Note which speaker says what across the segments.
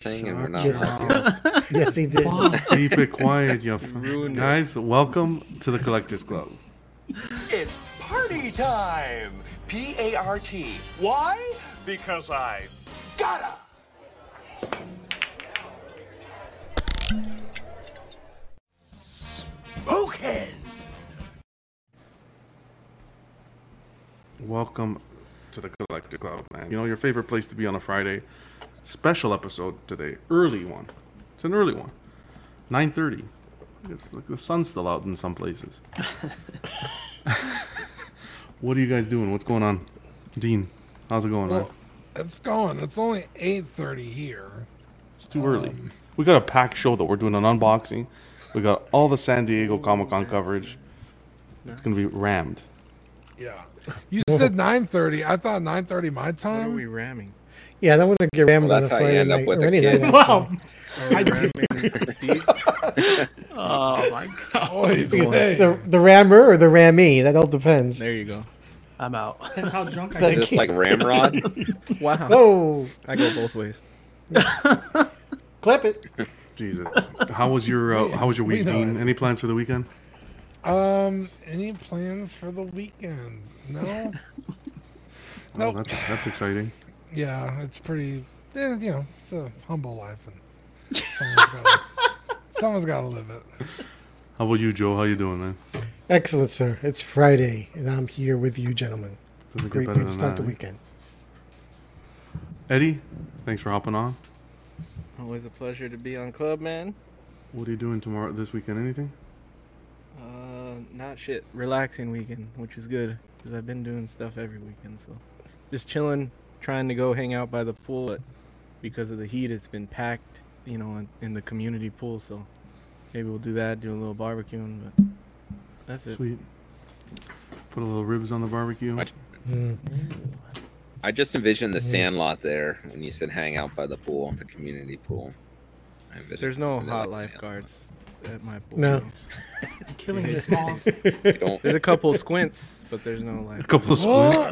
Speaker 1: thing, and we're not.
Speaker 2: Yes. yes, he did.
Speaker 3: Keep it quiet, you f-
Speaker 1: Ruined it.
Speaker 3: guys. Welcome to the Collectors Club.
Speaker 4: It's party time! P A R T. Why? Because I gotta! Smoking!
Speaker 3: Welcome to the Collector Club, man. You know your favorite place to be on a Friday. Special episode today, early one. It's an early one, nine thirty. It's like the sun's still out in some places. what are you guys doing? What's going on, Dean? How's it going, man?
Speaker 5: Well, it's going. It's only eight thirty here.
Speaker 3: It's too early. We got a packed show that we're doing an unboxing. We got all the San Diego Comic Con coverage. It's gonna be rammed.
Speaker 5: Yeah. You said nine thirty. I thought nine thirty my
Speaker 6: What are
Speaker 5: time.
Speaker 6: we ramming?
Speaker 2: Yeah, that wouldn't get rammed
Speaker 1: Well,
Speaker 2: on a
Speaker 1: that's how you
Speaker 2: Friday
Speaker 1: end up
Speaker 2: night
Speaker 1: with
Speaker 2: or
Speaker 1: a
Speaker 2: any
Speaker 1: kid.
Speaker 2: night.
Speaker 7: Wow.
Speaker 6: Are we ramming Steve?
Speaker 7: Oh my god.
Speaker 2: actually.
Speaker 5: Oy
Speaker 2: The,
Speaker 5: vey.
Speaker 2: the rammer or the rammy, that all depends.
Speaker 6: There you go.
Speaker 7: I'm out.
Speaker 8: That's how drunk I
Speaker 1: Is
Speaker 8: get.
Speaker 1: this like Ramrod?
Speaker 6: Wow.
Speaker 2: Oh,
Speaker 6: I go both ways.
Speaker 2: clip it.
Speaker 3: Jesus. How was your uh, How was your
Speaker 5: We
Speaker 3: week,
Speaker 5: know
Speaker 3: Dean?
Speaker 5: it.
Speaker 3: Any plans for the weekend?
Speaker 5: Um, any plans for the weekend? No.
Speaker 3: Oh,
Speaker 5: nope.
Speaker 3: that's that's exciting.
Speaker 5: Yeah, it's pretty. Yeah, you know, it's a humble life, and someone's got someone's got to live it.
Speaker 3: How about you, Joe? How you doing, man?
Speaker 2: Excellent, sir. It's Friday, and I'm here with you, gentlemen.
Speaker 3: Doesn't get
Speaker 2: Great
Speaker 3: better
Speaker 2: way to
Speaker 3: than
Speaker 2: start
Speaker 3: that,
Speaker 2: the
Speaker 3: eh?
Speaker 2: weekend.
Speaker 3: Eddie, thanks for hopping on.
Speaker 6: Always a pleasure to be on Club Man.
Speaker 3: What are you doing tomorrow this weekend? Anything?
Speaker 6: Uh, not shit. Relaxing weekend, which is good because I've been doing stuff every weekend. So, just chilling, trying to go hang out by the pool, but because of the heat, it's been packed. You know, in, in the community pool. So, maybe we'll do that, do a little barbecuing. But that's it.
Speaker 3: Sweet. Put a little ribs on the barbecue.
Speaker 1: What?
Speaker 2: Mm.
Speaker 1: I just envisioned the sandlot there when you said hang out by the pool, the community pool. I envisioned-
Speaker 6: There's no
Speaker 1: I
Speaker 6: hot
Speaker 1: like the
Speaker 6: lifeguards at my pool.
Speaker 2: No.
Speaker 8: Killing the smalls.
Speaker 1: sandlot. You
Speaker 6: There's a couple squints, but there's no
Speaker 3: A
Speaker 6: life.
Speaker 3: couple of swims.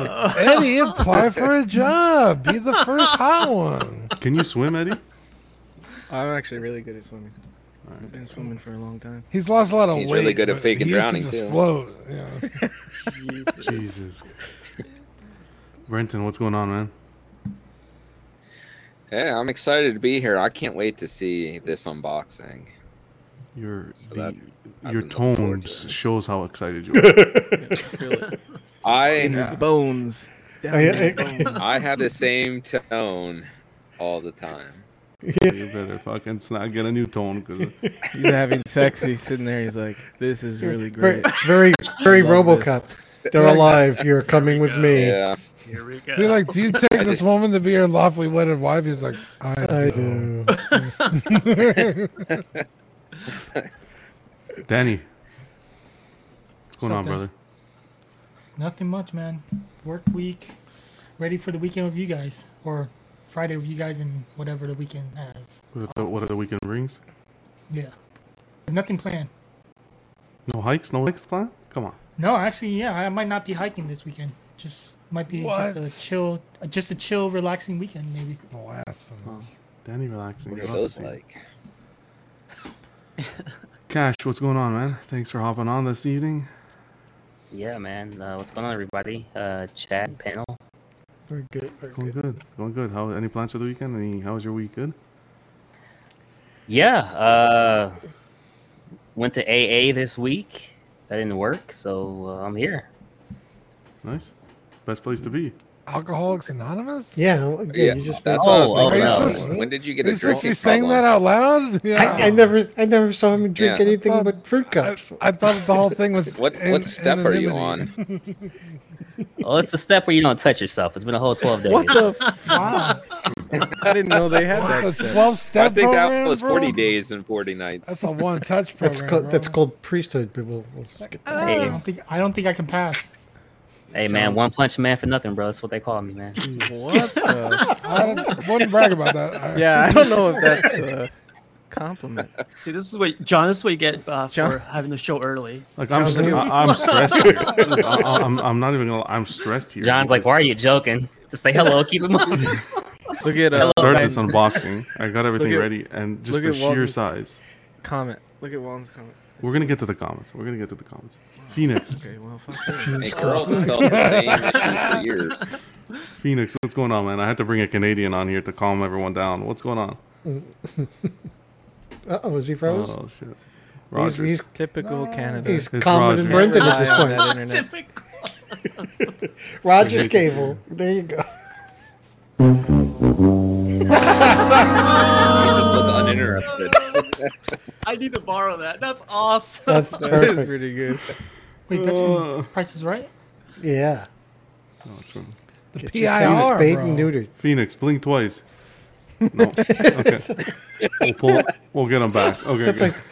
Speaker 5: Well, Eddie, apply for a job. Be the first hot one.
Speaker 3: Can you swim, Eddie?
Speaker 6: I'm actually really good at swimming.
Speaker 3: Alright.
Speaker 6: I've been swimming for a long time.
Speaker 5: He's lost a lot of
Speaker 1: He's
Speaker 5: weight.
Speaker 1: really good at
Speaker 5: but
Speaker 1: faking
Speaker 5: he used to
Speaker 1: drowning,
Speaker 5: just
Speaker 1: too.
Speaker 5: Float. Yeah.
Speaker 3: Jesus. Brenton, what's going on, man?
Speaker 1: don't- Yeah, I'm excited to be here. I can't wait to see this unboxing.
Speaker 3: Your
Speaker 1: So
Speaker 3: the,
Speaker 1: that- I've
Speaker 3: your
Speaker 1: been looking forward to
Speaker 3: tones
Speaker 1: it.
Speaker 3: shows how excited you are.
Speaker 6: Feel it. In his
Speaker 1: I
Speaker 6: bones. Down
Speaker 5: Oh,
Speaker 2: I-
Speaker 6: in his
Speaker 2: I-
Speaker 6: bones.
Speaker 1: I have the same tone all the time.
Speaker 3: you better fucking snag get a new tone uh, because
Speaker 6: He's having sex. He's sitting there. He's like, "This is really
Speaker 2: Very,
Speaker 6: great."
Speaker 2: very, very
Speaker 6: love this.
Speaker 2: Robocop. They're alive. You're coming with me.
Speaker 1: Yeah.
Speaker 7: Here we go.
Speaker 5: They're like, do you take this
Speaker 1: just-
Speaker 5: woman to be your lawfully wedded wife? He's like, I,
Speaker 2: I
Speaker 5: do.
Speaker 2: do.
Speaker 3: Danny. What's going on,
Speaker 8: Sometimes.
Speaker 3: brother?
Speaker 8: Nothing much, man. Work week. Ready for the weekend with you guys. Or Friday with you guys and whatever the weekend has.
Speaker 3: What the, what are the weekend brings?
Speaker 8: Yeah. Nothing planned.
Speaker 3: No hikes, no hikes plan? Come on.
Speaker 8: No, actually, yeah, I might not be hiking this weekend. Just might be
Speaker 5: What?
Speaker 8: just a chill, uh, just a chill, relaxing weekend, maybe.
Speaker 5: Blasphemous.
Speaker 3: Danny relaxing.
Speaker 1: What
Speaker 3: You're
Speaker 1: are
Speaker 3: off
Speaker 1: those
Speaker 3: the scene.
Speaker 1: like?
Speaker 3: Cash, what's going on, man? Thanks for hopping on this evening.
Speaker 9: Yeah, man. Uh, what's going on, everybody? Uh, chat panel.
Speaker 2: Very good. Very
Speaker 3: Going
Speaker 2: good.
Speaker 3: good. Going good. How any plans for the weekend? Any how was your week? Good?
Speaker 9: Yeah. Uh, went to AA this week. That didn't work, so uh, I'm here.
Speaker 3: Nice? Best place to be.
Speaker 5: Alcoholics Anonymous?
Speaker 2: Yeah, yeah,
Speaker 1: Yeah,
Speaker 2: you just.
Speaker 1: that's
Speaker 9: made-
Speaker 1: what I was
Speaker 9: Oh,
Speaker 1: thinking.
Speaker 5: oh,
Speaker 1: about.
Speaker 5: no.
Speaker 1: When did you get a
Speaker 5: He's supposed
Speaker 1: drink?
Speaker 5: to be saying that out loud? Yeah.
Speaker 2: I, I never, I never saw him drink
Speaker 1: Yeah.
Speaker 2: anything
Speaker 5: Thought-
Speaker 2: but fruit
Speaker 5: I,
Speaker 2: cups.
Speaker 5: I thought the whole thing was.
Speaker 1: What
Speaker 5: an-
Speaker 1: what step are you
Speaker 5: anonymity.
Speaker 1: on?
Speaker 9: Oh, it's the step where you don't touch yourself. It's been a whole 12 days.
Speaker 6: what the? F-
Speaker 8: Wow.
Speaker 6: I didn't know they had that.
Speaker 5: That's a
Speaker 6: stuff.
Speaker 5: 12
Speaker 1: I
Speaker 5: step
Speaker 1: think
Speaker 5: program.
Speaker 1: that was
Speaker 5: bro?
Speaker 1: 40 days and 40 nights.
Speaker 5: That's a one touch program.
Speaker 2: That's called,
Speaker 5: bro.
Speaker 2: that's called priesthood. But we'll, we'll skip.
Speaker 7: Oh.
Speaker 2: that.
Speaker 9: Hey,
Speaker 8: I don't think I don't think I can pass.
Speaker 9: hey, man. One punch man for nothing, bro. That's what they call me, man.
Speaker 6: Mm. What the?
Speaker 5: I don't, wouldn't brag about that. All right.
Speaker 6: Yeah, I don't know if that's a compliment.
Speaker 7: See, this is what John. This is what you get uh, for
Speaker 6: John-
Speaker 7: having the show early.
Speaker 3: Like I'm, st- I- I'm stressed. Here. I, I- I'm, I'm not even. Gonna, lie, I'm stressed here.
Speaker 9: John's like, why are
Speaker 3: because
Speaker 9: you joking? Just say hello. Keep him on.
Speaker 6: Look at uh,
Speaker 3: Start this unboxing. I got everything
Speaker 6: at-
Speaker 3: ready, and just
Speaker 6: look
Speaker 3: the
Speaker 6: at
Speaker 3: sheer
Speaker 6: Walden's-
Speaker 3: size.
Speaker 6: comment. Look at Walden's comment.
Speaker 3: We're gonna get to the comments. We're gonna get to the comments. Phoenix,
Speaker 6: Okay, well, fuck that.
Speaker 1: Hey, girls have felt the same issue for years.
Speaker 3: Phoenix, what's going on, man? I had to bring a Canadian on here to calm everyone down. What's going on?
Speaker 2: Uh oh, is he froze?
Speaker 3: Oh shit,
Speaker 2: he's
Speaker 3: Rogers.
Speaker 2: he's,
Speaker 6: Typical Canada.
Speaker 2: he's
Speaker 3: It's
Speaker 2: calmer than
Speaker 3: Rogers.
Speaker 2: Brendan at this
Speaker 6: Rely on
Speaker 2: point.
Speaker 6: that internet.
Speaker 2: Rogers Cable. There you go.
Speaker 1: It just looks uninterrupted.
Speaker 7: I need to borrow that. That's awesome.
Speaker 2: That's
Speaker 6: That is
Speaker 2: perfect.
Speaker 6: pretty good.
Speaker 8: Wait, that's
Speaker 6: Uh.
Speaker 8: from Price is Right?
Speaker 2: Yeah.
Speaker 3: No, it's from-
Speaker 5: The
Speaker 2: Get your thing
Speaker 5: PIR,
Speaker 2: spayed
Speaker 5: bro.
Speaker 2: and neutered.
Speaker 3: Phoenix, blink twice. No. Okay. We'll, pull, we'll get him back. Okay.
Speaker 2: It's
Speaker 3: good.
Speaker 2: like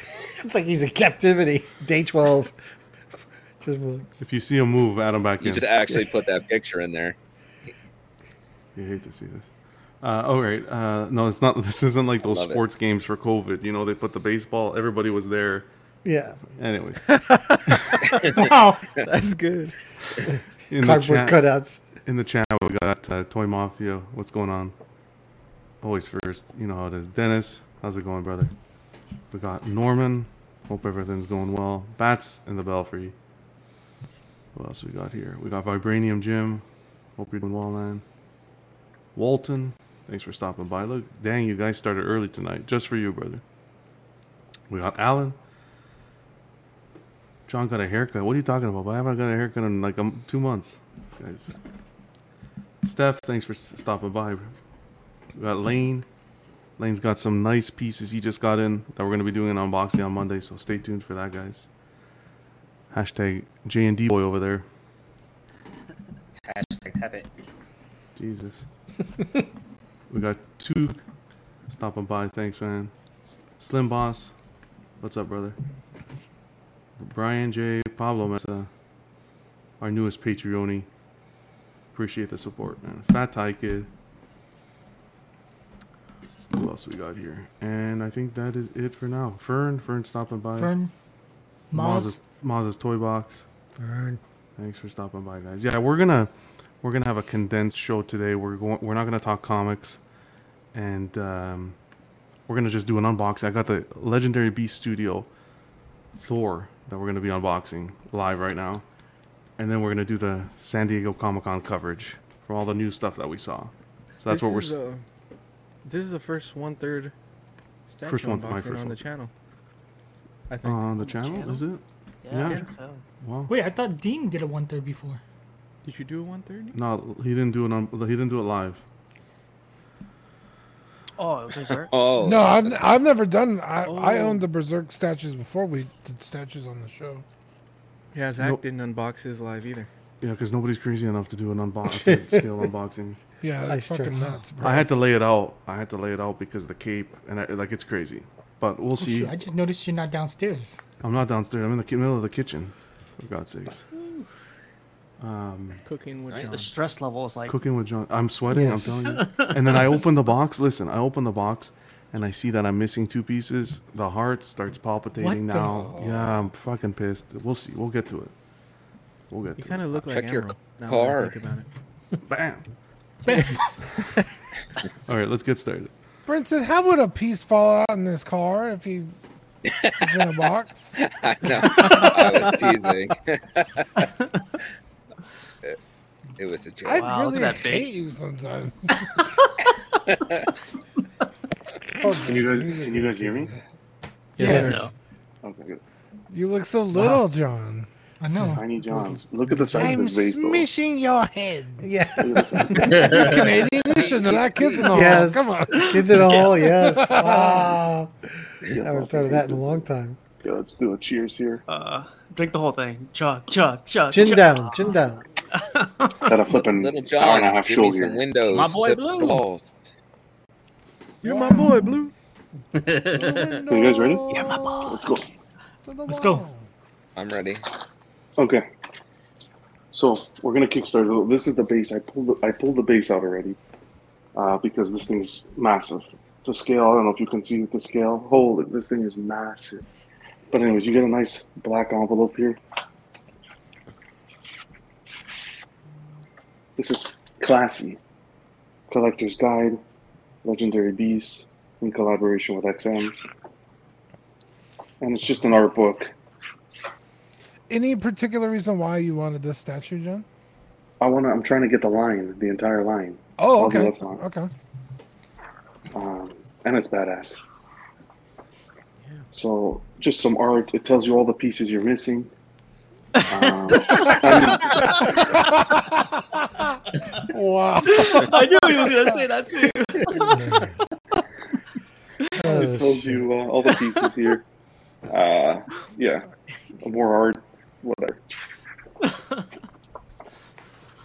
Speaker 2: it's like he's in captivity. Day twelve. Just
Speaker 3: if you see him move, add him back
Speaker 1: You
Speaker 3: in.
Speaker 1: just actually put that picture in there.
Speaker 3: You hate to see this. Uh, all right. Uh, no, it's not. This isn't like those
Speaker 1: love it.
Speaker 3: sports games for COVID. You know, they put the baseball. Everybody was there.
Speaker 2: yeah.
Speaker 3: Anyway,
Speaker 8: Wow.
Speaker 6: That's good.
Speaker 3: in the
Speaker 2: Cardboard
Speaker 3: chat,
Speaker 2: cutouts.
Speaker 3: in the chat, we got uh, Toy Mafia. What's going on? Always first. You know how it is. Dennis, how's it going, brother? We got Norman. Hope everything's going well. Bats in the belfry. What else we got here? We got Vibranium Jim. Hope you're doing well, man. Walton, thanks for stopping by. Look, dang, you guys started early tonight, just for you, brother. We got Alan. John got a haircut. What are you talking about? I haven't got a haircut in like um, two months, guys. Steph, thanks for s- stopping by. We got Lane. Lane's got some nice pieces he just got in that we're gonna be doing an unboxing on Monday, so stay tuned for that, guys. Hashtag J and D boy over there.
Speaker 9: Hashtag tap it.
Speaker 3: Jesus. we got two stopping by. Thanks, man. Slim Boss. What's up, brother? Brian J. Pablo Mesa. Our newest Patreoni. Appreciate the support, man. Fat Tie Kid. Who else we got here? And I think that is it for now. Fern. Fern stopping by.
Speaker 8: Fern. Moz.
Speaker 3: Maz's, Maz's Toy Box.
Speaker 2: Burn.
Speaker 3: Thanks for stopping by, guys. Yeah, we're gonna we're gonna have a condensed show today. We're going we're not gonna talk comics, and um, we're gonna just do an unboxing. I got the Legendary Beast Studio Thor that we're gonna be unboxing live right now, and then we're gonna do the San Diego Comic Con coverage for all the new stuff that we saw. So that's
Speaker 6: This
Speaker 3: what we're.
Speaker 6: is,
Speaker 3: s-
Speaker 6: Uh, this is the first one third. Statue
Speaker 3: First one- my
Speaker 6: unboxing
Speaker 3: first
Speaker 6: on
Speaker 3: one.
Speaker 6: the channel. I think.
Speaker 3: on the channel,
Speaker 7: channel?
Speaker 3: is it? Yeah.
Speaker 7: I think so.
Speaker 3: Well,
Speaker 8: Wait, I thought Dean did a one third before.
Speaker 6: Did you do a one third?
Speaker 3: no, he didn't do it. On, he didn't do it live.
Speaker 7: Oh, Berserk.
Speaker 1: Oh,
Speaker 5: No, I've, I've never done. I, I
Speaker 6: Oh.
Speaker 5: owned the Berserk statues before we did statues on the show.
Speaker 6: Yeah, Zach
Speaker 3: Nope.
Speaker 6: didn't unbox his live either.
Speaker 3: Yeah, because nobody's crazy enough to do an unboxing, scale unboxings.
Speaker 5: Yeah, that's
Speaker 2: Nice try.
Speaker 5: fucking nuts, bro.
Speaker 3: I had to lay it out. I had to lay it out because of the cape and I, like it's crazy. But we'll see.
Speaker 8: Shoot, I just noticed you're not downstairs.
Speaker 3: I'm not downstairs. I'm in the ki- middle of the kitchen. For God's sakes. Um,
Speaker 6: Cooking with John.
Speaker 7: The stress level is like
Speaker 3: Cooking with John. I'm sweating.
Speaker 2: Yes.
Speaker 3: I'm telling you. And then I open the box. Listen, I open the box and I see that I'm missing two pieces. The heart starts palpitating
Speaker 8: the-
Speaker 3: now. Yeah, I'm fucking pissed. We'll see. We'll get to it. We'll get
Speaker 6: You
Speaker 3: to
Speaker 6: kind of look like
Speaker 1: Check your
Speaker 6: Emerald. now that I
Speaker 1: car.
Speaker 6: think about it.
Speaker 3: it. Bam.
Speaker 8: Bam.
Speaker 3: All right, let's get started.
Speaker 5: Brinson, how would a piece fall out in this car if he was in a box?
Speaker 1: I know. I was teasing. It- it was a joke.
Speaker 5: I
Speaker 7: Wow, look
Speaker 5: really
Speaker 7: at that
Speaker 5: hate
Speaker 7: face.
Speaker 5: you sometimes.
Speaker 1: Oh,
Speaker 3: Can you guys, can you guys hear me?
Speaker 2: Yeah.
Speaker 7: no.
Speaker 10: Okay, good.
Speaker 5: You look so little, John.
Speaker 8: I know.
Speaker 10: Tiny John. Look at the size
Speaker 5: I'm
Speaker 10: of his waist, though.
Speaker 5: smishing your head.
Speaker 2: Yeah.
Speaker 10: Look at the size.
Speaker 5: Canadian edition of that kids in the
Speaker 2: Yes.
Speaker 5: hall. Come on.
Speaker 2: Kids in the hall, yes. Wow. I haven't thought of that in a long time.
Speaker 10: Yeah, let's do a cheers here.
Speaker 7: Uh, drink the whole thing. Chug, chug, chug.
Speaker 2: Chin
Speaker 7: chug.
Speaker 2: down, chin down.
Speaker 10: Got a flipping
Speaker 1: Little
Speaker 10: hour
Speaker 1: John,
Speaker 10: and a half
Speaker 1: give
Speaker 10: show
Speaker 1: me some
Speaker 10: here.
Speaker 1: windows.
Speaker 9: My boy
Speaker 1: to
Speaker 9: Blue.
Speaker 1: the walls.
Speaker 6: You're my boy, Blue.
Speaker 10: Are you guys ready? Yeah, my Let's go.
Speaker 8: Let's go.
Speaker 1: I'm ready.
Speaker 10: Okay. So we're gonna kickstart. So This is the base. I pulled. The, I pulled the base out already, uh, because this thing's massive to scale. I don't know if you can see it to scale. Holy, this thing is massive. But anyways, you get a nice black envelope here. This is classy. Collector's guide. Legendary Beast in collaboration with XM. And it's just an art book.
Speaker 5: Any particular reason why you wanted this statue, John?
Speaker 10: I want to. I'm trying to get the line, the entire line.
Speaker 5: Oh,
Speaker 10: I'll do
Speaker 5: okay.
Speaker 10: that song.
Speaker 5: Okay.
Speaker 10: Um, and it's badass. So just some art. It tells you all the pieces you're missing. Um,
Speaker 5: wow.
Speaker 7: I knew he was gonna say that too.
Speaker 10: it tells you uh, all the pieces here. Uh, yeah, more art, whatever.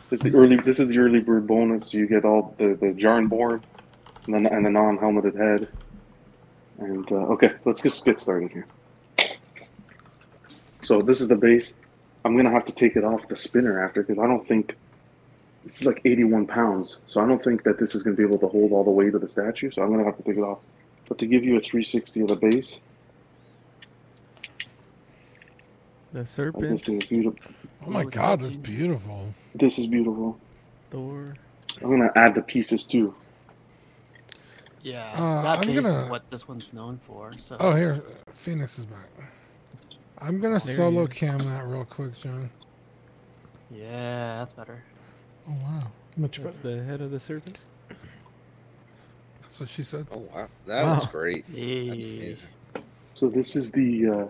Speaker 10: But the early. This is the early bird bonus. You get all the the jarn board, and the, and the non-helmeted head. And uh, okay, let's just get started here. So this is the base. I'm gonna have to take it off the spinner after because I don't think this is like 81 pounds. So I don't think that this is gonna be able to hold all the weight of the statue. So I'm gonna have to take it off. But to give you a 360 of the base,
Speaker 6: The
Speaker 10: like, this
Speaker 6: serpent,
Speaker 10: thing is beautiful.
Speaker 5: Oh my god, that's beautiful.
Speaker 10: This is beautiful.
Speaker 6: Thor.
Speaker 10: I'm gonna add the pieces too.
Speaker 7: yeah,
Speaker 5: Uh,
Speaker 7: that
Speaker 5: I'm
Speaker 7: base is
Speaker 5: gonna-
Speaker 7: what this one's known for. So
Speaker 5: Oh,
Speaker 7: it's-
Speaker 5: here, Phoenix is back. I'm gonna
Speaker 7: There he
Speaker 5: solo
Speaker 7: is.
Speaker 5: cam that real quick, John.
Speaker 7: Yeah, that's better.
Speaker 5: Oh wow, much
Speaker 6: That's
Speaker 5: better.
Speaker 6: the head of the serpent.
Speaker 5: That's what she said.
Speaker 1: Oh wow, that
Speaker 6: Wow.
Speaker 1: was great. That's
Speaker 7: Yay.
Speaker 1: amazing.
Speaker 10: So this is the uh,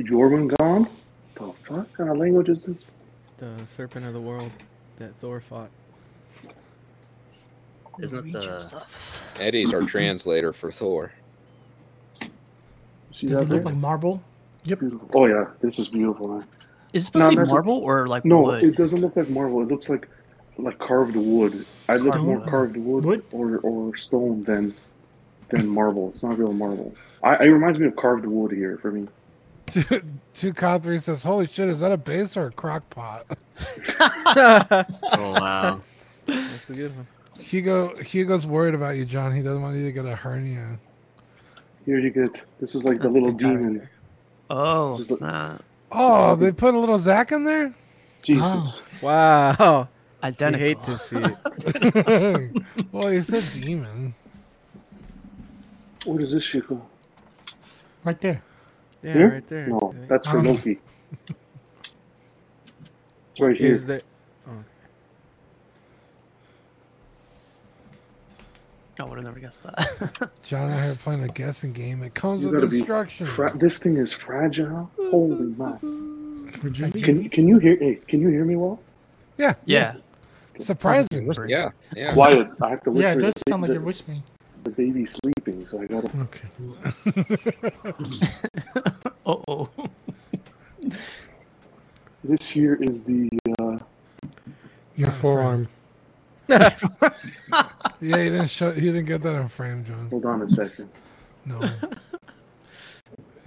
Speaker 10: Jormungand. The fuck kind of language is this?
Speaker 6: The serpent of the world that Thor fought.
Speaker 9: Isn't it
Speaker 7: Norwegian
Speaker 9: the
Speaker 7: stuff.
Speaker 1: Eddie's our translator for Thor.
Speaker 10: See
Speaker 8: Does
Speaker 10: that
Speaker 8: it look
Speaker 10: there?
Speaker 8: like marble?
Speaker 10: Beautiful. Oh yeah, this is beautiful. Man.
Speaker 7: Is it supposed
Speaker 10: No,
Speaker 7: to be
Speaker 10: that's a-
Speaker 7: marble or like
Speaker 10: No,
Speaker 7: wood?
Speaker 10: it doesn't look like marble. It looks like like carved wood. I look
Speaker 7: Stone?
Speaker 10: more carved wood,
Speaker 8: Wood?
Speaker 10: or or stone than than marble. It's not real marble. I, it reminds me of carved wood here for me.
Speaker 5: Two cod three says, "Holy shit, is that a base or a crock pot?"
Speaker 9: Oh wow.
Speaker 6: That's the good one.
Speaker 5: Hugo, Hugo's worried about you, John. He doesn't want you to get a hernia.
Speaker 10: Here you get this is like the little
Speaker 7: Get out of
Speaker 10: demon.
Speaker 7: here. Oh,
Speaker 10: This is the-
Speaker 7: snap.
Speaker 5: Oh, they put a little Zach in there.
Speaker 10: Jesus.
Speaker 6: Wow. I
Speaker 7: Identical.
Speaker 6: hate to see it.
Speaker 5: well, he said demon.
Speaker 10: What is this shit called?
Speaker 8: Right there.
Speaker 6: Yeah,
Speaker 10: Here?
Speaker 6: right there.
Speaker 10: No,
Speaker 6: I think.
Speaker 10: that's for
Speaker 8: Um,
Speaker 10: Loki. It's right here.
Speaker 6: Is there?
Speaker 7: I would have never guessed that.
Speaker 5: John out here playing a guessing game. It comes
Speaker 10: You
Speaker 5: with
Speaker 10: gotta be
Speaker 5: instructions.
Speaker 10: fra- this thing is fragile. Holy my!
Speaker 8: Virginia.
Speaker 10: Can can you hear? Hey, can you hear me well?
Speaker 5: yeah,
Speaker 7: yeah.
Speaker 5: surprising.
Speaker 1: Yeah, yeah.
Speaker 10: Quiet. I have to whisper.
Speaker 8: Yeah, it does
Speaker 10: The-
Speaker 8: sound like
Speaker 10: the-
Speaker 8: you're whispering.
Speaker 10: The baby's sleeping, so I gotta.
Speaker 5: Okay.
Speaker 7: Uh oh.
Speaker 10: This here is the. Uh,
Speaker 2: Your forearm.
Speaker 5: Yeah, you didn't show. You didn't get that in frame, John.
Speaker 10: hold on a second.
Speaker 5: No. You have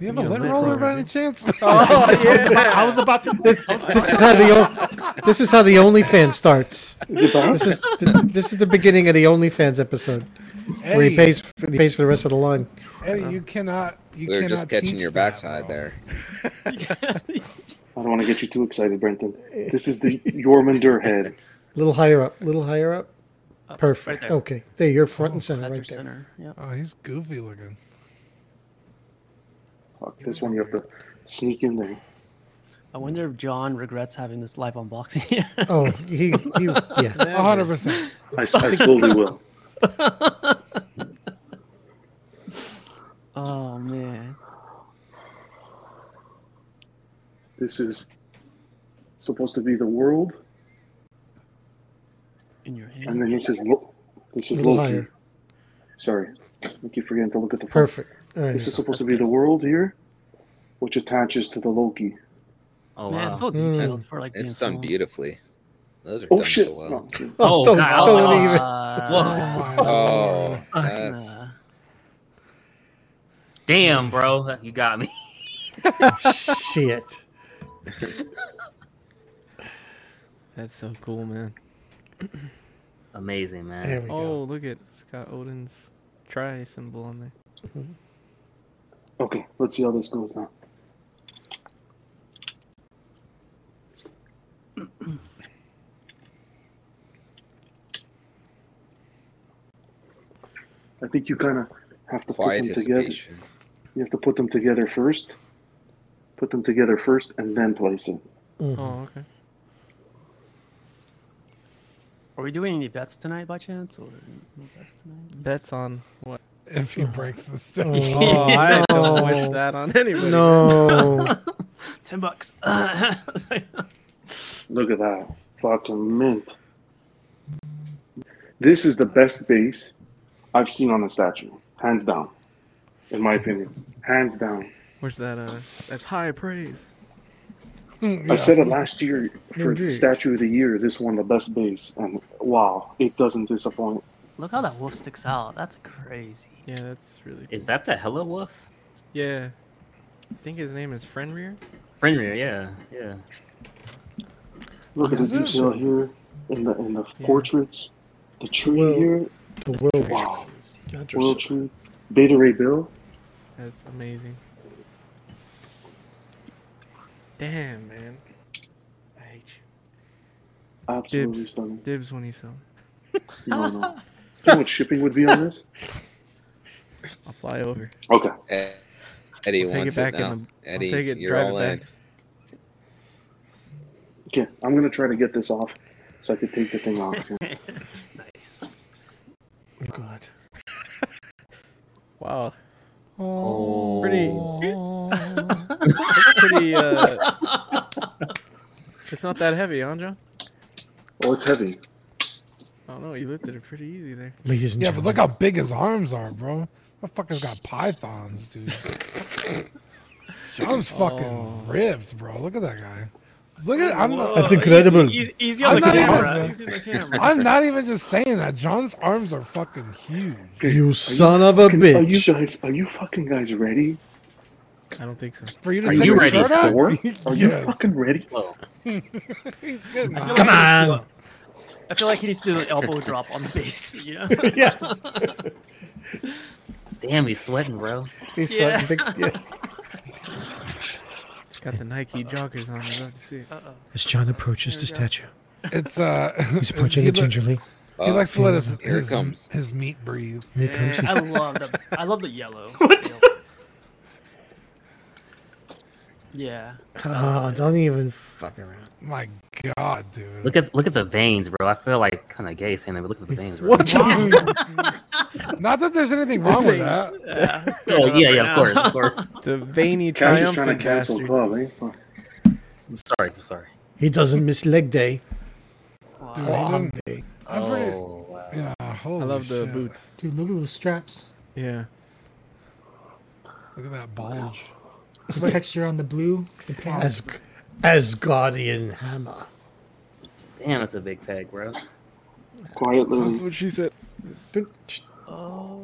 Speaker 5: a
Speaker 6: Need a
Speaker 5: lint
Speaker 6: lint
Speaker 5: roller
Speaker 6: roller,
Speaker 5: by any chance?
Speaker 6: Oh yeah.
Speaker 8: I was about to.
Speaker 2: This is how the o- this is how the OnlyFans starts.
Speaker 10: Is it back?
Speaker 2: This is th- this is the beginning of the OnlyFans episode where he
Speaker 5: Eddie,
Speaker 2: pays for, he pays for the rest of the line.
Speaker 5: Eddie, you cannot. You
Speaker 1: They're
Speaker 5: cannot
Speaker 1: just catching
Speaker 5: teach
Speaker 1: your
Speaker 5: that,
Speaker 1: backside
Speaker 5: bro.
Speaker 1: there.
Speaker 10: I don't want to get you too excited, Brenton. This is the Jormundur head.
Speaker 2: Little higher up, little higher up. Perfect.
Speaker 7: there. Oh,
Speaker 2: Okay, there you're front and center,
Speaker 7: At your
Speaker 2: right there.
Speaker 7: center. Yep.
Speaker 5: Oh, he's goofy looking.
Speaker 10: Fuck, this one you have to sneak in there.
Speaker 7: I wonder if John regrets having this live unboxing.
Speaker 2: Oh, he, he yeah.
Speaker 5: A hundred percent.
Speaker 10: I, I slowly will.
Speaker 7: oh man.
Speaker 10: This is supposed to be the world,
Speaker 7: In your hand.
Speaker 10: and then this is Lo- this is
Speaker 2: Little
Speaker 10: Loki.
Speaker 2: higher.
Speaker 10: Sorry, I keep forgetting to look at the front.
Speaker 2: Perfect. All right.
Speaker 10: This is supposed to be the world here, which attaches to the Loki.
Speaker 9: Oh
Speaker 7: Man,
Speaker 9: wow.
Speaker 7: it's so
Speaker 2: Mm.
Speaker 7: detailed for like being
Speaker 1: It's done
Speaker 7: small.
Speaker 1: beautifully. Those are
Speaker 10: Oh
Speaker 1: done
Speaker 10: shit!
Speaker 1: so well.
Speaker 10: No, shit.
Speaker 2: oh,
Speaker 9: Oh,
Speaker 2: don't,
Speaker 9: God.
Speaker 2: don't even.
Speaker 7: Uh,
Speaker 5: My
Speaker 1: Oh,
Speaker 5: lord.
Speaker 1: that's,
Speaker 7: nah.
Speaker 9: Damn, bro, you got me.
Speaker 2: Shit.
Speaker 6: That's so cool, man.
Speaker 9: Amazing,
Speaker 2: There
Speaker 9: man.
Speaker 2: we
Speaker 6: Oh,
Speaker 2: go.
Speaker 6: look at Scott Odin's tri symbol on there.
Speaker 7: Mm-hmm.
Speaker 10: Okay, let's see how this goes now. I think you kind of have to
Speaker 1: Quiet
Speaker 10: put them together.
Speaker 1: anticipation.
Speaker 10: You have to put them together first. Put them together first, and then place it.
Speaker 6: Oh, okay.
Speaker 7: Are we doing any bets tonight by chance? Or no bets tonight?
Speaker 6: Bets on what?
Speaker 5: If he breaks the stuff.
Speaker 6: Oh, I don't wish that on anybody.
Speaker 5: No.
Speaker 7: Ten bucks.
Speaker 10: Look at that. Fucking mint. This is the best base I've seen on a statue. Hands down. In my opinion. Hands down.
Speaker 6: Where's that? Uh, that's high praise.
Speaker 10: I said it last year for
Speaker 6: Indeed.
Speaker 10: Statue of the Year. This one, the best base. And wow, it doesn't disappoint.
Speaker 7: Look how that wolf sticks out. That's crazy.
Speaker 6: Yeah, that's really.
Speaker 9: Is that the Hella Wolf?
Speaker 6: Yeah, I think his name is Fenrir.
Speaker 9: Fenrir, yeah, yeah.
Speaker 10: Look at the
Speaker 5: Is this
Speaker 10: detail
Speaker 5: a-
Speaker 10: here in the in the portraits. The tree here.
Speaker 5: The will.
Speaker 10: Wow.
Speaker 5: Got your
Speaker 10: World
Speaker 5: s-
Speaker 10: tree. Beta Ray Bill.
Speaker 6: That's amazing. Damn, man. I hate you.
Speaker 10: Absolutely
Speaker 6: Dibs.
Speaker 10: stunning.
Speaker 6: Dibs when you sell. it.
Speaker 10: No, no. Do you know what shipping would be on this?
Speaker 6: I'll fly over.
Speaker 10: Okay.
Speaker 1: Ed- E-, Eddie
Speaker 6: I'll take
Speaker 1: wants
Speaker 6: it back
Speaker 1: now.
Speaker 6: in the.
Speaker 1: Eddie,
Speaker 6: I'll take it.
Speaker 1: you're
Speaker 6: drive
Speaker 1: all
Speaker 6: it
Speaker 1: in.
Speaker 6: back.
Speaker 10: Okay. I'm gonna try to get this off so I could take the thing off.
Speaker 7: Nice.
Speaker 5: Oh, God.
Speaker 6: Wow.
Speaker 5: Oh.
Speaker 6: Pretty- That's pretty. Uh, it's not that heavy, Andra.
Speaker 10: Oh, it's heavy.
Speaker 6: I don't know. You lifted it pretty easy there.
Speaker 2: Ladies and
Speaker 5: Yeah, but
Speaker 2: gentlemen.
Speaker 5: look how big his arms are, bro. Motherfucker's got pythons, dude. John's fucking
Speaker 6: Oh.
Speaker 5: ripped, bro. Look at that guy. Look at I'm not,
Speaker 2: That's incredible.
Speaker 7: Easy, easy
Speaker 5: I'm
Speaker 7: on the
Speaker 5: not even-
Speaker 7: camera. Easy on the camera.
Speaker 5: I'm not even just saying that. John's arms are fucking huge.
Speaker 2: You son of a
Speaker 10: Can- Are you
Speaker 2: bitch.
Speaker 10: guys? Are you fucking guys ready?
Speaker 6: I don't think so.
Speaker 5: For you to
Speaker 9: Are
Speaker 5: take
Speaker 9: you
Speaker 5: your
Speaker 9: ready
Speaker 5: shirt off?
Speaker 9: for
Speaker 10: Work? Are you
Speaker 5: Yes.
Speaker 10: fucking ready?
Speaker 9: Well,
Speaker 5: He's getting
Speaker 7: I
Speaker 2: on.
Speaker 5: hot.
Speaker 7: feel like he needs to do a- I feel like he needs to do an elbow drop on the base. You know?
Speaker 2: yeah.
Speaker 9: damn, he's sweating, bro.
Speaker 2: He's
Speaker 7: Yeah.
Speaker 2: sweating big- yeah.
Speaker 6: It's got the Nike joggers on. I'd love to see it.
Speaker 2: As John approaches the statue,
Speaker 5: It's uh
Speaker 2: he's approaching
Speaker 5: he
Speaker 2: it
Speaker 5: li-
Speaker 2: gingerly.
Speaker 5: He
Speaker 1: Uh,
Speaker 5: likes to let his
Speaker 1: Here it
Speaker 5: his,
Speaker 1: comes.
Speaker 5: his meat breathe.
Speaker 2: Here comes
Speaker 7: Yeah,
Speaker 2: his
Speaker 7: I love the I love the yellow. What? Yeah.
Speaker 2: Oh, don't even fuck around.
Speaker 5: My God, dude.
Speaker 9: Look at look at the veins, bro. I feel like kind of gay saying that, but look at the veins, bro.
Speaker 5: Not that there's anything wrong with that.
Speaker 9: Oh, yeah, yeah, of course, of course.
Speaker 6: The veiny
Speaker 10: Guys, just trying
Speaker 6: triumphant
Speaker 10: to cancel
Speaker 6: bastard.
Speaker 10: club, eh? Fuck.
Speaker 9: I'm sorry, I'm sorry.
Speaker 2: He doesn't miss leg day.
Speaker 5: Dude,
Speaker 2: or
Speaker 5: he
Speaker 2: arm
Speaker 5: didn't-
Speaker 2: day.
Speaker 5: I'm pretty.
Speaker 9: Oh, wow.
Speaker 5: Yeah, holy
Speaker 6: I love the
Speaker 5: shit.
Speaker 6: boots.
Speaker 8: Dude, look at those straps.
Speaker 6: Yeah.
Speaker 5: Look at that bulge.
Speaker 8: The texture on the blue, the pants.
Speaker 2: As Asgardian hammer.
Speaker 9: Damn, that's a big peg, bro.
Speaker 10: Quietly.
Speaker 6: what she said.
Speaker 9: Oh,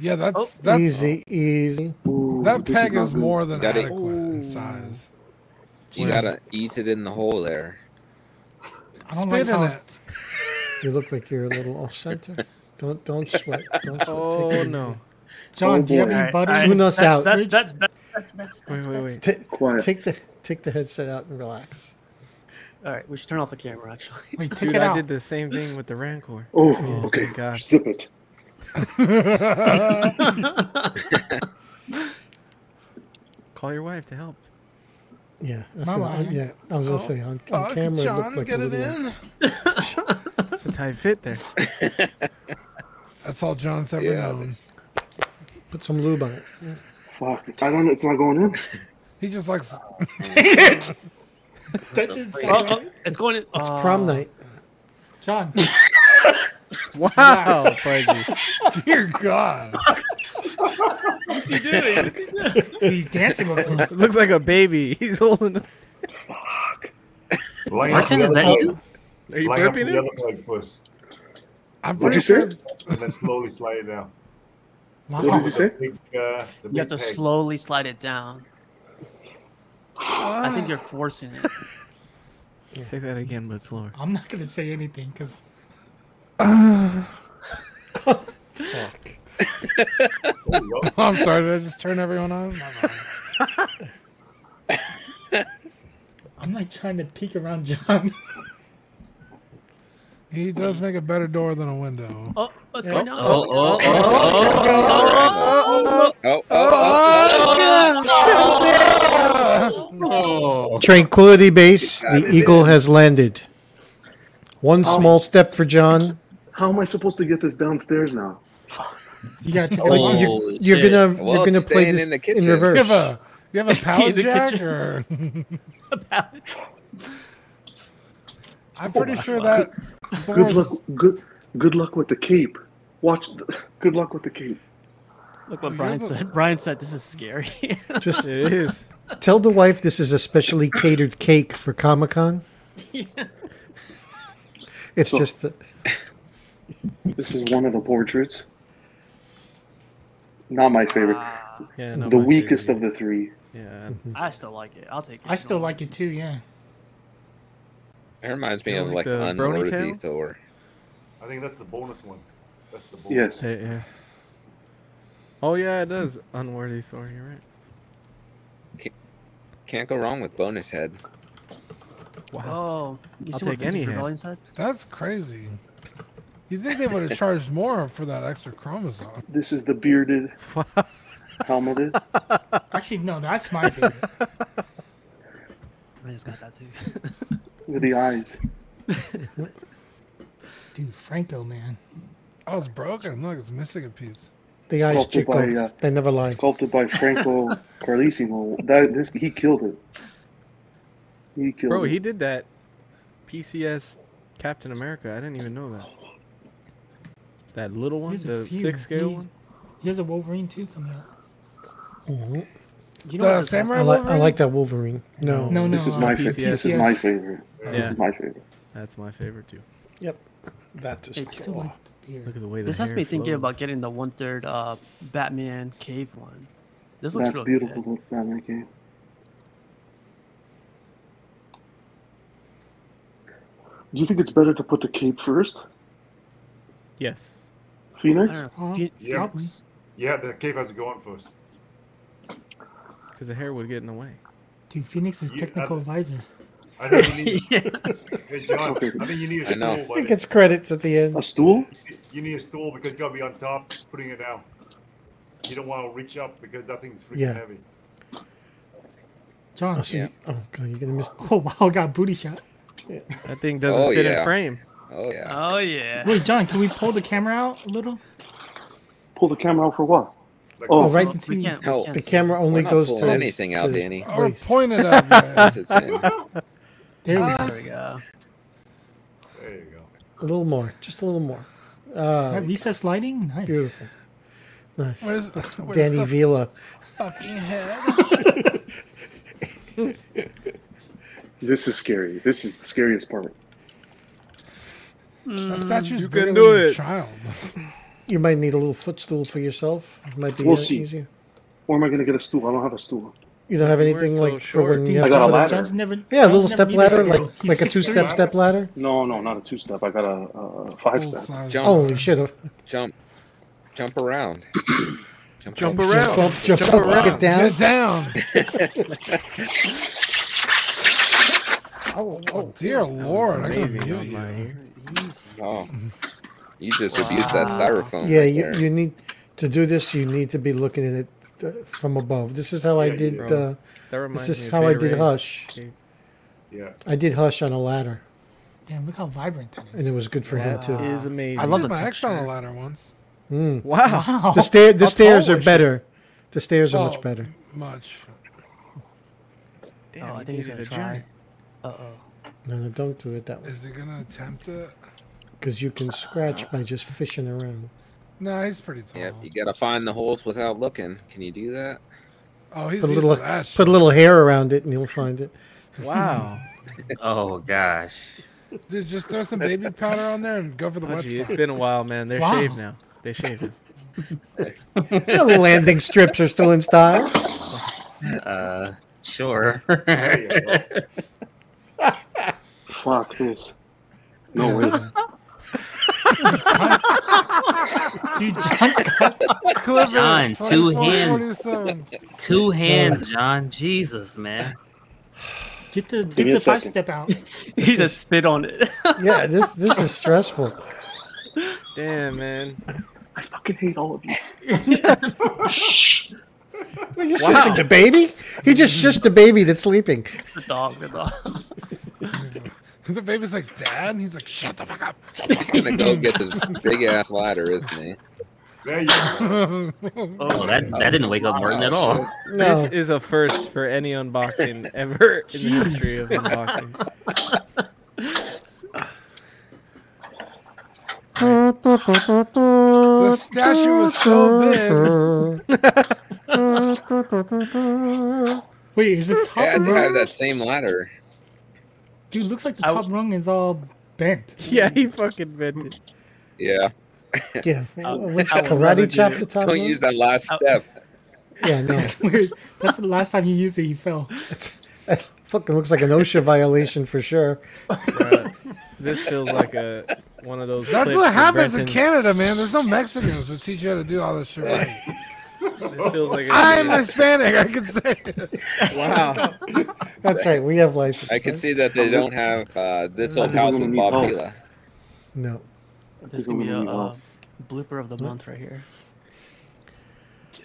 Speaker 5: Yeah,
Speaker 9: oh.
Speaker 7: Oh.
Speaker 5: that's that's
Speaker 2: easy, easy.
Speaker 10: Ooh,
Speaker 5: that
Speaker 10: this
Speaker 5: peg
Speaker 10: not
Speaker 5: is
Speaker 10: good.
Speaker 5: more than
Speaker 1: Got it.
Speaker 5: adequate in size.
Speaker 1: You gotta ease it in the hole there.
Speaker 8: I don't like
Speaker 5: Spit in
Speaker 8: how
Speaker 5: it.
Speaker 2: You look like you're a little off center. Don't don't sweat. Don't sweat. Take Oh, it
Speaker 6: Oh
Speaker 2: easy.
Speaker 6: no.
Speaker 8: John, do you have
Speaker 10: boy.
Speaker 8: any butter?
Speaker 2: Tune us
Speaker 7: that's,
Speaker 2: out.
Speaker 7: That's that's that's, that's,
Speaker 6: Wait,
Speaker 7: that's,
Speaker 6: wait, wait.
Speaker 2: Ta-
Speaker 10: Quiet.
Speaker 2: Take the take the headset out and relax.
Speaker 7: All right, we should turn off the camera actually.
Speaker 8: Wait, take
Speaker 6: Dude,
Speaker 8: it
Speaker 6: I
Speaker 8: out.
Speaker 6: did the same thing with the Rancor.
Speaker 10: Oh, okay.
Speaker 6: thank God.
Speaker 10: Zip it.
Speaker 6: Call your wife to help.
Speaker 2: Yeah, that's
Speaker 8: Mama.
Speaker 2: an- yeah. I was
Speaker 7: Oh,
Speaker 6: Oh,
Speaker 2: gonna say on, on
Speaker 5: Fuck,
Speaker 2: camera. it looked
Speaker 5: John,
Speaker 2: like
Speaker 5: get
Speaker 2: a
Speaker 5: it
Speaker 2: little-
Speaker 5: in.
Speaker 6: It's a tight fit there.
Speaker 5: That's all John's ever
Speaker 1: Yeah,
Speaker 5: known.
Speaker 2: Put some lube on it.
Speaker 10: Fuck. I don't. It's not going in.
Speaker 5: He just likes.
Speaker 7: Oh, oh, it's going. To,
Speaker 2: It's
Speaker 7: oh,
Speaker 2: prom night.
Speaker 8: John,
Speaker 6: Wow, Pudgy.
Speaker 5: Dear God.
Speaker 7: What's he doing? What's he doing?
Speaker 8: he's dancing with him.
Speaker 6: It looks like a baby. He's holding. it.
Speaker 11: Line up
Speaker 9: Martin,
Speaker 11: the
Speaker 9: is
Speaker 11: other
Speaker 9: that
Speaker 11: leg-
Speaker 9: you?
Speaker 6: Are you
Speaker 11: Line up
Speaker 6: burping
Speaker 11: the
Speaker 6: it?
Speaker 11: other leg first,
Speaker 5: I'm
Speaker 10: What'd
Speaker 5: pretty
Speaker 10: you
Speaker 5: sure.
Speaker 10: say?
Speaker 11: and then slowly slide it down.
Speaker 10: What did
Speaker 8: Wow.
Speaker 10: you say?
Speaker 11: Big, uh, the
Speaker 7: You
Speaker 11: big
Speaker 7: have to
Speaker 11: peg.
Speaker 7: slowly slide it down. I think you're forcing it.
Speaker 6: Say that again, but slower.
Speaker 8: I'm not gonna say anything because
Speaker 11: There you go.
Speaker 5: I'm sorry. Did I just turn everyone on? My bad.
Speaker 8: I'm like trying to peek around John.
Speaker 5: He does make a better door than a window.
Speaker 7: Oh, what's
Speaker 5: Yeah.
Speaker 7: going on?
Speaker 5: Oh,
Speaker 7: oh,
Speaker 10: Uh,
Speaker 1: oh, oh, oh,
Speaker 9: oh.
Speaker 12: Tranquility Base,
Speaker 10: Got
Speaker 12: the
Speaker 10: it
Speaker 12: Eagle
Speaker 10: in.
Speaker 12: has landed. One
Speaker 10: Oh.
Speaker 12: small step for John.
Speaker 10: How am I supposed to get this downstairs now? Oh,
Speaker 8: You gotta take
Speaker 12: Like, you're you're gonna you're gonna play this in, reverse.
Speaker 5: You have a, you have a
Speaker 12: It's in
Speaker 5: pallet
Speaker 12: the
Speaker 5: jack,
Speaker 12: kitchen.
Speaker 5: or I'm pretty
Speaker 12: Oh,
Speaker 5: sure that
Speaker 10: Good luck. Good good luck with the cape. Watch. The, good luck with the cape.
Speaker 7: Look what Brian said. Brian said this is scary.
Speaker 12: Just tell the wife this is a specially catered cake for Comic Con. It's
Speaker 10: So-
Speaker 12: just a,
Speaker 10: This is one of the portraits. Not my favorite.
Speaker 5: Ah.
Speaker 6: yeah,
Speaker 10: the
Speaker 6: not my
Speaker 10: weakest of the three.
Speaker 6: Yeah.
Speaker 7: I still like it. I'll take it.
Speaker 8: I still like it too. Yeah.
Speaker 1: It reminds me
Speaker 6: Yeah,
Speaker 1: of
Speaker 6: like
Speaker 1: like
Speaker 6: the brony
Speaker 1: unworthy
Speaker 6: tail?
Speaker 1: Thor.
Speaker 11: I think that's the bonus one. That's the bonus.
Speaker 10: Yes.
Speaker 6: Yeah, yeah. Oh yeah, it does. Unworthy Thor. You're right.
Speaker 1: Can't go wrong with bonus head.
Speaker 7: Wow. Oh, you
Speaker 6: I'll
Speaker 7: see what
Speaker 6: take
Speaker 7: Vintage
Speaker 6: any hand.
Speaker 7: Rebellion said?
Speaker 5: that's crazy. You think they would have charged more for that extra chromosome?
Speaker 10: This is the bearded, helmeted.
Speaker 8: Actually, no, that's my favorite.
Speaker 7: I just got that too.
Speaker 10: with the eyes.
Speaker 8: Dude, Franco, man.
Speaker 5: Oh, it's broken. Look, it's missing a piece.
Speaker 12: the eyes
Speaker 10: Sculpted by,
Speaker 12: Chico.
Speaker 10: uh,
Speaker 12: they never lie.
Speaker 10: Sculpted by Franco Carlissimo. That this he killed it. He killed
Speaker 6: Bro,
Speaker 10: it.
Speaker 6: he did that. PCS Captain America. I didn't even know that. That little one,
Speaker 8: Here's a
Speaker 6: the
Speaker 8: few.
Speaker 6: six scale
Speaker 8: He-
Speaker 6: one.
Speaker 8: Here's a Wolverine too coming out.
Speaker 7: You
Speaker 5: know The what this samurai
Speaker 12: I, like I like that Wolverine. No,
Speaker 8: No, no.
Speaker 10: This is
Speaker 8: uh,
Speaker 10: my
Speaker 6: PCS.
Speaker 10: favorite. This is my favorite. This
Speaker 6: Yeah.
Speaker 10: is my favorite.
Speaker 6: That's my favorite too.
Speaker 12: Yep, that is
Speaker 7: It's so
Speaker 12: law.
Speaker 6: Look at the way the
Speaker 7: This has
Speaker 6: hair
Speaker 7: me thinking
Speaker 6: flows.
Speaker 7: about getting the one third uh, Batman cave one. This looks
Speaker 10: That's
Speaker 7: really
Speaker 10: beautiful.
Speaker 7: good.
Speaker 10: Look, man, I can't. Do you think it's better to put the cape first,
Speaker 6: Yes.
Speaker 7: I
Speaker 10: Phoenix?
Speaker 7: don't know. Fe-
Speaker 11: Yeah.
Speaker 7: Phoenix?
Speaker 11: Yeah, the cape has to go on first.
Speaker 6: Because the hair would get in the way.
Speaker 8: Dude, Phoenix is
Speaker 11: You-
Speaker 8: technical advisor.
Speaker 11: I think you need. hey John, I think you need a
Speaker 1: I know.
Speaker 11: stool.
Speaker 12: He
Speaker 11: buddy.
Speaker 12: gets credits at the end.
Speaker 10: A stool?
Speaker 11: You need a stool because you gotta be on top, putting it down. You don't want to reach up because that thing's freaking
Speaker 12: Yeah.
Speaker 11: heavy.
Speaker 8: John.
Speaker 12: Oh, see, oh god, you're gonna miss.
Speaker 8: Oh wow, got booty shot.
Speaker 6: That thing doesn't
Speaker 1: Oh,
Speaker 6: fit
Speaker 1: yeah.
Speaker 6: in frame.
Speaker 1: Oh yeah.
Speaker 7: Oh yeah.
Speaker 8: Wait, John, can we pull the camera out a little?
Speaker 10: Pull the camera out for what?
Speaker 11: Like,
Speaker 12: Oh,
Speaker 11: this.
Speaker 12: right.
Speaker 8: can see-
Speaker 7: can't-
Speaker 1: No,
Speaker 7: can't
Speaker 12: The
Speaker 7: see.
Speaker 12: camera only
Speaker 1: We're not
Speaker 12: goes
Speaker 1: pulling
Speaker 12: to
Speaker 1: anything
Speaker 12: his-
Speaker 1: out,
Speaker 12: to his
Speaker 1: Danny.
Speaker 5: Or
Speaker 12: waist.
Speaker 5: point it at me.
Speaker 1: That's insane.
Speaker 8: There we go.
Speaker 7: There we go.
Speaker 11: There you go.
Speaker 12: A little more, just a little more.
Speaker 8: Is
Speaker 12: Uh,
Speaker 8: that recess lighting? Nice.
Speaker 12: beautiful, nice.
Speaker 5: Where's, where's
Speaker 12: Danny
Speaker 5: the
Speaker 12: Vila.
Speaker 5: fucking head?
Speaker 10: This is scary. This is the scariest part.
Speaker 5: That statue's
Speaker 6: You can
Speaker 5: bigger
Speaker 6: do
Speaker 5: than a
Speaker 6: it.
Speaker 5: child.
Speaker 12: You might need a little footstool for yourself. It might be
Speaker 10: We'll
Speaker 12: uh,
Speaker 10: see.
Speaker 12: easier.
Speaker 10: Where am I gonna get a stool? I don't have a stool.
Speaker 12: You don't have
Speaker 6: You weren't
Speaker 12: anything
Speaker 6: so
Speaker 12: like for when
Speaker 6: short.
Speaker 12: you
Speaker 8: Dude,
Speaker 12: have
Speaker 10: I got a
Speaker 8: John-
Speaker 10: ladder.
Speaker 8: John's never.
Speaker 12: Yeah, a
Speaker 8: John's
Speaker 12: little
Speaker 8: never
Speaker 12: step
Speaker 8: needed a
Speaker 12: ladder,
Speaker 8: step
Speaker 12: like
Speaker 8: He's
Speaker 12: like a
Speaker 8: 6'3".
Speaker 12: two step step ladder.
Speaker 10: No, no, not a two-step. I got a, a five-step.
Speaker 5: Full-size.
Speaker 1: John.
Speaker 12: Holy shit! uh,
Speaker 1: Jump, jump around. Jump,
Speaker 6: Jump
Speaker 1: up.
Speaker 6: around.
Speaker 12: Jump up, jump, up, get down.
Speaker 5: Get down.
Speaker 12: Oh,
Speaker 5: Oh, dear Lord. I can
Speaker 6: Amazing
Speaker 5: hear
Speaker 6: on
Speaker 5: you.
Speaker 6: my ear.
Speaker 1: Oh, you just abused that styrofoam.
Speaker 12: Yeah,
Speaker 1: right
Speaker 12: you,
Speaker 1: there.
Speaker 12: you need to do this. You need to be looking at it uh, from above. This is how I did.
Speaker 6: bro.
Speaker 12: Uh,
Speaker 6: That reminds
Speaker 12: is
Speaker 6: me of
Speaker 12: how I
Speaker 6: Beta
Speaker 12: did
Speaker 6: Ray's
Speaker 12: Hush.
Speaker 6: cape.
Speaker 11: Yeah.
Speaker 12: I did Hush on a ladder,
Speaker 8: Damn, look how vibrant that
Speaker 12: and it
Speaker 8: is.
Speaker 12: was good for him too.
Speaker 6: Is amazing.
Speaker 5: I did my ex on a ladder once.
Speaker 12: Mm.
Speaker 6: Wow.
Speaker 12: The
Speaker 6: How
Speaker 12: stair, the
Speaker 6: tall
Speaker 12: stairs are
Speaker 6: was she?
Speaker 12: better. The stairs are much
Speaker 5: Oh,
Speaker 12: better.
Speaker 5: Much.
Speaker 6: Damn,
Speaker 7: oh, I
Speaker 6: you
Speaker 7: think he's
Speaker 6: made
Speaker 7: gonna
Speaker 6: it a
Speaker 7: try.
Speaker 6: giant.
Speaker 7: Uh oh.
Speaker 12: No, no, don't do it that way,
Speaker 5: Is he gonna attempt it?
Speaker 12: because you can scratch by just fishing around.
Speaker 5: Nah, he's pretty tall.
Speaker 1: Yep, you gotta find the holes without looking. Can you do that?
Speaker 5: Oh, he's
Speaker 12: Put a
Speaker 5: used
Speaker 12: little,
Speaker 5: to that
Speaker 12: put a little hair around it, and you'll find it.
Speaker 6: Wow.
Speaker 9: Oh gosh.
Speaker 5: shit. Dude, just throw some baby powder on there and go for the
Speaker 6: Oh,
Speaker 5: wet
Speaker 6: gee, it's
Speaker 5: spot.
Speaker 6: been a while, man. They're
Speaker 8: Wow.
Speaker 6: shaved now. They shaved. it.
Speaker 12: the landing strips are still in style.
Speaker 9: Uh, sure.
Speaker 11: There you go.
Speaker 10: Fuck this. Ah, No way.
Speaker 8: Dude, John's got
Speaker 5: Clip it,
Speaker 9: John, two
Speaker 5: 24,
Speaker 9: hands.
Speaker 5: 47.
Speaker 9: Two hands, John. Jesus, man.
Speaker 8: Get the
Speaker 12: Give
Speaker 8: get
Speaker 12: me a
Speaker 8: the five
Speaker 12: second.
Speaker 8: step out.
Speaker 7: He just spit on it.
Speaker 12: yeah, this this is stressful.
Speaker 6: Damn, man.
Speaker 10: I fucking hate all of you.
Speaker 12: Wait, you're
Speaker 7: Wow.
Speaker 12: shushing the baby? He just shushed the baby that's sleeping.
Speaker 7: The dog, the dog.
Speaker 5: the baby's like, Dad? And he's like, shut the fuck up. Shut
Speaker 1: I'm gonna go get this big ass ladder, isn't he?
Speaker 5: There you go.
Speaker 9: Oh, that that didn't wake up Martin at all.
Speaker 6: This is a first for any unboxing ever in the history of unboxing.
Speaker 12: The
Speaker 5: statue was so
Speaker 12: big.
Speaker 8: Wait, is the top
Speaker 1: Yeah, I think I have
Speaker 8: rung?
Speaker 1: that same ladder.
Speaker 8: Dude, looks like the top rung is all bent.
Speaker 6: Yeah, he fucking bent it.
Speaker 1: Yeah.
Speaker 12: Yeah,
Speaker 8: with I would karate never do chop that. the top
Speaker 1: Don't
Speaker 8: one?
Speaker 1: use that last step.
Speaker 12: Yeah, no.
Speaker 8: That's weird. That's the last time you used it, you fell.
Speaker 12: Fucking looks like an OSHA violation for sure.
Speaker 6: This feels like a one of those.
Speaker 5: That's
Speaker 6: clips
Speaker 5: what
Speaker 6: of
Speaker 5: happens in
Speaker 6: Brenton-
Speaker 5: Canada, man. There's no Mexicans that teach you how to do all this shit right.
Speaker 6: This feels like a-
Speaker 5: I'm Hispanic. I can say it.
Speaker 6: Wow.
Speaker 12: That's right. We have license.
Speaker 1: I can see that they don't have uh, this old house with Bob Vila.
Speaker 12: No.
Speaker 7: This is gonna be a uh, blooper of the month right here.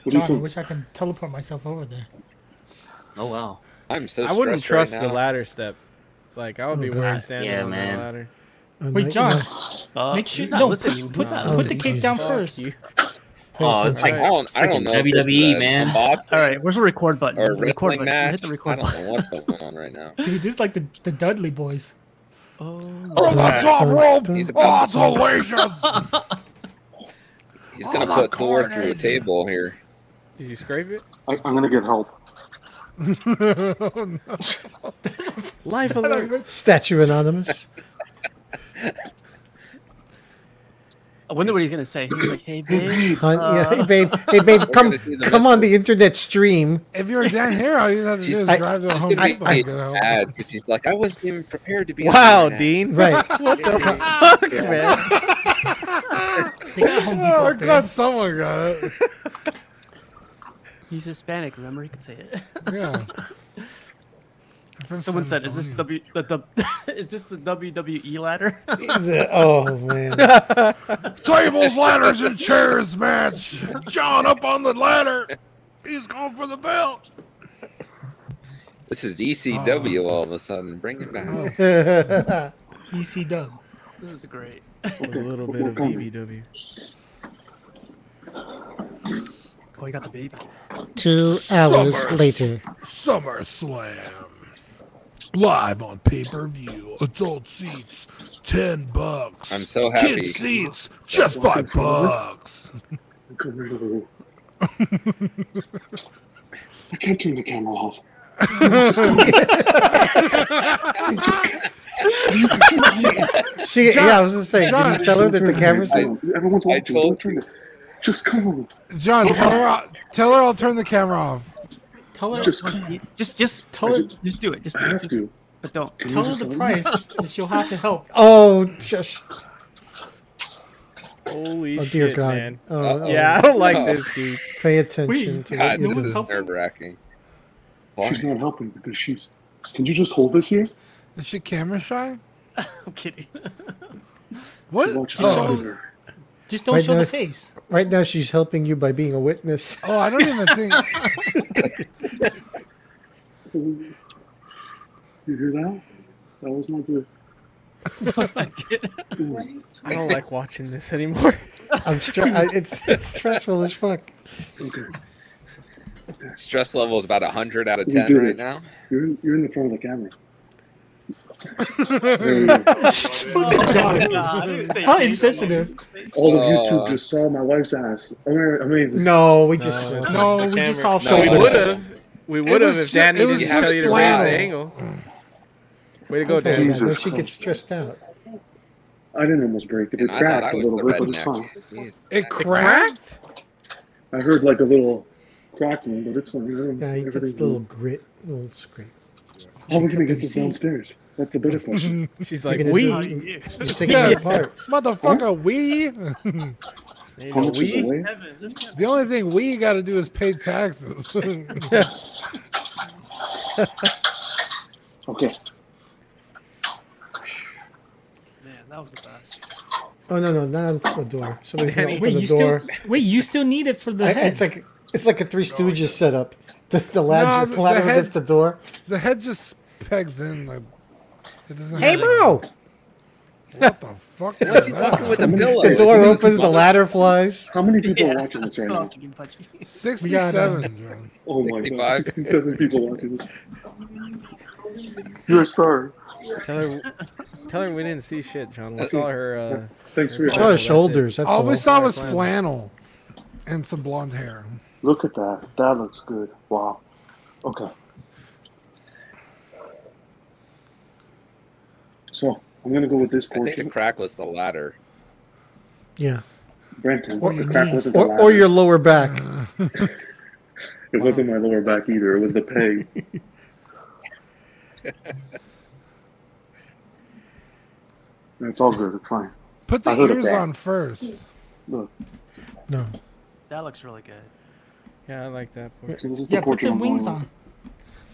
Speaker 8: John, I wish I could teleport myself over there.
Speaker 9: Oh wow.
Speaker 1: I'm so.
Speaker 6: I wouldn't
Speaker 1: stressed right
Speaker 6: trust the
Speaker 1: now.
Speaker 6: ladder step. Like I would
Speaker 12: Oh,
Speaker 6: be worried
Speaker 12: God.
Speaker 6: standing
Speaker 9: Yeah,
Speaker 6: on
Speaker 9: man.
Speaker 6: that ladder.
Speaker 8: Wait, John.
Speaker 7: Uh,
Speaker 8: make sure
Speaker 7: he's not
Speaker 8: no,
Speaker 7: listening.
Speaker 8: Put, put,
Speaker 7: He's
Speaker 8: that- put
Speaker 7: not
Speaker 8: the
Speaker 7: listening.
Speaker 8: cake down
Speaker 6: Fuck
Speaker 8: first.
Speaker 6: you.
Speaker 9: Oh, it's like
Speaker 1: I don't. I don't
Speaker 9: freaking
Speaker 1: know. if it's
Speaker 9: WWE
Speaker 1: the
Speaker 9: man.
Speaker 1: box
Speaker 7: All right, where's the record button?
Speaker 1: or
Speaker 7: The record
Speaker 1: wrestling
Speaker 7: button. Someone
Speaker 1: match.
Speaker 7: Hit the record
Speaker 1: I don't
Speaker 7: button.
Speaker 1: know what's going on right now.
Speaker 8: Dude, this is like the, the Dudley boys.
Speaker 5: From Oh, the top rope.
Speaker 1: He's
Speaker 5: Oh,
Speaker 1: about-
Speaker 5: it's delicious.
Speaker 1: He's gonna
Speaker 5: Oh,
Speaker 1: put Thor
Speaker 5: corner.
Speaker 1: through a table here.
Speaker 6: Did you scrape it?
Speaker 10: I, I'm gonna get help.
Speaker 5: oh, no.
Speaker 6: Life alert.
Speaker 12: Statue Anonymous.
Speaker 7: I wonder what he's gonna say. He's like, "Hey, babe,
Speaker 12: Hun- yeah, hey
Speaker 7: uh,
Speaker 12: babe, hey babe,
Speaker 1: We're
Speaker 12: come
Speaker 1: gonna see the
Speaker 12: come on the internet stream.
Speaker 5: If you were down here, all you have to do is
Speaker 12: I-
Speaker 5: drive to a
Speaker 1: He's
Speaker 5: Home
Speaker 1: gonna be
Speaker 5: Depot. and
Speaker 1: made
Speaker 5: get help.
Speaker 1: mad because he's like, I wasn't even prepared to be. on
Speaker 6: Wow,
Speaker 1: the internet."
Speaker 6: Dean.
Speaker 12: Right.
Speaker 6: What the fuck, man?
Speaker 8: They got Home Depot
Speaker 5: Oh,
Speaker 8: up there.
Speaker 5: God, someone got it.
Speaker 7: he's Hispanic. Remember, he could say it."
Speaker 5: Yeah. I'm from
Speaker 7: Someone
Speaker 5: San
Speaker 7: said, "Is this
Speaker 5: Antonio.
Speaker 7: w the, the is this the WWE ladder?"
Speaker 12: The- oh man.
Speaker 5: Tables, ladders, and chairs match. John up on the ladder. He's going for the belt.
Speaker 1: This is
Speaker 5: Oh.
Speaker 1: ECW all of a sudden. Bring it back.
Speaker 8: EC Dub.
Speaker 7: this is great.
Speaker 6: A little bit of BBW.
Speaker 7: Oh, he got the baby.
Speaker 12: Two hours later.
Speaker 5: SummerSlam. Live on pay per view. Adult seats, 10 bucks.
Speaker 1: I'm so happy.
Speaker 5: Kid seats, just 5 bucks.
Speaker 10: I can't turn the camera off.
Speaker 12: She yeah, I was just saying. Did you tell her that the camera's?
Speaker 10: on. Everyone's
Speaker 1: I
Speaker 10: watching. Don't
Speaker 1: told
Speaker 10: turn it. Just come.
Speaker 5: John, tell her, I- tell her I'll turn the camera off.
Speaker 7: Tell her,
Speaker 10: Just-
Speaker 7: just, just tell her, just do it, just
Speaker 10: I
Speaker 7: do it,
Speaker 10: have
Speaker 7: just,
Speaker 10: to.
Speaker 7: but don't.
Speaker 10: Can you
Speaker 8: Tell her
Speaker 10: just
Speaker 8: the
Speaker 10: leave?
Speaker 8: price, and she'll have to help.
Speaker 12: Oh, just,
Speaker 6: Holy
Speaker 12: oh
Speaker 6: shit,
Speaker 12: dear God.
Speaker 6: man.
Speaker 12: Oh, oh.
Speaker 6: Yeah, I don't like
Speaker 1: Oh.
Speaker 6: this, dude.
Speaker 12: Pay attention
Speaker 8: Wait.
Speaker 12: to
Speaker 1: God,
Speaker 12: what
Speaker 1: this
Speaker 12: you're
Speaker 1: is
Speaker 12: doing.
Speaker 8: helping?
Speaker 1: nerve wracking.
Speaker 10: She's not helping because she's. Can you just hold this here?
Speaker 5: Is she camera shy?
Speaker 7: I'm kidding.
Speaker 5: What?
Speaker 10: Watch the
Speaker 5: Oh,
Speaker 10: monitor.
Speaker 8: Just don't
Speaker 12: Right
Speaker 8: show
Speaker 12: now-
Speaker 8: the face.
Speaker 12: Right now, she's helping you by being a witness.
Speaker 5: oh, I don't even think.
Speaker 10: You hear that? That was not good.
Speaker 6: I don't like watching this anymore.
Speaker 12: I'm stre- I, it's it's stressful as fuck.
Speaker 10: Okay.
Speaker 1: Stress level is about 100 out of
Speaker 10: We
Speaker 1: 10
Speaker 10: did
Speaker 1: right
Speaker 10: it.
Speaker 1: now.
Speaker 10: You're in, you're in the front of the camera. There you go.
Speaker 8: How insensitive.
Speaker 10: All of
Speaker 1: Uh.
Speaker 10: YouTube just saw my wife's ass. Ama- Amazing.
Speaker 12: No, we just
Speaker 8: No, we just saw
Speaker 1: No,
Speaker 6: we
Speaker 1: it
Speaker 8: shoulder.
Speaker 1: was-
Speaker 6: would have. We would have
Speaker 5: was
Speaker 6: if
Speaker 5: ju-
Speaker 6: Danny
Speaker 5: it was
Speaker 6: didn't tell
Speaker 5: just
Speaker 6: you to raise
Speaker 5: flannel.
Speaker 6: the angle. Way to go,
Speaker 12: Don't do
Speaker 6: Danny.
Speaker 12: that. Then
Speaker 10: Jesus
Speaker 12: she gets
Speaker 10: Christ.
Speaker 12: stressed out.
Speaker 10: I didn't almost break it. It
Speaker 1: And I thought
Speaker 10: cracked
Speaker 1: I
Speaker 10: a
Speaker 1: was
Speaker 10: little
Speaker 1: the
Speaker 10: bit, but it's fine.
Speaker 1: redneck. Jeez.
Speaker 5: It cracked?
Speaker 10: I heard like a little cracking, but it's fine.
Speaker 12: Yeah, he
Speaker 10: Everything's
Speaker 12: gets a little grit, a little scrape.
Speaker 10: How are we gonna get this downstairs? That's the better question.
Speaker 6: She's like,
Speaker 12: You're gonna do
Speaker 6: we.
Speaker 12: it. You're taking
Speaker 5: Yeah.
Speaker 12: it apart.
Speaker 5: Motherfucker, we.
Speaker 6: You
Speaker 10: How
Speaker 6: know,
Speaker 10: much is
Speaker 6: we.
Speaker 10: away?
Speaker 5: The only thing we got to do is pay taxes.
Speaker 10: Okay.
Speaker 7: Man, that was the best.
Speaker 12: Oh no no not on the door. Somebody's gonna
Speaker 8: Danny,
Speaker 12: open
Speaker 8: wait,
Speaker 12: the
Speaker 8: you
Speaker 12: door.
Speaker 8: still wait, you still need it for the
Speaker 12: I-
Speaker 8: head.
Speaker 12: it's like it's like a Three Stooges setup. The, the
Speaker 5: No,
Speaker 12: ladder,
Speaker 5: the-
Speaker 12: the ladder
Speaker 5: the head-
Speaker 12: against the door.
Speaker 5: The head just pegs in. Like, it doesn't
Speaker 12: Hey,
Speaker 5: have-
Speaker 12: bro!
Speaker 5: What the fuck?
Speaker 12: What's
Speaker 5: was
Speaker 12: he
Speaker 5: that?
Speaker 12: fucking with the Somebody- pillow? the Is he door gonna opens, the smother- ladder flies.
Speaker 10: How many people
Speaker 12: Yeah.
Speaker 10: are watching this right now?
Speaker 5: Sixty-seven. John.
Speaker 10: Oh my god, 67 people watching this. You're a star.
Speaker 6: Tell her, tell her we didn't see shit, John. We saw her. Uh,
Speaker 10: Thanks for
Speaker 6: her
Speaker 10: your
Speaker 6: flannel,
Speaker 10: help.
Speaker 6: that's it.
Speaker 5: all we saw was flannel and some blonde hair.
Speaker 10: Look at that. That looks good. Wow. Okay. So I'm gonna go with this
Speaker 1: I think the
Speaker 10: portrait,
Speaker 1: crack was the ladder.
Speaker 12: Yeah.
Speaker 10: Brenton.
Speaker 12: Or,
Speaker 10: the crack wasn't the
Speaker 12: or,
Speaker 10: ladder.
Speaker 12: or your lower back.
Speaker 10: It wasn't my lower back either. It was the peg. it's all good. It's fine.
Speaker 5: Put the
Speaker 10: I heard a
Speaker 5: ears
Speaker 10: bat.
Speaker 5: on first.
Speaker 10: Look.
Speaker 12: No.
Speaker 7: That looks really good.
Speaker 6: Yeah, I like that portrait.
Speaker 10: So this is
Speaker 8: yeah,
Speaker 10: the
Speaker 8: put
Speaker 10: portrait
Speaker 8: the
Speaker 10: I'm
Speaker 8: wings
Speaker 10: going with.
Speaker 8: on.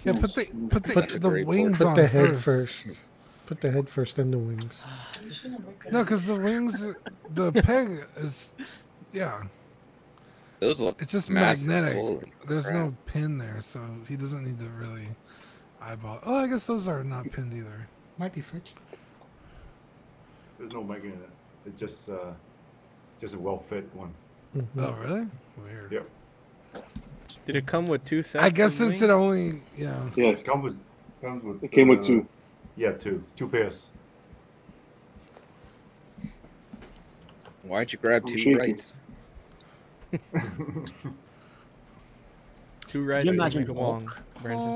Speaker 5: Yeah, put the put the,
Speaker 12: Put
Speaker 5: the wings
Speaker 12: put
Speaker 5: on
Speaker 12: the head
Speaker 5: first.
Speaker 12: first. Put the head first, then the wings.
Speaker 5: No, because the wings, the peg is, yeah,
Speaker 1: Those look
Speaker 5: it's just
Speaker 1: massive.
Speaker 5: magnetic.
Speaker 1: Holy
Speaker 5: There's
Speaker 1: crap.
Speaker 5: no pin there, so he doesn't need to really eyeball. Oh, I guess those are not pinned either.
Speaker 8: Might be Fritch.
Speaker 11: There's no making it. It's just uh, just a well fit one.
Speaker 5: Oh, really? Weird.
Speaker 11: Yep.
Speaker 6: Did it come with two sets?
Speaker 5: I guess
Speaker 6: of
Speaker 5: since
Speaker 6: wings?
Speaker 5: it only, yeah.
Speaker 10: Yes.
Speaker 11: Comes with, comes with. uh,
Speaker 10: It came with two.
Speaker 11: Yeah, two, two pairs.
Speaker 1: Why'd you grab
Speaker 11: I'm
Speaker 1: two
Speaker 11: shaking.
Speaker 1: rights?
Speaker 6: Two rights
Speaker 7: you
Speaker 6: and
Speaker 7: imagine
Speaker 6: make a wrong, Brandon.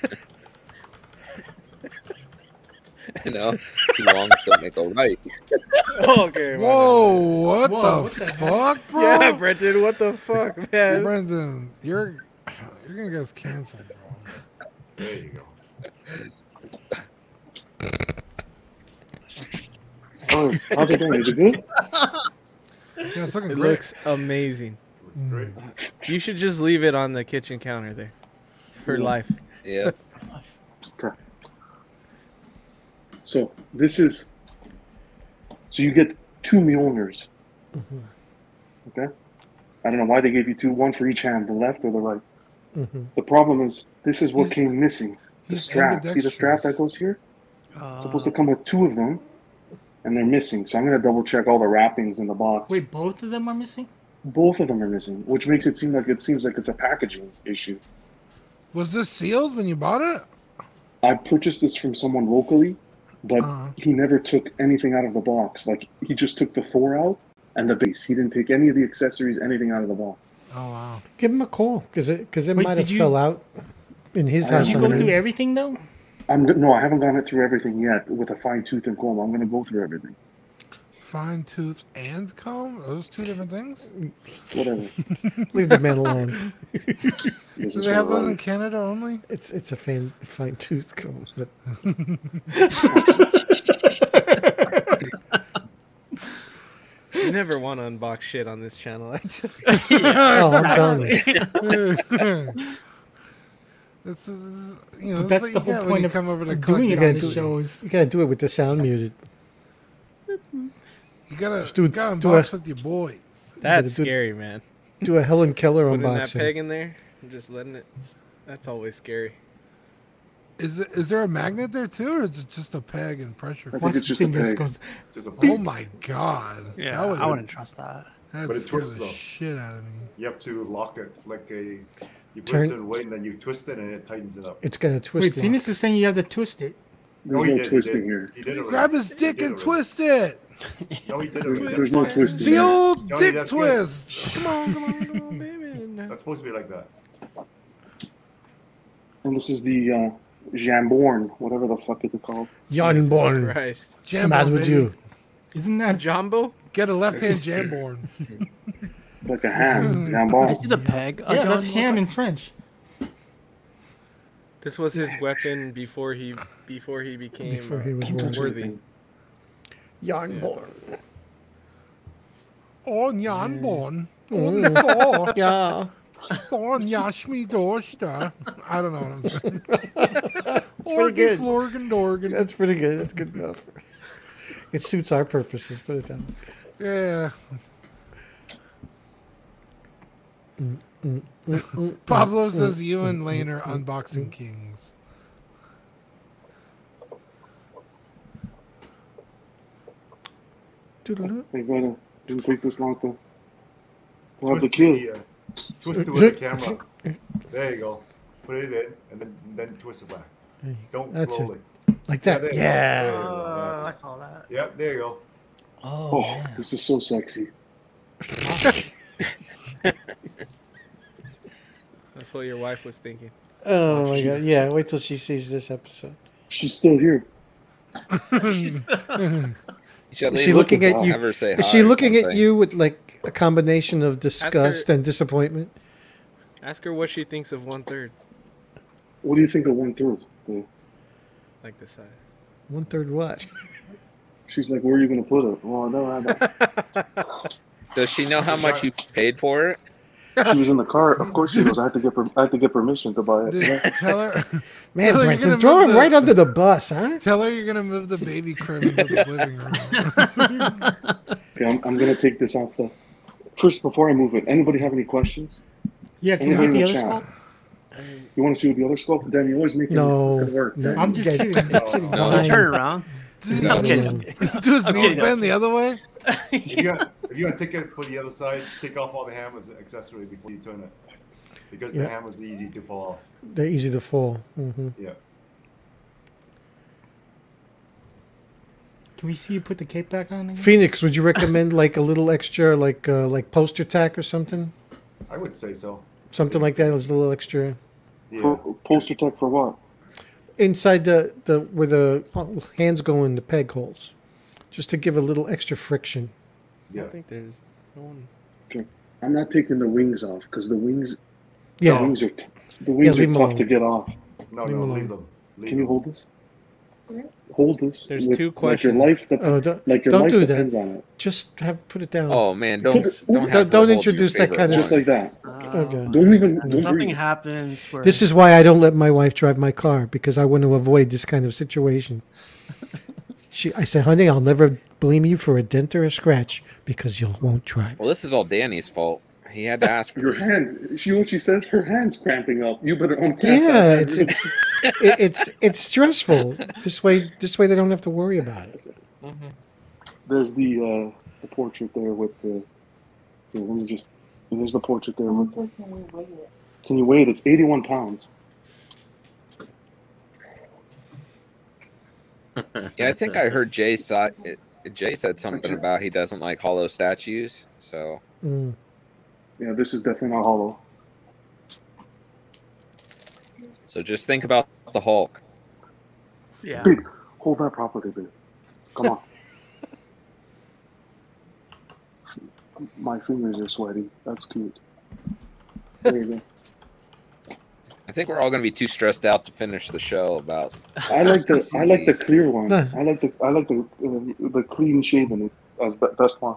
Speaker 1: You know, too long don't make a right.
Speaker 6: okay. my
Speaker 5: Whoa! What the fuck, bro?
Speaker 6: Yeah, Brenton, what the fuck, man?
Speaker 5: Brendan, you're you're gonna get us canceled, bro.
Speaker 11: There you go.
Speaker 10: Oh, how's it going? Is it good?
Speaker 5: Yeah, it's looking
Speaker 6: It
Speaker 5: great.
Speaker 6: looks amazing.
Speaker 11: It's great.
Speaker 6: You should just leave it on the kitchen counter there for
Speaker 10: Yeah.
Speaker 6: life.
Speaker 1: Yeah.
Speaker 10: Okay. So this is. So you get two Mjolnirs. Okay. I don't know why they gave you two, one for each hand, the left or the right. The problem is this is what came missing. The
Speaker 5: he's
Speaker 10: strap. See the strap that goes here? It's supposed to come with two of them, and they're missing. So I'm gonna double check all the wrappings in the box.
Speaker 8: Wait, both of them are missing.
Speaker 10: Both of them are missing, which makes it seem like it seems like it's a packaging issue.
Speaker 5: Was this sealed when you bought it?
Speaker 10: I purchased this from someone locally, but
Speaker 5: Uh-huh.
Speaker 10: he never took anything out of the box. Like he just took the four out and the base. He didn't take any of the accessories, anything out of the box.
Speaker 5: Oh wow!
Speaker 12: Give him a call because it because it
Speaker 8: Wait,
Speaker 12: might
Speaker 8: did
Speaker 12: have
Speaker 8: you-
Speaker 12: fell out in his
Speaker 10: Did
Speaker 12: house.
Speaker 8: Did you
Speaker 12: and
Speaker 8: go
Speaker 12: then-
Speaker 8: through everything though?
Speaker 10: I'm go- no, I haven't gone through everything yet with a fine tooth and comb. I'm going to go through everything.
Speaker 5: Fine tooth and comb? Are those two different things?
Speaker 10: Whatever.
Speaker 12: Leave the man alone.
Speaker 10: This
Speaker 5: Do
Speaker 10: is
Speaker 5: they have
Speaker 10: what
Speaker 5: those
Speaker 10: I-
Speaker 5: in Canada only?
Speaker 12: It's it's a fine fine tooth comb, but
Speaker 6: You never want to unbox shit on this channel. I tell
Speaker 12: oh, I'm telling you.
Speaker 5: That's, this is- you know,
Speaker 8: But
Speaker 5: this
Speaker 8: that's
Speaker 5: is
Speaker 8: the
Speaker 5: what you
Speaker 8: whole
Speaker 5: get when
Speaker 8: point
Speaker 5: you
Speaker 8: of
Speaker 5: come over to
Speaker 8: of
Speaker 5: Kentucky.
Speaker 8: doing
Speaker 12: You
Speaker 8: it
Speaker 12: gotta,
Speaker 8: on the
Speaker 12: do,
Speaker 8: show.
Speaker 12: you
Speaker 8: Is
Speaker 12: gotta do it with the sound muted.
Speaker 5: You gotta,
Speaker 12: Just do-
Speaker 5: you gotta
Speaker 12: do
Speaker 5: box
Speaker 12: a-
Speaker 5: with your boys.
Speaker 6: you. That's
Speaker 12: do-
Speaker 6: scary, man.
Speaker 12: Do a Helen Keller
Speaker 6: Putting that
Speaker 12: unboxing.
Speaker 6: peg in there and just letting it. That's always scary.
Speaker 5: Is it, is there a magnet there too, or is it just a peg and pressure?
Speaker 10: I think
Speaker 8: Once
Speaker 10: it's
Speaker 8: the
Speaker 10: just a
Speaker 8: thing just
Speaker 10: peg.
Speaker 8: goes,
Speaker 11: Just a
Speaker 5: Oh my god!
Speaker 7: Yeah,
Speaker 5: that would,
Speaker 7: I wouldn't trust that.
Speaker 5: That
Speaker 11: But it
Speaker 5: scared
Speaker 11: twists
Speaker 5: the
Speaker 11: though.
Speaker 5: shit out of me.
Speaker 11: You have to lock it like a. You put
Speaker 12: Turn-
Speaker 11: it in weight and then you twist it and it tightens it up.
Speaker 12: It's gonna twist.
Speaker 8: wait,
Speaker 12: lock.
Speaker 8: Phoenix is saying you have to twist it.
Speaker 10: There's
Speaker 11: he
Speaker 10: no
Speaker 11: did, he
Speaker 10: twisting
Speaker 11: did.
Speaker 10: here.
Speaker 11: He did already.
Speaker 5: Grab his
Speaker 11: He
Speaker 5: dick
Speaker 11: did
Speaker 5: and
Speaker 11: already.
Speaker 5: twist it.
Speaker 11: No, he did
Speaker 10: There's,
Speaker 11: already.
Speaker 10: there's no twisting.
Speaker 5: The
Speaker 10: here.
Speaker 5: old
Speaker 11: Johnny,
Speaker 5: dick
Speaker 11: that's good.
Speaker 5: twist. Come on, come on.
Speaker 6: Oh, baby.
Speaker 11: That's supposed to be like that.
Speaker 10: And this is the uh, jamborn, whatever the fuck it's called.
Speaker 12: Jan Born.
Speaker 6: Christ.
Speaker 12: What's the matter
Speaker 5: Jamborn,
Speaker 12: with
Speaker 5: baby.
Speaker 12: you?
Speaker 8: Isn't that
Speaker 6: Jumbo?
Speaker 5: Get a left hand jamborn.
Speaker 10: Like a ham.
Speaker 7: I
Speaker 10: Jamborn.
Speaker 7: see the peg.
Speaker 8: yeah? That's
Speaker 7: John?
Speaker 8: ham in French.
Speaker 6: This was his weapon before he before he became
Speaker 12: Before
Speaker 6: uh,
Speaker 12: he was worthy.
Speaker 6: worthy.
Speaker 12: Jan Born.
Speaker 5: On jamborn.
Speaker 12: Mm.
Speaker 5: On the floor.
Speaker 12: Yeah.
Speaker 5: Thorn Yashmi Dorsta. I don't know what I'm saying.
Speaker 12: Pretty
Speaker 5: Organ
Speaker 12: good.
Speaker 5: Florgan Dorgan.
Speaker 12: That's pretty good. That's good enough. It suits our purposes. Put it down.
Speaker 5: Yeah.
Speaker 12: Mm, mm, mm, mm,
Speaker 5: Pablo
Speaker 12: mm,
Speaker 5: says
Speaker 12: mm,
Speaker 5: you and
Speaker 12: mm,
Speaker 5: Lane are
Speaker 12: mm, mm,
Speaker 5: unboxing kings.
Speaker 12: Toodaloo.
Speaker 10: Hey, gotta didn't take this long to we'll have the
Speaker 11: Twist
Speaker 10: kid.
Speaker 11: the, uh, twist it with the camera. There you go. Put it in and then, then twist it back.
Speaker 12: Hey,
Speaker 11: Don't
Speaker 12: that's it.
Speaker 11: slowly.
Speaker 12: Like
Speaker 11: Yeah,
Speaker 12: that.
Speaker 11: there you go. There
Speaker 12: Yeah.
Speaker 11: you go.
Speaker 7: Oh, I saw that.
Speaker 11: Yep, there you go.
Speaker 10: Oh, this is so sexy.
Speaker 6: That's what your wife was thinking.
Speaker 12: Oh my god. Yeah. Wait till she sees this episode.
Speaker 10: She's still here.
Speaker 1: should at
Speaker 12: Is she
Speaker 1: least
Speaker 12: looking at you?
Speaker 1: have her say
Speaker 12: Is
Speaker 1: hi
Speaker 12: she
Speaker 1: or
Speaker 12: looking at
Speaker 1: something.
Speaker 12: you with like a combination of disgust and disappointment?
Speaker 6: Ask her what she thinks of one third,
Speaker 10: What do you think of one third? Well,
Speaker 6: like the side.
Speaker 12: One third what?
Speaker 10: She's like, where are you gonna put it? Well, I never had that.
Speaker 1: Does she know how much you paid for it?
Speaker 10: she was in the car. Of course she knows. I had to get per- I had to get permission to buy it. Yeah.
Speaker 5: Tell her.
Speaker 12: Man,
Speaker 5: tell her you're
Speaker 12: Brenton,
Speaker 5: gonna
Speaker 12: throw
Speaker 5: move
Speaker 12: him
Speaker 5: the-
Speaker 12: right under the bus, huh?
Speaker 5: Tell her you're gonna move the baby crib into the living room.
Speaker 10: Okay, I'm, I'm gonna take this off the. First, before I move it, anybody have any questions?
Speaker 8: Yeah, can you
Speaker 10: Anybody
Speaker 8: get the
Speaker 10: in
Speaker 8: other
Speaker 10: chat?
Speaker 8: scope?
Speaker 10: You want to see what the other scope? Dan, you always make
Speaker 12: No.
Speaker 10: it fucking work.
Speaker 12: No,
Speaker 10: Dan.
Speaker 8: I'm just kidding. I'm just kidding.
Speaker 1: No.
Speaker 8: Don't turn
Speaker 7: around.
Speaker 5: Does
Speaker 10: No.
Speaker 5: his knees, do his
Speaker 11: I'm
Speaker 5: knees
Speaker 11: kidding.
Speaker 5: bend the other way?
Speaker 11: If you got, if you got ticket for the other side, take off all the hammers and accessory before you turn it, because
Speaker 12: Yeah.
Speaker 11: the hammer's easy to fall off.
Speaker 12: They're easy to fall. hmm
Speaker 11: Yeah.
Speaker 8: Can we see you put the cape back on? Again?
Speaker 12: Phoenix, would you recommend like a little extra, like uh, like poster tack or something,
Speaker 11: I would say so.
Speaker 12: something like that? As a little extra
Speaker 11: Yeah.
Speaker 10: Po- poster tech for what?
Speaker 12: inside the the where the hands go in the peg holes, just to give a little extra friction.
Speaker 6: I
Speaker 11: Yeah.
Speaker 6: don't think there's no one.
Speaker 10: Okay. I'm not taking the wings off because the wings.
Speaker 12: Yeah.
Speaker 10: The wings are, t- the wings
Speaker 12: leave
Speaker 10: are
Speaker 12: 'em
Speaker 10: tough
Speaker 12: alone.
Speaker 10: to get off.
Speaker 11: No,
Speaker 12: Leave
Speaker 11: no,
Speaker 12: him
Speaker 11: leave
Speaker 12: alone.
Speaker 11: them. Leave
Speaker 10: Can you
Speaker 11: them.
Speaker 10: hold this? Hold this.
Speaker 6: There's
Speaker 10: with-
Speaker 6: two
Speaker 10: Like
Speaker 6: questions.
Speaker 10: your life, dep-
Speaker 12: Oh, don't,
Speaker 10: like your
Speaker 12: don't
Speaker 10: life
Speaker 12: do
Speaker 10: depends
Speaker 12: that.
Speaker 10: on it.
Speaker 12: Just have put it down.
Speaker 1: Oh man, don't don't
Speaker 12: Don't-
Speaker 1: have her
Speaker 12: don't
Speaker 1: hold your
Speaker 12: introduce that
Speaker 1: favorite
Speaker 12: kind of- Uh,
Speaker 10: Just
Speaker 1: one.
Speaker 10: like that.
Speaker 12: Okay.
Speaker 10: Don't even. Don't
Speaker 7: Something
Speaker 10: breathe.
Speaker 7: happens where
Speaker 12: This is why I don't let my wife drive my car because I want to avoid this kind of situation. She, I said, honey, I'll never blame you for a dent or a scratch because you won't drive.
Speaker 1: Well, this is all Danny's fault. He had to ask for
Speaker 10: Your
Speaker 1: this.
Speaker 10: hand. She what she says. Her hand's cramping up. You better uncramp.
Speaker 12: Yeah,
Speaker 10: that.
Speaker 12: it's it's it, it's it's stressful. This way, this way they don't have to worry about it.
Speaker 10: There's the uh, the portrait there with the. Here, let me just. There's the portrait there with.
Speaker 13: Sounds like when we weigh it.
Speaker 10: Can you weigh it? It's 81 pounds.
Speaker 1: Yeah, I think I heard Jay saw, Jay said something about he doesn't like hollow statues. So
Speaker 12: Mm.
Speaker 10: Yeah, this is definitely not hollow.
Speaker 1: so just think about the Hulk.
Speaker 7: yeah.
Speaker 10: Babe, hold that properly, babe. Come on. My fingers are sweaty. That's cute. There you go.
Speaker 1: I think we're all gonna be too stressed out to finish the show about.
Speaker 10: I like the I like the clear one.
Speaker 12: Huh.
Speaker 10: I like the I like the uh, the clean shaven as be- best one.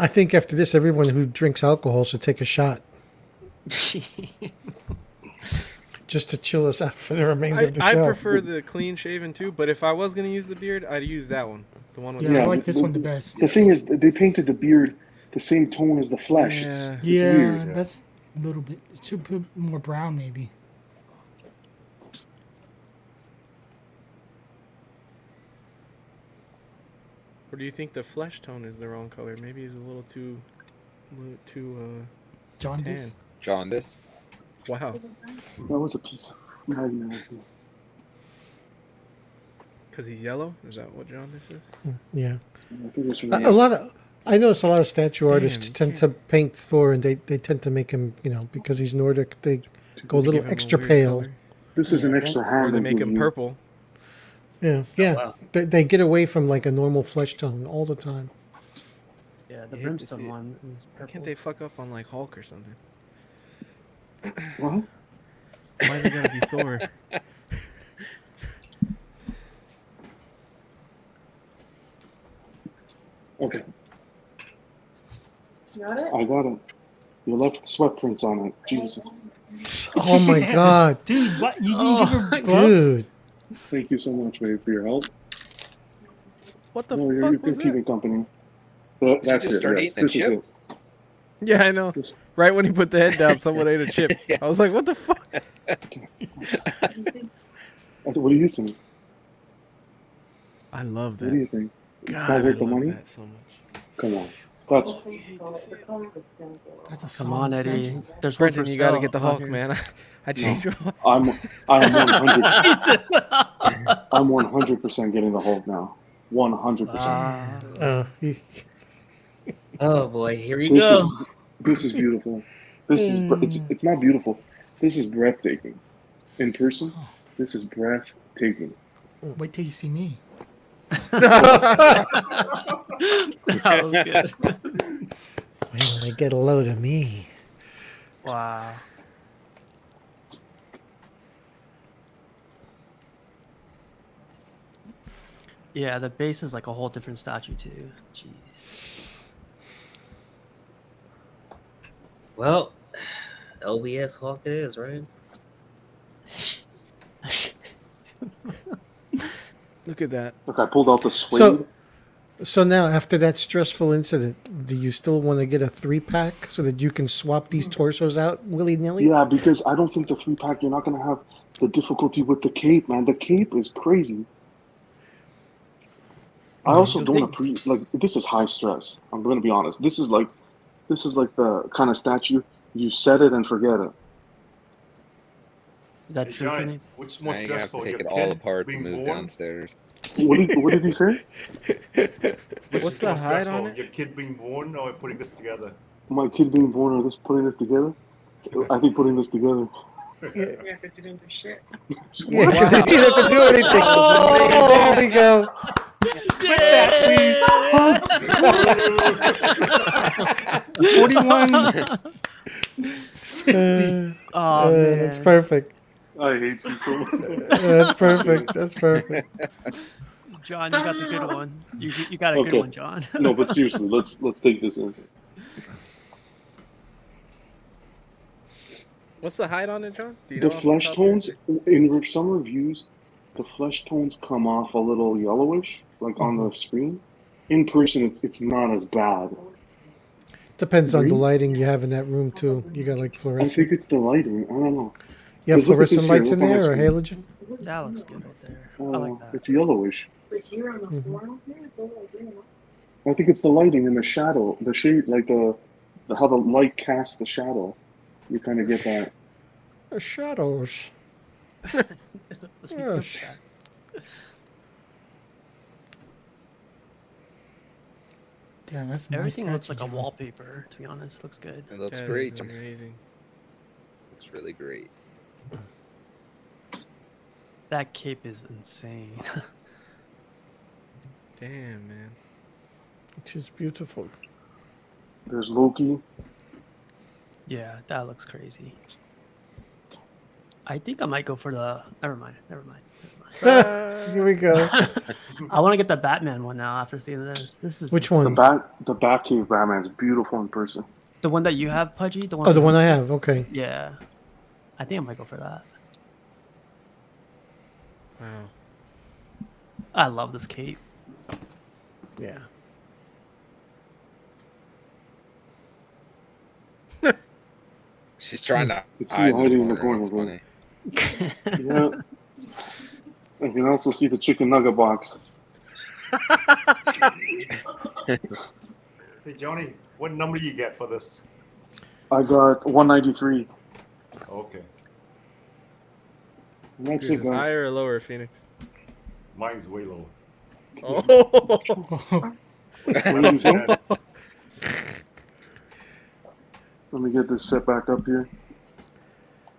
Speaker 12: I think after this, everyone who drinks alcohol should take a shot just to chill us out for the remainder
Speaker 6: I,
Speaker 12: of the
Speaker 6: I
Speaker 12: show.
Speaker 6: prefer the clean shaven too, but if I was gonna use the beard, I'd use that one. The one with
Speaker 8: Yeah, I
Speaker 6: the
Speaker 8: like this
Speaker 10: the-
Speaker 8: one the best.
Speaker 10: The thing is, they painted the beard the same tone as the flesh. It's, it's
Speaker 8: yeah,
Speaker 10: weird.
Speaker 8: that's a little bit. It should put more brown, maybe.
Speaker 6: Or do you think the flesh tone is the wrong color? Maybe he's a little too, little too uh,
Speaker 8: Jaundice.
Speaker 6: tan.
Speaker 1: jaundice.
Speaker 6: Wow,
Speaker 10: That was a piece of nightmare.
Speaker 6: because he's yellow. Is that what jaundice is?
Speaker 12: yeah.
Speaker 10: I think it's from
Speaker 12: Hmm. A, a
Speaker 10: the-
Speaker 12: lot of I notice a lot of statue artists
Speaker 6: you
Speaker 12: tend to paint Thor, and they, they tend to make him, you know, because he's Nordic, they go a
Speaker 6: They
Speaker 12: little
Speaker 6: give him
Speaker 12: extra
Speaker 6: weird
Speaker 12: pale.
Speaker 6: color.
Speaker 10: This is an extra hand.
Speaker 6: Or they
Speaker 10: that
Speaker 6: make
Speaker 10: you
Speaker 6: him
Speaker 10: use.
Speaker 6: purple.
Speaker 12: Yeah, yeah. They, they get away from like a normal flesh tone all the time.
Speaker 7: yeah, the
Speaker 6: You hate to see
Speaker 7: brimstone
Speaker 6: it.
Speaker 7: one is
Speaker 6: Why
Speaker 7: purple.
Speaker 6: can't they fuck up on like Hulk or something?
Speaker 10: What?
Speaker 6: Why is it gotta be Thor?
Speaker 10: Okay,
Speaker 13: You got it?
Speaker 10: I got it. You left sweatprints on it. Jesus.
Speaker 12: Oh my god,
Speaker 8: dude! What you didn't give her gloves?
Speaker 12: dude?
Speaker 10: Thank you so much, babe, for your help.
Speaker 6: What the
Speaker 10: no,
Speaker 6: fuck
Speaker 10: you
Speaker 6: was
Speaker 10: can keep
Speaker 6: that?
Speaker 10: it company. That,
Speaker 6: Did you
Speaker 10: that's
Speaker 6: just
Speaker 10: it.
Speaker 6: start
Speaker 10: yeah.
Speaker 6: eating a
Speaker 10: This is
Speaker 6: chip?
Speaker 10: it.
Speaker 6: Yeah, I know. Right when he put the head down, someone ate a chip. I was like, what the fuck?
Speaker 10: Uh, What do you think?
Speaker 6: I love that.
Speaker 10: What do you think? It's not
Speaker 6: God, I
Speaker 10: worth the
Speaker 6: love
Speaker 10: money?
Speaker 6: that so much.
Speaker 10: Come on. That's
Speaker 8: That's a
Speaker 7: Come on, Eddie. There's one
Speaker 6: Brendan,
Speaker 7: for
Speaker 6: you gotta
Speaker 7: sale
Speaker 6: get the
Speaker 7: on
Speaker 6: Hulk,
Speaker 7: here.
Speaker 6: man. I changed
Speaker 10: No.
Speaker 6: your mind.
Speaker 10: I'm I'm 100.
Speaker 7: Jesus.
Speaker 10: I'm 100 percent getting the Hulk now. 100.
Speaker 6: Ah.
Speaker 10: percent
Speaker 12: Uh, he-
Speaker 9: Oh boy, here we
Speaker 10: This
Speaker 9: go.
Speaker 10: Is, this is beautiful. This is br- it's it's not beautiful. This is breathtaking. In person,
Speaker 6: Oh.
Speaker 10: this is breathtaking.
Speaker 8: Wait till you see me.
Speaker 7: that was good.
Speaker 12: Man, they get a load of me.
Speaker 7: Wow. Yeah, the base is like a whole different statue too. Jeez.
Speaker 9: Well, LBS Hawk it is, right?
Speaker 6: Look at that.
Speaker 10: Look, I pulled out the suede.
Speaker 12: So, so now after that stressful incident, do you still want to get a three pack so that you can swap these torsos out willy nilly?
Speaker 10: yeah, because I don't think the three pack. You're not gonna have the difficulty with the cape, man. The cape is crazy. I
Speaker 12: Yeah,
Speaker 10: also
Speaker 12: you
Speaker 10: don't
Speaker 12: think-
Speaker 10: appreciate like this is high stress. I'm gonna be honest. This is like, this is like the kind of statue you set it and forget it.
Speaker 7: Is that
Speaker 11: Hey,
Speaker 7: true for
Speaker 11: Johnny,
Speaker 7: me?
Speaker 11: what's more
Speaker 1: Now you have
Speaker 11: stressful?
Speaker 1: to
Speaker 11: your
Speaker 1: take it
Speaker 11: kid
Speaker 1: all apart and
Speaker 11: being
Speaker 1: move
Speaker 11: born?
Speaker 1: downstairs.
Speaker 10: What did, what did he say?
Speaker 11: This
Speaker 6: What's
Speaker 11: is
Speaker 6: the
Speaker 11: more
Speaker 6: height on
Speaker 11: stressful,
Speaker 6: it?
Speaker 11: Your kid being born or putting this together?
Speaker 10: My kid being born or this putting this together? I think putting this together.
Speaker 13: We have to do the shit.
Speaker 12: Yeah, because he didn't have to do anything.
Speaker 7: Oh.
Speaker 10: Oh.
Speaker 12: there we go.
Speaker 8: Forty-one.
Speaker 12: Uh,
Speaker 7: Aw,
Speaker 12: uh, that's
Speaker 7: man.
Speaker 12: perfect.
Speaker 10: I hate you so much.
Speaker 12: Uh, that's perfect. That's perfect.
Speaker 7: John, you got the good one. You, you got a good one, John.
Speaker 10: no, but seriously, let's let's take this in.
Speaker 6: What's the height on it, John? Do you
Speaker 10: The
Speaker 6: know off
Speaker 10: flesh
Speaker 6: top of your-
Speaker 10: tones in re- some reviews, the flesh tones come off a little yellowish, like on the screen. In person, it- it's not as bad.
Speaker 12: Depends on the
Speaker 10: Green?
Speaker 12: lighting you have in that room too. You got like
Speaker 10: I
Speaker 12: fluorescent.
Speaker 10: think it's the lighting. I don't know.
Speaker 12: You have
Speaker 10: Because look at this
Speaker 12: fluorescent
Speaker 10: here,
Speaker 12: lights
Speaker 10: look
Speaker 12: in
Speaker 10: on my
Speaker 12: there or
Speaker 10: screen.
Speaker 12: halogen?
Speaker 7: That looks good right there.
Speaker 10: Uh,
Speaker 7: I like that.
Speaker 10: It's yellowish.
Speaker 12: Mhm.
Speaker 10: I think it's the lighting and the shadow, the shade, like the, the how the light casts the shadow. You kind of get that.
Speaker 12: Uh, shadows. Yes.
Speaker 8: Damn, that's a nice
Speaker 7: Everything looks like
Speaker 8: statue,
Speaker 7: a
Speaker 8: John.
Speaker 7: wallpaper, to be honest. Looks good.
Speaker 1: It looks
Speaker 6: That is
Speaker 1: great.
Speaker 6: amazing.
Speaker 1: It's really great.
Speaker 7: That cape is insane.
Speaker 6: Damn, man.
Speaker 12: It is beautiful.
Speaker 10: There's Loki.
Speaker 7: yeah, that looks crazy. I think I might go for the. Never mind. Never mind.
Speaker 12: Here we go.
Speaker 7: I want to get the Batman one now after seeing this. This is
Speaker 12: Which
Speaker 7: ins-
Speaker 10: The
Speaker 12: one?
Speaker 10: back, the back cave Batman's beautiful in person.
Speaker 7: The one that you have, Pudgy. The one.
Speaker 12: Oh, the one I have. Okay.
Speaker 7: Yeah, I think I might go for that.
Speaker 6: Wow.
Speaker 7: I love this cape.
Speaker 12: Yeah.
Speaker 1: She's trying to
Speaker 10: It's
Speaker 1: hide in
Speaker 10: Hmm. hiding
Speaker 1: the
Speaker 10: in the
Speaker 1: corner. It's
Speaker 10: corner,
Speaker 1: funny.
Speaker 10: Yeah. I can also see the chicken nugget box.
Speaker 11: Hey, Johnny, what number you get for this?
Speaker 10: I got 193.
Speaker 11: Okay.
Speaker 10: And That's
Speaker 6: Yours is
Speaker 10: it, guys.
Speaker 6: higher or lower, Phoenix?
Speaker 11: Mine's way low.
Speaker 6: Oh.
Speaker 10: What did you say? Let me get this set back up here.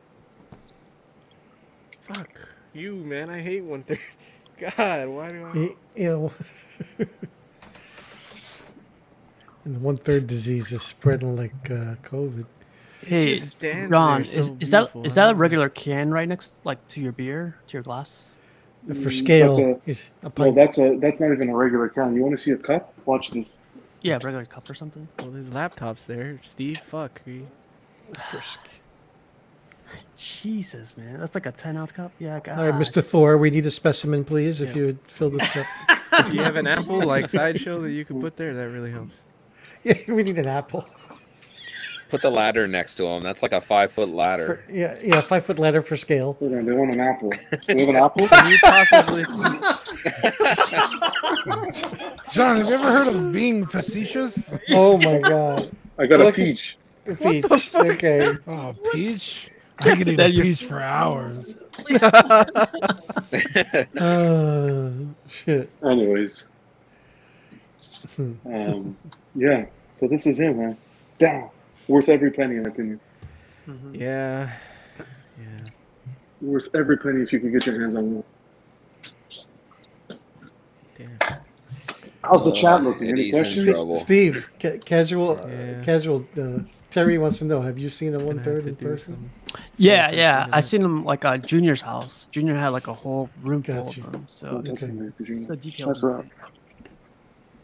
Speaker 6: Fuck you, man. I hate one third. God, why do I?
Speaker 12: E- Ew. and one third disease is spreading like uh, COVID.
Speaker 7: Hey,
Speaker 6: just stands
Speaker 7: Ron,
Speaker 6: there
Speaker 7: is,
Speaker 6: so
Speaker 7: is that
Speaker 6: beautiful.
Speaker 7: is
Speaker 6: I
Speaker 7: that a
Speaker 6: don't know.
Speaker 7: regular can right next, like to your beer, to your glass?
Speaker 12: Uh, For
Speaker 10: Mm,
Speaker 12: scale,
Speaker 10: that's a-
Speaker 12: it's a
Speaker 10: No,
Speaker 12: pint.
Speaker 10: that's a that's not even a regular can. You want to see a cup? Watch this.
Speaker 7: Yeah, regular cup or something.
Speaker 6: Well, his laptop's there. Steve, fuck. He...
Speaker 7: Jesus, man, that's like a ten ounce cup.
Speaker 6: Oh
Speaker 7: Yeah, God.
Speaker 12: All right, Mr. Thor, we need a specimen, please, if you would fill this up.
Speaker 6: Do you have an apple like sideshow that you could put there? That really helps.
Speaker 12: Yeah, we need an apple.
Speaker 1: Put the ladder next to him. That's like a five foot ladder.
Speaker 12: Yeah, yeah, five foot ladder for scale.
Speaker 10: They want an apple. They have an apple.
Speaker 6: Can you possibly?
Speaker 5: John, have you ever heard of being facetious?
Speaker 12: Oh my god.
Speaker 10: I got a
Speaker 12: Look-
Speaker 10: peach.
Speaker 12: A Peach. Okay.
Speaker 5: Oh, peach. I could eat a
Speaker 12: Then you're-
Speaker 5: peach for hours.
Speaker 12: Oh shit.
Speaker 10: Anyways,
Speaker 12: Hmm.
Speaker 10: um, yeah. So this is it, man. Down. Worth every penny, in my opinion.
Speaker 7: Mm-hmm.
Speaker 6: Yeah.
Speaker 10: Worth every penny if you can get your hands on one. How's the chat looking? Any
Speaker 1: Oh, Eddie's in
Speaker 10: questions?
Speaker 1: trouble.
Speaker 12: Steve, ca- casual, uh, casual. Uh, Terry wants to know: Have you seen the one third in person?
Speaker 7: Yeah, yeah. I seen them like uh, Junior's house. Junior had like a whole room full
Speaker 12: Gotcha.
Speaker 7: of them. So it's,
Speaker 12: Okay.
Speaker 7: it's the details.
Speaker 10: That's right.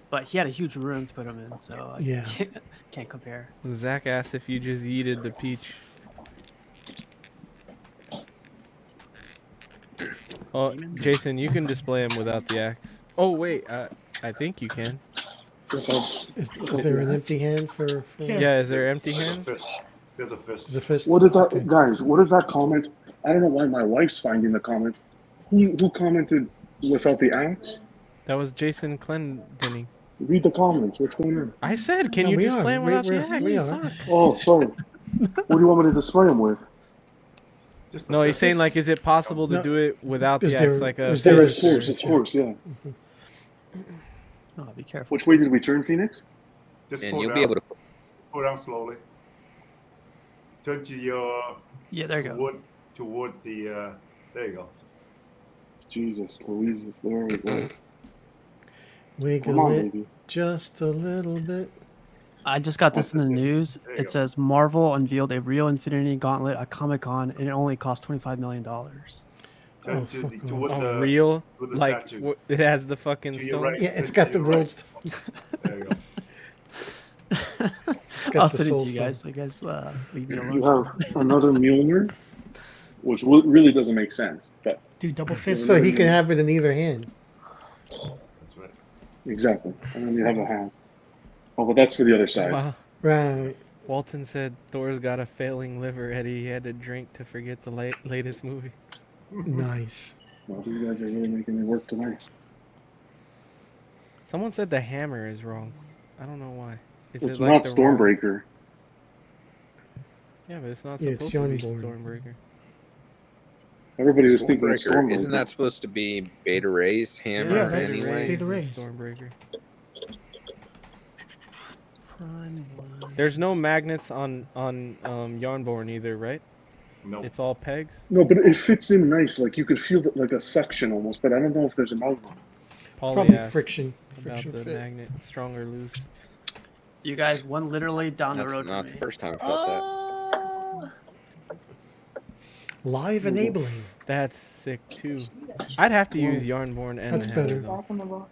Speaker 7: But he had a huge room to put them in. So I
Speaker 6: Yeah.
Speaker 7: can't, can't compare.
Speaker 6: Zach asked if you just yeeted the peach. Oh, Jason, you can display him without the axe. Oh wait, I, I think you can.
Speaker 12: Is, is there an empty hand for? for
Speaker 6: Yeah, is there empty hands?
Speaker 11: There's a fist.
Speaker 12: There's a fist.
Speaker 10: What did that guys? What is that comment? I don't know why my wife's finding the comments. Who who commented without the axe?
Speaker 6: That was Jason Clendenning.
Speaker 10: Read the comments. What's going on?
Speaker 6: I said, can
Speaker 10: No,
Speaker 6: you
Speaker 10: we
Speaker 6: display
Speaker 10: are.
Speaker 6: him
Speaker 10: We-
Speaker 6: without the
Speaker 10: we're-
Speaker 6: axe?
Speaker 10: we are.
Speaker 6: Fuck.
Speaker 10: Oh, sorry. what do you want me to display him with?
Speaker 6: No, he's saying like, is it possible to
Speaker 10: No.
Speaker 6: do it without
Speaker 10: Is
Speaker 6: the
Speaker 10: there-
Speaker 6: axe? Like a
Speaker 10: is there
Speaker 6: fist
Speaker 10: of course,
Speaker 6: or-
Speaker 10: of course, yeah.
Speaker 7: Oh, be careful.
Speaker 10: Which way did we turn, Phoenix?
Speaker 11: Just
Speaker 1: And
Speaker 11: pull
Speaker 1: you'll
Speaker 11: down.
Speaker 1: be able to.
Speaker 11: Pull down slowly. Turn to your.
Speaker 7: Yeah, there you go.
Speaker 11: toward, Toward the. Uh, there you go.
Speaker 10: Jesus, Louise, there we go. Come
Speaker 12: Wiggle
Speaker 10: on,
Speaker 12: it
Speaker 10: baby.
Speaker 12: just a little bit.
Speaker 7: I just got this in the news.
Speaker 12: There you
Speaker 7: It
Speaker 12: go.
Speaker 7: says Marvel unveiled a real Infinity Gauntlet at Comic Con, and it only cost twenty five million dollars.
Speaker 11: Turn to the, toward
Speaker 6: Oh,
Speaker 11: the.
Speaker 6: real?
Speaker 11: toward the
Speaker 6: Like
Speaker 11: statue.
Speaker 6: w- it has the fucking
Speaker 11: To your
Speaker 6: stone.
Speaker 11: right,
Speaker 12: Yeah, it's
Speaker 11: to
Speaker 12: got the
Speaker 11: your right.
Speaker 12: world's.
Speaker 11: There you go.
Speaker 12: got
Speaker 7: I'll
Speaker 12: the
Speaker 7: send it
Speaker 12: soul
Speaker 7: to you
Speaker 12: stone.
Speaker 7: guys. So you guys uh, leave me
Speaker 10: You
Speaker 7: alone.
Speaker 10: have another Mjolnir, which w- really doesn't make sense. But
Speaker 8: Dude, double
Speaker 10: fist.
Speaker 12: So he can have it in either hand.
Speaker 11: That's right.
Speaker 10: exactly, and then you have a hand. Oh, but that's for the other side.
Speaker 6: Wow.
Speaker 12: Right.
Speaker 6: Walton said Thor's got a failing liver, Eddie. He had to drink to forget the late, latest movie.
Speaker 12: Nice.
Speaker 10: Well, you guys are really making it work tonight.
Speaker 6: Someone said the hammer is wrong. I don't know why. Is
Speaker 10: it's
Speaker 6: it like
Speaker 10: not
Speaker 6: the wrong-
Speaker 10: Stormbreaker.
Speaker 6: Yeah, but it's not
Speaker 12: Yeah, it's
Speaker 6: supposed to be
Speaker 12: Yarnborn.
Speaker 6: Stormbreaker.
Speaker 10: Everybody was thinking of
Speaker 1: Stormbreaker.
Speaker 10: Stormbreaker.
Speaker 1: Isn't that supposed to be Beta Ray's hammer
Speaker 10: Yeah, that's
Speaker 1: anyway?
Speaker 6: It's
Speaker 8: Beta Ray.
Speaker 6: Stormbreaker. There's no magnets on on um, Yarnborn either, right?
Speaker 11: No.
Speaker 6: It's all pegs.
Speaker 10: No, but it fits in nice. Like you could feel that, like a suction almost. But I don't know if there's another one.
Speaker 6: Paulie
Speaker 12: Probably
Speaker 6: asked
Speaker 12: friction.
Speaker 6: About
Speaker 12: Friction
Speaker 6: the
Speaker 12: fit.
Speaker 6: magnet, strong or loose.
Speaker 7: You guys, one literally down
Speaker 1: That's
Speaker 7: the road.
Speaker 1: not
Speaker 7: from
Speaker 1: the
Speaker 7: me.
Speaker 1: first time I felt
Speaker 7: Uh,
Speaker 12: Live enabling.
Speaker 6: That's sick too. I'd have to use Yarnborn and
Speaker 12: That's
Speaker 6: the hammer,
Speaker 12: better.
Speaker 6: though.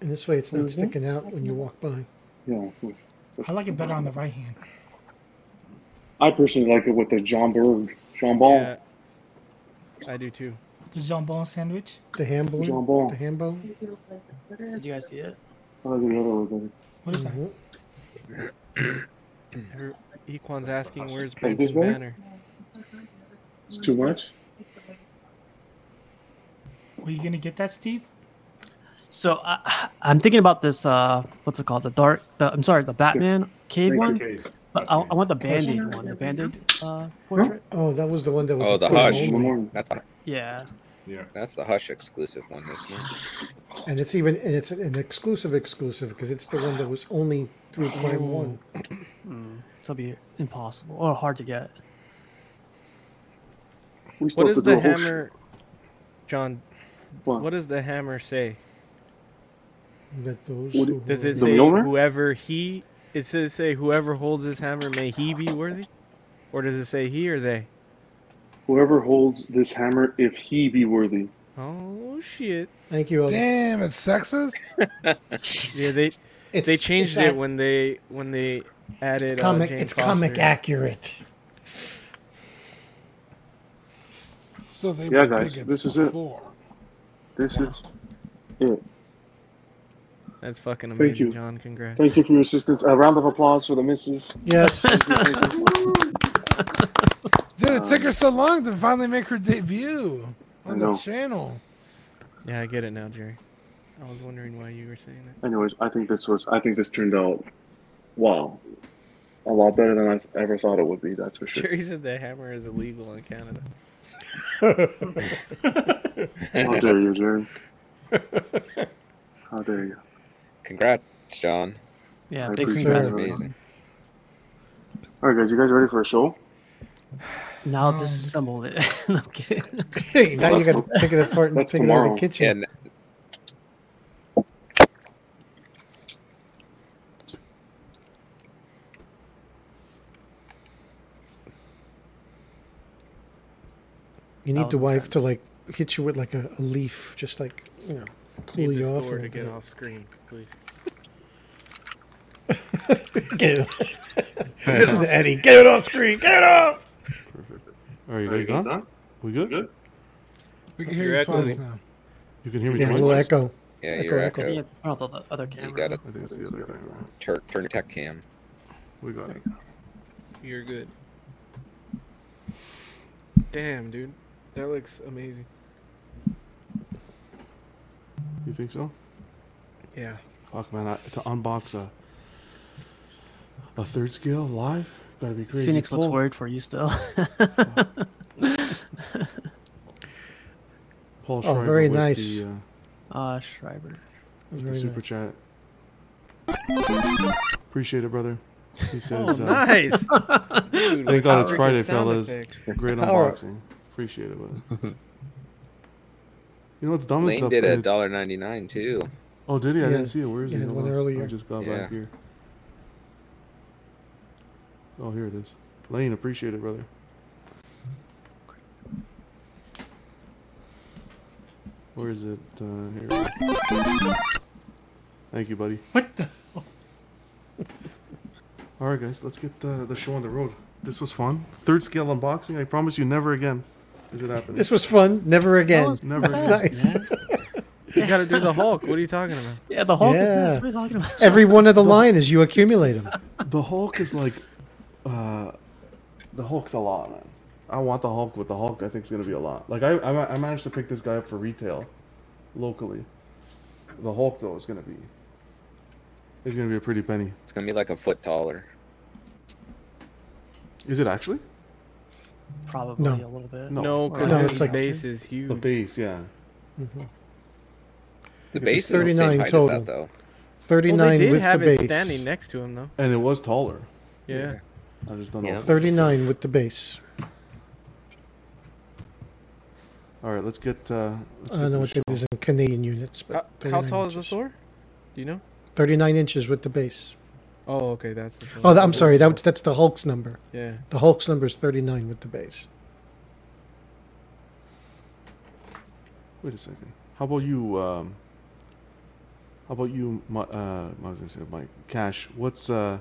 Speaker 12: And this way, it's not
Speaker 10: Mhm.
Speaker 12: sticking out when you walk by.
Speaker 10: Yeah.
Speaker 8: I like it better on the right hand.
Speaker 10: I personally like it with the John Berg, John Ball,
Speaker 6: Yeah, I do too.
Speaker 8: The jambon sandwich.
Speaker 12: the ham bone,
Speaker 10: John Ball.
Speaker 12: the ham bone.
Speaker 7: Did you guys see it?
Speaker 10: I like the other one better.
Speaker 8: What is that?
Speaker 6: Her- Equan's asking, "Where's
Speaker 10: Like this
Speaker 6: Brenton
Speaker 10: way?
Speaker 6: Banner?"
Speaker 10: It's too much.
Speaker 8: Were you gonna get that, Steve?
Speaker 7: So I, I'm thinking about this. Uh, what's it called? The dark. The, I'm sorry, the Batman cave
Speaker 10: Thank you.
Speaker 7: one.
Speaker 10: Cave.
Speaker 7: But I, I want the Band-Aid one. The Band-Aid uh, portrait.
Speaker 12: Oh, that was the one that
Speaker 1: that.
Speaker 12: was.
Speaker 1: Oh, the
Speaker 12: approved
Speaker 1: Hush.
Speaker 12: only.
Speaker 1: That's the,
Speaker 7: Yeah.
Speaker 11: Yeah.
Speaker 1: That's the Hush exclusive one, isn't it?
Speaker 12: And it's even and it's an exclusive exclusive because it's the one that was only through Prime One.
Speaker 7: Mm, so it'll be impossible or hard to get.
Speaker 10: We
Speaker 6: What
Speaker 10: still have
Speaker 6: does
Speaker 10: to
Speaker 6: the
Speaker 10: do a whole sh-
Speaker 6: hammer, John?
Speaker 10: What?
Speaker 6: What does the hammer say?
Speaker 12: That those.
Speaker 10: What-
Speaker 12: who
Speaker 6: Does
Speaker 12: were-
Speaker 6: it say whoever he? It says say whoever holds this hammer may he be worthy, or does it say he or they?
Speaker 10: Whoever holds this hammer, if he be worthy.
Speaker 6: Oh shit!
Speaker 12: Thank you. Elder.
Speaker 5: Damn, it's sexist.
Speaker 6: Yeah, they
Speaker 12: It's-
Speaker 6: they changed
Speaker 12: it's
Speaker 6: it
Speaker 12: ac-
Speaker 6: when they when they added uh,
Speaker 12: comic.
Speaker 6: Jane
Speaker 12: it's comic
Speaker 6: Foster.
Speaker 12: accurate.
Speaker 5: So they
Speaker 10: Yeah,
Speaker 5: were
Speaker 10: guys,
Speaker 5: bigots
Speaker 10: this is it.
Speaker 5: before.
Speaker 10: This is it.
Speaker 6: That's fucking amazing,
Speaker 10: Thank you,
Speaker 6: John. Congrats.
Speaker 10: Thank you for your assistance. A round of applause for the missus.
Speaker 12: Yes.
Speaker 5: Dude, it took
Speaker 12: Um,
Speaker 5: her so long to finally make her debut on the
Speaker 10: know.
Speaker 5: channel.
Speaker 6: Yeah, I get it now, Jerry. I was wondering why you were saying that.
Speaker 10: Anyways, I think this was. I think this turned out, wow, a lot better than I ever thought it would be. That's for sure.
Speaker 6: Jerry said the hammer is illegal in Canada.
Speaker 10: How dare you, Jerry? How dare you?
Speaker 1: Congrats, John.
Speaker 7: Yeah,
Speaker 10: I
Speaker 7: big
Speaker 10: appreciate
Speaker 7: congrats,
Speaker 10: it.
Speaker 7: man.
Speaker 10: All right, guys, you guys ready for a show?
Speaker 7: Now
Speaker 6: Oh,
Speaker 7: disassemble it. no, I'm kidding.
Speaker 12: now you got to take it apart and
Speaker 10: That's
Speaker 12: take it out of
Speaker 10: tomorrow.
Speaker 12: the kitchen. You need the wife to like hit you with like a, a leaf, just like you know, cool
Speaker 6: Need
Speaker 12: you
Speaker 6: this
Speaker 12: off.
Speaker 6: door
Speaker 12: a
Speaker 6: to get
Speaker 12: little
Speaker 6: off screen, please.
Speaker 12: bit. Get it. Listen to Eddie. Get it off screen. Get it off.
Speaker 3: Perfect. Are you
Speaker 10: Are
Speaker 3: guys done? We good?
Speaker 5: We
Speaker 6: can hear you twice
Speaker 5: now.
Speaker 3: You can hear me
Speaker 12: Yeah, a
Speaker 3: twice?
Speaker 12: little echo.
Speaker 1: Yeah,
Speaker 12: echo,
Speaker 1: you're
Speaker 12: echo.
Speaker 1: echo.
Speaker 7: It's not the- the other camera.
Speaker 1: You got it.
Speaker 3: I think it's the other camera.
Speaker 1: Turn turn your tech cam.
Speaker 3: We got it.
Speaker 6: You're good. Damn, dude. That looks amazing.
Speaker 3: You think so?
Speaker 6: Yeah.
Speaker 3: Fuck, man. I, to unbox a a third scale live, gotta be crazy.
Speaker 7: Phoenix looks
Speaker 3: Pull-
Speaker 7: worried for you still.
Speaker 3: Paul
Speaker 12: Oh,
Speaker 3: Schreiber
Speaker 12: very
Speaker 3: with
Speaker 12: nice.
Speaker 3: The, uh,
Speaker 7: Ah, Schreiber.
Speaker 3: with the
Speaker 12: Very
Speaker 3: super chat. Appreciate it, brother. He says,
Speaker 6: Oh,
Speaker 3: uh,
Speaker 6: nice. Dude,
Speaker 3: Thank God
Speaker 6: with
Speaker 3: it's
Speaker 6: freaking
Speaker 3: Friday,
Speaker 6: sound
Speaker 3: fellas.
Speaker 6: effects.
Speaker 3: Great
Speaker 12: Power.
Speaker 3: unboxing. Appreciate it, brother. you know what's dumb is
Speaker 1: Lane
Speaker 3: the
Speaker 1: did a
Speaker 3: the-
Speaker 1: dollar ninety nine too.
Speaker 3: Oh, did he? I
Speaker 12: Yeah.
Speaker 3: didn't see it. Where is
Speaker 12: Yeah,
Speaker 3: he?
Speaker 12: the
Speaker 3: Hold
Speaker 12: one
Speaker 3: on.
Speaker 12: earlier.
Speaker 3: I just got
Speaker 1: Yeah.
Speaker 3: back here. Oh, here it is. Lane, appreciate it, brother. Where is it? Uh, here. it is. Thank you, buddy.
Speaker 8: What the?
Speaker 3: All right, guys, let's get the, the show on the road. This was fun. Third scale unboxing. I promise you, never again is it happening.
Speaker 12: This was fun. Never again.
Speaker 3: was Never
Speaker 12: That's
Speaker 3: nice,
Speaker 12: nice.
Speaker 6: You gotta do the Hulk. What are you talking about?
Speaker 7: Yeah, the Hulk is
Speaker 12: Yeah.
Speaker 7: nice. What are you talking about?
Speaker 12: Every one of the line is you accumulate them.
Speaker 3: the Hulk is like, uh, the Hulk's a lot, man. I want the Hulk, but the Hulk I think is gonna be a lot. Like I, I, ma- I managed to pick this guy up for retail, locally. The Hulk though is gonna be, is gonna be a pretty penny.
Speaker 1: It's gonna be like a foot taller.
Speaker 3: Is it actually?
Speaker 7: Probably
Speaker 12: No.
Speaker 7: a little bit.
Speaker 3: No.
Speaker 6: No,
Speaker 12: Wow.
Speaker 6: because
Speaker 12: No,
Speaker 6: his
Speaker 12: it's like- Mm-hmm.
Speaker 6: base is
Speaker 3: The
Speaker 6: huge.
Speaker 3: base, yeah.
Speaker 1: The
Speaker 12: It's
Speaker 1: base is the same
Speaker 12: 39
Speaker 1: height as
Speaker 12: total.
Speaker 1: that though.
Speaker 6: Well,
Speaker 12: 39
Speaker 6: they did
Speaker 12: with the
Speaker 6: have it
Speaker 12: base.
Speaker 6: standing next to him, though.
Speaker 3: And it was taller.
Speaker 6: Yeah.
Speaker 3: I just don't know.
Speaker 1: Yeah.
Speaker 12: 39 with the base.
Speaker 3: All right, let's get. Uh, let's
Speaker 12: I
Speaker 3: get
Speaker 12: don't know
Speaker 3: to
Speaker 12: what
Speaker 3: the
Speaker 12: that is in Canadian units,
Speaker 6: How,
Speaker 12: but
Speaker 6: how
Speaker 12: 39
Speaker 6: tall is the
Speaker 12: inches.
Speaker 6: Thor? Do you know?
Speaker 12: 39 inches with the base.
Speaker 6: Oh, okay, that's the Thor.
Speaker 12: Oh, that, I'm sorry. That's that's the Hulk's number.
Speaker 6: Yeah.
Speaker 12: The Hulk's number is 39 with the base.
Speaker 3: Wait a second. How about you? Um, how about you? Mi- Uh, I was gonna say Mike Cash. What's uh,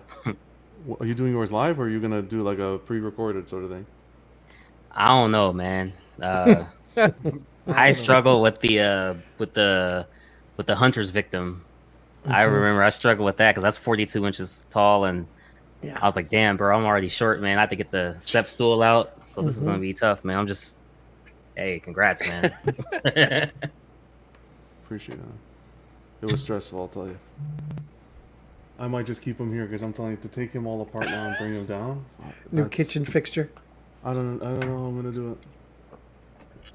Speaker 3: wh- are you doing yours live, or are you gonna do like a pre-recorded sort of thing?
Speaker 9: I don't know, man. Uh, I struggle with the uh, with the with the hunter's victim. I
Speaker 12: Mhm.
Speaker 9: remember I struggled with that because that's 42 inches tall, and I was like, "Damn, bro, I'm already short, man. I have to get the step stool out, so this is
Speaker 12: Mhm.
Speaker 9: gonna be tough, man. I'm just, hey, congrats, man.
Speaker 3: Appreciate it. It was stressful, I'll tell you. I might just keep him here because I'm telling you to take him all apart now and bring him down.
Speaker 12: New
Speaker 3: that's-
Speaker 12: kitchen fixture.
Speaker 3: I don't. I don't know how I'm gonna do it.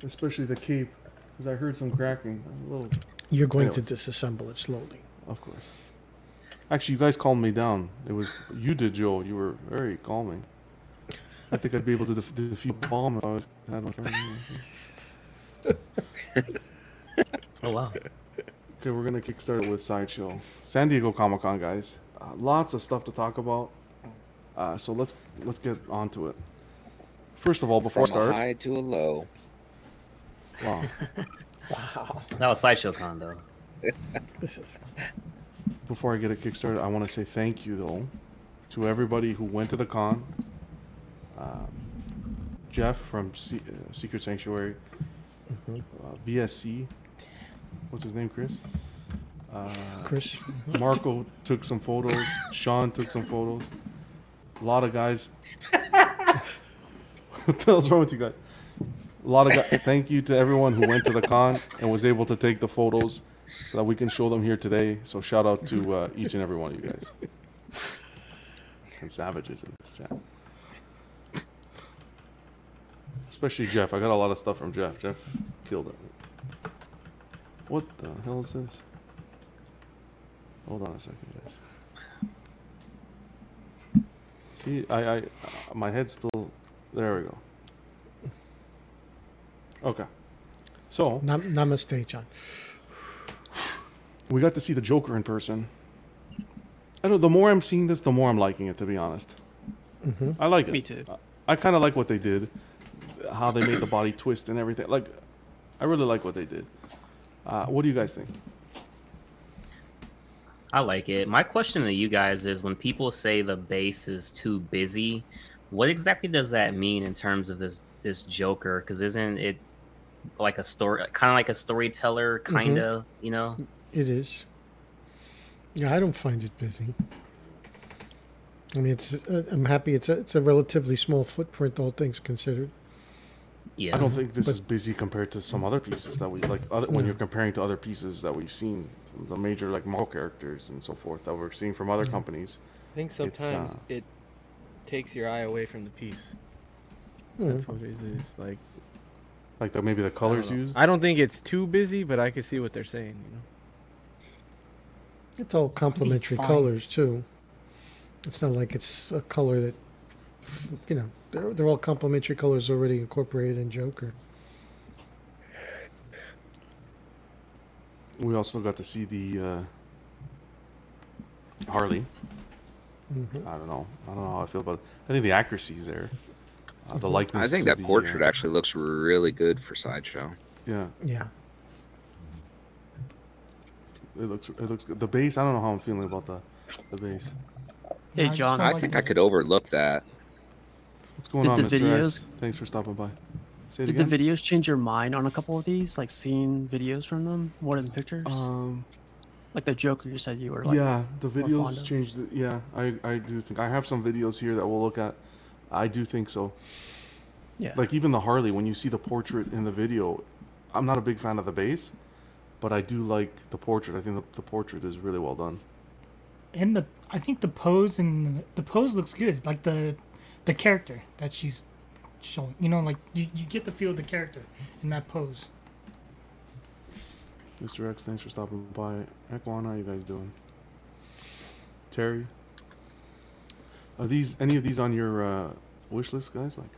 Speaker 3: Especially the cape, because I heard some cracking. I'm a little.
Speaker 12: You're going
Speaker 3: Anyway.
Speaker 12: to disassemble it slowly.
Speaker 3: Of course. Actually, you guys calmed me down. It was you did, Joel. You were very calming. I think I'd be able to def- defeat bomb if I was had my friend.
Speaker 9: oh wow.
Speaker 3: Okay, we're gonna kickstart it with sideshow. San Diego Comic Con, guys. Uh, lots of stuff to talk about. Uh, so let's let's get on to it. First of all, before
Speaker 1: From
Speaker 3: we
Speaker 1: a
Speaker 3: start,
Speaker 1: high to a low.
Speaker 3: wow,
Speaker 9: That was sideshow con though.
Speaker 12: This is
Speaker 3: before I get a Kickstarter, I want to say thank you though to everybody who went to the con. Um, Jeff from Se- uh, Secret Sanctuary, uh, BSC. What's his name, Chris? Uh,
Speaker 12: Chris.
Speaker 3: Marco took some photos. Sean took some photos. A lot of guys. what the hell's wrong with you guys? A lot of guys. Thank you to everyone who went to the con and was able to take the photos so that we can show them here today. So shout out to uh, each and every one of you guys. And savages in this chat. Especially Jeff. I got a lot of stuff from Jeff. Jeff killed it. What the hell is this? Hold on a second, guys. See, I, I, my head's still. There we go. Okay. So
Speaker 12: Nam- namaste, John.
Speaker 3: we got to see the Joker in person. I don't. know, The more I'm seeing this, the more I'm liking it. To be honest,
Speaker 12: Mhm.
Speaker 3: I like it.
Speaker 7: Me too.
Speaker 3: I, kind of like what they did, how they made the body twist and everything. Like, I really like what they did. Uh, what do you guys think?
Speaker 9: I like it. My question to you guys is when people say the base is too busy, what exactly does that mean in terms of this this Joker? Because isn't it like a story, kind of like a storyteller,
Speaker 12: Mm-hmm.
Speaker 9: kind of, you know?
Speaker 12: It is. Yeah, I don't find it busy. I mean, it's. Uh, I'm happy. It's a. It's a relatively small footprint, all things considered.
Speaker 3: I don't think this
Speaker 12: But-
Speaker 3: is busy compared to some other pieces that we like. Other, when
Speaker 12: No.
Speaker 3: you're comparing to other pieces that we've seen, some of the major like mall characters and so forth that we're seeing from other
Speaker 6: Mm-hmm.
Speaker 3: companies.
Speaker 6: I think
Speaker 3: it's, uh,
Speaker 6: sometimes it takes your eye away from the piece.
Speaker 12: Yeah.
Speaker 6: That's what it is. Like
Speaker 3: like the, maybe
Speaker 6: I
Speaker 3: the
Speaker 6: don't
Speaker 3: colors
Speaker 6: know.
Speaker 3: used.
Speaker 6: I don't think it's too busy, but I can see what they're saying. You know.
Speaker 12: It's all complementary
Speaker 6: fine.
Speaker 12: colors too. It's not like it's a color that, f- you know, they're, they're all complementary colors already incorporated in Joker.
Speaker 3: We also got to see the uh, Harley.
Speaker 12: Mhm.
Speaker 3: I don't know. I don't know how I feel about. It. I think the accuracy is there. Uh, the
Speaker 1: Mm-hmm.
Speaker 12: Mhm.
Speaker 1: I
Speaker 3: likeness.
Speaker 1: think
Speaker 3: to
Speaker 1: that
Speaker 3: the, uh,
Speaker 1: portrait actually looks really good for sideshow.
Speaker 3: Yeah.
Speaker 12: Yeah.
Speaker 3: It looks. It looks good. The base. I don't know how I'm feeling about the, the base.
Speaker 7: Hey, John.
Speaker 1: I think I could overlook that.
Speaker 3: What's going
Speaker 7: Did
Speaker 3: on,
Speaker 7: the
Speaker 3: Mr.
Speaker 7: videos-
Speaker 3: X? Thanks for stopping by. Say it
Speaker 7: Did
Speaker 3: again.
Speaker 7: the videos change your mind on a couple of these? Like seeing videos from them more than pictures?
Speaker 3: Um,
Speaker 7: like the Joker you said you were like
Speaker 3: yeah the
Speaker 7: more fond
Speaker 3: videos
Speaker 7: of.
Speaker 3: changed it. yeah i i do think i have some videos here that we'll look at i do think so
Speaker 7: Yeah.
Speaker 3: like even the harley when you see the portrait in the video i'm not a big fan of the base but i do like the portrait i think the, the portrait is really well done
Speaker 8: And the I think the pose and the pose looks good. Like the the character that she's showing. You know, like you, you get the feel of the character in that pose.
Speaker 3: mr x thanks for stopping by Ekwan, how you guys doing terry are these any of these on your uh, wish list guys like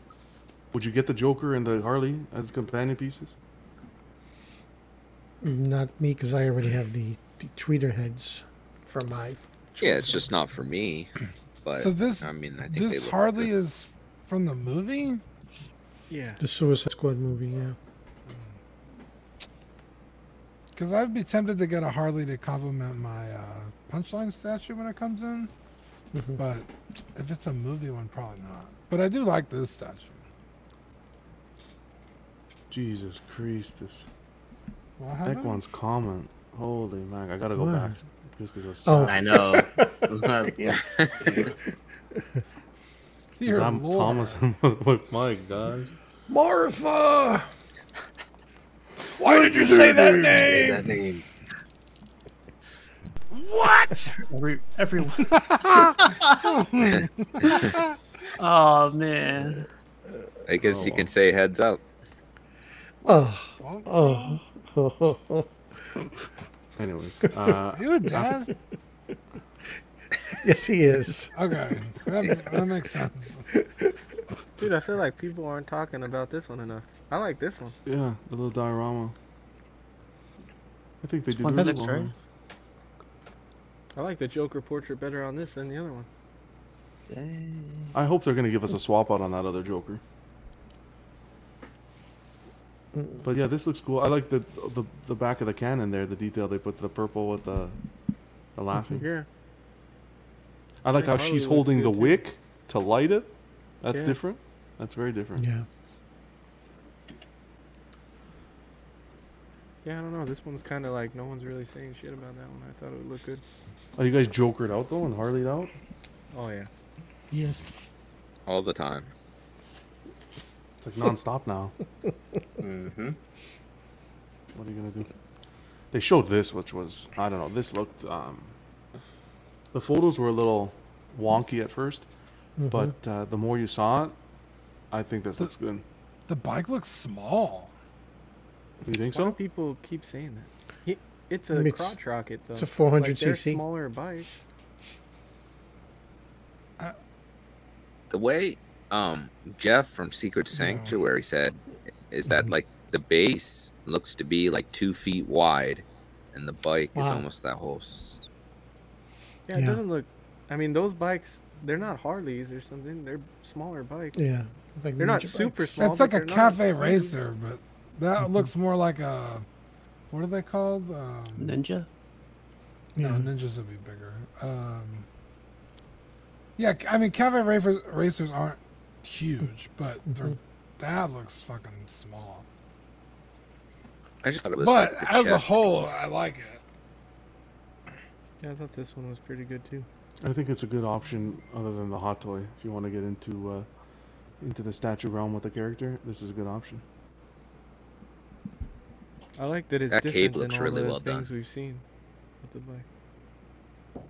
Speaker 3: would you get the joker and the harley as companion pieces
Speaker 12: Not me, because I already have the, the tweeter heads for my.
Speaker 1: Yeah, it's just not for me. But
Speaker 5: so this
Speaker 1: I mean, I think they
Speaker 5: this
Speaker 1: look
Speaker 5: hardly is from the movie.
Speaker 6: Yeah.
Speaker 12: The Suicide Squad movie. Yeah.
Speaker 5: Because Mm. I'd be tempted to get a Harley to complement my uh, punchline statue when it comes in,
Speaker 12: Mm-hmm.
Speaker 5: but if it's a movie one, probably not. But I do like this statue.
Speaker 3: jesus christus
Speaker 5: What
Speaker 3: That
Speaker 5: happened?
Speaker 3: one's comment. Holy man, I gotta go
Speaker 5: What?
Speaker 3: back. Just 'cause it was
Speaker 12: Oh.
Speaker 3: sad.
Speaker 9: I know.
Speaker 3: Yeah.
Speaker 5: Dear
Speaker 3: I'm
Speaker 5: Lord.
Speaker 3: Thomas. with my God.
Speaker 4: Martha! Why did you say that name?
Speaker 1: that name.
Speaker 7: What? Every, everyone. oh man.
Speaker 1: I guess you can say heads up.
Speaker 12: Oh. Oh.
Speaker 3: Anyways, uh,
Speaker 5: You a dad?
Speaker 12: yes, he is.
Speaker 5: Okay, that, that makes sense.
Speaker 6: Dude, I feel like people aren't talking about this one enough. I like this one.
Speaker 3: yeah, the little diorama. I think they
Speaker 6: It's
Speaker 3: do
Speaker 6: one
Speaker 3: this
Speaker 6: that's
Speaker 3: one.
Speaker 6: right. I like the Joker portrait better on this than the other one.
Speaker 3: I hope they're gonna give us a swap out on that other Joker. But yeah, this looks cool. I like the the the back of the cannon there. The detail they put the purple with the The laughing.
Speaker 6: Yeah.
Speaker 3: I like
Speaker 6: Yeah,
Speaker 3: how
Speaker 6: Mm-hmm. Harley
Speaker 3: she's
Speaker 6: looks
Speaker 3: holding
Speaker 6: good,
Speaker 3: the
Speaker 6: too.
Speaker 3: wick to light it. That's
Speaker 6: Yeah.
Speaker 3: different. That's very different.
Speaker 12: Yeah.
Speaker 6: Yeah, I don't know. This one's kind of like no one's really saying shit about that one. I thought it would look good.
Speaker 3: Are you guys jokered out though and Harleyed out?
Speaker 6: Oh yeah.
Speaker 8: Yes.
Speaker 1: all the time.
Speaker 3: It's like nonstop now.
Speaker 1: Mm-hmm.
Speaker 3: What are you gonna do? They showed this, which was I don't know. This looked. Um, the photos were a little wonky at 1st
Speaker 10: Mm-hmm.
Speaker 12: Mhm.
Speaker 3: but uh, the more you saw it, I think this looks good.
Speaker 5: The bike looks small.
Speaker 3: You think
Speaker 6: Why do
Speaker 3: so?
Speaker 6: people keep saying that? He- It's a
Speaker 12: It's-
Speaker 6: crotch rocket though.
Speaker 12: it's a 400
Speaker 6: Like, they're
Speaker 12: cc.
Speaker 6: smaller bike.
Speaker 1: The way um Jeff from Secret Sanctuary said is
Speaker 6: Mm-hmm.
Speaker 1: that like the base looks to be like two feet wide, and the bike is
Speaker 12: Wow.
Speaker 1: almost that whole. s-
Speaker 6: Yeah, it
Speaker 12: Yeah.
Speaker 6: doesn't look. I mean, those bikes, they're not Harleys or something. They're smaller bikes.
Speaker 12: Yeah, like
Speaker 6: they're not
Speaker 12: miniature
Speaker 6: super
Speaker 12: bikes. Mm-hmm.
Speaker 6: small.
Speaker 5: it's like
Speaker 6: but
Speaker 5: a
Speaker 6: they're not
Speaker 5: cafe
Speaker 6: huge.
Speaker 5: racer, but
Speaker 6: Mm-hmm.
Speaker 5: that looks more like a. What are they called? Um,
Speaker 7: Ninja.
Speaker 5: No, ninjas would be bigger. Um, yeah, c- I mean, cafe racers, racers aren't huge, but
Speaker 12: Mm-hmm.
Speaker 5: they're, that looks fucking small.
Speaker 1: I just thought it was.
Speaker 5: But
Speaker 1: like, the
Speaker 5: as a
Speaker 1: chest
Speaker 5: whole,
Speaker 1: piece.
Speaker 5: I like it.
Speaker 6: Yeah, I thought this one was pretty good too.
Speaker 3: I think it's a good option other than the hot toy. If you want to get into uh, into the statue realm with a character, this is a good option.
Speaker 6: I like that it's
Speaker 1: That
Speaker 6: different
Speaker 1: cape
Speaker 6: than
Speaker 1: looks
Speaker 6: all
Speaker 1: really
Speaker 6: the
Speaker 1: well done.
Speaker 6: things we've seen with the bike.
Speaker 7: Do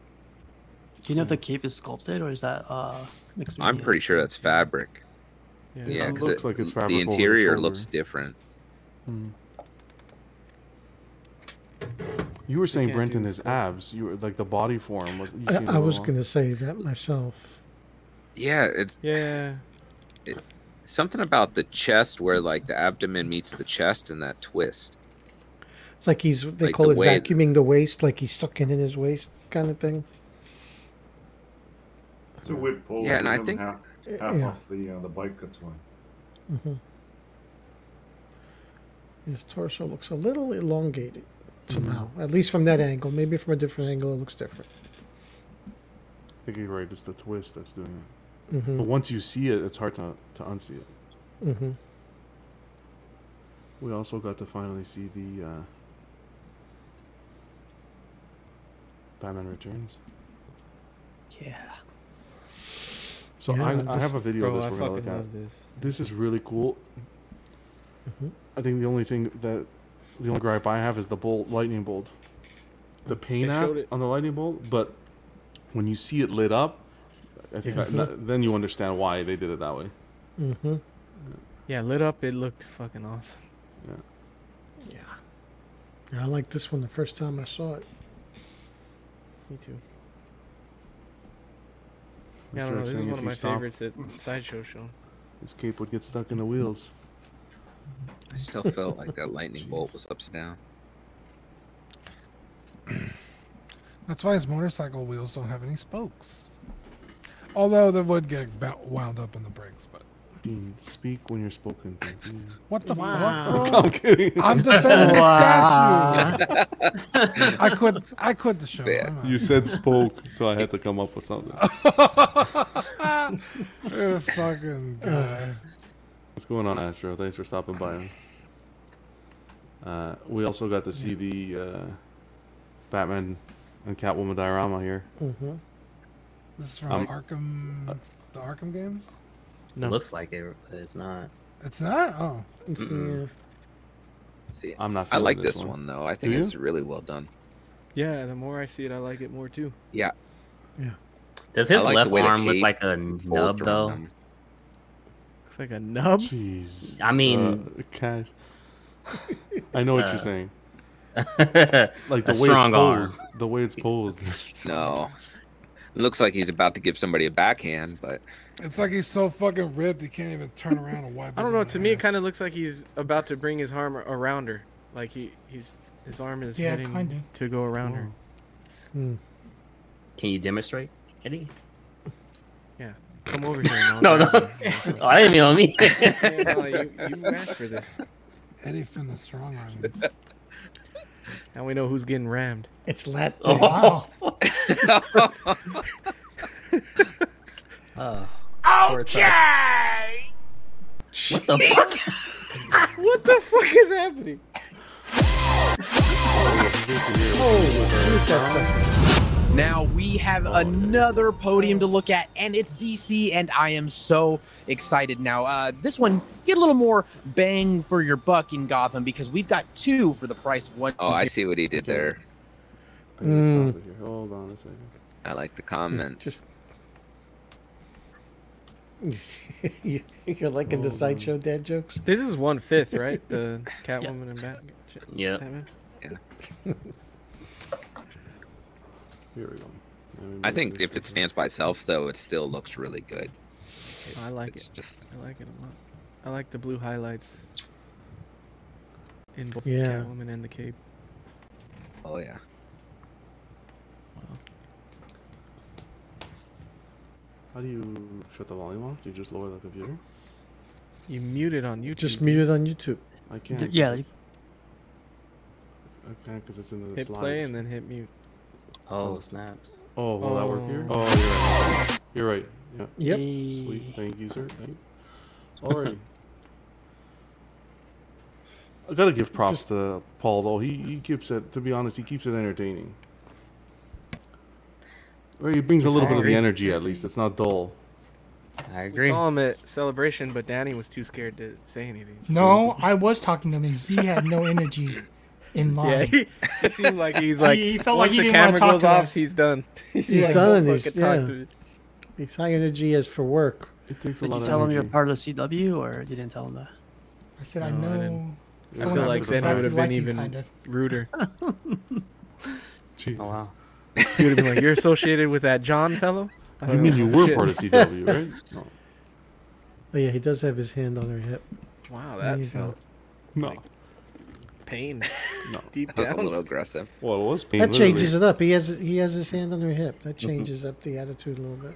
Speaker 7: you know if the cape is sculpted or is that uh mixed?
Speaker 1: I'm
Speaker 7: media?
Speaker 1: pretty sure that's fabric.
Speaker 6: Yeah.
Speaker 1: Yeah,
Speaker 3: It
Speaker 1: because
Speaker 3: looks like it's fabric
Speaker 1: the
Speaker 3: over the
Speaker 1: interior
Speaker 3: shoulder.
Speaker 1: looks different.
Speaker 6: Mm-hmm.
Speaker 3: You were saying
Speaker 6: can't do
Speaker 3: Brenton his abs. You were like the body form was. You seemed a
Speaker 12: I, I
Speaker 3: little
Speaker 12: was
Speaker 3: off.
Speaker 12: gonna say that myself.
Speaker 1: Yeah, it's
Speaker 6: Yeah.
Speaker 1: it, something about the chest where like the abdomen meets the chest and that twist.
Speaker 12: It's like he's they
Speaker 1: Like
Speaker 12: call
Speaker 1: the
Speaker 12: it
Speaker 1: way-
Speaker 12: vacuuming the waist, like he's sucking in his waist, kind of thing.
Speaker 11: It's a weird pull.
Speaker 1: Yeah, and
Speaker 11: It
Speaker 1: I
Speaker 11: doesn't
Speaker 1: think-
Speaker 11: half, half
Speaker 12: Yeah.
Speaker 11: off the uh, the bike. That's why.
Speaker 12: hmm His torso looks a little elongated somehow,
Speaker 6: Mm.
Speaker 12: at least from that angle. Maybe from a different angle, it looks different.
Speaker 3: I think you're right. It's the twist that's doing it.
Speaker 12: Mhm.
Speaker 3: But once you see it, it's hard to, to unsee it.
Speaker 12: hmm
Speaker 3: We also got to finally see the uh, Batman Returns.
Speaker 7: Yeah.
Speaker 3: So
Speaker 12: Yeah,
Speaker 3: I,
Speaker 12: I'm
Speaker 3: I have
Speaker 12: just-
Speaker 3: a video
Speaker 6: Bro,
Speaker 3: of this
Speaker 6: I
Speaker 3: we're gonna look
Speaker 6: fucking
Speaker 3: at.
Speaker 6: love this. Mm-hmm.
Speaker 3: This is really cool.
Speaker 12: Mhm.
Speaker 3: I think the only thing that the only gripe I have is the bolt, lightning bolt, the paint
Speaker 6: They
Speaker 3: app
Speaker 6: showed it.
Speaker 3: on the lightning bolt. But when you see it lit up, I think I-
Speaker 12: Mhm.
Speaker 3: then you understand why they did it that way.
Speaker 8: Mm-hmm.
Speaker 12: hmm
Speaker 6: Yeah, lit up. It looked fucking awesome.
Speaker 12: Yeah. I liked this one the first time I saw it.
Speaker 6: Me too.
Speaker 3: Mr.
Speaker 6: Yeah, I don't know. This is
Speaker 3: Xing,
Speaker 6: one
Speaker 3: if
Speaker 6: of
Speaker 3: you
Speaker 6: my
Speaker 3: stop,
Speaker 6: favorites at Sideshow Show.
Speaker 3: This cape would get stuck in the wheels.
Speaker 1: I still felt like that lightning bolt was upside down.
Speaker 5: That's why his motorcycle wheels don't have any spokes. Although they would get bou- wound up in the brakes, but
Speaker 3: Dean, Mm, speak when you're spoken. to. Mm. Dean.
Speaker 5: what the fuck? bro?
Speaker 3: I'm kidding.
Speaker 5: I'm defending the statue. I quit. I quit the show.
Speaker 1: Yeah.
Speaker 5: I'm out.
Speaker 3: You said spoke, so I had to come up with something.
Speaker 5: Oh, fucking god.
Speaker 3: What's going on, Astro? Thanks for stopping by. Uh, we also got to see the uh, Batman and Catwoman diorama here.
Speaker 10: Mm-hmm.
Speaker 12: hmm
Speaker 5: This is from
Speaker 3: Um,
Speaker 5: Arkham, the Arkham games.
Speaker 12: No. Uh,
Speaker 9: Looks like it, but it's not.
Speaker 5: It's not. Oh,
Speaker 12: It's-
Speaker 1: Mm-mm.
Speaker 12: yeah.
Speaker 1: See,
Speaker 3: I'm not.
Speaker 1: I
Speaker 3: feeling
Speaker 1: like this one. though. I think
Speaker 3: you?
Speaker 1: it's really well done.
Speaker 6: Yeah, the more I see it, I like it more too.
Speaker 1: Yeah,
Speaker 9: Does
Speaker 1: I
Speaker 9: his
Speaker 1: like the
Speaker 9: left
Speaker 1: way the
Speaker 9: arm look
Speaker 1: cape
Speaker 9: like a
Speaker 1: folds
Speaker 9: nub
Speaker 1: around
Speaker 9: though?
Speaker 1: them.
Speaker 6: Looks like a nub.
Speaker 3: Jeez.
Speaker 9: I mean-
Speaker 3: Uh, cash. I know what
Speaker 9: Uh,
Speaker 3: you're saying.
Speaker 9: like
Speaker 3: Like the
Speaker 9: a
Speaker 3: way
Speaker 9: strong
Speaker 3: it's
Speaker 9: arm.
Speaker 3: posed. The way it's posed.
Speaker 1: No, it looks like he's about to give somebody a backhand, but
Speaker 5: it's like he's so fucking ripped he can't even turn around and wipe.
Speaker 6: I don't know. To me, it kind of looks like he's about to bring his arm around her. Like he, he's his arm is
Speaker 8: Yeah,
Speaker 6: heading
Speaker 8: kinda.
Speaker 6: to go around her.
Speaker 12: Mm.
Speaker 9: Can you demonstrate, Eddie?
Speaker 6: Yeah, come over here. and I'll
Speaker 9: No,
Speaker 6: grab
Speaker 9: no.
Speaker 6: you.
Speaker 9: oh, I didn't mean on me.
Speaker 6: Yeah, no, you, you asked for this.
Speaker 5: Eddie from the strong arm.
Speaker 6: Now we know who's getting rammed.
Speaker 12: It's lap
Speaker 6: Oh. Ah.
Speaker 10: Oh,
Speaker 4: Okay.
Speaker 9: What the fuck?
Speaker 6: what the fuck is happening?
Speaker 14: Now we have
Speaker 6: Oh,
Speaker 14: another podium to look at, and it's DC, and I am so excited now. Uh, this one, get a little more bang for your buck in Gotham because we've got two for the price of one.
Speaker 1: Oh, I see what he did there.
Speaker 12: Mm.
Speaker 3: Hold on a second.
Speaker 1: I like the comments.
Speaker 12: You- You're liking the sideshow dad jokes?
Speaker 6: Oh, This is one fifth, right? The Catwoman and Bat.
Speaker 9: Yeah.
Speaker 6: Batman?
Speaker 3: Here we go.
Speaker 1: I think if it stands by itself, though, it still looks really good.
Speaker 6: Oh, I like it.
Speaker 1: Just
Speaker 6: I like it a lot. I like the blue highlights in both
Speaker 12: Yeah.
Speaker 6: the Catwoman and the cape.
Speaker 1: Oh yeah.
Speaker 3: How do you shut the volume off? Do you just lower the computer?
Speaker 6: You mute it on YouTube.
Speaker 12: Just mute it on YouTube.
Speaker 3: I can't.
Speaker 6: D- yeah,
Speaker 3: 'cause- I can't because it's in the
Speaker 6: Hit
Speaker 3: slides.
Speaker 6: play and then hit mute.
Speaker 9: Oh, snaps.
Speaker 3: Oh, will that work here?
Speaker 9: Oh.
Speaker 3: Oh, you're right. You're right. Yeah.
Speaker 12: Yep.
Speaker 3: Sweet. Thank you, sir. Thank you. Alrighty. I gotta give props to Paul though. He he keeps it. To be honest, he keeps it entertaining. Or he brings a
Speaker 6: Yes,
Speaker 3: little
Speaker 6: I
Speaker 3: bit of the
Speaker 6: agree.
Speaker 3: energy at least. It's not dull.
Speaker 9: I
Speaker 6: We saw him at celebration, but Danny was too scared to say anything.
Speaker 8: No, I was talking to him. and He had no energy in
Speaker 6: Yeah,
Speaker 8: line.
Speaker 6: he, he seemed like he's like
Speaker 8: He felt like
Speaker 6: once
Speaker 8: he
Speaker 6: the
Speaker 8: didn't wanna
Speaker 6: camera
Speaker 8: talk
Speaker 6: goes
Speaker 8: to
Speaker 6: off,
Speaker 8: us.
Speaker 6: he's done.
Speaker 12: He's
Speaker 6: like,
Speaker 12: done.
Speaker 6: "Don't
Speaker 12: He's,
Speaker 6: fucking talk
Speaker 12: yeah.
Speaker 6: to me."
Speaker 12: he's high energy as for work.
Speaker 3: It takes
Speaker 7: Did you tell him you're part of the CW, or you didn't tell him that?
Speaker 8: I said I
Speaker 6: No, I didn't.
Speaker 8: know.
Speaker 6: I
Speaker 8: someone
Speaker 6: feel
Speaker 8: that
Speaker 6: like
Speaker 8: looks
Speaker 6: then it would have been
Speaker 8: exactly like you,
Speaker 6: even
Speaker 8: kind of.
Speaker 6: ruder.
Speaker 3: Jeez.
Speaker 9: Oh wow.
Speaker 6: You would have been like, "You're associated with that John fellow." I
Speaker 3: You
Speaker 6: don't
Speaker 3: mean
Speaker 6: know.
Speaker 3: you were
Speaker 6: Shit.
Speaker 3: part of CW, right? No.
Speaker 12: Oh yeah, he does have his hand on her hip.
Speaker 6: Wow,
Speaker 12: There
Speaker 6: that
Speaker 12: you go.
Speaker 6: felt
Speaker 3: No.
Speaker 6: pain.
Speaker 3: No.
Speaker 6: deep
Speaker 1: That was a
Speaker 6: down.
Speaker 1: little aggressive.
Speaker 3: Well, it was pain.
Speaker 12: That
Speaker 3: literally.
Speaker 12: changes it up. He has he has his hand on her hip.
Speaker 7: Mm-hmm.
Speaker 12: That changes up the attitude a little bit.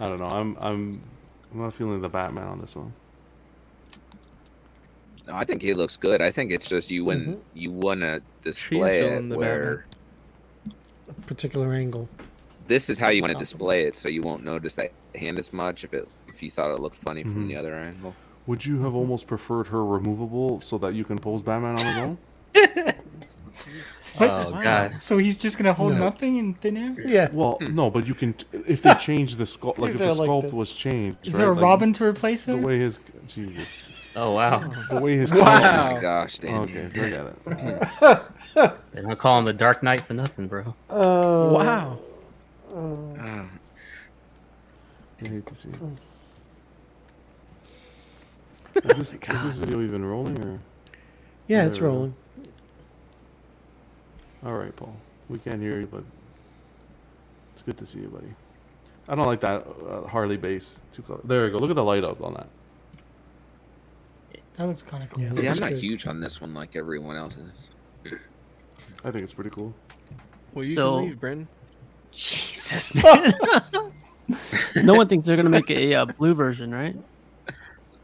Speaker 3: I don't know. I'm I'm I'm not feeling the Batman on this one.
Speaker 1: No, I think he looks good. I think it's just you when you want to display it
Speaker 12: feeling Mm-hmm. the
Speaker 1: where
Speaker 12: Particular angle.
Speaker 1: this is how you want to display it, so you won't notice that hand as much if it if you thought it looked funny from
Speaker 12: Mm-hmm.
Speaker 3: Mhm.
Speaker 1: the other angle.
Speaker 3: Would you have almost preferred her removable so that you can pose Batman on his own?
Speaker 8: But-
Speaker 3: Oh, God.
Speaker 8: So he's just gonna hold
Speaker 3: No.
Speaker 8: nothing in thin air.
Speaker 3: Well,
Speaker 8: Hmm.
Speaker 3: no, but you can if they change the sculpt, like
Speaker 8: These
Speaker 3: if the
Speaker 8: are like
Speaker 3: sculpt
Speaker 8: this.
Speaker 3: was changed.
Speaker 8: Is
Speaker 3: right?
Speaker 8: there a
Speaker 3: like,
Speaker 8: Robin to replace
Speaker 3: The
Speaker 8: him?
Speaker 3: way his Jesus.
Speaker 9: Oh wow.
Speaker 3: The way his
Speaker 9: Wow.
Speaker 3: columns-
Speaker 9: Oh my gosh, Dan.
Speaker 3: Okay, forget it.
Speaker 9: They don't call him the Dark Knight for nothing, bro.
Speaker 12: Oh
Speaker 6: wow.
Speaker 12: uh,
Speaker 1: Ah.
Speaker 3: I hate to see it. Is this, is this video even rolling or?
Speaker 12: Yeah, it's
Speaker 3: There we go.
Speaker 12: rolling.
Speaker 3: All right, Paul. We can't hear you, but it's good to see you, buddy. I don't like that uh, Harley base. Too color. There we go. Look at the light up on that.
Speaker 8: That looks kind of cool.
Speaker 1: See, I'm not huge on this one like everyone else is.
Speaker 3: I think it's pretty cool.
Speaker 6: Well, you
Speaker 7: So-
Speaker 6: can leave, Brendan.
Speaker 7: Jesus, man. no one thinks they're gonna make a uh, blue version, right?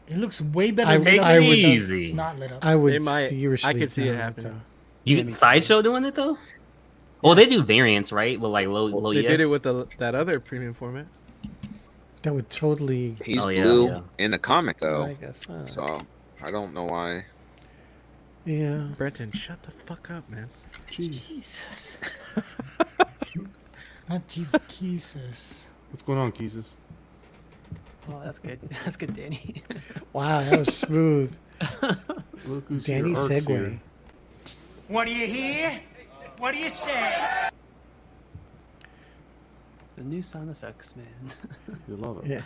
Speaker 8: It looks way better.
Speaker 12: I-
Speaker 8: lit up
Speaker 12: I
Speaker 8: than
Speaker 12: would-
Speaker 8: does Not lit up.
Speaker 12: I
Speaker 6: They
Speaker 12: would
Speaker 6: might- I
Speaker 12: seriously.
Speaker 6: could see it
Speaker 12: doubt
Speaker 6: happening.
Speaker 9: You sideshow doing it though? Well, they do variants, right? With like low, low.
Speaker 6: they
Speaker 9: yes.
Speaker 6: did it with the, that other premium format.
Speaker 12: That would totally.
Speaker 1: He's
Speaker 9: Oh, yeah,
Speaker 1: blue
Speaker 9: yeah.
Speaker 1: in the comic though,
Speaker 12: I guess, huh.
Speaker 1: so I don't know why.
Speaker 12: Yeah.
Speaker 6: Brenton, shut the fuck up, man.
Speaker 8: Jesus. not Jesus. Jesus.
Speaker 3: What's going on, Keezus?
Speaker 7: Oh, that's good. That's good, Danny.
Speaker 12: Wow, that was smooth.
Speaker 3: Look who's here.
Speaker 12: Danny
Speaker 3: Ark's
Speaker 12: segue.
Speaker 3: here.
Speaker 15: What do you hear? What do you say?
Speaker 7: the new sound effects, man.
Speaker 3: You love it.
Speaker 12: Yeah.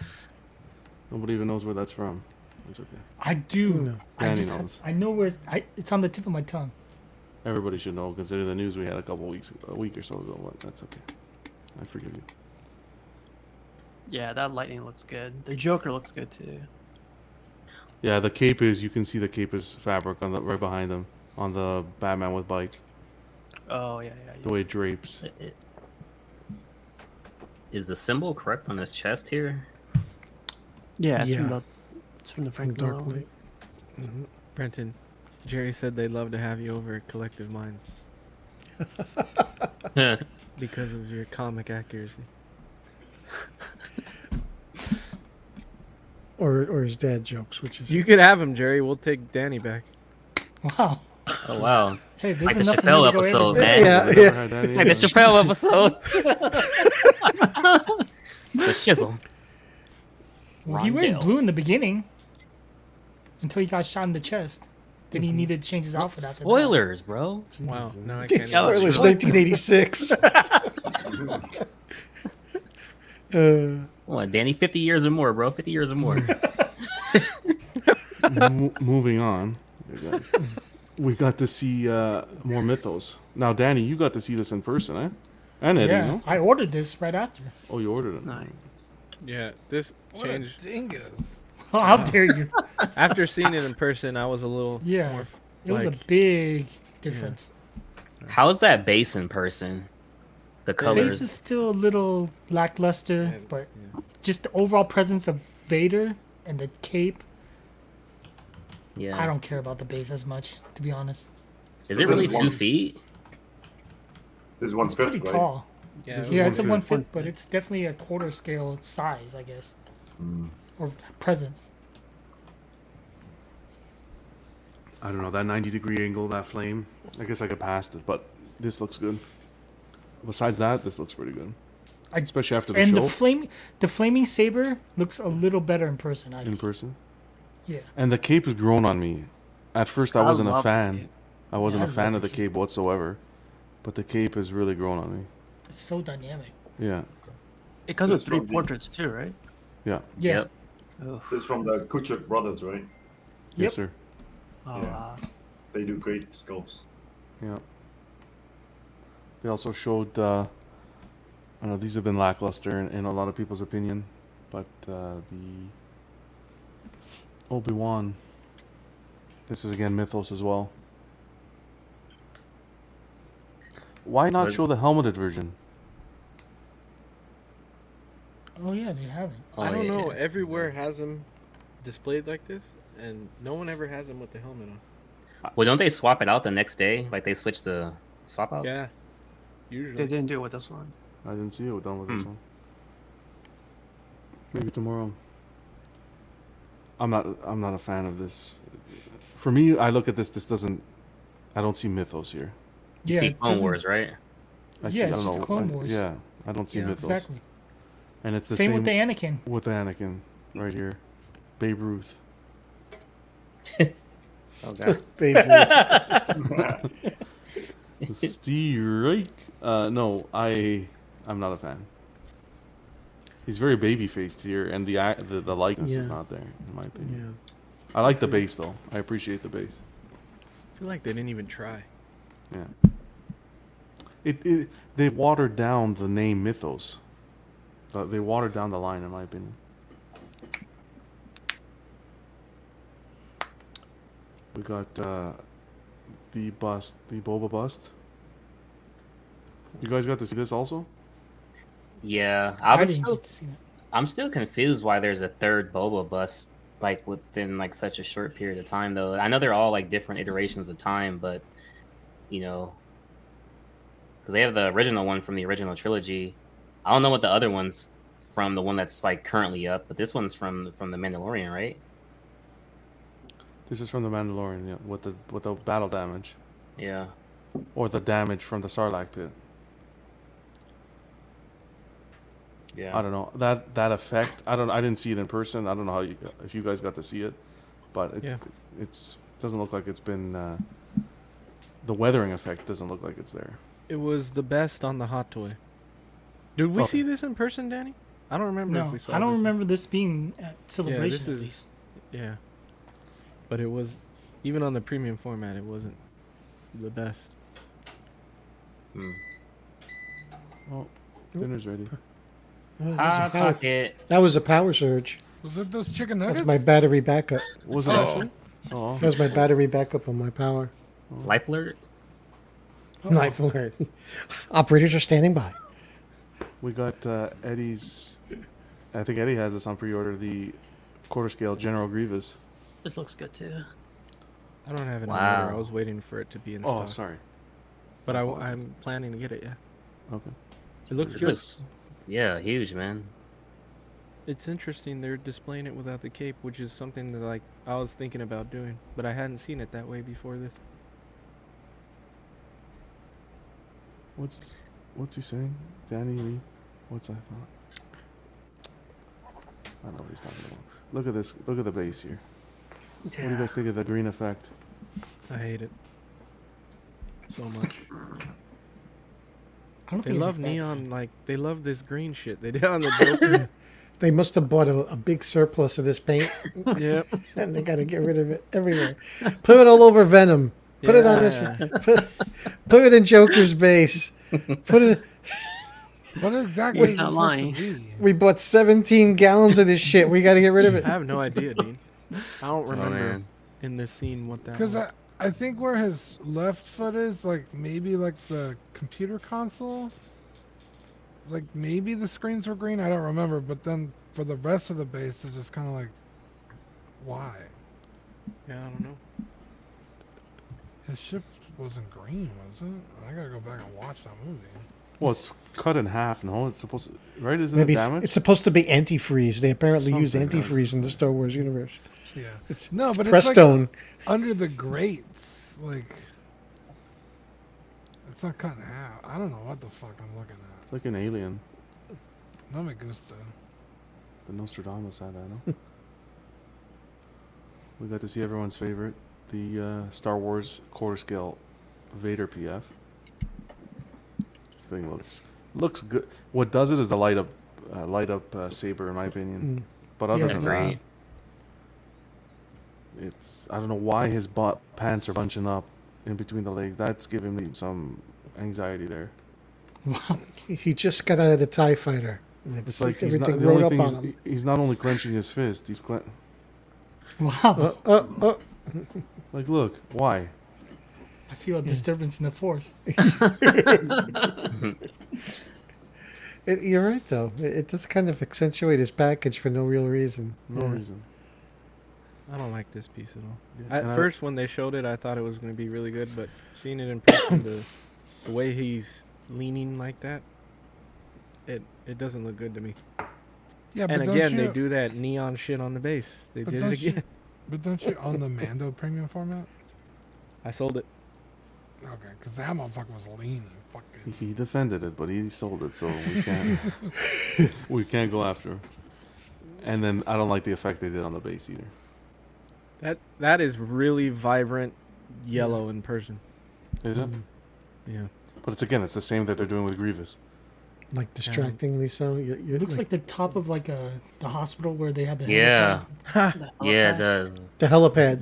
Speaker 3: Nobody even knows where that's from. It's okay.
Speaker 8: I do. I
Speaker 3: Danny
Speaker 8: just.
Speaker 3: knows.
Speaker 8: I know where. It's, I, it's on the tip of my tongue.
Speaker 3: Everybody should know. Consider the news we had a couple weeks, a week or so ago. But that's okay. I forgive you.
Speaker 7: Yeah, that lightning looks good. The Joker looks good too.
Speaker 3: Yeah, the cape is. You can see the cape is fabric on the right behind them on the Batman with bike.
Speaker 7: Oh yeah, yeah.
Speaker 3: The way it drapes.
Speaker 9: Is the symbol correct on his chest here?
Speaker 7: Yeah, it's
Speaker 12: Yeah.
Speaker 7: from the it's from the Frank
Speaker 12: Dark
Speaker 7: Dark
Speaker 12: Knight.
Speaker 6: Mm-hmm. Brenton, Jerry said they'd love to have you over at Collective Minds. because of your comic accuracy.
Speaker 12: or or his dad jokes, which is
Speaker 6: You could have him, Jerry. We'll take Danny back.
Speaker 8: Wow.
Speaker 9: Oh wow.
Speaker 8: Hey, there's
Speaker 9: like the
Speaker 8: enough
Speaker 9: Chappelle
Speaker 8: money to go
Speaker 9: episode,
Speaker 8: everywhere.
Speaker 9: man.
Speaker 8: Yeah,
Speaker 12: Yeah, yeah. yeah.
Speaker 9: Like the Chappelle episode. the shizzle.
Speaker 8: Well, he wears blue in the beginning until he got shot in the chest. Then
Speaker 12: Mm-hmm.
Speaker 8: he needed to change his outfit after that.
Speaker 9: Spoilers, bro.
Speaker 6: Wow. No, I
Speaker 12: Spoilers, 1986.
Speaker 9: Uh, what, Danny? Fifty years or more, bro. Fifty years or more.
Speaker 3: Mo- moving on. We got, we got to see uh, more mythos. Now, Danny, you got to see this in person, eh? And Eddie,
Speaker 8: yeah,
Speaker 3: no?
Speaker 8: I ordered this right after.
Speaker 3: Oh, you ordered it.
Speaker 6: Yeah, this
Speaker 5: What a
Speaker 6: changed.
Speaker 5: dingus.
Speaker 6: Ah,
Speaker 8: Oh, how dare you?
Speaker 6: After seeing it in person, I was a little
Speaker 8: Yeah,
Speaker 6: more f-
Speaker 8: it was
Speaker 6: like-
Speaker 8: a big difference.
Speaker 9: How is that bass in person? The
Speaker 8: The
Speaker 9: colors.
Speaker 8: face is still a little lackluster, but just the overall presence of Vader and the cape.
Speaker 9: yeah.
Speaker 8: I don't care about the base as much, to be honest.
Speaker 9: Is it really two feet?
Speaker 11: This is one
Speaker 8: It's pretty
Speaker 11: fifth, right?
Speaker 8: tall.
Speaker 11: Yeah,
Speaker 8: Yeah,
Speaker 11: it was
Speaker 8: it's a
Speaker 11: one
Speaker 8: one
Speaker 11: fifth.
Speaker 8: foot, but it's definitely a quarter scale size, I guess,
Speaker 6: Mm.
Speaker 8: or presence.
Speaker 3: I don't know that ninety degree angle, that flame. I guess I could pass it, but this looks good. Besides that, this looks pretty good,
Speaker 8: I-
Speaker 3: especially after the
Speaker 8: And
Speaker 3: show
Speaker 8: the flame, the flaming saber looks a little better in person. I
Speaker 3: in person.
Speaker 8: yeah.
Speaker 3: And the cape has grown on me. At first, I
Speaker 8: I
Speaker 3: wasn't a
Speaker 8: love the
Speaker 3: fan. I wasn't
Speaker 8: Yeah,
Speaker 3: a
Speaker 8: I
Speaker 3: fan
Speaker 8: love
Speaker 3: of the cape whatsoever, but the cape has really grown on me.
Speaker 8: It's so dynamic.
Speaker 3: Yeah,
Speaker 7: It comes
Speaker 11: This
Speaker 7: with three
Speaker 11: one, yeah.
Speaker 7: portraits too, right?
Speaker 3: yeah.
Speaker 8: Yeah.
Speaker 11: This is from the Kuchuk brothers, right?
Speaker 3: Yes, sir.
Speaker 7: Oh,
Speaker 11: Yeah.
Speaker 7: wow.
Speaker 11: They do great sculpts.
Speaker 3: Yeah. They also showed. Uh, I know these have been lackluster in, in a lot of people's opinion, but uh, the Obi Wan. This is again Mythos as well. Why not
Speaker 9: What-
Speaker 3: show the helmeted version?
Speaker 8: Oh yeah, they haven't.
Speaker 6: I don't know. Everywhere has him displayed like this, and no one ever has him with the helmet on.
Speaker 9: Well, don't they swap it out the next day? Like they switch the swap outs.
Speaker 6: Yeah. Usually.
Speaker 7: They didn't do it with this one.
Speaker 3: I didn't see it with done with this
Speaker 9: Hmm.
Speaker 3: one. Maybe tomorrow. I'm not. I'm not a fan of this. For me, I look at this. This doesn't. I don't see Mythos here.
Speaker 9: You
Speaker 8: Yeah,
Speaker 9: see
Speaker 8: it
Speaker 9: Clone
Speaker 8: doesn't-
Speaker 9: Wars, right?
Speaker 3: I
Speaker 8: Yeah,
Speaker 3: see, I
Speaker 8: it's
Speaker 3: don't
Speaker 8: just
Speaker 3: know,
Speaker 8: Clone
Speaker 3: I-
Speaker 8: Wars.
Speaker 3: yeah, I don't see
Speaker 8: Yeah.
Speaker 3: Mythos.
Speaker 8: Exactly.
Speaker 3: And it's the same,
Speaker 8: Same with the Anakin.
Speaker 3: With the Anakin, right here, Babe Ruth.
Speaker 9: Oh god.
Speaker 3: Babe Ruth. Strike. Uh, no, I. I'm not a fan. He's very baby faced here, and the ac- the, the likeness is
Speaker 6: Yeah.
Speaker 3: not there, in my opinion. I like the bass though. I appreciate the bass.
Speaker 6: I feel like they didn't even try.
Speaker 3: Yeah. It, it they watered down the name Mythos. Uh, They watered down the line, in my opinion. We got uh, the bust, the Boba bust. You guys got to see this also.
Speaker 9: Yeah,
Speaker 8: I,
Speaker 9: I was
Speaker 8: didn't
Speaker 9: still,
Speaker 8: get to see that.
Speaker 9: I'm still confused why there's a third Boba bust like within like such a short period of time though. I know they're all like different iterations of time, but you know, because they have the original one from the original trilogy. I don't know what the other ones from the one that's like currently up, but this one's from from the Mandalorian, right?
Speaker 3: This is from the Mandalorian, yeah, with the with the battle damage,
Speaker 9: Yeah.
Speaker 3: or the damage from the Sarlacc pit.
Speaker 9: Yeah.
Speaker 3: I don't know that that effect. I don't. I didn't see it in person. I don't know how you if you guys got to see it, but it,
Speaker 6: Yeah.
Speaker 3: it's doesn't look like it's been. Uh, the weathering effect doesn't look like it's there.
Speaker 6: It was the best on the hot toy. Did we
Speaker 3: Oh.
Speaker 6: see this in person, Danny? I don't remember if
Speaker 8: No,
Speaker 6: we saw.
Speaker 8: I don't
Speaker 6: this.
Speaker 8: remember this being at celebration.
Speaker 6: Yeah, this
Speaker 8: at
Speaker 6: is.
Speaker 8: least.
Speaker 6: Yeah. But it was, even on the premium format, it wasn't the best.
Speaker 9: Hmm.
Speaker 3: Oh, dinner's ready.
Speaker 12: That was
Speaker 9: Hot
Speaker 12: a power-
Speaker 9: pocket.
Speaker 12: That was a power surge.
Speaker 5: Was it those chicken nuggets?
Speaker 12: That's my battery backup.
Speaker 3: Was
Speaker 5: it Oh. actually?
Speaker 3: Oh.
Speaker 12: That was my battery backup on my power.
Speaker 9: Life alert.
Speaker 12: Knife alert. Operators are standing by.
Speaker 3: We got uh, Eddie's. I think Eddie has this on pre-order. The quarter scale General Grievous.
Speaker 7: This looks good too.
Speaker 6: I don't have an
Speaker 9: Wow.
Speaker 6: order. I was waiting for it to be in
Speaker 3: Oh,
Speaker 6: stock.
Speaker 3: sorry.
Speaker 6: But I, am planning to get it. Yeah.
Speaker 3: Okay.
Speaker 6: It looks
Speaker 9: This
Speaker 6: good.
Speaker 9: looks- yeah, huge, man.
Speaker 6: It's interesting they're displaying it without the cape, which is something that like I was thinking about doing, but I hadn't seen it that way before this.
Speaker 3: What's what's he saying? Danny Lee. What's I thought? I know what he's talking about. Look at this. Look at the base here. What do you guys think of the green effect?
Speaker 6: I hate it so much.
Speaker 8: don't
Speaker 6: they
Speaker 8: think it's
Speaker 6: love
Speaker 8: that bad.
Speaker 6: neon like they love this green shit they did on the Joker.
Speaker 12: They must have bought a, a big surplus of this paint.
Speaker 6: Yep.
Speaker 12: and they got to get rid of it everywhere. Put it all over Venom. Put it on
Speaker 6: Yeah.
Speaker 12: this. Put, put it in Joker's base. Put it.
Speaker 5: What exactly
Speaker 12: You're
Speaker 5: is
Speaker 12: not
Speaker 5: this
Speaker 12: lying.
Speaker 5: supposed to be?
Speaker 12: We bought 17 gallons of this shit. We got to get rid of
Speaker 6: I
Speaker 12: it.
Speaker 6: have no idea, Dean. I don't remember
Speaker 12: man.
Speaker 6: in this scene what that
Speaker 5: Because
Speaker 6: was.
Speaker 5: I, I think where his left foot is, like maybe like the computer console, like maybe the screens were green. I don't remember. But then for the rest of the base, it's just kind of like, why?
Speaker 6: Yeah, I don't know.
Speaker 5: His ship wasn't green, was it? I gotta go back and watch that movie.
Speaker 3: Well, it's cut in half. No, it's supposed to, right? Isn't
Speaker 12: Maybe
Speaker 3: it
Speaker 12: it's,
Speaker 3: damaged?
Speaker 12: it's supposed to be antifreeze. They apparently use
Speaker 3: Something, right?
Speaker 12: antifreeze in the Star Wars universe.
Speaker 5: Yeah.
Speaker 12: It's
Speaker 5: no,
Speaker 12: it's
Speaker 5: but
Speaker 12: pressed
Speaker 5: it's like
Speaker 12: stone.
Speaker 5: under the grates. Like it's not cut in half. I don't know what the fuck I'm looking at.
Speaker 3: It's like an alien.
Speaker 5: No me gusta.
Speaker 3: The Nostradamus had that. No? we got to see everyone's favorite, the uh, Star Wars quarter scale Vader PF. This thing looks looks good. What does it is the light up uh, light up uh, saber, in my opinion.
Speaker 12: Mm.
Speaker 3: But other
Speaker 12: Yeah,
Speaker 3: than
Speaker 12: agreed.
Speaker 3: that, it's I don't know why his butt pants are bunching up in between the legs. That's giving me some anxiety there.
Speaker 12: He just got out of the Tie Fighter. And
Speaker 3: It's like he's not,
Speaker 12: everything
Speaker 3: the only
Speaker 12: rode up
Speaker 3: thing
Speaker 12: on
Speaker 3: he's,
Speaker 12: him.
Speaker 3: he's not only clenching his fist, he's clen-
Speaker 8: Wow.
Speaker 12: Uh, uh, uh.
Speaker 3: like look why
Speaker 8: I feel a disturbance in the force.
Speaker 12: It, you're right, though. It, it does kind of accentuate his package for no real reason.
Speaker 3: no
Speaker 12: Yeah.
Speaker 3: reason.
Speaker 6: I don't like this piece at all.
Speaker 3: Yeah,
Speaker 6: At
Speaker 3: and I-
Speaker 6: first, when they showed it, I thought it was going to be really good, but seeing it in person, the, the way he's leaning like that, it it doesn't look good to me.
Speaker 5: Yeah,
Speaker 6: and
Speaker 5: but don't
Speaker 6: again, they
Speaker 5: you-
Speaker 6: do that neon shit on the base. They
Speaker 5: But
Speaker 6: did
Speaker 5: don't
Speaker 6: it again.
Speaker 5: You, but don't you own the Mando premium format?
Speaker 6: I sold it.
Speaker 5: Okay, because that motherfucker was leaning. Fuck.
Speaker 3: He, he defended it, but he sold it, so we can't we can't go after him. And then I don't like the effect they did on the base either.
Speaker 6: That that is really vibrant yellow in person.
Speaker 3: Is
Speaker 5: Mm-hmm.
Speaker 3: it?
Speaker 6: Yeah.
Speaker 3: But it's again, it's the same that they're doing with Grievous.
Speaker 12: Like
Speaker 1: Um,
Speaker 12: distractingly so. You, you,
Speaker 8: It looks like the top of like a the hospital where they had the
Speaker 9: Yeah.
Speaker 8: helipad.
Speaker 9: Yeah, it does.
Speaker 12: the helipad.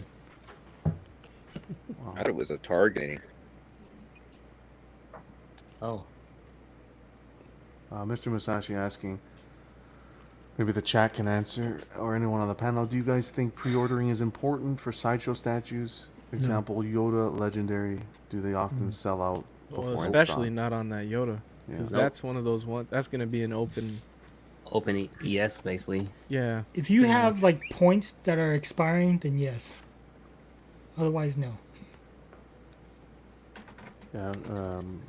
Speaker 1: I thought it was a targeting.
Speaker 9: Oh.
Speaker 3: Uh, Mr. Musashi asking, maybe the chat can answer, or anyone on the panel, do you guys think pre ordering is important for sideshow statues? Example, Yoda Legendary, do they often
Speaker 6: Mm.
Speaker 3: sell out?
Speaker 6: Well,
Speaker 3: before it's
Speaker 6: especially
Speaker 3: done?
Speaker 6: not on that Yoda,
Speaker 3: Yeah.
Speaker 6: because
Speaker 9: Nope.
Speaker 6: that's one of those one. That's going to be an open.
Speaker 9: Open ES E basically.
Speaker 6: Yeah.
Speaker 8: If you have like points that are expiring, then yes. Otherwise, no.
Speaker 3: Yeah. Um,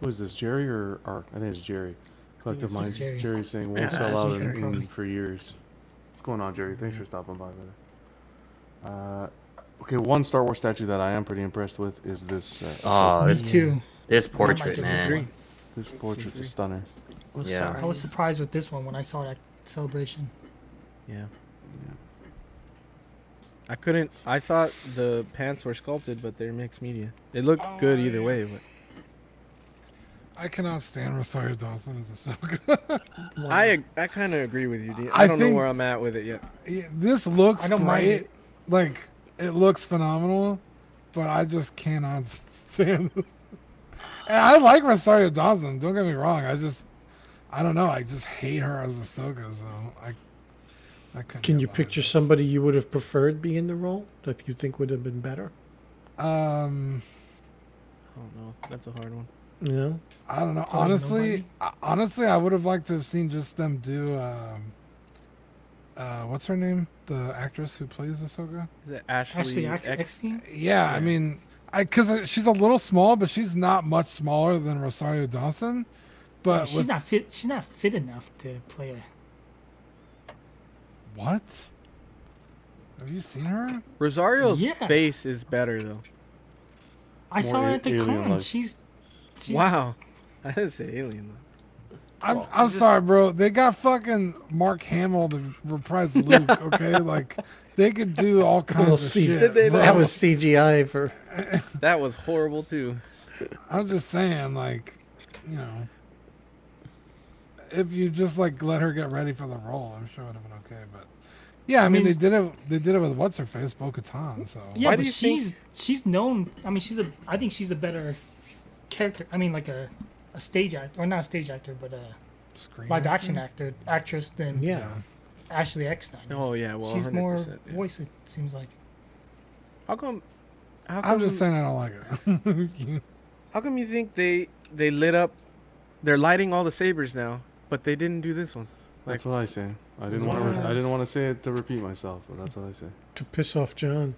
Speaker 3: who is this, Jerry or Ark? I think it's Jerry. Collective
Speaker 8: this is
Speaker 3: Minds.
Speaker 8: Jerry.
Speaker 3: Jerry. saying won't
Speaker 8: Yeah,
Speaker 3: sell
Speaker 8: that's
Speaker 3: out
Speaker 8: what
Speaker 3: in,
Speaker 8: they're
Speaker 3: in-
Speaker 8: calling.
Speaker 3: for years. What's going on, Jerry? Thanks for stopping by, brother. Uh, okay, one Star Wars statue that I am pretty impressed with is this. Uh,
Speaker 9: Oh,
Speaker 8: Me
Speaker 9: this,
Speaker 8: too.
Speaker 9: This
Speaker 8: I might
Speaker 9: portrait,
Speaker 8: get this
Speaker 9: man.
Speaker 8: one.
Speaker 3: This portrait's a stunner.
Speaker 9: Oh, Yeah. sorry.
Speaker 8: I was surprised with this one when I saw that celebration.
Speaker 6: Yeah. I couldn't. I thought the pants were sculpted, but they're mixed media. They look
Speaker 5: Oh,
Speaker 6: good either way. But
Speaker 5: I cannot stand Rosario Dawson as Ahsoka.
Speaker 6: I ag- I kind of agree with you. D.
Speaker 5: I
Speaker 6: I don't know
Speaker 5: think-
Speaker 6: where I'm at with it yet.
Speaker 5: Yeah, this looks
Speaker 6: I don't
Speaker 5: great.
Speaker 6: mind it.
Speaker 5: Like it looks phenomenal, but I just cannot stand. it. and I like Rosario Dawson. Don't get me wrong. I just, I don't know. I just hate her as Ahsoka. So I, I couldn't.
Speaker 12: Can you picture somebody you would have preferred be in the role that you think would have been better?
Speaker 5: Um,
Speaker 6: I don't know. Oh, That's a hard one.
Speaker 12: You know?
Speaker 5: I don't know.
Speaker 6: Probably
Speaker 5: Honestly, I, honestly, I would have liked to have seen just them do. Um, uh, what's her name? The actress who plays Ahsoka.
Speaker 6: Is it Ashley,
Speaker 8: Ashley Eck- Eckstein?
Speaker 5: Yeah, I mean, because she's a little small, but she's not much smaller than Rosario Dawson. But
Speaker 8: she's
Speaker 5: with,
Speaker 8: not fit. She's not fit enough to play her.
Speaker 5: what? Have you seen her?
Speaker 6: Rosario's
Speaker 8: Yeah.
Speaker 6: face is better though.
Speaker 8: I saw her at the con. She's, she's
Speaker 6: wow. I didn't say alien
Speaker 5: I'm,
Speaker 6: Well,
Speaker 5: I'm
Speaker 6: just-
Speaker 5: sorry, bro. They got fucking Mark Hamill to reprise Luke. Okay, like they could do all kinds
Speaker 12: We'll
Speaker 5: of
Speaker 12: see.
Speaker 5: shit. bro.
Speaker 12: That was CGI for.
Speaker 6: though. That was horrible too.
Speaker 5: I'm just saying, like, you know, if you just like let her get ready for the role, I'm sure it would have been okay. But yeah, I
Speaker 8: I
Speaker 5: mean,
Speaker 8: mean-
Speaker 5: they did it. They did it with what's her face, Bo Katan. So
Speaker 8: Yeah, but she's she's known. I mean, she's a. I think she's a better character. I mean, like a a stage actor, or not a stage actor, but a
Speaker 5: Screen
Speaker 8: live action
Speaker 5: actor?
Speaker 8: actor actress than
Speaker 5: Yeah.
Speaker 8: Ashley Eckstein. is.
Speaker 6: Oh, yeah, well,
Speaker 8: she's more
Speaker 6: 100%, yeah.
Speaker 8: voice. It seems like.
Speaker 6: How come? How come
Speaker 5: I'm just saying I don't like it.
Speaker 6: How come you think they they lit up? They're lighting all the sabers now, but they didn't do this one.
Speaker 3: That's what I say. I didn't want to. I didn't want to say it to repeat myself, but that's what I say.
Speaker 12: To piss off John.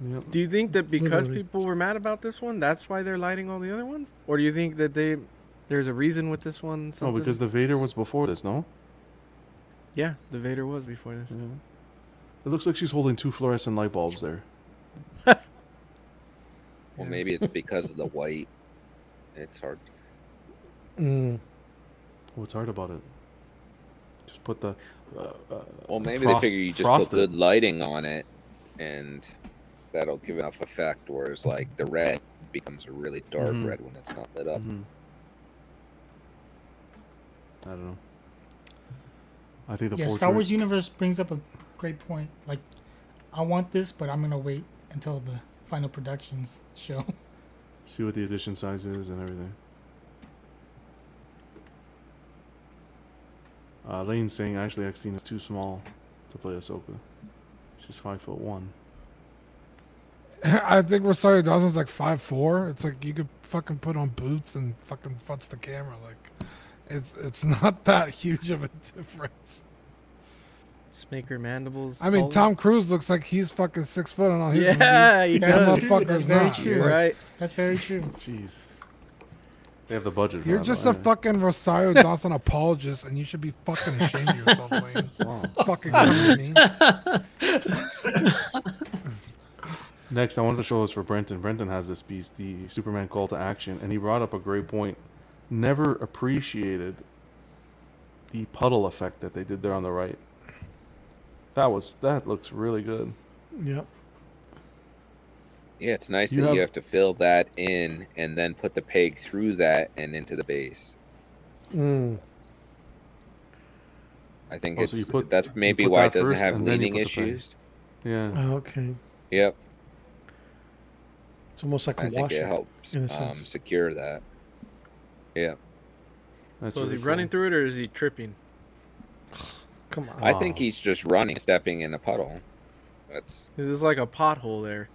Speaker 6: Do you think that because
Speaker 12: Literally.
Speaker 6: people were mad about this one, that's why they're lighting all the other ones, or do you think that they there's a reason with this one?
Speaker 3: No,
Speaker 6: Something?
Speaker 3: because the Vader was before this. No,
Speaker 6: yeah, the Vader was before this.
Speaker 3: it looks like she's holding two fluorescent light bulbs there.
Speaker 1: Well, maybe it's because of the white. It's hard.
Speaker 12: Mm.
Speaker 3: What's hard about it? Just put the. Uh, uh,
Speaker 1: Well, maybe
Speaker 3: frost-
Speaker 1: they figure you just
Speaker 3: frost
Speaker 1: put
Speaker 3: it.
Speaker 1: good lighting on it, and that'll give enough effect. Whereas, like the red becomes a really dark
Speaker 3: Mhm.
Speaker 1: red when it's not lit up.
Speaker 3: Mhm. I don't know. I think the
Speaker 8: yeah,
Speaker 3: portrait.
Speaker 8: Star Wars universe brings up a great point. Like, I want this, but I'm gonna wait until the final productions show.
Speaker 3: See what the edition size is and everything. Uh, Lane's saying Ashley Eckstein is too small to play Ahsoka. She's five foot one.
Speaker 5: I think Rosario Dawson's like five four. It's like you could fucking put on boots and fucking futz the camera. Like, it's it's not that huge of a difference.
Speaker 6: Just make her mandibles.
Speaker 5: I mean,
Speaker 6: taller.
Speaker 5: Tom Cruise looks like he's fucking six foot on all his
Speaker 6: Yeah,
Speaker 5: movies.
Speaker 6: he
Speaker 5: That
Speaker 6: does.
Speaker 5: motherfucker's
Speaker 6: That's very
Speaker 5: not.
Speaker 6: true,
Speaker 5: Like,
Speaker 6: right?
Speaker 8: That's very true.
Speaker 3: Jeez. They have the budget.
Speaker 5: You're
Speaker 3: for that,
Speaker 5: just a
Speaker 3: don't they?
Speaker 5: fucking Rosario Dawson apologist, and you should be fucking ashamed of yourself, Wayne. Fucking you know what I mean?
Speaker 3: Next, I wanted to show this for Brenton. Brenton has this piece, the Superman call to action, and he brought up a great point. Never appreciated the puddle effect that they did there on the right. That was that looks really good.
Speaker 12: Yep.
Speaker 1: Yeah, it's nice
Speaker 3: You
Speaker 1: that
Speaker 3: have-
Speaker 1: you have to fill that in and then put the peg through that and into the base.
Speaker 12: Mm.
Speaker 1: I think
Speaker 3: Oh, so
Speaker 1: it's
Speaker 3: you put-
Speaker 1: that's
Speaker 3: you
Speaker 1: maybe
Speaker 3: put
Speaker 1: why
Speaker 3: that
Speaker 1: it doesn't
Speaker 3: first
Speaker 1: have
Speaker 3: and then you
Speaker 1: leaning
Speaker 3: put the peg.
Speaker 1: issues.
Speaker 3: Yeah.
Speaker 12: Oh, okay.
Speaker 1: Yep,
Speaker 12: It's almost like
Speaker 1: I
Speaker 12: a
Speaker 1: think
Speaker 12: washer.
Speaker 1: it helps
Speaker 12: In a
Speaker 1: um,
Speaker 12: sense.
Speaker 1: secure that. Yeah,
Speaker 6: so is he running through it or is he tripping?
Speaker 12: Come on.
Speaker 1: I
Speaker 3: Ah.
Speaker 1: think he's just running, stepping in a puddle. That's
Speaker 6: This is like a pothole there.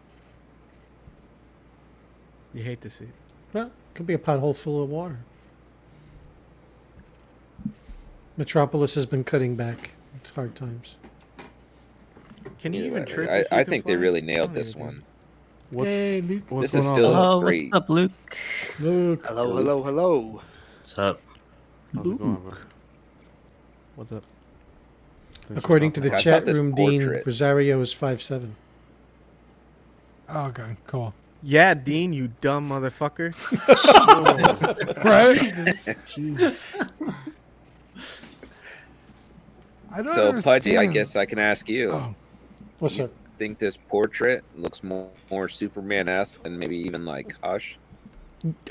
Speaker 6: You hate to see it.
Speaker 12: Well, could be a pothole full of water. Metropolis has been cutting back. It's hard times.
Speaker 6: Can you
Speaker 1: either
Speaker 6: even
Speaker 1: way,
Speaker 6: trip? if
Speaker 1: I,
Speaker 6: you
Speaker 1: I
Speaker 6: can
Speaker 1: think they
Speaker 6: fly?
Speaker 1: really
Speaker 6: I
Speaker 1: nailed
Speaker 6: don't
Speaker 1: this
Speaker 6: even think-
Speaker 1: one.
Speaker 3: What's,
Speaker 8: hey, Luke.
Speaker 3: what's
Speaker 1: this is
Speaker 3: going
Speaker 1: still
Speaker 3: on?
Speaker 16: Hello,
Speaker 1: great.
Speaker 16: what's up, Luke?
Speaker 12: Luke.
Speaker 16: Hello, hello, hello.
Speaker 9: What's up?
Speaker 3: How's it going, bro?
Speaker 6: What's up?
Speaker 12: According to the
Speaker 1: I thought
Speaker 12: chat
Speaker 1: this
Speaker 12: room, Dean
Speaker 1: portrait-
Speaker 12: Rosario is five seven.
Speaker 5: Oh, okay, cool.
Speaker 6: Yeah, Dean, you dumb motherfucker.
Speaker 5: Right? I don't
Speaker 1: So Pudgy, I
Speaker 5: understand.
Speaker 1: guess I can ask you.
Speaker 3: Oh.
Speaker 12: What's
Speaker 1: you
Speaker 12: up?
Speaker 1: Think this portrait looks more, more Superman-esque than maybe even like Hush?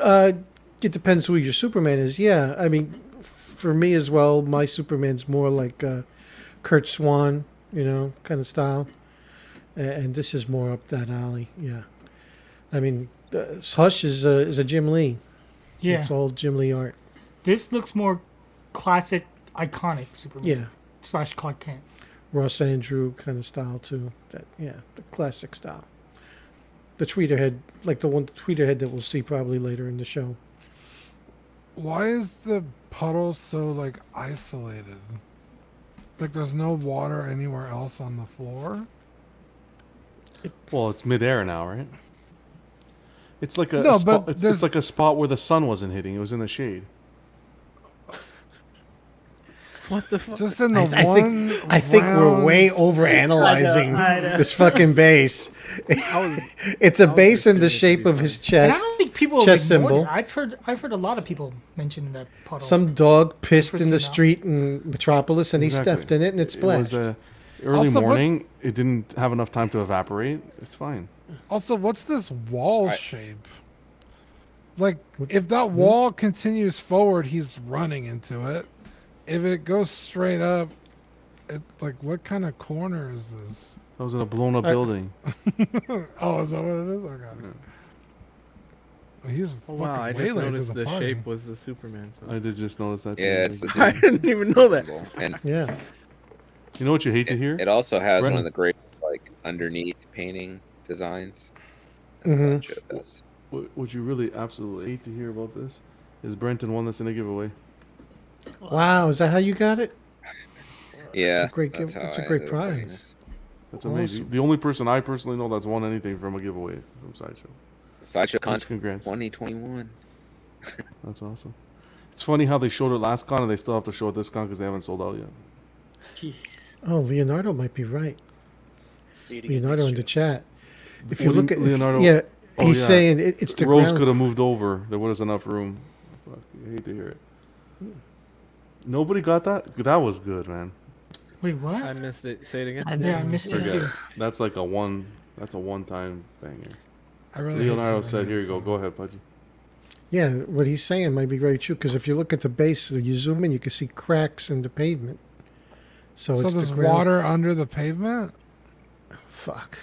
Speaker 12: Uh, it depends who your Superman is. Yeah, I mean, f- for me as well, my Superman's more like uh, Kurt Swan, you know, kind of style, A- and this is more up that alley. Yeah, I mean, uh, Hush is a is a Jim Lee.
Speaker 8: Yeah.
Speaker 12: it's all Jim Lee art.
Speaker 8: This looks more classic, iconic Superman.
Speaker 12: Yeah.
Speaker 8: Slash Clark Kent.
Speaker 12: Ross Andrew kind of style too. That yeah, the classic style. The tweeter head, like the one the tweeter head that we'll see probably later in the show.
Speaker 5: Why is the puddle so like isolated? Like, there's no water anywhere else on the floor.
Speaker 3: Well, it's midair now, right? It's like a,
Speaker 5: No,
Speaker 3: a spot,
Speaker 5: but
Speaker 3: it's,
Speaker 5: there's-
Speaker 3: it's like a spot where the sun wasn't hitting. It was in the shade.
Speaker 6: What the fuck?
Speaker 5: Just in the
Speaker 12: I
Speaker 5: one.
Speaker 12: think, I think we're way over analyzing
Speaker 5: I know, I know.
Speaker 12: this fucking bass. it's a bass in the shape of his
Speaker 8: And
Speaker 12: chest.
Speaker 8: I don't think people have
Speaker 12: chest
Speaker 8: ignored
Speaker 12: symbol.
Speaker 8: It. I've heard I've heard a lot of people mention that puddle.
Speaker 12: Some dog pissed
Speaker 8: First
Speaker 12: in the
Speaker 8: came out.
Speaker 12: street in Metropolis, and he
Speaker 3: Exactly.
Speaker 12: stepped in it, and it splashed.
Speaker 3: It was uh, early
Speaker 5: Also, what-
Speaker 3: morning. It didn't have enough time to evaporate. It's fine.
Speaker 5: Also, what's this wall shape? Like, if that wall continues forward, he's running into it. If it goes straight up, it like what kind of corner is this?
Speaker 3: That was in a blown up
Speaker 5: I-
Speaker 3: building.
Speaker 5: oh, is that what it is? Okay. He's
Speaker 6: Oh,
Speaker 5: fucking
Speaker 6: wow, I just
Speaker 5: waylaid to
Speaker 6: noticed
Speaker 5: the,
Speaker 6: the,
Speaker 5: party.
Speaker 6: shape was the Superman. So.
Speaker 3: I did just notice that.
Speaker 1: Yeah,
Speaker 3: too.
Speaker 1: it's the
Speaker 6: I didn't even know that.
Speaker 1: And
Speaker 12: yeah.
Speaker 3: You know what you hate to hear?
Speaker 1: It also has one
Speaker 3: Brennan.
Speaker 1: of the great like underneath painting designs.
Speaker 12: Mhm.
Speaker 3: What, what you really absolutely hate to hear about this is Brenton won this in a giveaway.
Speaker 12: Wow, is that how you got it?
Speaker 1: Yeah,
Speaker 12: it's a great,
Speaker 1: that's
Speaker 12: gift.
Speaker 1: how
Speaker 12: it's
Speaker 1: I
Speaker 12: a great
Speaker 1: ended up winning
Speaker 12: prize.
Speaker 3: That's amazing. The only person I personally know that's won anything from a giveaway from Sideshow.
Speaker 1: Sideshow
Speaker 3: Con
Speaker 1: Contra
Speaker 3: Congrats.
Speaker 1: 2021.
Speaker 3: That's awesome. It's funny how they showed it last con and they still have to show it this con because they haven't sold out yet.
Speaker 12: Oh, Leonardo might be right. Leonardo in the chat. If you
Speaker 3: Well,
Speaker 12: look at if-
Speaker 3: Leonardo,
Speaker 12: yeah,
Speaker 3: oh,
Speaker 12: he's
Speaker 3: yeah.
Speaker 12: saying it, it's the
Speaker 3: Rose
Speaker 12: ground-
Speaker 3: could have moved over. There was enough room. Fuck, I hate to hear it. Nobody got that. That was good, man.
Speaker 8: Wait, what?
Speaker 6: I missed it. Say it again.
Speaker 8: I missed Yeah, I it. missed it
Speaker 3: Forget
Speaker 8: too.
Speaker 3: That's like a one. That's a one-time banger.
Speaker 5: I really hate
Speaker 3: Leonardo
Speaker 5: Superman,
Speaker 3: said, "Here you go. Go ahead, Pudgy."
Speaker 12: Yeah, what he's saying might be very true because if you look at the base, you zoom in, you can see cracks in the pavement. So,
Speaker 5: so
Speaker 12: it's
Speaker 5: there's
Speaker 12: the ground-
Speaker 5: water under the pavement.
Speaker 12: Fuck.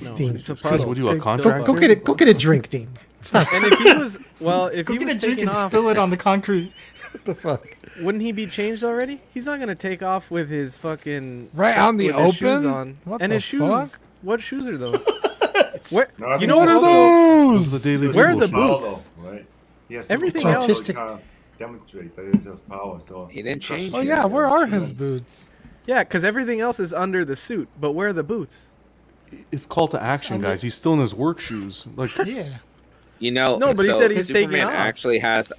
Speaker 6: No,
Speaker 12: Dean,
Speaker 6: it's a
Speaker 12: go-
Speaker 6: puddle. What are you, a
Speaker 12: go-
Speaker 6: contractor?
Speaker 12: Go, get it. Go get a drink, Dean. Stop.
Speaker 6: And if he was well, if
Speaker 8: Go
Speaker 6: he
Speaker 8: get
Speaker 6: was
Speaker 8: a drink
Speaker 6: taking
Speaker 8: and
Speaker 6: off,
Speaker 8: spill it on the concrete.
Speaker 12: what the fuck?
Speaker 6: wouldn't he be changed already? He's not gonna take off with his fucking
Speaker 5: Right out in the
Speaker 6: with his shoes
Speaker 5: open?
Speaker 6: on.
Speaker 5: What
Speaker 6: and
Speaker 5: the
Speaker 6: his shoes.
Speaker 5: fuck?
Speaker 6: What shoes are those? Where,
Speaker 11: Nothing.
Speaker 6: you know what
Speaker 11: What
Speaker 6: are
Speaker 11: are
Speaker 6: those?
Speaker 3: Those are daily
Speaker 6: Where are the
Speaker 11: Paulo,
Speaker 6: boots?
Speaker 11: right? Yes,
Speaker 6: Everything
Speaker 11: Paulo
Speaker 6: else-
Speaker 11: is trying to uh, Demonstrate that it's just power. So
Speaker 1: He didn't
Speaker 11: Trust
Speaker 1: change
Speaker 11: you.
Speaker 5: Oh yeah, where are his boots?
Speaker 6: Yeah, because everything else is under the suit, but where are the boots?
Speaker 3: It's call to action, guys. He's still in his work shoes. Like,
Speaker 8: Yeah.
Speaker 1: You know,
Speaker 6: No, but he
Speaker 1: so
Speaker 6: said he's taking
Speaker 1: Superman
Speaker 6: off.
Speaker 1: actually has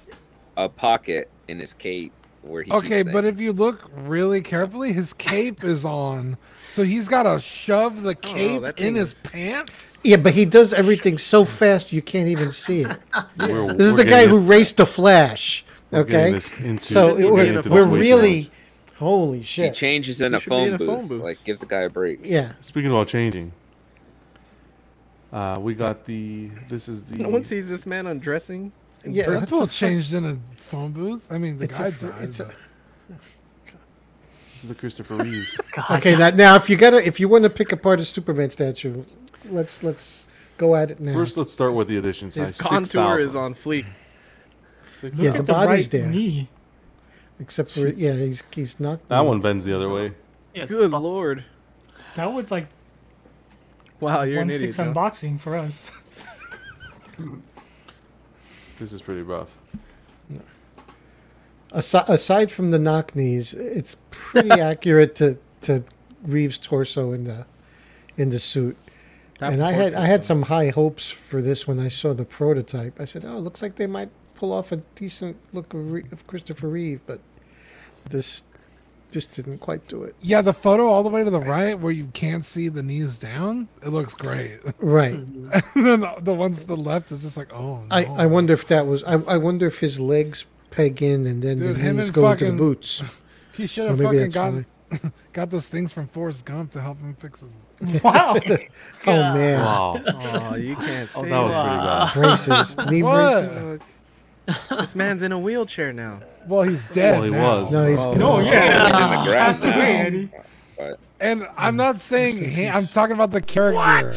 Speaker 1: a pocket in his cape where he.
Speaker 5: Okay,
Speaker 1: keeps
Speaker 5: but
Speaker 1: things.
Speaker 5: if you look really carefully, his cape is on, so he's got to shove the cape
Speaker 6: that
Speaker 5: in
Speaker 6: thing
Speaker 5: his pants.
Speaker 12: Yeah, but he does everything so fast you can't even see it.
Speaker 3: We're-
Speaker 12: this is
Speaker 3: we're
Speaker 12: the guy
Speaker 3: getting
Speaker 12: who raced the Flash.
Speaker 3: We're getting
Speaker 12: Okay,
Speaker 3: this into- we're
Speaker 12: so it-
Speaker 3: getting
Speaker 12: we're,
Speaker 3: into
Speaker 12: we're
Speaker 3: this way
Speaker 12: really, holy shit.
Speaker 1: he changes in a,
Speaker 3: should be in
Speaker 1: phone,
Speaker 3: a
Speaker 1: booth.
Speaker 3: phone booth.
Speaker 1: like give the guy a break.
Speaker 12: Yeah.
Speaker 3: Speaking about changing, uh, we got the. This is the.
Speaker 6: No one sees this man undressing.
Speaker 12: Yeah, what the
Speaker 5: Deadpool
Speaker 12: fuck?
Speaker 5: changed in a phone booth. I mean, the
Speaker 12: It's a
Speaker 5: guy
Speaker 12: fr-
Speaker 5: died.
Speaker 12: it's a-
Speaker 5: but-
Speaker 3: This is the Christopher Reeves.
Speaker 12: Okay, that now if you gotta if you want to pick apart a Superman statue, let's let's go at it now.
Speaker 3: First, let's start with the edition size.
Speaker 6: His contour is
Speaker 3: 6,000.
Speaker 6: on fleek.
Speaker 3: Six
Speaker 12: yeah,
Speaker 3: thousand.
Speaker 12: the body's
Speaker 8: right
Speaker 12: there,
Speaker 8: knee.
Speaker 12: except for yeah, he's he's knocked.
Speaker 3: That one bends the other way.
Speaker 6: Good lord!
Speaker 8: That was like
Speaker 6: Wow, Oh, you're
Speaker 8: one
Speaker 6: an idiot.
Speaker 8: six
Speaker 6: Joe.
Speaker 8: unboxing for us.
Speaker 3: This is pretty rough.
Speaker 12: Asi- aside from the knock knees, it's pretty accurate to to Reeves' torso in the in the suit.
Speaker 6: That
Speaker 12: and I had
Speaker 6: portrait,
Speaker 12: I had some high hopes for this when I saw the prototype. I said, "Oh, it looks like they might pull off a decent look of, Re- of Christopher Reeve," but this this didn't quite do it.
Speaker 5: Yeah, the photo all the way to the right where you can't see the knees down. It looks great.
Speaker 12: Right.
Speaker 5: and then the ones to the left is just like, oh no.
Speaker 12: I, I wonder if that was I, I wonder if his legs peg in and then
Speaker 5: Dude,
Speaker 12: the
Speaker 5: him
Speaker 12: knees
Speaker 5: and
Speaker 12: go into
Speaker 5: fucking-
Speaker 12: the boots.
Speaker 5: he should
Speaker 12: So
Speaker 5: have
Speaker 12: maybe
Speaker 5: fucking
Speaker 12: that's
Speaker 5: gotten got those things from Forrest Gump to help him fix his.
Speaker 8: Wow.
Speaker 12: Oh man.
Speaker 3: Wow.
Speaker 6: Oh, you can't see.
Speaker 3: Oh, that was pretty bad.
Speaker 12: Braces. Knee braces.
Speaker 5: What?
Speaker 6: This man's in a wheelchair now.
Speaker 5: Well, he's dead.
Speaker 3: Well, he
Speaker 5: now. Oh.
Speaker 3: was.
Speaker 12: No, he's
Speaker 8: No, yeah.
Speaker 1: He's in the grass
Speaker 8: Passed away,
Speaker 1: now.
Speaker 8: Eddie.
Speaker 1: But
Speaker 5: And I'm not saying he, I'm talking about the character.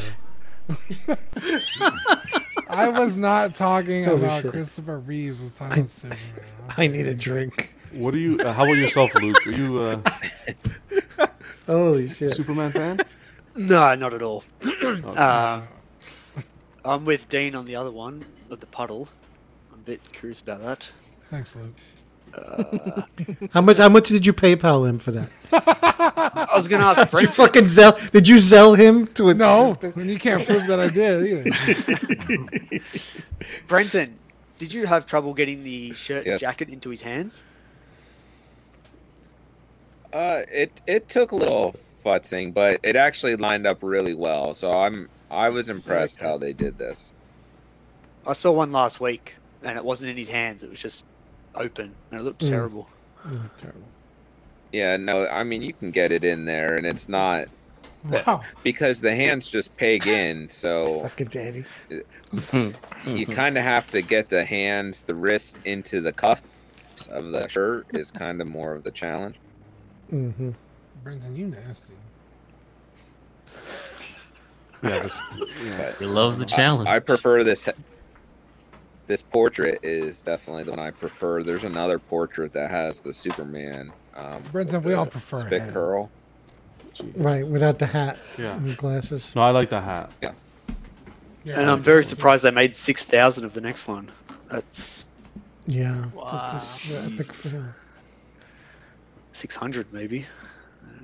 Speaker 5: I was not talking
Speaker 12: Holy
Speaker 5: about
Speaker 12: shit.
Speaker 5: Christopher Reeves. I was talking about Superman.
Speaker 12: I need a drink.
Speaker 3: What do you? Uh, how about yourself, Luke? Are you uh,
Speaker 12: Holy
Speaker 3: a
Speaker 12: shit.
Speaker 3: Superman fan?
Speaker 16: No, not at all. uh, I'm with Dean on the other one, of the puddle. I'm a bit curious about that.
Speaker 5: Thanks, Luke.
Speaker 16: Uh,
Speaker 12: How much how much did you PayPal him for that?
Speaker 16: I was gonna ask.
Speaker 12: Did you
Speaker 16: Brent.
Speaker 12: fucking sell? Did you sell him to a?
Speaker 5: No, you can't prove that I did
Speaker 16: either. Brenton, did you have trouble getting the shirt and
Speaker 1: Yes.
Speaker 16: jacket into his hands?
Speaker 1: Uh, it it took a little futzing, but it actually lined up really well. So I'm I was impressed how they did this.
Speaker 16: I saw one last week, and it wasn't in his hands. It was just open, and it looked
Speaker 1: Mm.
Speaker 16: terrible.
Speaker 12: terrible.
Speaker 1: Yeah, no, I mean you can get it in there, and it's not because the hands just peg in. So
Speaker 2: Fucking daddy.
Speaker 1: you
Speaker 9: Mm-hmm.
Speaker 1: kind of have to get the hands, the wrist into the cuffs of the shirt is kind of more of the challenge.
Speaker 12: Mm-hmm.
Speaker 5: Brendan, you nasty.
Speaker 3: Yeah, just,
Speaker 9: He loves the
Speaker 1: I-
Speaker 9: challenge.
Speaker 1: I, prefer this. This portrait is definitely the one I prefer. There's another portrait that has the Superman. Um,
Speaker 5: Brenton,
Speaker 1: with
Speaker 5: we all
Speaker 1: the
Speaker 5: prefer
Speaker 1: spit
Speaker 5: him.
Speaker 1: curl.
Speaker 12: Right, without the hat.
Speaker 3: Yeah.
Speaker 12: And glasses.
Speaker 3: No, I like the hat.
Speaker 1: Yeah.
Speaker 16: and I'm very surprised they made six thousand of the next one. That's
Speaker 12: Yeah. Just, just the epic fail.
Speaker 16: six hundred maybe.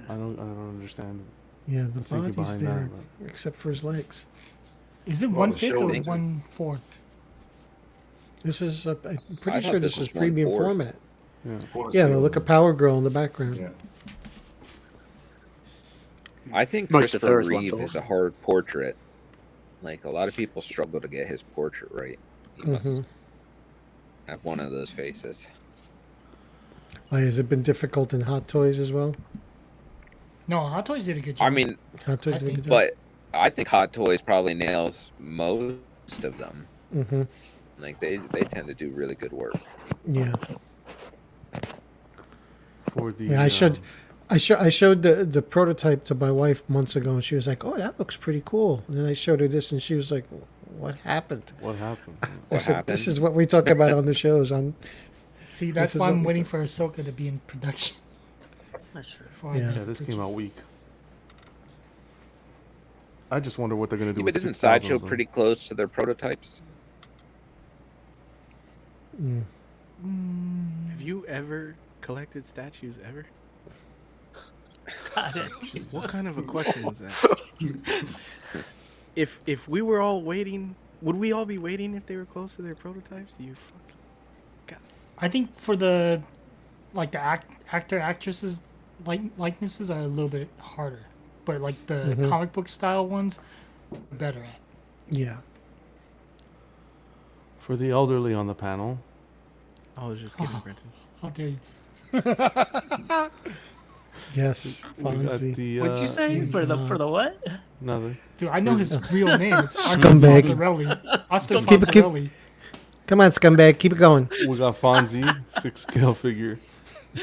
Speaker 3: I don't. I don't understand.
Speaker 12: Yeah, the
Speaker 3: thinking
Speaker 12: body's
Speaker 3: behind that,
Speaker 12: there,
Speaker 3: but-
Speaker 12: except for his legs.
Speaker 8: Is it
Speaker 12: Well,
Speaker 8: one
Speaker 12: the
Speaker 8: fifth
Speaker 12: shoulder.
Speaker 8: or one fourth?
Speaker 12: This is, uh, I'm
Speaker 8: I
Speaker 12: pretty
Speaker 8: thought
Speaker 12: sure
Speaker 8: this
Speaker 12: this is
Speaker 8: was one
Speaker 12: premium
Speaker 8: fourth.
Speaker 12: format.
Speaker 3: Yeah.
Speaker 12: Yeah, look at Power Girl in the background.
Speaker 1: I think
Speaker 12: Most of
Speaker 1: Christopher
Speaker 12: hers went
Speaker 1: Reeve
Speaker 12: though.
Speaker 1: is a hard portrait. Like a lot of people struggle to get his portrait right. He must
Speaker 12: Mhm.
Speaker 1: have one of those faces.
Speaker 12: Why Oh, has it been difficult in Hot Toys as well?
Speaker 8: No, Hot Toys did a good job.
Speaker 1: I mean,
Speaker 12: Hot Toys did a good job.
Speaker 1: but I think Hot Toys probably nails most of them.
Speaker 12: Mm-hmm.
Speaker 1: Like they they tend to do really good work.
Speaker 12: Yeah.
Speaker 3: For the um,
Speaker 12: Yeah, I showed, I show, I showed the the prototype to my wife months ago, and she was like, "Oh, that looks pretty cool." And then I showed her this, and she was like, "What happened?"
Speaker 3: What happened?
Speaker 12: I said, "This is what we talk about on the shows." On
Speaker 8: See,
Speaker 12: This
Speaker 8: that's
Speaker 12: is
Speaker 8: why
Speaker 12: what
Speaker 8: I'm
Speaker 12: we
Speaker 8: waiting for Ahsoka to be in production. Not sure.
Speaker 3: Yeah, this came out weak. I just wonder what they're gonna do.
Speaker 1: Yeah,
Speaker 3: with
Speaker 1: but isn't
Speaker 3: 6,000 of
Speaker 1: Sideshow
Speaker 3: them.
Speaker 1: pretty close to their prototypes?
Speaker 12: mm,
Speaker 6: Have you ever collected statues ever? What kind of a question is that? if if we were all waiting, would we all be waiting if they were close to their prototypes? Do you fucking
Speaker 8: I think for the like the act, actor actresses like likenesses are a little bit harder, but like the
Speaker 12: Mhm.
Speaker 8: comic book style ones, better at.
Speaker 12: Yeah.
Speaker 3: For the elderly on the panel.
Speaker 6: I was just kidding, Brenton.
Speaker 8: How dare you?
Speaker 12: Yes, Fonzie.
Speaker 7: What'd you say for the for the what?
Speaker 3: Nothing.
Speaker 8: Dude, I know his real name.
Speaker 6: Oh,
Speaker 8: It's Oscar
Speaker 12: Scumbag.
Speaker 8: Fonzarelli. Oscar
Speaker 12: Keep it- keep-
Speaker 8: Fonzarelli.
Speaker 12: Come on, scumbag, keep it going.
Speaker 3: We got Fonzie six scale figure.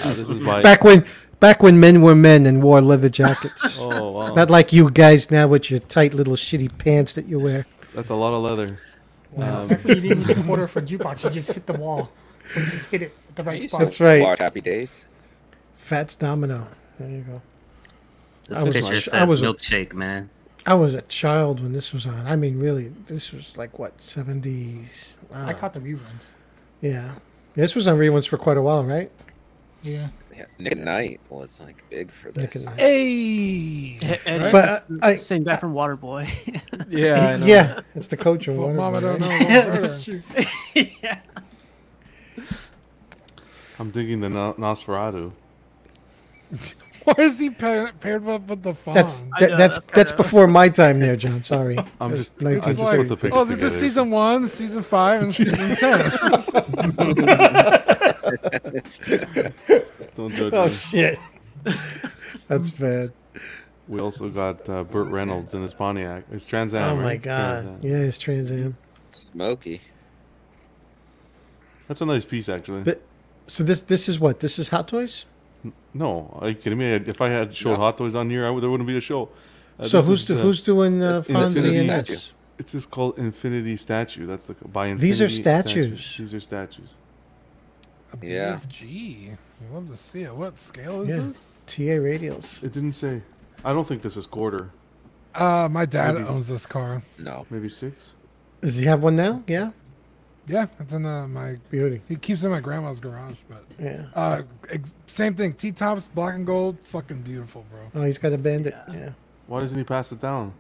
Speaker 3: Uh, this is by
Speaker 12: Back when, back when men were men and wore leather jackets.
Speaker 3: Oh, wow.
Speaker 12: Not like you guys now with your tight little shitty pants that you wear.
Speaker 3: That's a lot of leather.
Speaker 12: Wow.
Speaker 3: Um,
Speaker 8: You didn't hit a quarter for jukebox. You just hit the wall. You just hit it at the right spot.
Speaker 12: That's right.
Speaker 1: Watch Happy Days.
Speaker 12: Fats Domino. There you go.
Speaker 9: This
Speaker 12: was a
Speaker 9: picture
Speaker 12: ch-
Speaker 9: says
Speaker 12: I was a-
Speaker 9: milkshake, man.
Speaker 12: I was a child when this was on. I mean, really, this was like what seventies.
Speaker 8: I caught the reruns.
Speaker 12: Yeah, this was on reruns for quite a while, right?
Speaker 8: Yeah.
Speaker 1: Yeah, Nick Knight was like big for
Speaker 12: Nick
Speaker 1: this.
Speaker 12: and
Speaker 7: Hey, Ed,
Speaker 12: But
Speaker 7: it's the
Speaker 12: I-
Speaker 7: same guy from Waterboy.
Speaker 12: Yeah, I know. Yeah, it's the coach of Well, Mama Waterboy, don't right? know about
Speaker 7: That's true. yeah.
Speaker 3: I'm digging the no- Nosferatu.
Speaker 5: Why is he pa- paired up with the fawn?
Speaker 12: That's that, that's that's before my time there, John. Sorry.
Speaker 3: I'm just-
Speaker 12: Nineteen-
Speaker 3: I just want the pictures
Speaker 5: Oh, this is
Speaker 3: together.
Speaker 5: season one, season five, and season ten.
Speaker 3: Don't judge
Speaker 12: Oh
Speaker 3: me.
Speaker 12: shit, that's bad.
Speaker 3: We also got uh, Burt Reynolds in his Pontiac. His Trans Am.
Speaker 12: oh my
Speaker 3: right? Trans
Speaker 12: god.
Speaker 3: Am.
Speaker 12: Yeah, it's Trans Am.
Speaker 1: Smoky.
Speaker 3: That's a nice piece, actually.
Speaker 12: Th- So this this is what this is Hot Toys.
Speaker 3: no, are you kidding me? If I had showed Hot Toys on here, I would, there wouldn't be a show. Uh,
Speaker 12: So
Speaker 3: this
Speaker 12: who's
Speaker 3: is,
Speaker 12: do- who's doing, uh,
Speaker 3: it's
Speaker 12: Fonzie
Speaker 3: Infinity
Speaker 12: and-
Speaker 3: Statue. It's just called Infinity Statue. That's the by Infinity.
Speaker 12: These are
Speaker 3: statues. These are statues.
Speaker 1: Yeah.
Speaker 5: BFG. I'd love to see it. What scale is
Speaker 12: Yeah,
Speaker 5: this?
Speaker 12: TA Radials.
Speaker 3: It didn't say. I don't think this is quarter.
Speaker 5: Uh, my dad
Speaker 3: Maybe-
Speaker 5: owns this car.
Speaker 1: No.
Speaker 3: Maybe six.
Speaker 12: Does he have one now? Yeah.
Speaker 5: Yeah, it's in the, my
Speaker 12: beauty.
Speaker 5: He keeps it in my grandma's garage, but
Speaker 12: Yeah.
Speaker 5: Uh, ex- same thing. T tops, black and gold, fucking beautiful, bro.
Speaker 12: Oh, he's got a bandit. Uh, Yeah.
Speaker 3: Why doesn't he pass it down?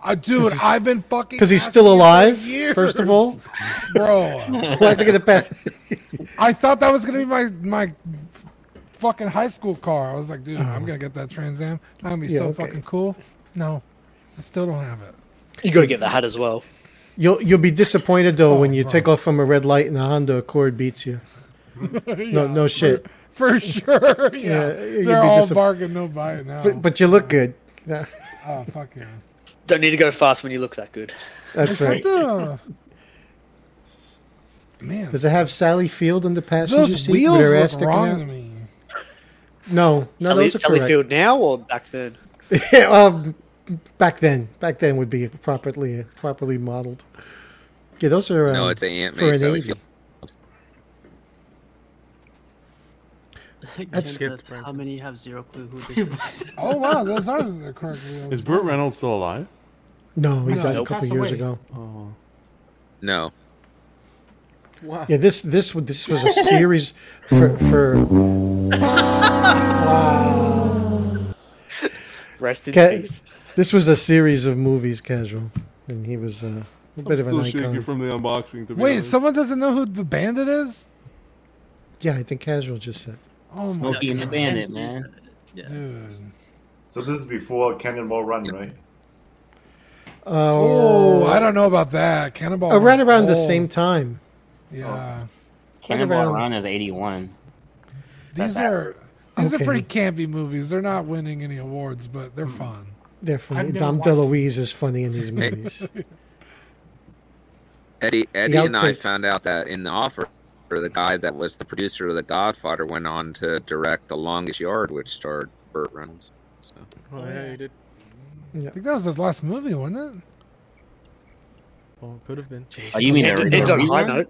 Speaker 5: I dude,
Speaker 12: he's-
Speaker 5: I've been fucking.
Speaker 12: 'cause he's
Speaker 5: asking
Speaker 12: still
Speaker 5: you for
Speaker 12: alive,
Speaker 5: years.
Speaker 12: first of all.
Speaker 5: bro.
Speaker 12: Why is he gonna pass-
Speaker 5: I thought that was gonna be my my fucking high school car. I was like, dude, I'm gonna get that Trans Am. I'm gonna be
Speaker 12: Oh. Yeah,
Speaker 5: so
Speaker 12: okay.
Speaker 5: fucking cool. No, I still don't have it.
Speaker 16: You gotta get the hat as well.
Speaker 12: You'll you'll be disappointed though
Speaker 5: Oh,
Speaker 12: when you take off from a red light and a Honda Accord beats you. No
Speaker 5: Yeah,
Speaker 12: no shit.
Speaker 5: for sure. Yeah, they're
Speaker 12: you'd be
Speaker 5: all
Speaker 12: disapp-
Speaker 5: bargain, no buy now.
Speaker 12: But, but you look good. Yeah,
Speaker 5: oh fuck yeah.
Speaker 16: Don't need to go fast when you look that good.
Speaker 12: That's right.
Speaker 5: What the- Uh, Man,
Speaker 12: Does it have Sally Field in the passenger
Speaker 5: Those
Speaker 12: seat with her
Speaker 5: wheels
Speaker 12: ass
Speaker 5: look
Speaker 12: sticking
Speaker 5: wrong
Speaker 12: out?
Speaker 5: to
Speaker 12: No, no,
Speaker 16: Sally,
Speaker 12: those are
Speaker 16: Sally
Speaker 12: correct.
Speaker 16: Field now or back then?
Speaker 12: Yeah, um, back then, back then would be properly properly modeled. Yeah, those are. Um,
Speaker 1: No, it's Aunt
Speaker 12: for
Speaker 1: May
Speaker 12: an
Speaker 1: Sally
Speaker 12: 80.
Speaker 7: That's
Speaker 3: Skip.
Speaker 7: How many have zero clue who this is?
Speaker 5: oh wow, those are the correct wheels.
Speaker 3: Is Burt Reynolds still alive?
Speaker 12: No, he
Speaker 5: No,
Speaker 12: died
Speaker 5: he
Speaker 12: a couple
Speaker 5: passed
Speaker 12: years
Speaker 5: away.
Speaker 12: ago.
Speaker 3: Oh.
Speaker 1: No.
Speaker 5: Wow.
Speaker 12: Yeah, this this would- this was a series for for.
Speaker 16: Rest in
Speaker 12: Ca-
Speaker 16: peace.
Speaker 12: this was a series of movies, casual, and he was uh, a
Speaker 3: I'm
Speaker 12: bit of an
Speaker 3: still shaking
Speaker 12: icon.
Speaker 3: from the unboxing. To be
Speaker 5: Wait,
Speaker 3: honest.
Speaker 5: someone doesn't know who the bandit is?
Speaker 12: Yeah, I think casual just said.
Speaker 5: Oh my
Speaker 9: Smokey and the
Speaker 5: God.
Speaker 9: Bandit, man.
Speaker 5: Dude.
Speaker 11: So this is before Cannonball Run, right?
Speaker 5: Oh, I don't know about that. Cannonball.
Speaker 12: Uh, right
Speaker 5: Run's
Speaker 12: around the
Speaker 5: old.
Speaker 12: same time.
Speaker 5: Yeah.
Speaker 9: Cannonball Run is 81.
Speaker 5: These
Speaker 9: that-
Speaker 5: are these
Speaker 12: Okay.
Speaker 5: are pretty campy movies. They're not winning any awards, but they're fun.
Speaker 12: They're funny.
Speaker 5: Hmm. I've never
Speaker 12: Dom
Speaker 5: watched-
Speaker 12: DeLuise is funny in these movies.
Speaker 1: Eddie, Eddie and I
Speaker 12: outtakes.
Speaker 1: found out that in the offer, the guy that was the producer of The Godfather went on to direct The Longest Yard, which starred Burt Reynolds. So.
Speaker 6: Oh, yeah, you did.
Speaker 5: I think that was his last movie, wasn't it?
Speaker 6: Well, could have been.
Speaker 9: Oh, you mean the,
Speaker 16: End-
Speaker 9: the
Speaker 16: end on a high
Speaker 9: rerun?
Speaker 16: note.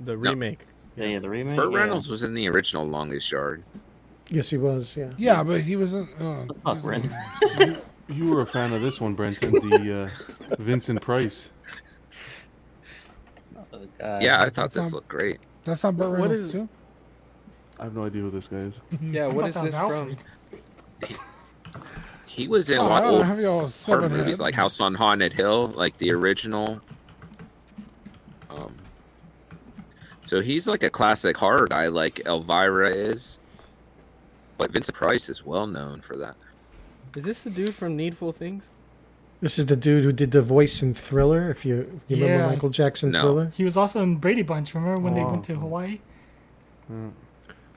Speaker 6: The remake.
Speaker 9: Yeah, yeah, the remake.
Speaker 1: Burt
Speaker 9: yeah.
Speaker 1: Reynolds was in the original Longest Yard.
Speaker 12: yes, he was. Yeah.
Speaker 5: Yeah, but he wasn't. Uh,
Speaker 1: Fuck, Brent.
Speaker 3: You were a fan of this one, Brenton. The uh, Vincent Price.
Speaker 9: Oh, God.
Speaker 1: yeah, I thought
Speaker 5: That's
Speaker 1: this
Speaker 5: not-
Speaker 1: looked great.
Speaker 5: that's not Burt
Speaker 6: What
Speaker 5: Reynolds
Speaker 6: is-
Speaker 5: too.
Speaker 3: I have no idea who this guy is.
Speaker 6: Yeah, what is
Speaker 5: thought that
Speaker 6: this
Speaker 5: was
Speaker 6: from?
Speaker 1: He was in a
Speaker 5: Oh,
Speaker 1: lot
Speaker 5: I
Speaker 1: of old
Speaker 5: have you all
Speaker 1: horror
Speaker 5: seven
Speaker 1: movies
Speaker 5: head.
Speaker 1: like House on Haunted Hill, like the original. Um, so he's like a classic horror guy, like Elvira is. But Vincent Price is well known for that.
Speaker 6: Is this the dude from Needful Things?
Speaker 12: This is the dude who did the voice in Thriller. If you, you
Speaker 8: Yeah.
Speaker 12: remember Michael Jackson
Speaker 1: No.
Speaker 12: Thriller,
Speaker 8: He was also in Brady Bunch. Remember when they went to Hawaii?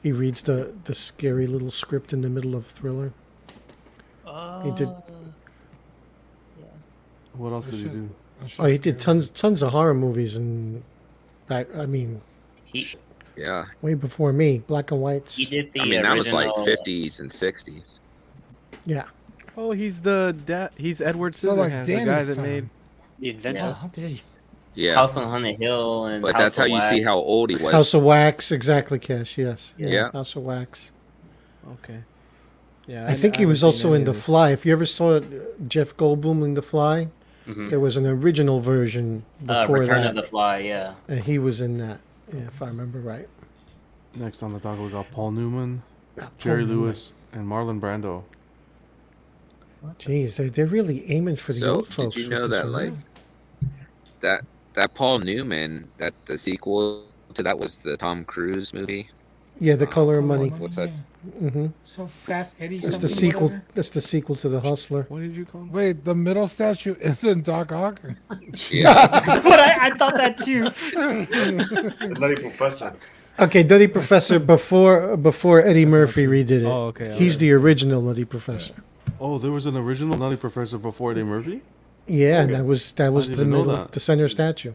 Speaker 12: he reads the the scary little script in the middle of Thriller. He did.
Speaker 10: Oh,
Speaker 3: What else did he do?
Speaker 12: Oh, he did tons tons of horror movies and back. I mean,
Speaker 9: He,
Speaker 1: Yeah,
Speaker 12: way before me, black and whites.
Speaker 9: he did the
Speaker 1: I mean that was like
Speaker 9: original-
Speaker 1: fifties and sixties.
Speaker 12: Yeah.
Speaker 6: Oh, he's the da- he's Edward Scissorhands,
Speaker 5: So, like,
Speaker 6: the guy
Speaker 5: Danny's
Speaker 6: that
Speaker 5: time.
Speaker 6: made
Speaker 16: The
Speaker 9: Yeah.
Speaker 16: inventor.
Speaker 8: How dare you?
Speaker 1: Yeah,
Speaker 9: House on Haunted Hill and
Speaker 1: but
Speaker 9: House
Speaker 1: that's how
Speaker 9: of
Speaker 1: you
Speaker 9: Wax.
Speaker 1: see how old he was.
Speaker 12: House of Wax, exactly, Cash. Yes.
Speaker 1: Yeah.
Speaker 12: House of Wax.
Speaker 6: Okay. Yeah,
Speaker 12: I, think he
Speaker 6: haven't
Speaker 12: was
Speaker 6: seen
Speaker 12: also
Speaker 6: any
Speaker 12: in
Speaker 6: of
Speaker 12: The
Speaker 6: this.
Speaker 12: Fly. If you ever saw it, Jeff Goldblum in The Fly,
Speaker 9: Mhm.
Speaker 12: there was an original version
Speaker 9: uh,
Speaker 12: before
Speaker 9: Return
Speaker 12: that,
Speaker 9: of the Fly. Yeah,
Speaker 12: and he was in that, yeah, if I remember right.
Speaker 3: Next on the dock, we got Paul Newman, Jerry
Speaker 12: Newman.
Speaker 3: Lewis, and Marlon Brando.
Speaker 12: Jeez, they're, they're really aiming for the
Speaker 1: so
Speaker 12: old folks.
Speaker 1: did you
Speaker 12: with
Speaker 1: know
Speaker 12: Oh, this
Speaker 1: that
Speaker 12: one.
Speaker 1: like that that Paul Newman that the sequel to that was the Tom Cruise movie?
Speaker 12: Yeah, The
Speaker 8: Color
Speaker 12: Color of
Speaker 8: of
Speaker 12: Money.
Speaker 1: What's that?
Speaker 12: Mm-hmm.
Speaker 8: So fast, Eddie.
Speaker 12: That's the
Speaker 8: something,
Speaker 12: sequel.
Speaker 8: whatever?
Speaker 12: That's the sequel to The Hustler.
Speaker 6: What did you call him?
Speaker 5: Wait, the middle statue isn't Doc Ock.
Speaker 1: Yeah.
Speaker 8: but I, I thought that too.
Speaker 11: The Nutty Professor.
Speaker 12: Okay, Nutty Professor before before Eddie Murphy redid it.
Speaker 6: Oh, okay,
Speaker 12: He's
Speaker 6: alright.
Speaker 12: the original Nutty Professor.
Speaker 3: Oh, there was an original Nutty Professor before Eddie Murphy.
Speaker 12: Yeah, and that was that
Speaker 3: I
Speaker 12: was
Speaker 3: didn't
Speaker 12: the
Speaker 3: even know
Speaker 12: middle,
Speaker 3: that.
Speaker 12: the center statue.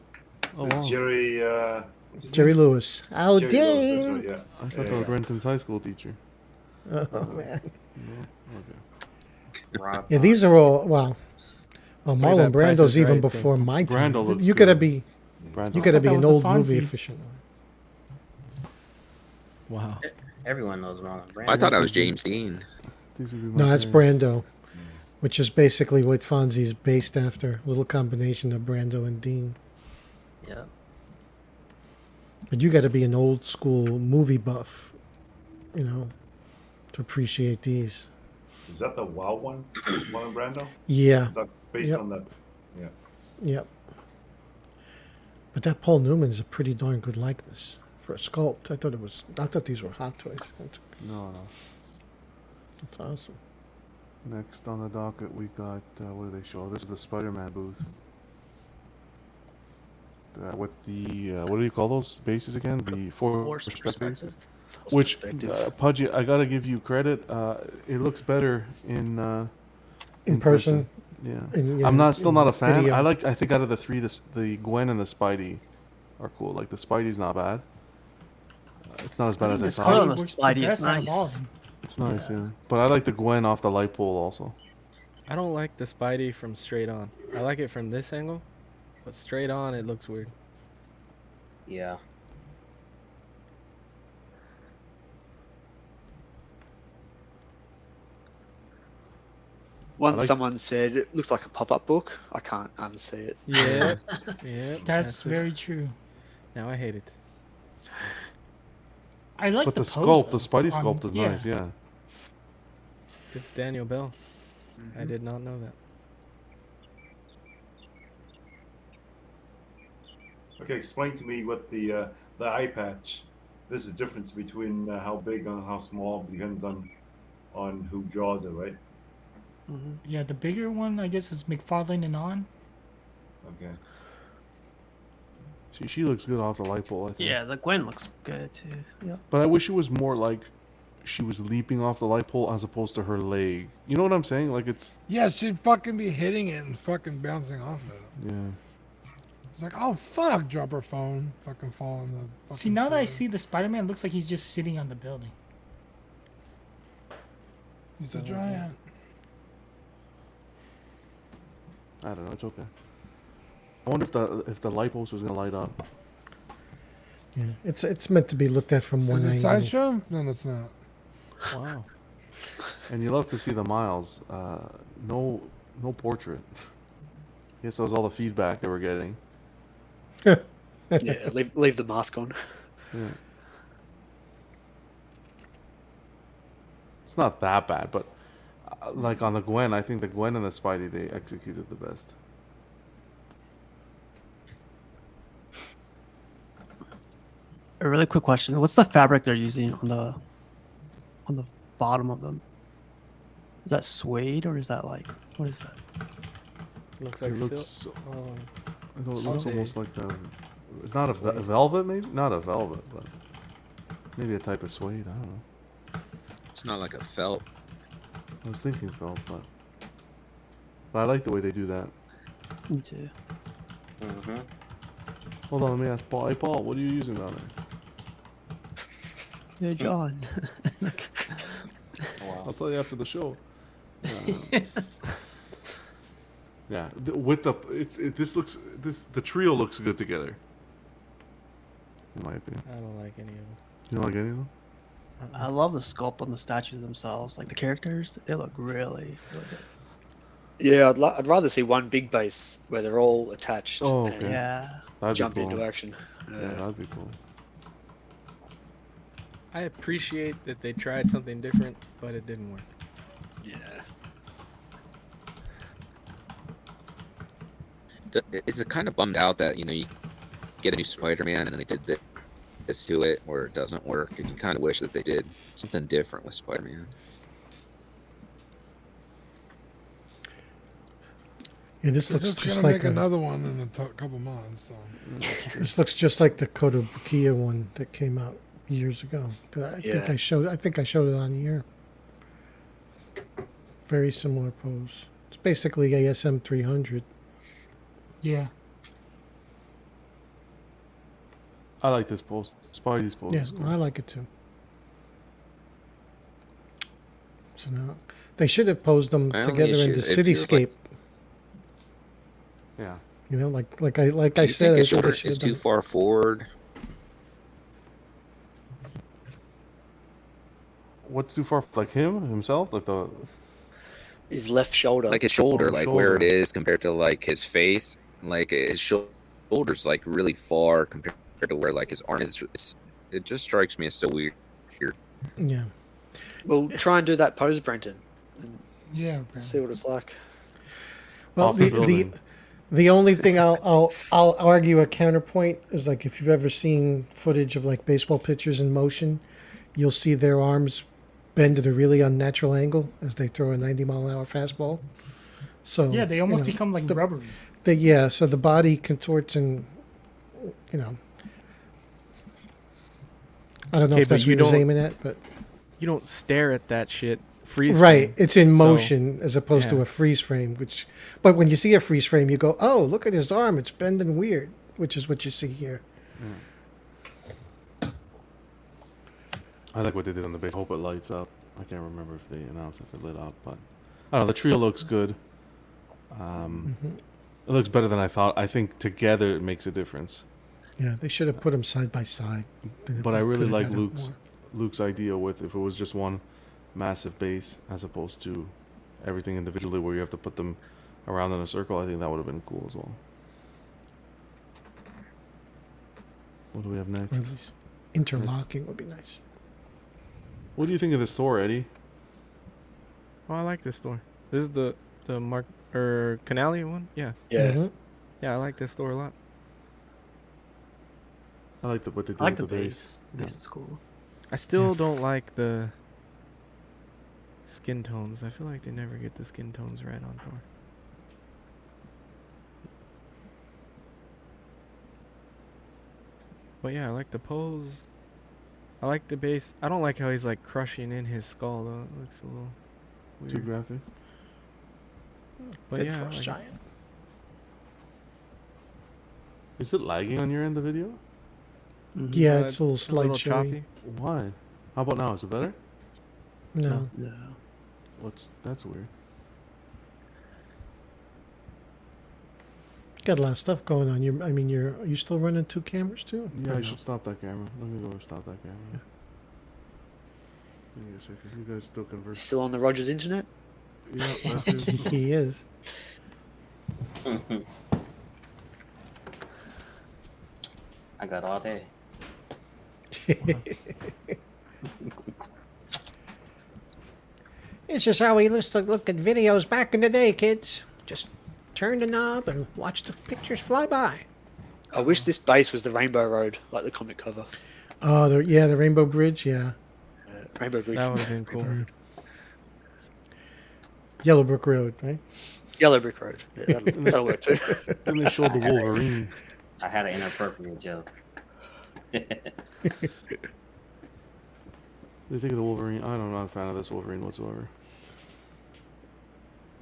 Speaker 3: Oh
Speaker 11: This is
Speaker 3: wow!
Speaker 11: Jerry. Uh, what's his
Speaker 12: Jerry
Speaker 11: name?
Speaker 12: Lewis. Oh,
Speaker 11: Jerry
Speaker 12: dang!
Speaker 11: Lewis, that's right,
Speaker 3: I
Speaker 11: yeah.
Speaker 3: thought
Speaker 11: Yeah,
Speaker 3: that was
Speaker 11: yeah.
Speaker 3: Brenton's high school teacher.
Speaker 12: Oh man.
Speaker 9: Rob.
Speaker 12: Yeah, these are all wow. Well,
Speaker 6: Look
Speaker 12: Marlon
Speaker 6: at that Price
Speaker 12: Brando's
Speaker 6: is
Speaker 12: even
Speaker 6: Right
Speaker 12: before
Speaker 6: thing.
Speaker 12: my time.
Speaker 3: Brando looks
Speaker 12: you gotta
Speaker 3: good.
Speaker 12: be,
Speaker 3: Brando.
Speaker 12: you gotta
Speaker 8: thought that
Speaker 12: be an
Speaker 8: was a
Speaker 12: old movie
Speaker 8: Fonzie.
Speaker 12: efficient.
Speaker 6: Wow.
Speaker 9: Everyone knows Marlon Brando.
Speaker 1: I thought that was James Dean.
Speaker 3: These would be my
Speaker 12: No, that's
Speaker 3: parents.
Speaker 12: Brando. which is basically what Fonzie is based after. Little combination of Brando and Dean.
Speaker 9: Yeah.
Speaker 12: But you got to be an old school movie buff, you know, to appreciate these.
Speaker 11: Is that the wow one? One in Brando?
Speaker 12: Yeah.
Speaker 11: Is that based
Speaker 12: Yep.
Speaker 11: on that? Yeah.
Speaker 12: Yep. But that Paul Newman's a pretty darn good likeness for a sculpt. I thought it was. I thought these were hot toys. That's,
Speaker 3: No, no.
Speaker 12: that's awesome.
Speaker 3: Next on the docket, we got uh, what do they show? This is the Spider-Man booth. Uh, with the uh, what do you call those bases again? The four
Speaker 16: Force
Speaker 3: perspective bases.
Speaker 16: perspective.
Speaker 3: Which
Speaker 16: perspective.
Speaker 3: uh, Pudgy, I gotta give you credit. Uh, it looks better in uh,
Speaker 12: In person.
Speaker 3: Yeah.
Speaker 12: In- yeah,
Speaker 3: I'm not still
Speaker 12: in
Speaker 3: not a fan.
Speaker 12: video.
Speaker 3: I like. I think out of the three, the s- the Gwen and the Spidey are cool. Like the Spidey's not bad. Uh, It's not as bad
Speaker 17: I
Speaker 3: as
Speaker 17: think
Speaker 3: I
Speaker 17: the Spidey
Speaker 3: thought. it
Speaker 17: was
Speaker 3: was.
Speaker 17: the Spidey is best out of all of nice. them.
Speaker 3: It's nice, yeah. But I like the Gwen off the light pole also.
Speaker 6: I don't like the Spidey from straight on. I like it from this angle, but straight on it looks weird.
Speaker 9: Yeah.
Speaker 16: Once
Speaker 6: like-
Speaker 16: someone said it looked like a pop-up book, I can't unsee it.
Speaker 6: Yeah. yeah.
Speaker 8: That's
Speaker 6: what-
Speaker 8: very true.
Speaker 6: Now I hate it.
Speaker 8: I like
Speaker 3: but the,
Speaker 8: the, pose,
Speaker 3: sculpt, the Spidey
Speaker 8: on-
Speaker 3: sculpt is
Speaker 8: yeah.
Speaker 3: nice, yeah.
Speaker 6: It's Daniel Bell.
Speaker 12: Mm-hmm.
Speaker 6: I did not know that.
Speaker 11: Okay, explain to me what the uh, the eye patch. There's a difference between uh, how big and how small depends on on who draws it, right?
Speaker 8: Yeah, the bigger one I guess is McFarlane and on.
Speaker 11: Okay.
Speaker 3: She she looks good off the light pole, I think.
Speaker 7: Yeah, the Gwen looks good too. Yeah.
Speaker 3: But I wish it was more like she was leaping off the light pole as opposed to her leg. You know what I'm saying? Like it's
Speaker 5: Yeah, she'd fucking be hitting it and fucking bouncing off it.
Speaker 3: yeah.
Speaker 5: It's like, oh fuck, drop her phone, fucking fall on the.
Speaker 8: See, now that I see the Spider-Man, it looks like he's just sitting on the building.
Speaker 5: He's a giant.
Speaker 3: I don't know, it's okay. I wonder if the if the light post is gonna light up.
Speaker 12: Yeah, it's it's meant to be looked at from one
Speaker 5: Is it
Speaker 12: angle.
Speaker 5: sideshow? No, it's not.
Speaker 6: Wow.
Speaker 3: And you love to see the miles. Uh, no no portrait. guess that was all the feedback they were getting.
Speaker 16: yeah, leave, leave the mask on.
Speaker 3: Yeah. It's not that bad, but uh, like on the Gwen, I think the Gwen and the Spidey they executed the best.
Speaker 7: A really quick question: What's the fabric they're using on the on the bottom of them? Is that suede or is that like what is that?
Speaker 6: Looks
Speaker 3: It
Speaker 6: like
Speaker 3: looks
Speaker 6: sil-
Speaker 3: so-
Speaker 6: oh,
Speaker 3: I know it looks
Speaker 6: Sunday.
Speaker 3: almost like um, not a ve- a velvet, maybe not a velvet, but maybe a type of suede. I don't know.
Speaker 1: It's not like a felt.
Speaker 3: I was thinking felt, but but I like the way they do that.
Speaker 7: Me too.
Speaker 1: Mm-hmm.
Speaker 3: Hold on, let me ask Paul. Hey, Paul, what are you using down there?
Speaker 7: Yeah, John.
Speaker 3: I'll tell you after the show. Um, yeah, th- with the it's it, this looks this the trio looks good together. In my opinion,
Speaker 6: I don't like any of them.
Speaker 3: you don't like any of them?
Speaker 7: I love the sculpt on the statues themselves. Like the characters, they look really, really good.
Speaker 16: Yeah, I'd, li- I'd rather see one big base where they're all attached.
Speaker 3: Oh,
Speaker 16: and
Speaker 3: okay.
Speaker 7: Yeah.
Speaker 3: That'd be
Speaker 16: jump
Speaker 3: cool.
Speaker 16: into action.
Speaker 3: Yeah, that'd be cool.
Speaker 6: I appreciate that they tried something different, but it didn't work.
Speaker 16: Yeah.
Speaker 1: D- Is it kind of bummed out that you know you get a new Spider-Man and they did thi- this to it where it doesn't work, and you kind of wish that they did something different with Spider-Man.
Speaker 12: Yeah, this
Speaker 5: They're
Speaker 12: looks
Speaker 5: just,
Speaker 12: just
Speaker 5: gonna
Speaker 12: like
Speaker 5: make
Speaker 12: a-
Speaker 5: another one in a t- couple months. So.
Speaker 12: This looks just like the Kota Bukia one that came out years ago. I think
Speaker 5: Yeah.
Speaker 12: I showed. I think I showed it on here. Very similar pose. It's basically ASM 300.
Speaker 8: Yeah.
Speaker 3: I like this post. Spidey's post.
Speaker 12: yeah,
Speaker 3: is cool.
Speaker 12: I like it too. So now they should have posed them
Speaker 3: My only
Speaker 12: together
Speaker 3: issue
Speaker 12: in the
Speaker 3: is if you're,
Speaker 12: cityscape.
Speaker 3: Yeah.
Speaker 12: you know, like like I like I
Speaker 1: you
Speaker 12: said,
Speaker 1: think
Speaker 12: I
Speaker 1: his
Speaker 12: think they
Speaker 1: shirt
Speaker 12: should
Speaker 1: is
Speaker 12: have
Speaker 1: too
Speaker 12: done.
Speaker 1: far forward?
Speaker 3: What's too far? Like him himself? Like the
Speaker 16: his left shoulder.
Speaker 1: like his shoulder, like where it is compared to like his face, like eh, his shou- shoulders like really far compared to where like his arm is. It's, it just strikes me as so weird. weird.
Speaker 12: Yeah.
Speaker 16: Well, try and do that pose, Brenton.
Speaker 8: Yeah,
Speaker 16: See what it's like.
Speaker 12: Well,
Speaker 16: Off
Speaker 12: the,
Speaker 16: the
Speaker 12: the
Speaker 16: building.
Speaker 12: the only thing I'll, I'll I'll argue a counterpoint is like if you've ever seen footage of like baseball pitchers in motion, you'll see their arms bend at a really unnatural angle as they throw a 90 mile an hour fastball. So
Speaker 8: yeah, they almost
Speaker 12: you know,
Speaker 8: become like rubbery.
Speaker 12: the, yeah, so the body contorts and you know I don't know
Speaker 6: Okay,
Speaker 12: if that's
Speaker 6: but you
Speaker 12: what he was
Speaker 6: don't-
Speaker 12: aiming at, but
Speaker 6: You don't stare at that shit. Freeze.
Speaker 12: right,
Speaker 6: frame.
Speaker 12: it's in
Speaker 6: So,
Speaker 12: motion as opposed to
Speaker 6: yeah.
Speaker 12: a freeze frame. Which, but when you see a freeze frame, you go, "Oh, look at his arm; it's bending weird," which is what you see here.
Speaker 3: I like what they did on the base. I hope it lights up. I can't remember if they announced if it lit up, but I don't know. The trio looks good. Um, It looks better than I thought. I think together it makes a difference.
Speaker 12: Yeah, they should have put them side by side. They
Speaker 3: But I
Speaker 12: could
Speaker 3: really
Speaker 12: have
Speaker 3: like
Speaker 12: had 'em
Speaker 3: Luke's
Speaker 12: more.
Speaker 3: Luke's idea with if it was just one massive base as opposed to everything individually where you have to put them around in a circle. I think that would have been cool as well. What do we have next?
Speaker 12: interlocking would be nice.
Speaker 3: What do you think of this Thor, Eddie?
Speaker 6: Oh, I like this store. This is the the Mark or Canali one. Yeah.
Speaker 16: Yeah.
Speaker 12: Mhm.
Speaker 6: Yeah, I like this store a lot.
Speaker 3: I like the what they did
Speaker 6: I like
Speaker 3: with
Speaker 6: the
Speaker 3: the
Speaker 6: base.
Speaker 3: base.
Speaker 6: Base
Speaker 7: is cool.
Speaker 6: I still don't like the skin tones. I feel like they never get the skin tones right on Thor. But yeah, I like the pose. I like the base. I don't like how he's like crushing in his skull though. It looks a little weird.
Speaker 3: Too graphic.
Speaker 6: But
Speaker 12: Dead
Speaker 6: yeah, I
Speaker 12: Frost
Speaker 6: like it.
Speaker 12: Giant.
Speaker 3: Is it lagging on your end, the video?
Speaker 12: Yeah, it's a little slight showy.
Speaker 3: Why? How about now? Is it better?
Speaker 12: No.
Speaker 7: No.
Speaker 3: What's that's weird.
Speaker 12: Got a lot of stuff going on. You, I mean, you're are you still running two cameras too?
Speaker 3: Yeah,
Speaker 12: Or
Speaker 3: I
Speaker 12: no?
Speaker 3: should stop that camera. Let me go stop that camera. Give me a second. You guys still converse.
Speaker 16: Still on the Rogers internet?
Speaker 3: Yeah, that too.
Speaker 12: he is.
Speaker 9: I got all day.
Speaker 12: This is how we used to look at videos back in the day, kids. Just turn the knob and watch the pictures fly by.
Speaker 16: I wish this base was the Rainbow Road, like the comic cover. Uh,
Speaker 12: Oh, the, yeah, the Rainbow Bridge. Yeah,
Speaker 16: Rainbow Bridge.
Speaker 6: That would have been cool.
Speaker 12: Yellow Brick Road, right?
Speaker 16: Yellow Brick Road. Yeah, that'll, that'll work too.
Speaker 3: Then they showed the Wolverine.
Speaker 17: I had an inappropriate joke.
Speaker 3: They think of the Wolverine. I don't, I'm not a fan of this Wolverine whatsoever.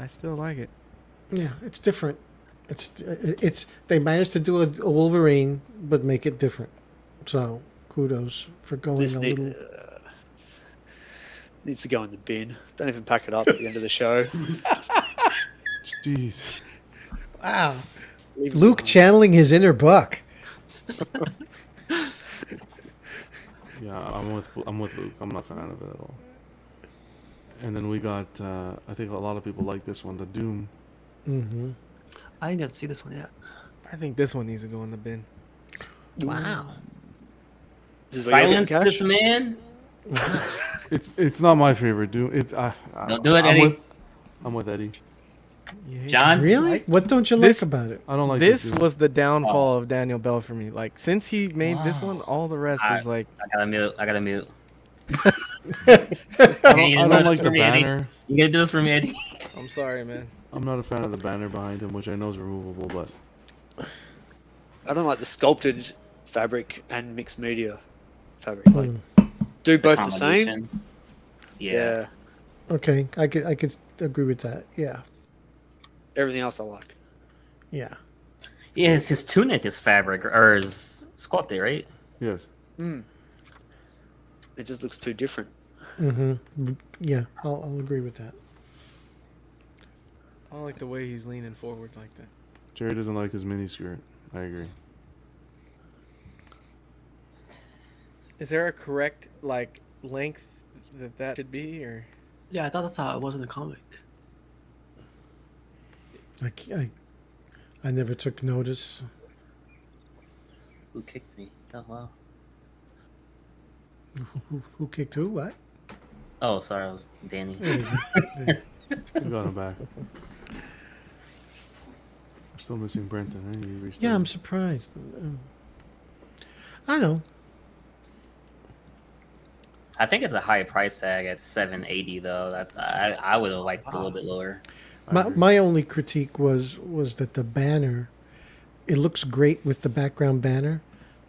Speaker 6: I still like it.
Speaker 12: Yeah, it's different. It's it's they managed to do a, a Wolverine, but make it different. So kudos for going
Speaker 16: This
Speaker 12: a
Speaker 16: need-
Speaker 12: little.
Speaker 16: Needs to go in the bin. Don't even pack it up at the end of the show.
Speaker 3: Jeez.
Speaker 12: Wow.
Speaker 16: Leave it
Speaker 12: Luke channeling his inner Buck.
Speaker 3: Yeah, I'm with I'm with Luke. I'm not a fan of it at all. And then we got. Uh, I think a lot of people like this one, the Doom.
Speaker 12: Mm-hmm.
Speaker 7: I didn't get to see this one yet.
Speaker 6: I think this one needs to go in the bin.
Speaker 12: Wow.
Speaker 16: This is where you'll get
Speaker 9: Silence
Speaker 16: cash?
Speaker 9: this man.
Speaker 3: It's it's not my favorite Doom. It's I. I
Speaker 9: Don't do it,
Speaker 3: I'm
Speaker 9: Eddie.
Speaker 3: With, I'm with Eddie.
Speaker 9: John?
Speaker 12: Really? what don't you
Speaker 6: This-
Speaker 12: like about it?
Speaker 3: I don't like
Speaker 6: this
Speaker 3: this Doom.
Speaker 6: was the downfall of Daniel Bell for me. Like since he made this
Speaker 8: Wow.
Speaker 6: one, all the rest
Speaker 9: I-
Speaker 6: is like
Speaker 9: I gotta mute. I gotta mute.
Speaker 3: I
Speaker 9: Hey,
Speaker 3: don't,
Speaker 9: you gotta
Speaker 3: I don't
Speaker 9: do this
Speaker 3: like
Speaker 9: for
Speaker 3: the
Speaker 9: me, Eddie.
Speaker 3: banner.
Speaker 9: You gotta do this for me, Eddie.
Speaker 6: I'm sorry, man.
Speaker 3: I'm not a fan of the banner behind him, which I know is removable, but
Speaker 16: I don't like the sculpted fabric and mixed media fabric. Like,
Speaker 6: Hmm.
Speaker 16: do both the same.
Speaker 9: Combination. Yeah.
Speaker 12: Okay, I could I could agree with that. Yeah,
Speaker 16: Everything else I like.
Speaker 12: yeah.
Speaker 9: Yeah, his, his tunic is fabric or is sculpted, right?
Speaker 3: Yes.
Speaker 16: Mm. It just looks too different.
Speaker 12: Mm-hmm. Yeah, I'll, I'll agree with that.
Speaker 6: I don't like the way he's leaning forward like that.
Speaker 3: Jerry doesn't like his miniskirt. I agree.
Speaker 6: Is there a correct like length that that should be, or
Speaker 7: Yeah, I thought that's how it was in the comic.
Speaker 12: I, c- I, I never took notice.
Speaker 17: Who kicked me? Oh wow.
Speaker 12: Who, who, who kicked who? What?
Speaker 17: Oh, sorry, I was Danny.
Speaker 3: We got him back. We're still missing Brenton. eh? You reached
Speaker 12: Yeah,
Speaker 3: out.
Speaker 12: I'm surprised. Um, I know.
Speaker 17: I think it's a high price tag at 780 though. That I, I would have liked a little bit lower.
Speaker 12: My, my only critique was was that the banner, it looks great with the background banner,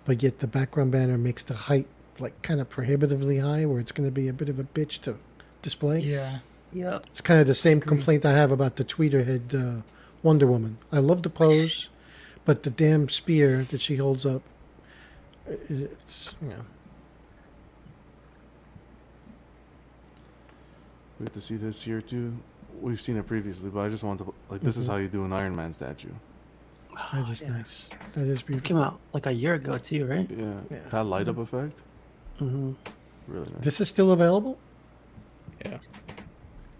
Speaker 12: but yet the background banner makes the height like kind of prohibitively high, where it's going to be a bit of a bitch to display.
Speaker 8: Yeah.
Speaker 17: Yep.
Speaker 12: It's kind of the same complaint I have about the tweeter head uh, Wonder Woman. I love the pose, but the damn spear that she holds up, i- it's you know.
Speaker 3: We get to see this here too. We've seen it previously, but I just want to like this is
Speaker 9: Mm-hmm.
Speaker 12: Mhm.
Speaker 3: how you do an Iron Man statue.
Speaker 12: That is nice. That is
Speaker 7: This
Speaker 12: beautiful.
Speaker 7: came out like a year ago too, right?
Speaker 3: Yeah. That light up effect,
Speaker 7: Mm-hmm.
Speaker 3: really nice.
Speaker 12: This is still available.
Speaker 6: Yeah.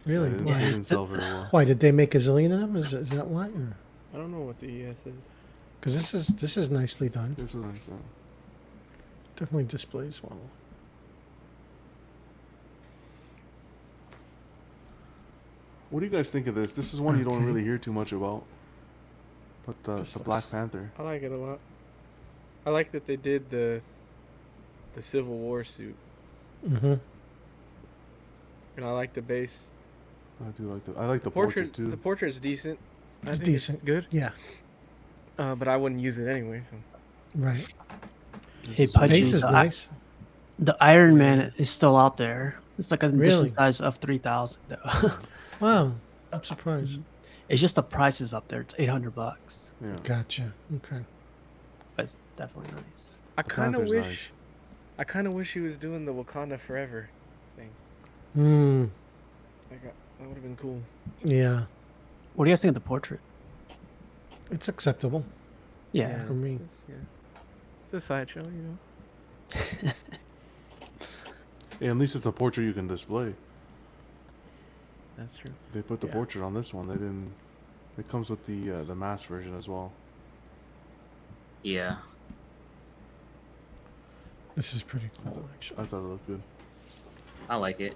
Speaker 12: Really?
Speaker 3: It didn't-
Speaker 12: Why?
Speaker 3: it didn't sell very well.
Speaker 12: Why did they make a zillion of them? Is, is that why?
Speaker 6: I don't know what the ES is.
Speaker 12: Because this is this is nicely done.
Speaker 3: This was nice. yeah.
Speaker 12: Definitely displays well.
Speaker 3: What do you guys think of this? This is one you don't
Speaker 12: Okay.
Speaker 3: really hear too much about, but the, the Black Panther.
Speaker 6: I like it a lot. I like that they did the the Civil War suit,
Speaker 12: Mm-hmm.
Speaker 6: and I like the base.
Speaker 3: I do like the I like the
Speaker 6: portrait,
Speaker 3: portrait, too.
Speaker 6: The portrait's decent. I
Speaker 12: It's
Speaker 6: think it's
Speaker 12: decent.
Speaker 6: good.
Speaker 12: Yeah.
Speaker 6: Uh, but I wouldn't use it anyway. So
Speaker 12: Right.
Speaker 7: Hey,
Speaker 12: This
Speaker 7: Pudgy,
Speaker 12: is
Speaker 7: the,
Speaker 12: nice.
Speaker 7: the Iron Man is still out there. It's like an edition
Speaker 12: Really?
Speaker 7: size of three thousand though.
Speaker 12: Wow. I'm surprised.
Speaker 7: it's just the price is up there. It's eight hundred bucks.
Speaker 3: Yeah.
Speaker 12: Gotcha. Okay.
Speaker 7: But it's definitely nice.
Speaker 6: I kind of
Speaker 3: Panther's
Speaker 6: wish,
Speaker 3: nice.
Speaker 6: I kind of wish he was doing the Wakanda Forever thing.
Speaker 7: Mm-hmm.
Speaker 12: Hmm.
Speaker 6: Like I, that would have been cool.
Speaker 12: Yeah.
Speaker 7: What do you guys think of the portrait?
Speaker 12: It's acceptable.
Speaker 7: Yeah.
Speaker 12: For me.
Speaker 6: It's, yeah. It's a sideshow, you know.
Speaker 3: Yeah, at least it's a portrait you can display.
Speaker 6: That's true.
Speaker 3: They put the portrait on this one. They didn't. It comes with the uh, the mass version as well.
Speaker 17: Yeah.
Speaker 12: This is pretty cool.
Speaker 3: I thought it looked good.
Speaker 17: I like it.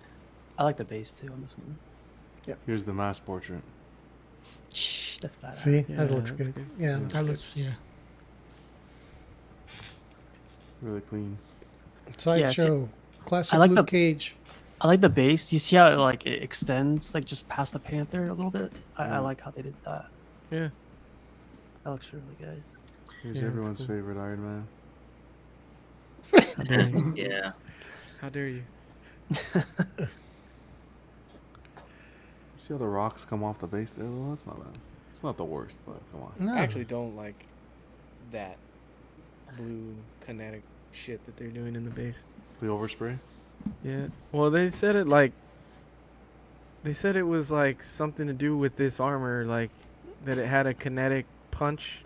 Speaker 7: I like the base too on this one.
Speaker 3: Here's the mass portrait.
Speaker 7: Shh, That's bad.
Speaker 12: See? that looks good. Yeah.
Speaker 8: That looks yeah.
Speaker 3: Really clean.
Speaker 12: Sideshow. Classic
Speaker 7: I like
Speaker 12: Luke
Speaker 7: the-
Speaker 12: Cage.
Speaker 7: I like the base. You see how it like it extends like just past the panther a little bit. I, I like how they did that.
Speaker 6: Yeah.
Speaker 7: That looks really good.
Speaker 3: Here's
Speaker 6: Yeah, that's
Speaker 3: everyone's
Speaker 6: cool.
Speaker 3: favorite Iron Man.
Speaker 17: Yeah.
Speaker 6: How dare you?
Speaker 3: See how the rocks come off the base there? Well, that's not bad. It's not the worst, but come on.
Speaker 12: No.
Speaker 6: I actually don't like that blue kinetic shit that they're doing in the base.
Speaker 3: The overspray.
Speaker 6: Yeah. Well, they said it like they said it was like something to do with this armor, like that it had a kinetic punch,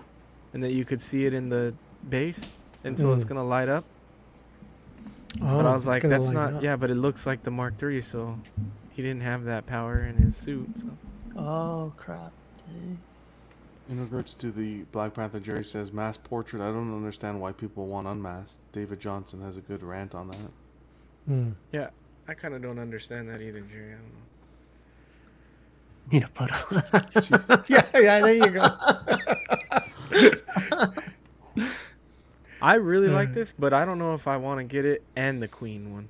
Speaker 6: and that you could see it in the base, and so it's
Speaker 12: Mm.
Speaker 6: gonna light up.
Speaker 12: Oh,
Speaker 6: but I was
Speaker 12: it's
Speaker 6: like,
Speaker 12: gonna
Speaker 6: that's
Speaker 12: light
Speaker 6: not.
Speaker 12: up.
Speaker 6: Yeah, but it looks like the Mark III, so he didn't have that power in his suit. So.
Speaker 7: Oh crap. Okay.
Speaker 3: In regards to the Black Panther, Jerry says mass portrait. I don't understand why people want unmasked. David Johnson has a good rant on that.
Speaker 12: Hmm.
Speaker 6: Yeah, I kind of don't understand that either, Jerry. I don't know.
Speaker 7: Need a puddle.
Speaker 12: yeah, yeah, there you go.
Speaker 6: I really
Speaker 12: Hmm.
Speaker 6: like this, but I don't know if I want to get it and the Queen one,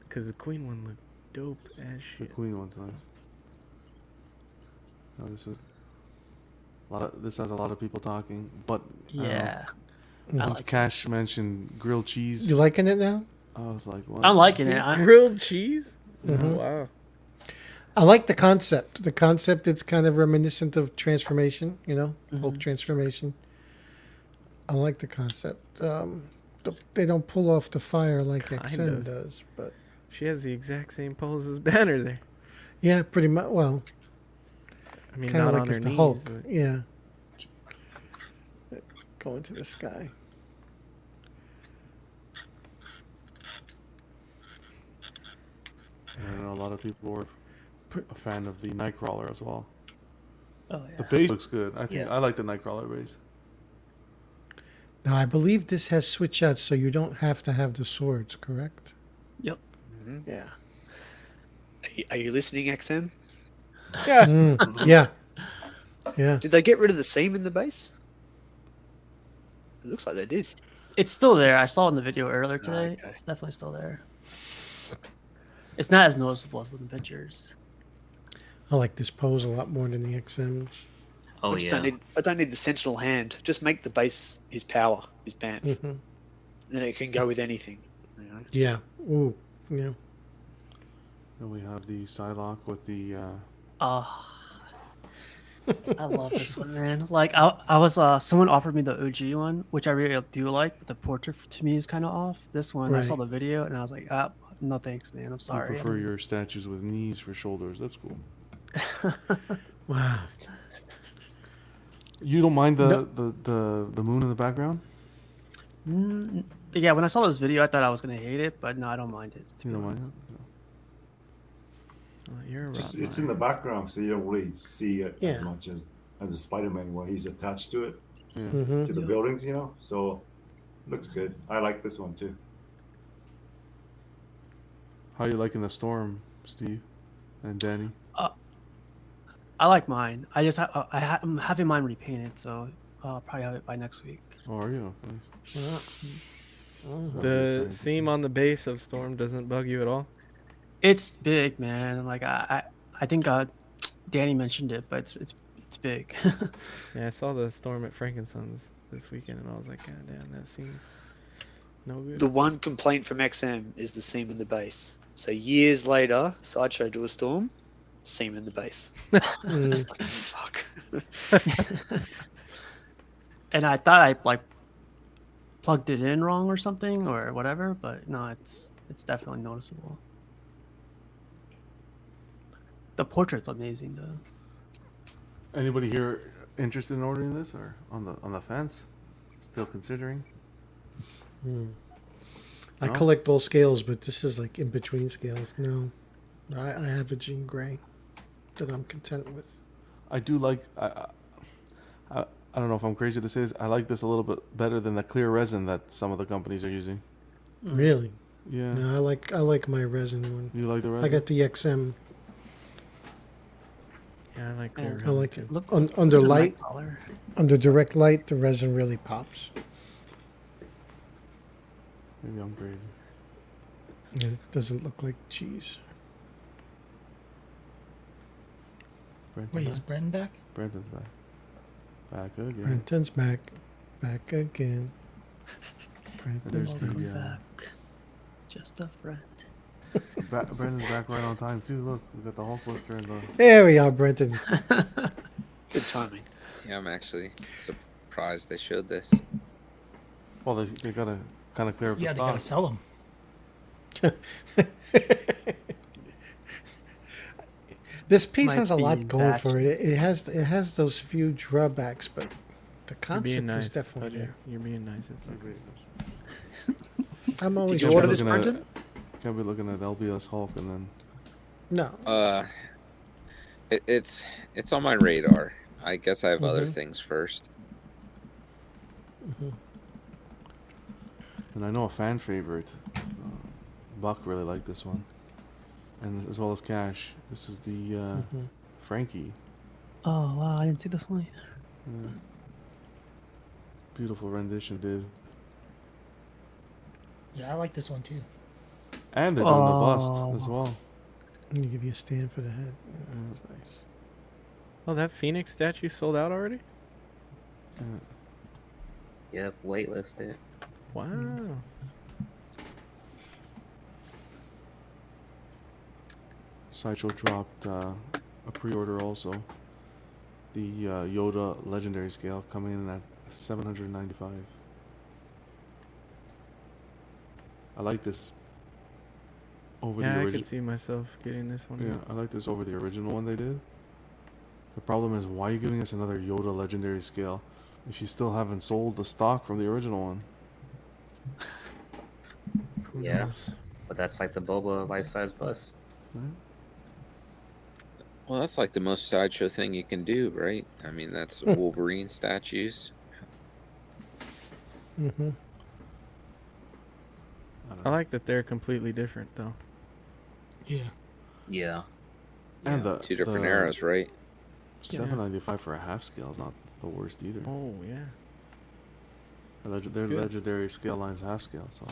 Speaker 6: because the Queen one looked dope as
Speaker 3: The
Speaker 6: shit.
Speaker 3: Queen one's nice. No, this is a lot of. This has a lot of people talking, but I don't know.
Speaker 7: Yeah. I
Speaker 3: Once
Speaker 7: like
Speaker 3: Cash mentioned grilled cheese,
Speaker 12: You liking it now?
Speaker 3: I was like, what?
Speaker 7: I'm liking it. I,
Speaker 6: Grilled cheese. Oh,
Speaker 7: Mm-hmm.
Speaker 12: Mhm.
Speaker 6: Wow.
Speaker 12: I like the concept. The concept it's kind of reminiscent of transformation, you know,
Speaker 6: Mm-hmm.
Speaker 12: Hulk transformation. I like the concept. Um, th- they don't pull off the fire like
Speaker 6: Kind
Speaker 12: XN
Speaker 6: of.
Speaker 12: does, but
Speaker 6: She has the exact same pose as Banner there.
Speaker 12: yeah, pretty much. Well,
Speaker 6: I mean,
Speaker 12: kind
Speaker 6: not
Speaker 12: of like
Speaker 6: on
Speaker 12: it's
Speaker 6: her
Speaker 12: the
Speaker 6: knees.
Speaker 12: Hulk.
Speaker 6: but-
Speaker 12: Yeah, going to the sky.
Speaker 3: I know a lot of people were a fan of the Nightcrawler as well.
Speaker 6: Oh,
Speaker 3: The base looks good. I think
Speaker 16: Yeah.
Speaker 3: I like the Nightcrawler base.
Speaker 12: Now, I believe this has switch outs, so you don't have to have the swords, correct?
Speaker 7: Yep.
Speaker 12: Yeah.
Speaker 16: Mm-hmm. Are you, are you listening, XM?
Speaker 12: Yeah. Mm, yeah. Yeah.
Speaker 16: Did they get rid of the seam in the base? It looks like they did.
Speaker 7: It's still there. I saw it in the video earlier
Speaker 6: Ah,
Speaker 7: today. It's definitely still there. It's not as noticeable as in the pictures.
Speaker 12: I like this pose a lot more than the XMs.
Speaker 16: I just don't need, I don't need the sentinel hand. Just make the base his power, his BAMF.
Speaker 7: Mm-hmm.
Speaker 12: Mhm.
Speaker 16: Then it can go with anything. You know?
Speaker 12: Yeah. Ooh. Yeah.
Speaker 3: And we have the Psylocke with the. Uh,
Speaker 7: Ah. I love this one, man. Like I, I was uh, someone offered me the OG one, which I really do like, but the portrait f- to me is kind of off. This one, I saw
Speaker 3: Right.
Speaker 7: the video and I was like, ah, no thanks, man. I'm
Speaker 3: I
Speaker 7: sorry.
Speaker 3: prefer your statues with knees for shoulders. That's cool.
Speaker 12: wow.
Speaker 3: You don't mind the,
Speaker 7: No.
Speaker 3: the, the, the moon in the background?
Speaker 7: Mm, but yeah, when I saw this video, I thought I was gonna hate it, but no, I don't mind it.
Speaker 3: You don't mind
Speaker 7: You're
Speaker 11: Just- it's in the background, so you don't really see it as
Speaker 7: Yeah.
Speaker 11: much as as a Spider-Man where he's attached to it
Speaker 3: Yeah.
Speaker 12: Mhm.
Speaker 11: to the buildings, you know. So looks good. I like this one too.
Speaker 3: How you liking the storm, Steve and Danny?
Speaker 7: I like mine. I just ha- I ha- I'm having mine repainted, so I'll probably have it by next week.
Speaker 3: How are you? Nice.
Speaker 6: The seam on the base of Storm doesn't bug you at all.
Speaker 7: It's big, man. Like I, I, I think uh, Danny mentioned it, but it's it's it's big.
Speaker 6: Yeah, I saw the Storm at Frankenstein's this weekend, and I was like, God damn, that seam. No good.
Speaker 16: The one complaint from XM is the seam in the base. So years later, Sideshow do a storm, seam in the base.
Speaker 7: Mm.
Speaker 16: It's like, fuck.
Speaker 7: and I thought I like plugged it in wrong or something or whatever, but no, it's it's definitely noticeable. The portrait's amazing though.
Speaker 3: Anybody here interested in ordering this or on the on the fence? Still considering?
Speaker 12: Hmm. I
Speaker 3: No?
Speaker 12: collect all scales, but this is like in between scales. No, I, I have a Jean Grey that I'm content with.
Speaker 3: I do like. I, I, I I don't know if I'm crazy to say this. I like this a little bit better than the clear resin that some of the companies are using.
Speaker 12: Really?
Speaker 3: Mm. Yeah.
Speaker 12: No, I like I like my resin one.
Speaker 3: You like the
Speaker 12: I
Speaker 3: resin?
Speaker 12: got the XM.
Speaker 6: Yeah, I like
Speaker 12: I
Speaker 6: clear.
Speaker 12: like it.
Speaker 7: Look-
Speaker 12: Un-
Speaker 7: look
Speaker 12: under
Speaker 7: at my
Speaker 12: light,
Speaker 7: color.
Speaker 12: under direct light, the resin really pops.
Speaker 3: Maybe I'm crazy.
Speaker 12: It doesn't look like cheese.
Speaker 3: Brenton
Speaker 8: Wait, is
Speaker 3: back?
Speaker 8: Bren back?
Speaker 3: Brenton's back. Back again.
Speaker 12: Brenton's back, back again.
Speaker 3: And there's
Speaker 12: Brenton's
Speaker 3: the. Uh,
Speaker 7: Just a friend.
Speaker 3: Bra- Brandon's back right on time too. Look, we got the Hulk blister and the.
Speaker 12: There we are, Brenton.
Speaker 16: Good timing.
Speaker 1: Yeah, I'm actually surprised they showed this.
Speaker 3: Well, they, they gotta kind of clear up
Speaker 8: Yeah,
Speaker 3: the
Speaker 8: they
Speaker 3: stock.
Speaker 8: gotta sell them.
Speaker 12: This piece
Speaker 8: Might
Speaker 12: has a
Speaker 8: be
Speaker 12: lot going
Speaker 8: back.
Speaker 12: for it. it. It has it has those few drawbacks, but the
Speaker 6: You're being
Speaker 12: concept
Speaker 6: nice.
Speaker 12: is
Speaker 3: Oh,
Speaker 12: definitely
Speaker 6: buddy.
Speaker 12: there.
Speaker 6: You're being nice. It's okay.
Speaker 12: I'm always
Speaker 16: you
Speaker 3: Can't be
Speaker 16: order this,
Speaker 3: looking at-
Speaker 16: Brenton?
Speaker 3: Can't be looking at LBS Hulk and then
Speaker 12: no.
Speaker 1: Uh, it, it's it's on my radar. I guess I have other
Speaker 12: Mhm.
Speaker 1: things first.
Speaker 12: Mm-hmm.
Speaker 3: And I know a fan favorite. Uh, Buck really liked this one. And as well as Cash. This is the uh,
Speaker 7: Mhm.
Speaker 3: Frankie.
Speaker 7: Oh wow, I didn't see this one either.
Speaker 3: Yeah. Beautiful rendition, dude.
Speaker 8: Yeah, I like this one too.
Speaker 3: And they're doing the
Speaker 12: Oh.
Speaker 3: bust as well.
Speaker 12: I'm gonna give you a stand for the head. That was nice.
Speaker 6: Oh, that Phoenix statue sold out already?
Speaker 17: Yep, waitlisted.
Speaker 6: Wow.
Speaker 12: Mm,
Speaker 3: Mm-hmm. Sideshow dropped uh, a pre order also. The uh, Yoda Legendary Scale coming in at 795. I like this over
Speaker 6: yeah,
Speaker 3: the
Speaker 6: I
Speaker 3: original.
Speaker 6: could see myself getting this one.
Speaker 3: Yeah, I like this over the original one they did. The problem is, why are you giving us another Yoda legendary scale if you still haven't sold the stock from the original one? Mm-hmm.
Speaker 17: Yeah, but that's like the Boba life-size bust.
Speaker 1: Well, that's like the most sideshow thing you can do, right? I mean, that's
Speaker 3: Hmm.
Speaker 1: Wolverine statues.
Speaker 12: Mm-hmm.
Speaker 6: I like that they're completely different, though.
Speaker 8: Yeah.
Speaker 9: Yeah.
Speaker 3: And the
Speaker 1: Two different eras, right?
Speaker 3: Seven ninety five for a half scale is not the worst either.
Speaker 6: Oh yeah.
Speaker 3: Leg- their
Speaker 6: good.
Speaker 3: legendary scale lines half scale, so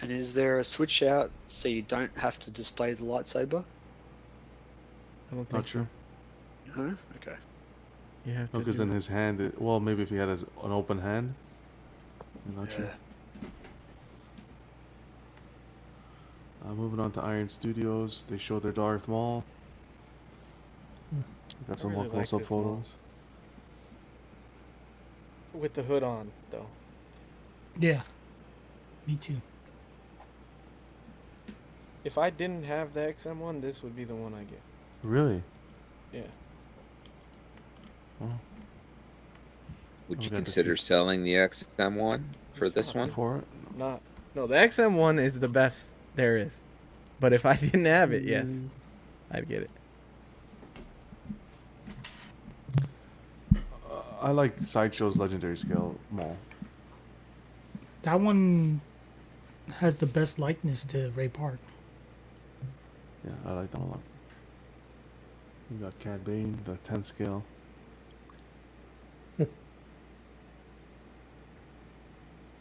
Speaker 16: And is there a switch out so you don't have to display the lightsaber?
Speaker 6: I don't think
Speaker 3: not sure.
Speaker 16: No. Okay.
Speaker 6: you have to.
Speaker 3: No, because
Speaker 6: do
Speaker 3: then
Speaker 6: it.
Speaker 3: Oh, his hand. i- Well, maybe if he had his, an open hand. I'm not sure. Uh, moving on to Iron Studios, they show their Darth Maul. Hmm. Got some
Speaker 6: really
Speaker 3: more
Speaker 6: like
Speaker 3: close-up
Speaker 6: this Maul.
Speaker 3: photos.
Speaker 6: with the hood on, though.
Speaker 8: Yeah. Me too.
Speaker 6: If I didn't have the XM one, this would be the one I get.
Speaker 3: Really?
Speaker 6: Yeah.
Speaker 3: Well,
Speaker 1: Would
Speaker 3: I'm
Speaker 1: you
Speaker 3: glad to see-
Speaker 1: consider selling the XM one for this one?
Speaker 3: For it?
Speaker 6: Not. No, the XM one is the best there is. But if I didn't have it, yes,
Speaker 12: Mm.
Speaker 6: I'd get it.
Speaker 3: Uh, I like Sideshow's legendary scale Maul.
Speaker 8: That one has the best likeness to Ray Park.
Speaker 3: Yeah, I like that a lot. You got Cad Bane, the 10 scale.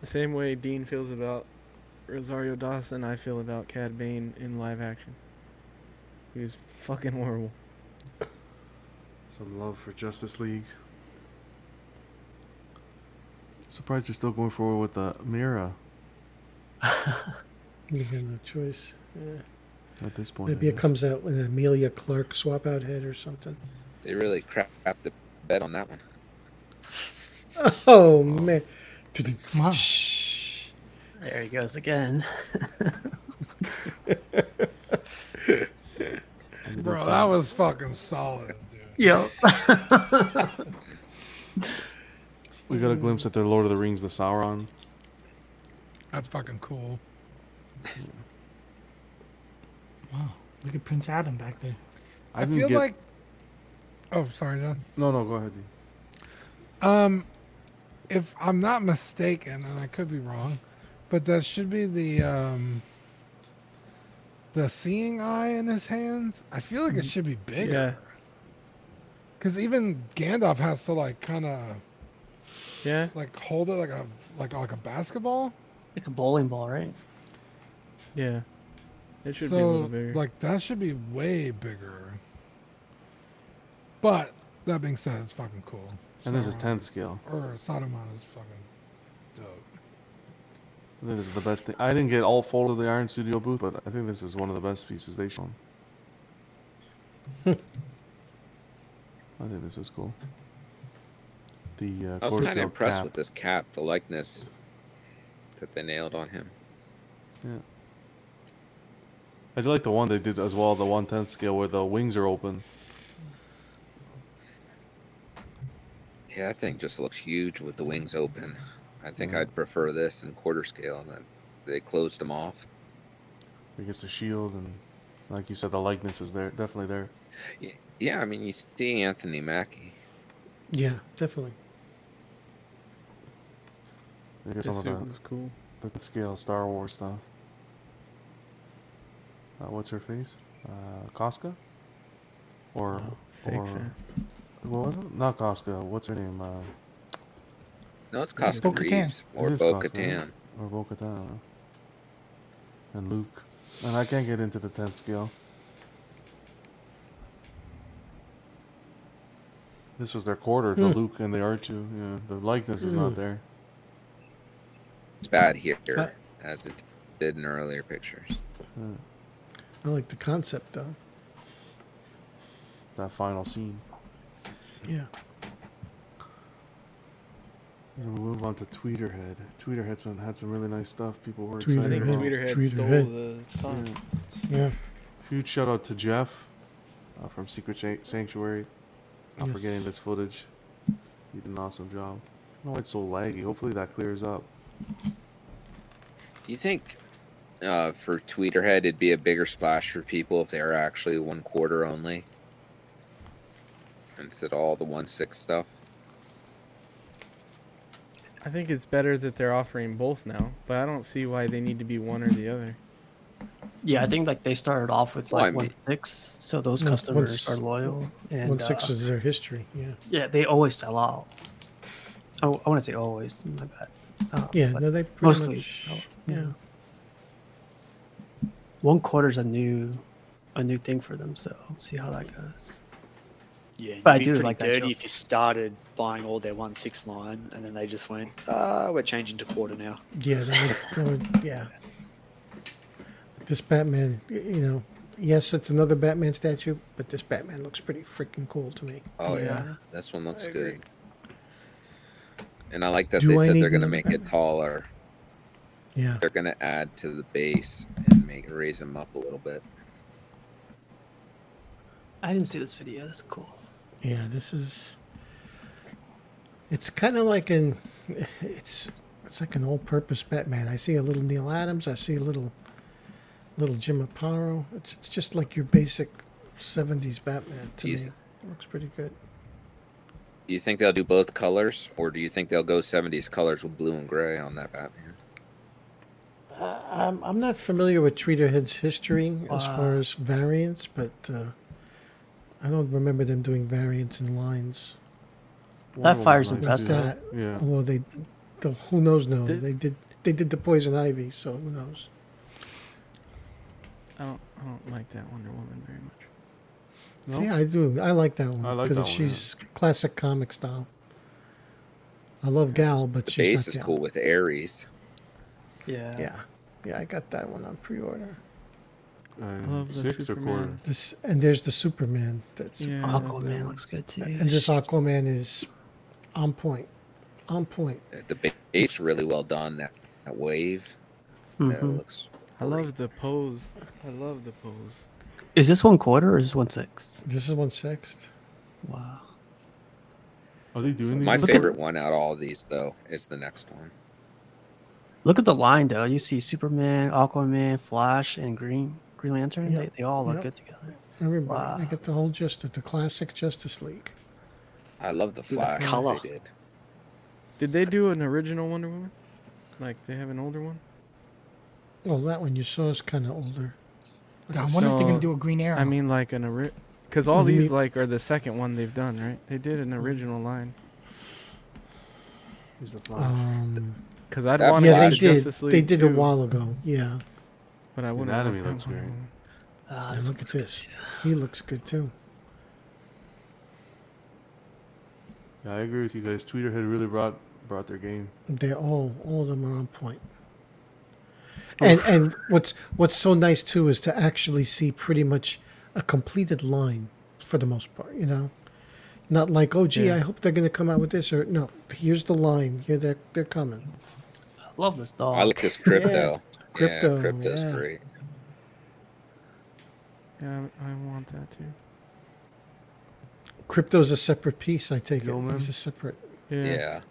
Speaker 6: The same way Dean feels about Rosario Dawson, I feel about Cad Bane in live action. He was fucking horrible.
Speaker 3: Some love for Justice League. Surprised you're still going forward with the Mira
Speaker 12: You got no choice. Yeah.
Speaker 3: at this point.
Speaker 12: Maybe
Speaker 3: I
Speaker 12: it
Speaker 3: guess.
Speaker 12: comes out with an Amelia Clark swap out head or something.
Speaker 1: They really crap the bed on that one.
Speaker 12: Oh man.
Speaker 8: Wow.
Speaker 7: There he goes again.
Speaker 5: Bro, that was fucking solid, dude.
Speaker 7: Yep.
Speaker 3: We got a glimpse at their Lord of the Rings, the Sauron.
Speaker 5: That's fucking cool.
Speaker 8: Wow. Look at Prince Adam back there.
Speaker 5: I,
Speaker 3: didn't
Speaker 5: feel
Speaker 3: get-
Speaker 5: like. Oh, sorry, John.
Speaker 3: No, no, go ahead. Dean.
Speaker 5: Um, if I'm not mistaken, and I could be wrong, but that should be the um, the seeing eye in his hands. I feel like it should be
Speaker 6: Mm-hmm. Yeah.
Speaker 5: bigger. Because even Gandalf has to like kind of
Speaker 6: Yeah.
Speaker 5: like hold it like a like like a basketball.
Speaker 7: Like a bowling ball, right?
Speaker 6: Yeah. It should be a
Speaker 5: so
Speaker 6: little bigger.
Speaker 5: like that should be way bigger. But that being said, it's fucking cool.
Speaker 3: And there's his
Speaker 5: Sauron-
Speaker 3: 10 scale.
Speaker 5: Or Saruman is fucking dope.
Speaker 3: I think this is the best thing. I didn't get all fold of the Iron Studio booth, but I think this is one of the best pieces they shown. I think this was cool. The uh,
Speaker 1: I was
Speaker 3: Coors
Speaker 1: kind of
Speaker 3: Guild
Speaker 1: impressed
Speaker 3: cap.
Speaker 1: with this cap, the likeness that they nailed on him.
Speaker 3: Yeah. I do like the one they did as well, the one tenth scale where the wings are open.
Speaker 1: Yeah, that thing just looks huge with the wings open. I think I'd prefer this in quarter scale. That they closed them off.
Speaker 3: It gets the shield and like you said, the likeness is there definitely there.
Speaker 1: Y- Yeah, I mean you see Anthony Mackie.
Speaker 12: Yeah, definitely.
Speaker 3: They get
Speaker 6: The
Speaker 3: some of
Speaker 6: suit was cool.
Speaker 3: the, the scale Star Wars stuff. Uh, what's her face? Uh Costco? Or
Speaker 6: fake
Speaker 3: or
Speaker 6: fan.
Speaker 3: what was it? Not Costco. What's her name? Uh,
Speaker 1: No, it's
Speaker 8: It's
Speaker 1: Costco
Speaker 8: Bo-Katan.
Speaker 1: Reeves or
Speaker 3: it is
Speaker 1: Bo
Speaker 3: Costco,
Speaker 1: Katan.
Speaker 3: right? Or Bo Katan. And Luke. And I can't get into the tenth scale. This was their quarter, the
Speaker 12: Hmm.
Speaker 3: Luke and the R2. Yeah, the likeness is not
Speaker 12: Hmm.
Speaker 3: there.
Speaker 1: It's bad here
Speaker 12: Uh,
Speaker 1: as it did in earlier pictures.
Speaker 3: Yeah,
Speaker 12: I like the concept though.
Speaker 3: that final scene.
Speaker 12: Yeah.
Speaker 3: We're gonna move on to Tweeterhead. Tweeterhead some, had some really nice stuff. People were
Speaker 12: Tweeterhead.
Speaker 6: I think
Speaker 3: excited about.
Speaker 6: Tweeterhead
Speaker 12: Tweeterhead.
Speaker 6: stole the time.
Speaker 12: Yeah.
Speaker 3: Huge shout out to Jeff uh, from Secret Shan- Sanctuary uh, for
Speaker 12: Yes.
Speaker 3: getting this footage. He did an awesome job. I don't know why it's so laggy. Hopefully that clears up.
Speaker 1: Do you think uh, for Tweeterhead, it'd be a bigger splash for people if they were actually one quarter only instead of all the one six stuff.
Speaker 6: I think it's better that they're offering both now, but I don't see why they need to be one or the other.
Speaker 7: Yeah, I think like they started off with
Speaker 6: Well, I
Speaker 7: like
Speaker 6: mean-
Speaker 7: one six, so those
Speaker 12: No,
Speaker 7: customers
Speaker 12: once-
Speaker 7: are loyal. And
Speaker 12: One six
Speaker 7: uh,
Speaker 12: is their history. Yeah.
Speaker 7: yeah, they always sell out. Oh, I want to say always. My bad. Uh,
Speaker 12: Yeah.
Speaker 7: but
Speaker 12: No, they pretty
Speaker 7: mostly.
Speaker 12: much-
Speaker 7: sell-
Speaker 12: yeah.
Speaker 7: One quarter's a new, a new thing for them. So we'll see how that goes.
Speaker 16: Yeah,
Speaker 7: But I
Speaker 16: it'd be
Speaker 7: do
Speaker 16: pretty
Speaker 7: like that
Speaker 16: dirty
Speaker 7: joke.
Speaker 16: if you started buying all their one six line and then they just went, ah, we're changing to quarter now.
Speaker 12: Yeah. That would, that would, yeah. This Batman, y- you know, yes, it's another Batman statue, but this Batman looks pretty freaking cool to me.
Speaker 1: Oh yeah,
Speaker 12: Yeah.
Speaker 1: this one looks
Speaker 12: I agree.
Speaker 1: good. And I like that
Speaker 12: Do
Speaker 1: they
Speaker 12: I
Speaker 1: said
Speaker 12: need
Speaker 1: they're gonna make
Speaker 12: another
Speaker 1: it taller.
Speaker 12: Yeah.
Speaker 1: They're gonna add to the base and make raise them up a little bit.
Speaker 7: I didn't see this video. That's cool.
Speaker 12: Yeah, this is. It's kind of like an, it's it's like an all-purpose Batman. I see a little Neil Adams. I see a little, little Jim Aparo. It's it's just like your basic '70s Batman to
Speaker 1: Yes.
Speaker 12: me. Looks pretty good.
Speaker 1: Do you think they'll do both colors, or do you think they'll go seventies colors with blue and gray on that Batman?
Speaker 12: Uh, I'm I'm not familiar with Tweeterhead's history as
Speaker 7: Wow.
Speaker 12: far as variants, but uh, I don't remember them doing variants in lines.
Speaker 7: That
Speaker 12: Wonder
Speaker 7: fire's
Speaker 12: Woman's nice,
Speaker 7: impressive.
Speaker 12: too.
Speaker 7: Yeah.
Speaker 12: Although they, the, who knows? No,
Speaker 6: Did-
Speaker 12: they did they did the poison ivy, so who knows?
Speaker 6: I don't, I don't like that Wonder Woman very much.
Speaker 12: See, I do. I like that one
Speaker 6: I like
Speaker 12: because
Speaker 6: that one, yeah.
Speaker 12: she's classic comic style. I love Gal, but
Speaker 1: The
Speaker 12: she's
Speaker 1: base
Speaker 12: not
Speaker 1: is
Speaker 12: Gal.
Speaker 1: cool with Aries.
Speaker 7: Yeah.
Speaker 12: Yeah, yeah, I got that one on pre-order.
Speaker 3: love the six uh, or quarter.
Speaker 12: This and there's the Superman. That's
Speaker 7: Yeah, I love Aquaman that one. looks good, too.
Speaker 12: And this Aquaman is on point, on point.
Speaker 1: Uh, The ba- base really well done. That, that wave.
Speaker 12: Mm-hmm.
Speaker 1: That
Speaker 7: Mhm.
Speaker 1: looks
Speaker 6: I love the pose. I love the pose.
Speaker 7: Is this one quarter or is this one six?
Speaker 12: This is one sixth.
Speaker 7: Wow.
Speaker 3: Are they doing
Speaker 1: my
Speaker 7: these- Look at-
Speaker 1: favorite one out of all these though is the next one.
Speaker 7: Look at the line though. You see Superman, Aquaman, Flash, and Green Green Lantern. They, they all look
Speaker 12: Yep.
Speaker 7: good together.
Speaker 12: Everybody, I get the whole Justice, the classic Justice League.
Speaker 1: I love the
Speaker 12: The
Speaker 1: flash.
Speaker 12: colour.
Speaker 1: They did.
Speaker 6: Did they do an original Wonder Woman? Like they have an older one?
Speaker 12: Well, that one you saw is kind of older.
Speaker 8: I wonder if they're gonna do a Green Arrow.
Speaker 6: I mean, like an ori- because all
Speaker 12: You
Speaker 6: these
Speaker 12: mean-
Speaker 6: like are the second one they've done, right? They did an original line. Here's the
Speaker 12: Um,
Speaker 6: Because I'd
Speaker 12: yeah,
Speaker 6: want to
Speaker 12: they
Speaker 6: watch
Speaker 12: did.
Speaker 6: Justice League.
Speaker 12: They did a
Speaker 6: too,
Speaker 12: while ago. Yeah.
Speaker 6: But I wouldn't.
Speaker 3: Anatomy
Speaker 6: want that
Speaker 3: looks
Speaker 6: one.
Speaker 3: great.
Speaker 7: Ah,
Speaker 12: And
Speaker 7: this
Speaker 12: look at this. He looks good too.
Speaker 3: Yeah, I agree with you guys. Tweeterhead really brought brought their game.
Speaker 12: They're all all of them are on point. And and what's what's so nice too is to actually see pretty much a completed line for the most part, you know. Not like, oh gee,
Speaker 7: Yeah.
Speaker 12: I hope they're gonna come out with this or no, here's the line. Here they're they're coming.
Speaker 7: I love this dog.
Speaker 1: I like this crypto.
Speaker 12: Crypto,
Speaker 1: yeah, crypto's
Speaker 12: yeah.
Speaker 1: great.
Speaker 6: Yeah, I I want that too.
Speaker 12: Crypto's a separate piece, I take
Speaker 3: Gilman?
Speaker 12: it. He's a separate
Speaker 6: Yeah.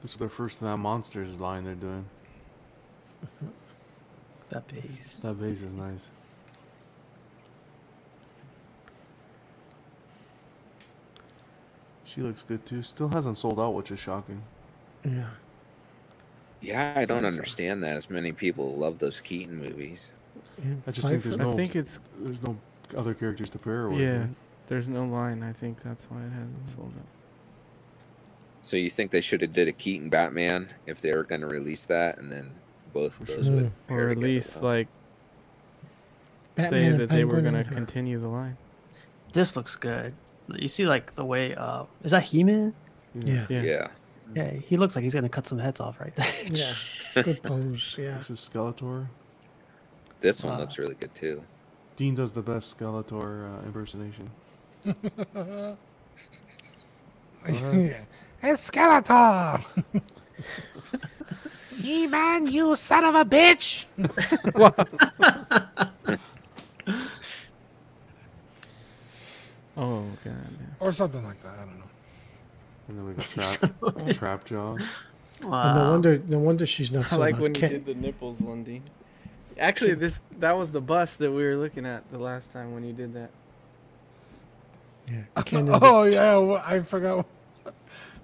Speaker 3: This is their first that monsters line they're doing.
Speaker 7: That base.
Speaker 3: That base is nice. She looks good too. Still hasn't sold out, which is shocking.
Speaker 12: Yeah.
Speaker 1: Yeah, I don't understand that. As many people love those Keaton movies.
Speaker 3: I just think there's
Speaker 6: I
Speaker 3: no.
Speaker 6: think it's-
Speaker 3: there's no other characters to pair with.
Speaker 6: Yeah, there's no line. I think that's why it hasn't sold out.
Speaker 1: So you think they should have did a Keaton Batman if they were going to release that, and then both of those
Speaker 8: Hmm.
Speaker 1: would pair
Speaker 6: Or at
Speaker 1: together
Speaker 6: least
Speaker 1: well.
Speaker 6: like
Speaker 12: Batman
Speaker 6: say
Speaker 12: and
Speaker 6: that they were
Speaker 12: Penguin
Speaker 6: gonna
Speaker 12: and her.
Speaker 6: continue the line.
Speaker 7: This looks good. You see like the way uh is that He Man?
Speaker 12: Yeah.
Speaker 6: Yeah.
Speaker 7: Yeah, he looks like he's gonna cut some heads off right there.
Speaker 12: Yeah. Good pose, yeah.
Speaker 3: This is Skeletor.
Speaker 1: This one looks really good too.
Speaker 3: Dean does the best Skeletor uh, impersonation.
Speaker 5: yeah. It's Skeletor.
Speaker 12: He man, you son of a bitch!
Speaker 6: Oh god. yeah.
Speaker 5: or something like that. I don't know.
Speaker 3: And then we got Trap, Trap Jaws.
Speaker 12: And no
Speaker 6: Wow.
Speaker 12: wonder, no wonder she's not.
Speaker 6: I
Speaker 12: sold
Speaker 6: like
Speaker 12: on
Speaker 6: when you
Speaker 12: Ken.
Speaker 6: did the nipples, Lundeen. Actually, this that was the bus that we were looking at the last time when you did that.
Speaker 12: Yeah, Ken and-
Speaker 5: Oh yeah, wha- I forgot. I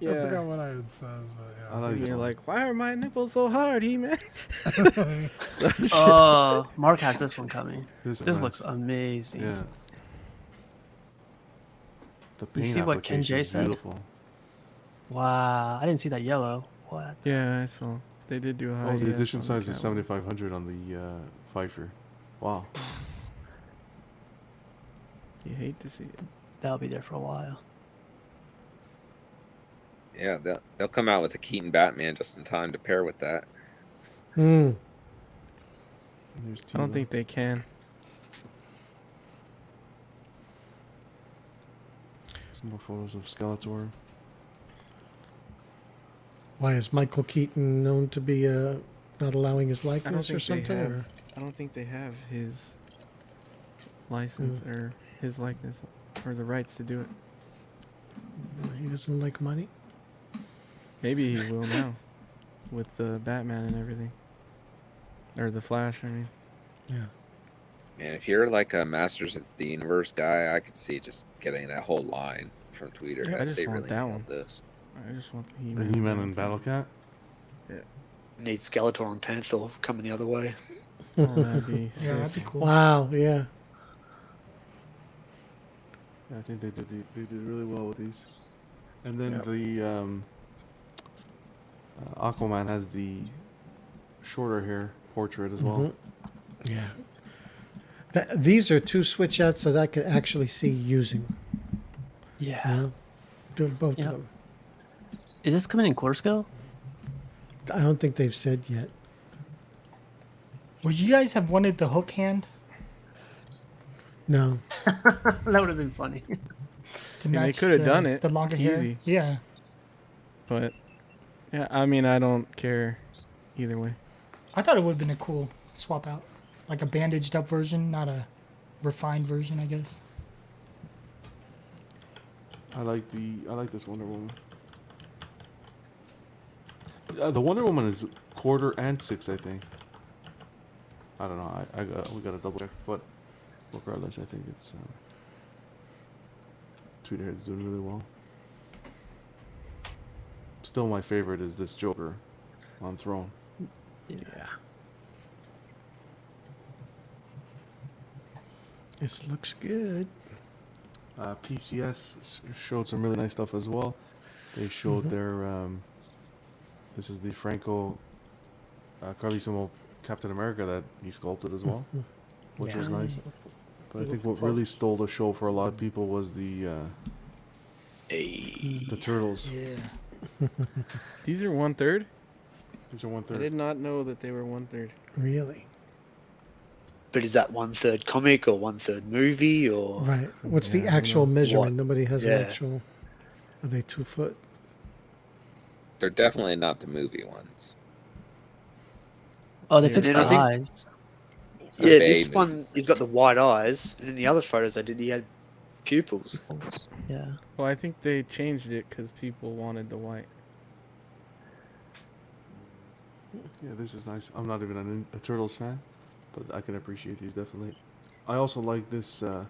Speaker 6: Yeah.
Speaker 5: forgot what I had said. But yeah.
Speaker 3: I
Speaker 6: And you're like, why are my nipples so hard, he man?
Speaker 7: Oh, Mark has this one coming.
Speaker 3: This
Speaker 7: This,
Speaker 3: one.
Speaker 7: looks amazing.
Speaker 3: Yeah. The
Speaker 7: You
Speaker 3: paint
Speaker 7: see what Ken
Speaker 3: application
Speaker 7: J
Speaker 3: is
Speaker 7: said?
Speaker 3: Beautiful.
Speaker 7: Wow, Uh, I didn't see that yellow. What?
Speaker 6: Yeah, I saw. They did do a high.
Speaker 3: Oh, the
Speaker 6: def
Speaker 3: edition
Speaker 6: on the
Speaker 3: size is
Speaker 6: catwalk.
Speaker 3: 7500 on the uh, Pfeiffer. Wow.
Speaker 6: You hate to see it.
Speaker 7: That'll be there for a while.
Speaker 1: Yeah, they'll, they'll come out with a Keaton Batman just in time to pair with that.
Speaker 12: Hmm.
Speaker 6: I don't think they can.
Speaker 3: Some more photos of Skeletor.
Speaker 12: Why is Michael Keaton known to be uh, not allowing his
Speaker 6: I don't
Speaker 12: likeness or
Speaker 6: think they
Speaker 12: something?
Speaker 6: have.
Speaker 12: or-
Speaker 6: I don't think they have his license or his likeness or the rights to do it.
Speaker 12: he doesn't like money.
Speaker 6: Maybe he will now, with the Batman and everything, or the Flash. I mean,
Speaker 1: Man, if you're like a Masters of the Universe guy, I could see just getting that whole line from Twitter.
Speaker 6: I just
Speaker 1: they
Speaker 6: want
Speaker 1: really
Speaker 6: that
Speaker 1: nailed
Speaker 6: one.
Speaker 1: This.
Speaker 6: I just want the
Speaker 3: The
Speaker 6: He-Man.
Speaker 3: He Man and Battle Cat.
Speaker 16: Need Skeletor and Panther coming the other way.
Speaker 6: Oh, that'd be sick.
Speaker 12: Wow. Yeah.
Speaker 3: Yeah, I think they did the- they did really well with these. And then the um, uh, Aquaman has the shorter hair portrait as well.
Speaker 12: Mhm. Yeah. That, these are two switch outs that I could actually see using.
Speaker 7: Yeah.
Speaker 12: you know? Do both
Speaker 7: Yeah.
Speaker 12: of them.
Speaker 7: Is this coming in quarter scale?
Speaker 12: I don't think they've said yet.
Speaker 8: Would you guys have wanted the hook hand
Speaker 12: No.
Speaker 7: that would have been funny.
Speaker 8: to
Speaker 6: I mean, they
Speaker 8: match
Speaker 6: could have
Speaker 8: the-
Speaker 6: done it
Speaker 8: The longer
Speaker 6: easy.
Speaker 8: hair. Yeah.
Speaker 6: But yeah, I mean, I don't care either way.
Speaker 8: I thought it would have been a cool swap out, like a bandaged up version, not a refined version, I guess.
Speaker 3: I like the I like this Wonder Woman. Uh, the Wonder Woman is quarter and six, I think. I don't know. I, I got, we got to double check, but regardless, I think it's uh, Tweeter Head's doing really well. Still, my favorite is this Joker on Throne.
Speaker 12: Yeah. This looks good.
Speaker 3: Uh, PCS s- showed some really nice stuff as well. They showed
Speaker 12: Mhm.
Speaker 3: their. Um, this is the Franco uh, Carlissimo Captain America that he sculpted as well,
Speaker 12: Mhm.
Speaker 3: which was
Speaker 12: Yeah.
Speaker 3: nice. But I think
Speaker 12: Beautiful
Speaker 3: what really stole the show for a lot of people was the. Uh, The turtles.
Speaker 6: Yeah. These are one third.
Speaker 3: These are one
Speaker 6: I did not know that they were one third.
Speaker 12: Really?
Speaker 16: But is that one third comic or one third movie or
Speaker 12: Right. What's the
Speaker 16: Oh, Yeah, who
Speaker 12: actual
Speaker 16: knows?
Speaker 12: measurement?
Speaker 16: What?
Speaker 12: Nobody has
Speaker 16: Yeah.
Speaker 12: an actual. Are they two foot?
Speaker 1: They're definitely not the movie ones.
Speaker 7: Oh, they
Speaker 16: Yeah,
Speaker 7: fixed
Speaker 16: and I
Speaker 7: the
Speaker 16: think-
Speaker 7: eyes.
Speaker 16: yeah,
Speaker 1: they-
Speaker 16: this one he's got the wide eyes, and in the other photos I did he had pupils.
Speaker 7: Yeah.
Speaker 6: Well, I think they changed it because people wanted the white.
Speaker 3: Yeah, this is nice. I'm not even an, a Turtles fan, but I can appreciate these definitely. I also like this uh,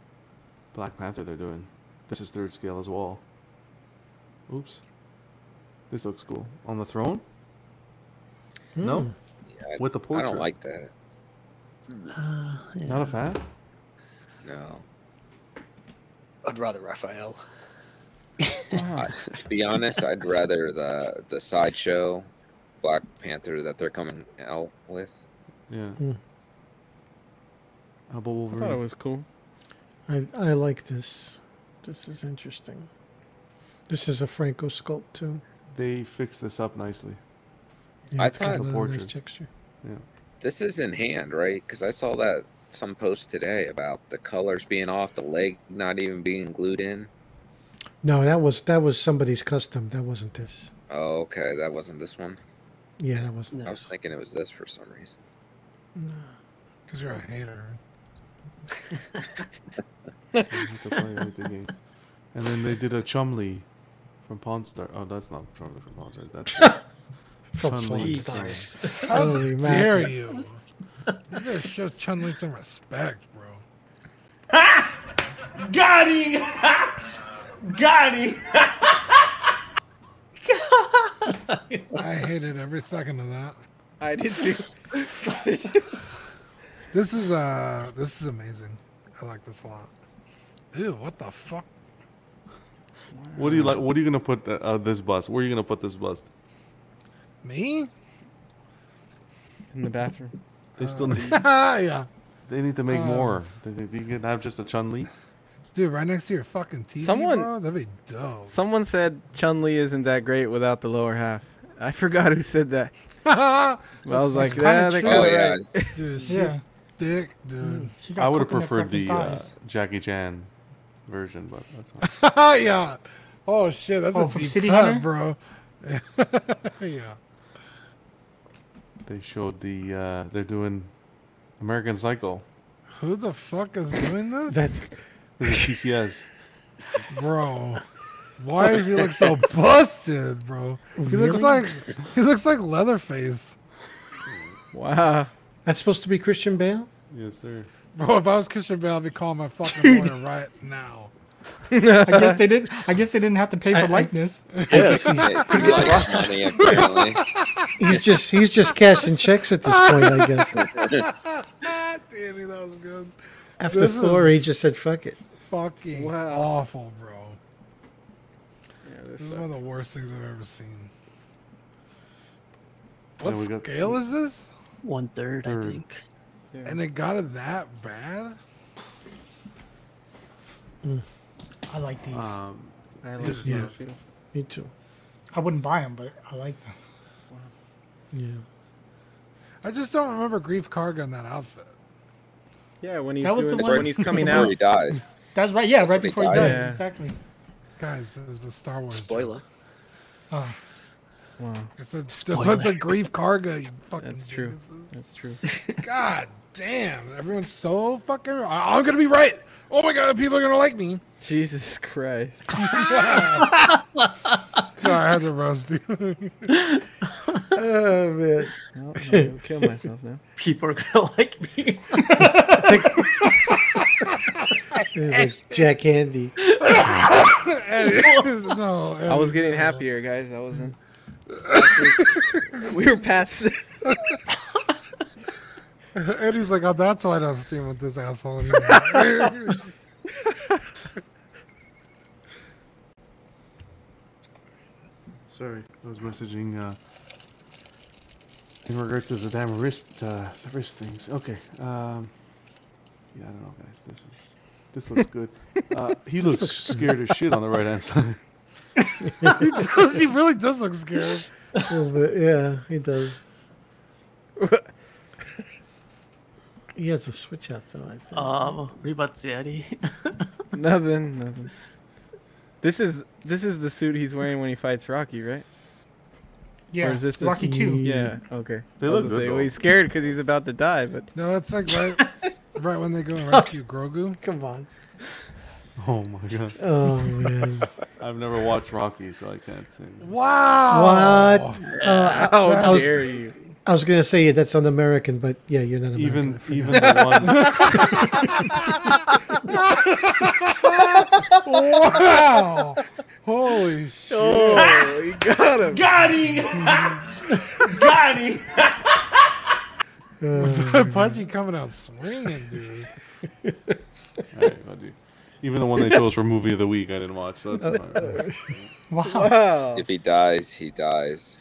Speaker 3: Black Panther they're doing. This is third scale as well. Oops. This looks cool. On the throne?
Speaker 1: Hmm.
Speaker 3: No?
Speaker 1: Yeah,
Speaker 3: Hmm. With the
Speaker 1: I
Speaker 3: portrait.
Speaker 1: don't like that.
Speaker 7: Uh, yeah.
Speaker 3: Not a fan?
Speaker 1: No.
Speaker 16: I'd rather Raphael.
Speaker 1: I, to be honest, I'd rather the the sideshow Black Panther that they're coming out with.
Speaker 3: Yeah.
Speaker 12: Mm.
Speaker 3: How about
Speaker 6: I
Speaker 3: Wolverine?
Speaker 6: thought it was cool.
Speaker 12: I I like this. This is interesting. This is a Franco sculpt too.
Speaker 3: They fixed this up nicely.
Speaker 1: I
Speaker 12: it's
Speaker 1: thought-
Speaker 12: got a
Speaker 1: The
Speaker 12: nice
Speaker 1: portrait.
Speaker 12: texture.
Speaker 3: Yeah.
Speaker 1: This is in hand, right? Because I saw that some post today about the colors being off, the leg not even being glued in.
Speaker 12: No, that was that was somebody's custom. That wasn't this.
Speaker 1: Oh, okay, that wasn't this one.
Speaker 12: Yeah, that wasn't.
Speaker 1: I was thinking it was this for some reason.
Speaker 5: Because you're a hater.
Speaker 3: You have to play with the game. And then they did a Chumley from Pawn Star. Oh, that's not Chumley from Pawn Stars. That's
Speaker 5: From
Speaker 12: Chun-Li. Jesus.
Speaker 5: How
Speaker 12: Holy
Speaker 5: dare
Speaker 12: mackerel.
Speaker 5: you? You better show Chun Li some respect, bro.
Speaker 15: Got him! Got him!
Speaker 5: I hated every second of that.
Speaker 6: I did too.
Speaker 5: this is uh this is amazing. I like this a lot. Ew, what the fuck?
Speaker 3: What do you like? What are you gonna put the, uh, this bust? Where are you gonna put this bust?
Speaker 5: Me?
Speaker 6: In the bathroom.
Speaker 3: They oh, still need.
Speaker 5: Uh, yeah.
Speaker 3: They need to make
Speaker 5: Uh,
Speaker 3: more. They, they, you can have just a Chun Li.
Speaker 5: Dude, right next to your fucking TV,
Speaker 6: Someone-
Speaker 5: bro? That'd be dope.
Speaker 6: Someone said Chun Li isn't that great without the lower half. I forgot who said that.
Speaker 5: I
Speaker 6: was like,
Speaker 5: It's kinda
Speaker 6: yeah, they
Speaker 5: true.
Speaker 6: got
Speaker 5: Oh, yeah.
Speaker 6: it right.
Speaker 5: Dude, she
Speaker 6: Yeah.
Speaker 5: thick, dude.
Speaker 3: I would have preferred the uh, Jackie Chan version, but that's fine.
Speaker 5: yeah. Oh shit, that's
Speaker 8: Oh,
Speaker 5: a
Speaker 8: from
Speaker 5: deep
Speaker 8: City
Speaker 5: cut,
Speaker 8: Hunter?
Speaker 5: bro. yeah.
Speaker 3: They showed the uh, they're doing American Psycho.
Speaker 5: Who the fuck is doing this?
Speaker 3: This is TCS.
Speaker 5: bro. Why does he look so busted, bro? He looks
Speaker 12: Really?
Speaker 5: like he looks like Leatherface.
Speaker 6: Wow.
Speaker 12: That's supposed to be Christian Bale?
Speaker 3: Yes, sir.
Speaker 5: Bro, if I was Christian Bale, I'd be calling my fucking lawyer right now.
Speaker 8: I guess they did. I guess they didn't have to pay for
Speaker 5: I- I-
Speaker 8: likeness.
Speaker 5: Yeah, he likes money, apparently.
Speaker 12: He's just he's just cashing checks at this point, I guess.
Speaker 5: Danny, that was good.
Speaker 12: After
Speaker 5: This
Speaker 12: Thor, he
Speaker 5: is
Speaker 12: just said, "Fuck it."
Speaker 5: fucking awful, bro. this is one of the worst things I've ever seen. What
Speaker 7: Yeah, we got-
Speaker 5: scale is this?
Speaker 7: One third, I
Speaker 5: Third.
Speaker 7: think.
Speaker 5: And it got it that bad?
Speaker 8: Mm. I like these.
Speaker 3: Um,
Speaker 8: I
Speaker 5: like Yeah. those,
Speaker 12: Me too.
Speaker 8: I wouldn't buy them, but I like them.
Speaker 12: Yeah.
Speaker 5: I just don't remember Grief Karga in that outfit.
Speaker 6: Yeah, when he's
Speaker 8: That was
Speaker 6: doing
Speaker 8: the one-
Speaker 6: when he's coming
Speaker 8: Before
Speaker 6: out.
Speaker 8: he dies. That's right. Yeah, right before he dies.
Speaker 6: Yeah.
Speaker 8: Exactly.
Speaker 5: Guys, it was a Star Wars.
Speaker 16: Spoiler.
Speaker 8: Oh.
Speaker 6: Wow.
Speaker 5: It's a, that's what's a
Speaker 6: Spoiler.
Speaker 5: Grief Karga, you fucking
Speaker 6: That's true.
Speaker 5: geniuses.
Speaker 6: That's true.
Speaker 5: God damn, everyone's so fucking. I- I'm gonna be right. Oh my god, people are gonna like me.
Speaker 6: Jesus Christ.
Speaker 5: Sorry, I had to roast you.
Speaker 12: oh man.
Speaker 6: Well, I'm gonna kill myself now.
Speaker 12: People are gonna like me. it's like, It's like Jack Handy.
Speaker 5: no,
Speaker 6: I was getting happier, guys. I wasn't. we were past.
Speaker 5: Eddie's like, oh, that's why I don't stream with this asshole anymore.
Speaker 3: Sorry, I was messaging uh, in regards to the damn wrist, uh, the wrist things. Okay. Um, yeah, I don't know, guys. This is this looks good. Uh, he
Speaker 5: This
Speaker 3: looks
Speaker 5: looks good.
Speaker 3: scared as shit on the right hand side.
Speaker 5: he does. He really does look scared.
Speaker 12: A little bit, yeah, he does. he has a switch out though, I think.
Speaker 7: Um, what are you about to say, Eddie?
Speaker 6: nothing. Nothing. This is this is the suit he's wearing when he fights Rocky, right?
Speaker 8: Yeah,
Speaker 6: Or is this the
Speaker 8: Rocky
Speaker 6: suit-
Speaker 8: two.
Speaker 6: Yeah. Okay.
Speaker 3: They
Speaker 6: I
Speaker 3: look
Speaker 6: was gonna
Speaker 3: good,
Speaker 6: say,
Speaker 3: though.
Speaker 6: well, he's scared because he's about to die, but
Speaker 5: No, that's like right, right when they go and rescue Grogu.
Speaker 12: Come on.
Speaker 3: Oh my god.
Speaker 12: Oh, man.
Speaker 3: I've never watched Rocky, so I can't say.
Speaker 5: Wow.
Speaker 12: What?
Speaker 3: Oh,
Speaker 12: Uh,
Speaker 3: How
Speaker 12: I- I was-
Speaker 3: dare you.
Speaker 12: I was gonna say that's un-American, but yeah, you're not American.
Speaker 3: Even
Speaker 12: I forgot.
Speaker 3: even the
Speaker 5: wow! Holy shit!
Speaker 15: Oh,
Speaker 6: he got him.
Speaker 15: Got him. got him.
Speaker 5: Pudgy coming out swinging, dude.
Speaker 3: one. Alright, I'll do- even the one they chose for movie of the week, I didn't watch. So
Speaker 12: Uh,
Speaker 3: that's fine.
Speaker 5: Wow.
Speaker 1: If he dies, he dies.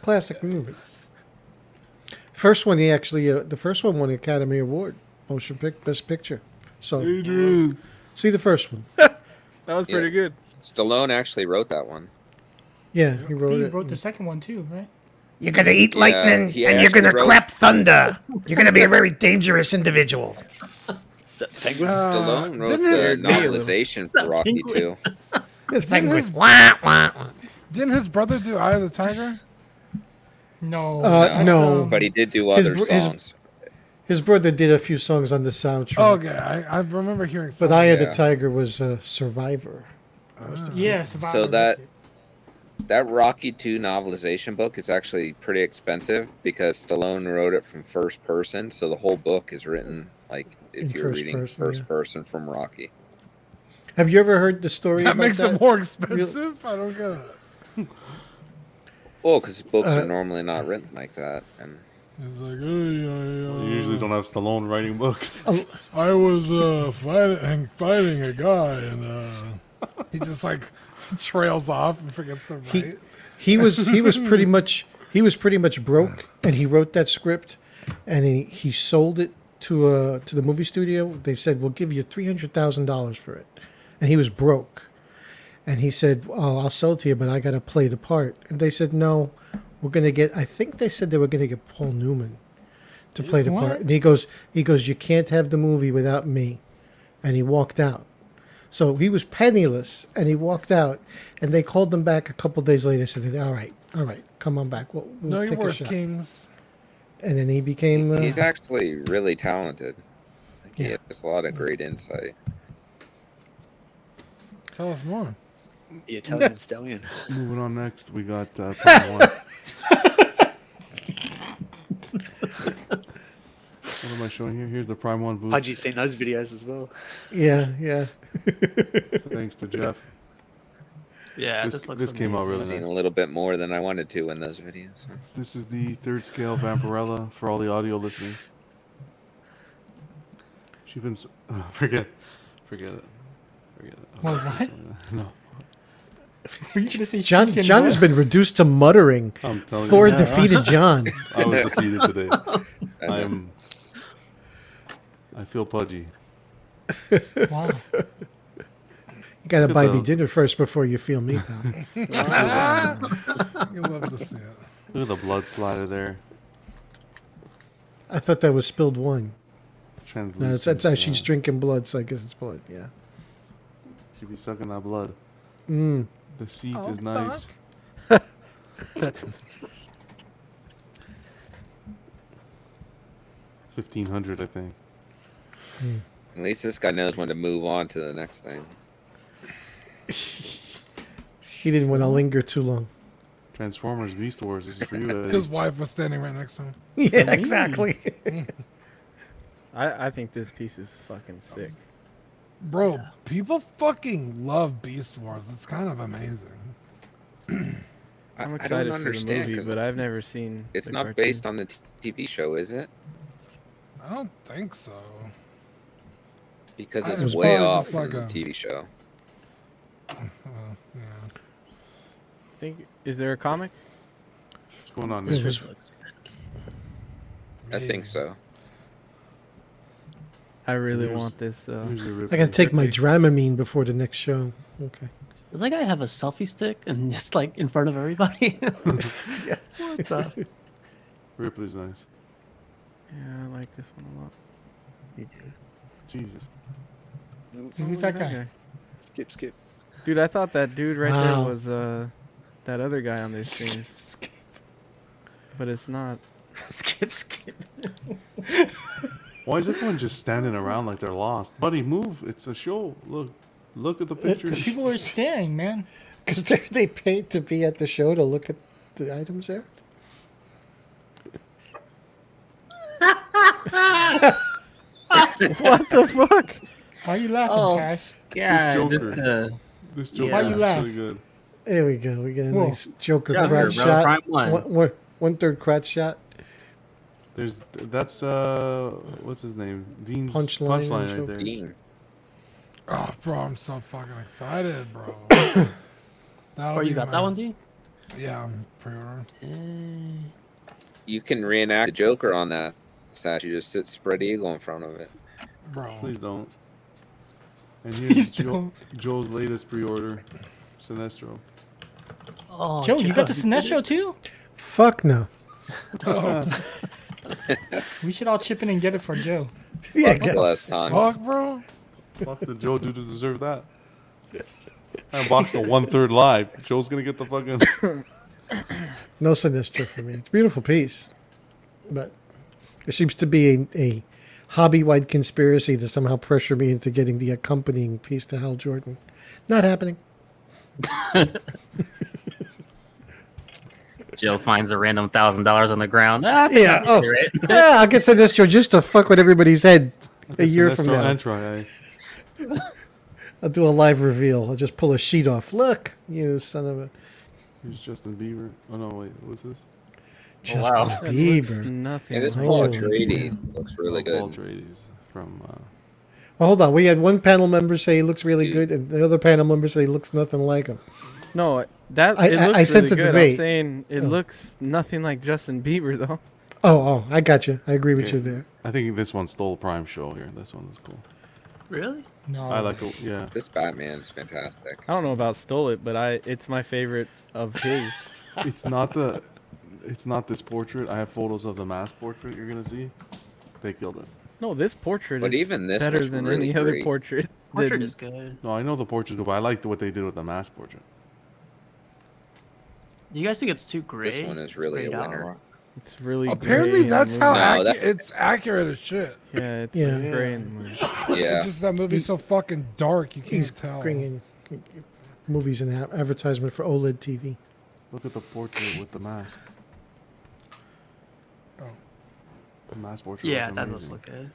Speaker 12: classic movies. First one, he actually uh, the first one won the Academy Award, motion pic best picture. So
Speaker 1: Adrian.
Speaker 12: see the first one.
Speaker 6: that was
Speaker 1: pretty
Speaker 6: good.
Speaker 1: Stallone actually wrote that one.
Speaker 12: Yeah, he wrote
Speaker 8: He
Speaker 12: it.
Speaker 8: wrote the second one too, right?
Speaker 18: You're gonna eat
Speaker 1: Yeah,
Speaker 18: lightning
Speaker 1: he
Speaker 18: and you're
Speaker 1: actually
Speaker 18: gonna
Speaker 1: wrote-
Speaker 18: clap thunder. You're gonna be a very dangerous individual.
Speaker 12: Uh,
Speaker 1: Stallone wrote
Speaker 18: didn't his-
Speaker 1: the novelization for Rocky too.
Speaker 12: It's
Speaker 5: didn't,
Speaker 18: like,
Speaker 5: his,
Speaker 18: wah, wah, wah.
Speaker 5: didn't his brother do Eye of the Tiger?
Speaker 8: No.
Speaker 12: Uh, no,
Speaker 1: But he did do
Speaker 12: His
Speaker 1: other
Speaker 12: br- his-
Speaker 1: songs.
Speaker 12: His brother did a few songs on the soundtrack,
Speaker 5: Okay, I, I remember hearing.
Speaker 12: but I had
Speaker 1: Yeah.
Speaker 12: a tiger was a survivor.
Speaker 8: Yeah, Survivor.
Speaker 1: so that That Rocky Two novelization book is actually pretty expensive because Stallone wrote it from first person, so the whole book is written like if
Speaker 12: In
Speaker 1: you're
Speaker 12: first
Speaker 1: reading
Speaker 12: person,
Speaker 1: first
Speaker 12: yeah.
Speaker 1: person from Rocky.
Speaker 12: Have you ever heard the story?
Speaker 5: That
Speaker 12: about
Speaker 5: makes
Speaker 12: that?
Speaker 5: it more
Speaker 12: Real-
Speaker 5: expensive. I don't get it.
Speaker 1: Well, because books
Speaker 12: Uh,
Speaker 1: are normally not written like that, and
Speaker 5: It's like, hey, I, uh,
Speaker 3: You usually don't have Stallone writing books.
Speaker 12: Oh.
Speaker 5: I was uh, fighting, fighting a guy, and uh, he just like trails off and forgets to write.
Speaker 12: he, he was he was pretty much he was pretty much broke and he wrote that script and he, he sold it to uh to the movie studio they said we'll give you three hundred thousand dollars for it and he was broke and he said oh, I'll sell it to you but I gotta play the part and they said no we're gonna get I think they said they were gonna get Paul Newman to play the
Speaker 5: What?
Speaker 12: part and he goes he goes you can't have the movie without me and he walked out so he was penniless and he walked out and they called him back a couple days later said all right all right come on back we'll, we'll
Speaker 5: no, you
Speaker 12: take
Speaker 5: were
Speaker 12: a shot
Speaker 5: kings.
Speaker 12: and then he became uh,
Speaker 1: he's actually really talented. Like, He has a lot of great insight.
Speaker 5: Tell us more.
Speaker 16: The Italian stallion.
Speaker 3: Moving on next, we got uh, Padawan. what am I showing here? Here's the Prime One booth.
Speaker 16: Haji's seen those videos as well.
Speaker 12: yeah yeah
Speaker 3: Thanks to Jeff.
Speaker 7: Yeah,
Speaker 3: this, this came out really
Speaker 1: Seen
Speaker 3: nice.
Speaker 1: a little bit more than I wanted to in those videos. so.
Speaker 3: This is the third scale Vampirella for all the audio listeners. She's been s- uh, forget, forget it, forget it. I was gonna say
Speaker 12: What,
Speaker 3: something. No,
Speaker 8: Were you gonna say
Speaker 12: John
Speaker 8: chicken
Speaker 12: John has
Speaker 8: breast?
Speaker 12: been reduced to muttering
Speaker 3: I'm telling
Speaker 12: Thor
Speaker 3: you. Yeah.
Speaker 12: defeated John
Speaker 3: I was defeated today.
Speaker 1: I know.
Speaker 3: I'm. I feel pudgy.
Speaker 8: Wow.
Speaker 12: you gotta
Speaker 3: Good
Speaker 12: buy me
Speaker 3: though.
Speaker 12: dinner first before you feel me pal.
Speaker 5: You love to see it.
Speaker 3: Look at the blood splatter there.
Speaker 12: I thought that was spilled wine no
Speaker 3: Translucent.
Speaker 12: it's, it's actually
Speaker 3: yeah.
Speaker 12: just drinking blood so I guess it's blood yeah
Speaker 3: She'd be sucking that blood.
Speaker 12: Mm.
Speaker 3: The seat
Speaker 12: Oh,
Speaker 3: is nice. Fifteen hundred, I think.
Speaker 1: At least this guy knows when to move on to the next thing.
Speaker 12: he didn't want to linger too long
Speaker 3: Transformers Beast Wars. This is for you.
Speaker 5: His
Speaker 3: Eddie.
Speaker 5: wife was standing right next to him.
Speaker 12: yeah exactly
Speaker 6: I, I think this piece is fucking sick.
Speaker 5: Bro, people fucking love Beast Wars. It's kind of amazing.
Speaker 1: I- I
Speaker 6: I'm
Speaker 1: don't
Speaker 6: excited for the
Speaker 1: understand,
Speaker 6: movie,
Speaker 1: 'cause
Speaker 6: but I've never seen.
Speaker 1: It's
Speaker 6: the
Speaker 1: not
Speaker 6: cartoon.
Speaker 1: based on the t- TV show, is it?
Speaker 5: I don't think so.
Speaker 1: Because
Speaker 5: I-
Speaker 1: it's
Speaker 5: it's
Speaker 1: way
Speaker 5: probably
Speaker 1: off
Speaker 5: just
Speaker 1: from
Speaker 5: like
Speaker 1: the
Speaker 5: a-
Speaker 1: TV show.
Speaker 6: I think is there a comic?
Speaker 3: What's going on?
Speaker 12: This
Speaker 3: Nick?
Speaker 12: was-
Speaker 1: I think so.
Speaker 6: I really
Speaker 3: Here's-
Speaker 6: want this. Uh,
Speaker 3: here's your
Speaker 12: I gotta take my
Speaker 6: cartoon.
Speaker 12: Dramamine before the next show okay
Speaker 7: Does that guy have a selfie stick and just like in front of everybody? What the-
Speaker 3: Ripley's nice.
Speaker 6: Yeah, I like this one a lot.
Speaker 7: Me too.
Speaker 3: Jesus.
Speaker 8: Who's that guy?
Speaker 16: Skip, skip.
Speaker 6: Dude, I thought that dude right
Speaker 12: Wow.
Speaker 6: there was uh, that other guy on this thing, but it's not.
Speaker 7: skip, skip.
Speaker 3: Why is everyone just standing around like they're lost? Buddy, move! It's a show. Look, look at the pictures.
Speaker 8: People are staring, man.
Speaker 12: because they paid to be at the show to look at the items there
Speaker 6: what the fuck?
Speaker 8: Why are you laughing,
Speaker 9: Oh,
Speaker 8: Cash?
Speaker 9: Yeah,
Speaker 3: Joker.
Speaker 9: just uh,
Speaker 3: this joke
Speaker 8: Why
Speaker 9: yeah.
Speaker 8: you
Speaker 3: is
Speaker 8: laugh?
Speaker 3: actually good.
Speaker 12: There we go. We got a
Speaker 8: Whoa.
Speaker 12: nice Joker
Speaker 9: Joker,
Speaker 12: crotch
Speaker 9: bro.
Speaker 12: shot.
Speaker 9: Prime one.
Speaker 12: One, one, one third crotch shot.
Speaker 3: There's that's uh, what's his name? Dean's
Speaker 12: Punchline
Speaker 3: punchline,
Speaker 12: joke.
Speaker 3: right there.
Speaker 1: Dean.
Speaker 5: Oh, bro, I'm so fucking excited, bro. That'll
Speaker 7: Oh,
Speaker 5: be
Speaker 7: you got
Speaker 5: my-
Speaker 7: that one, D?
Speaker 5: Yeah, I'm pre-ordering.
Speaker 7: Dang.
Speaker 1: You can reenact the Joker on that statue. Just sit spread eagle in front of it.
Speaker 5: Bro,
Speaker 3: Please don't. And
Speaker 8: Please
Speaker 3: here's jo-
Speaker 8: don't.
Speaker 3: Joe's latest pre-order, Sinestro.
Speaker 7: Oh,
Speaker 8: Joe, you got the
Speaker 7: Joe, you did it.
Speaker 8: Sinestro too?
Speaker 12: Fuck no.
Speaker 8: We should all chip in and get it for Joe.
Speaker 12: Yeah,
Speaker 1: Fuck the last time.
Speaker 5: fuck, bro.
Speaker 3: Fuck the Joe dude to deserve that. I boxed a one third live. Joe's gonna get the fucking.
Speaker 12: No Sinestro for me. It's a beautiful piece. But there seems to be a, a hobby wide conspiracy to somehow pressure me into getting the accompanying piece to Hal Jordan. Not happening.
Speaker 9: Joe finds a random thousand dollars on the ground. Ah, I think
Speaker 12: Yeah.
Speaker 9: I'll
Speaker 12: Oh.
Speaker 9: do it.
Speaker 12: yeah. I'll get Sinestro just to fuck with everybody's head a year from now. I'll do a live reveal. I'll just pull a sheet off. Look, you son of a
Speaker 3: Here's Justin Bieber. Oh no, wait, what's this?
Speaker 12: Justin wow. That looks Bieber.
Speaker 1: Yeah,
Speaker 12: nothing
Speaker 1: this
Speaker 12: like
Speaker 1: Paul
Speaker 12: it.
Speaker 1: Atreides looks really good.
Speaker 3: Oh, Paul Atreides from. Uh,
Speaker 12: Well, hold on. We had one panel member say he looks really good, and the other panel member say he looks nothing like him.
Speaker 6: No, that
Speaker 12: I-
Speaker 6: it looks
Speaker 12: I- I
Speaker 6: really
Speaker 12: sense a
Speaker 6: good.
Speaker 12: debate.
Speaker 6: I'm saying it
Speaker 12: Oh.
Speaker 6: looks nothing like Justin Bieber though.
Speaker 12: Oh, oh, I got you. I agree with
Speaker 3: okay.
Speaker 12: you there.
Speaker 3: I think this one stole Prime Show here. This one is cool.
Speaker 9: Really?
Speaker 8: No.
Speaker 6: Oh.
Speaker 3: I like it. Yeah.
Speaker 1: This Batman's fantastic.
Speaker 6: I don't know about stole it, but I it's my favorite of his.
Speaker 3: It's not the. It's not this portrait. I have photos of the mass portrait you're gonna see. They killed it.
Speaker 6: no, this portrait
Speaker 1: But
Speaker 6: is
Speaker 1: even this
Speaker 6: better
Speaker 1: was
Speaker 6: than
Speaker 1: really
Speaker 6: any other
Speaker 1: great.
Speaker 6: portrait.
Speaker 7: Portrait
Speaker 6: than-
Speaker 7: is good.
Speaker 3: No, I know the portrait, but I liked what they did with the mass portrait.
Speaker 7: You guys think it's too gray?
Speaker 1: one is really a
Speaker 7: grayed out
Speaker 1: winner.
Speaker 7: lot.
Speaker 6: It's really
Speaker 5: Apparently,
Speaker 6: gray
Speaker 5: that's
Speaker 6: and
Speaker 5: how
Speaker 6: weird.
Speaker 5: accu- it's accurate as shit.
Speaker 6: Yeah, it's,
Speaker 12: Yeah.
Speaker 6: it's gray in the movie.
Speaker 1: Yeah.
Speaker 5: It's just that movie's so fucking dark, you
Speaker 12: He's
Speaker 5: can't tell.
Speaker 12: bringing movies and ad- advertisement for OLED TV.
Speaker 3: Look at the portrait with the mask.
Speaker 1: Oh.
Speaker 3: The mass portrait.
Speaker 7: Yeah,
Speaker 3: looked
Speaker 7: that does
Speaker 3: amazing.
Speaker 7: look good.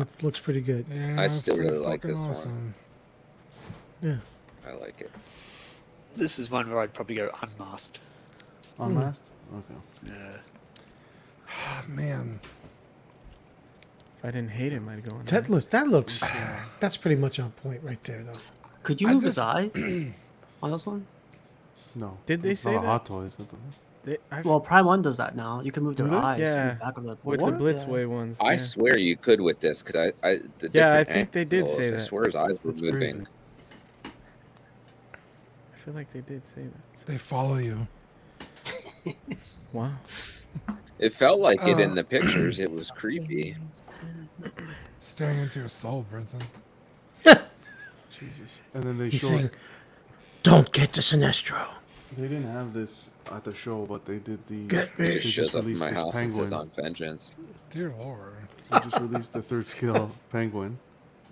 Speaker 12: It looks pretty good.
Speaker 5: Yeah,
Speaker 1: I
Speaker 5: that's
Speaker 1: still
Speaker 5: pretty
Speaker 1: really like
Speaker 5: fucking
Speaker 1: this
Speaker 5: awesome.
Speaker 12: Yeah.
Speaker 1: one. I like it.
Speaker 16: This is one where I'd probably go unmasked.
Speaker 3: Unmasked. Okay.
Speaker 16: Yeah.
Speaker 12: Ah,
Speaker 5: Man,
Speaker 6: If I didn't hate him, I'd go. on
Speaker 12: That looks. That looks. that's pretty much on point right there, though.
Speaker 7: Could you
Speaker 12: I
Speaker 7: move his
Speaker 12: just-
Speaker 7: eyes on this one?
Speaker 3: No.
Speaker 6: Did they
Speaker 3: it's
Speaker 6: say
Speaker 3: not
Speaker 6: that?
Speaker 3: a hot toy? Is it?
Speaker 6: They, I've,
Speaker 7: Well, Prime One does that now. You can move their
Speaker 6: Do they?
Speaker 7: eyes. Yeah.
Speaker 6: Yeah,
Speaker 7: The back of the
Speaker 6: with the
Speaker 7: What?
Speaker 6: Blitzway ones.
Speaker 1: I
Speaker 6: yeah.
Speaker 1: swear you could with this because I, I, the
Speaker 6: Yeah, I
Speaker 1: different
Speaker 6: think they did
Speaker 1: angles,
Speaker 6: say
Speaker 1: I
Speaker 6: that.
Speaker 1: swear his eyes were
Speaker 6: That's
Speaker 1: moving.
Speaker 6: crazy. I feel like they did say that.
Speaker 5: they follow you.
Speaker 6: Wow.
Speaker 1: It felt like it in
Speaker 5: Uh,
Speaker 1: the pictures. It was creepy.
Speaker 5: Staring into your soul, Brinson.
Speaker 3: Jesus. And then they
Speaker 12: He's
Speaker 3: showed.
Speaker 12: saying, "Don't get to Sinestro."
Speaker 3: They didn't have this at the show, but they did the.
Speaker 12: Get
Speaker 3: they
Speaker 1: It just shows up in my
Speaker 3: this
Speaker 1: house and says
Speaker 3: penguin.
Speaker 1: on vengeance.
Speaker 5: Dear Lord.
Speaker 3: They just released the third skill penguin,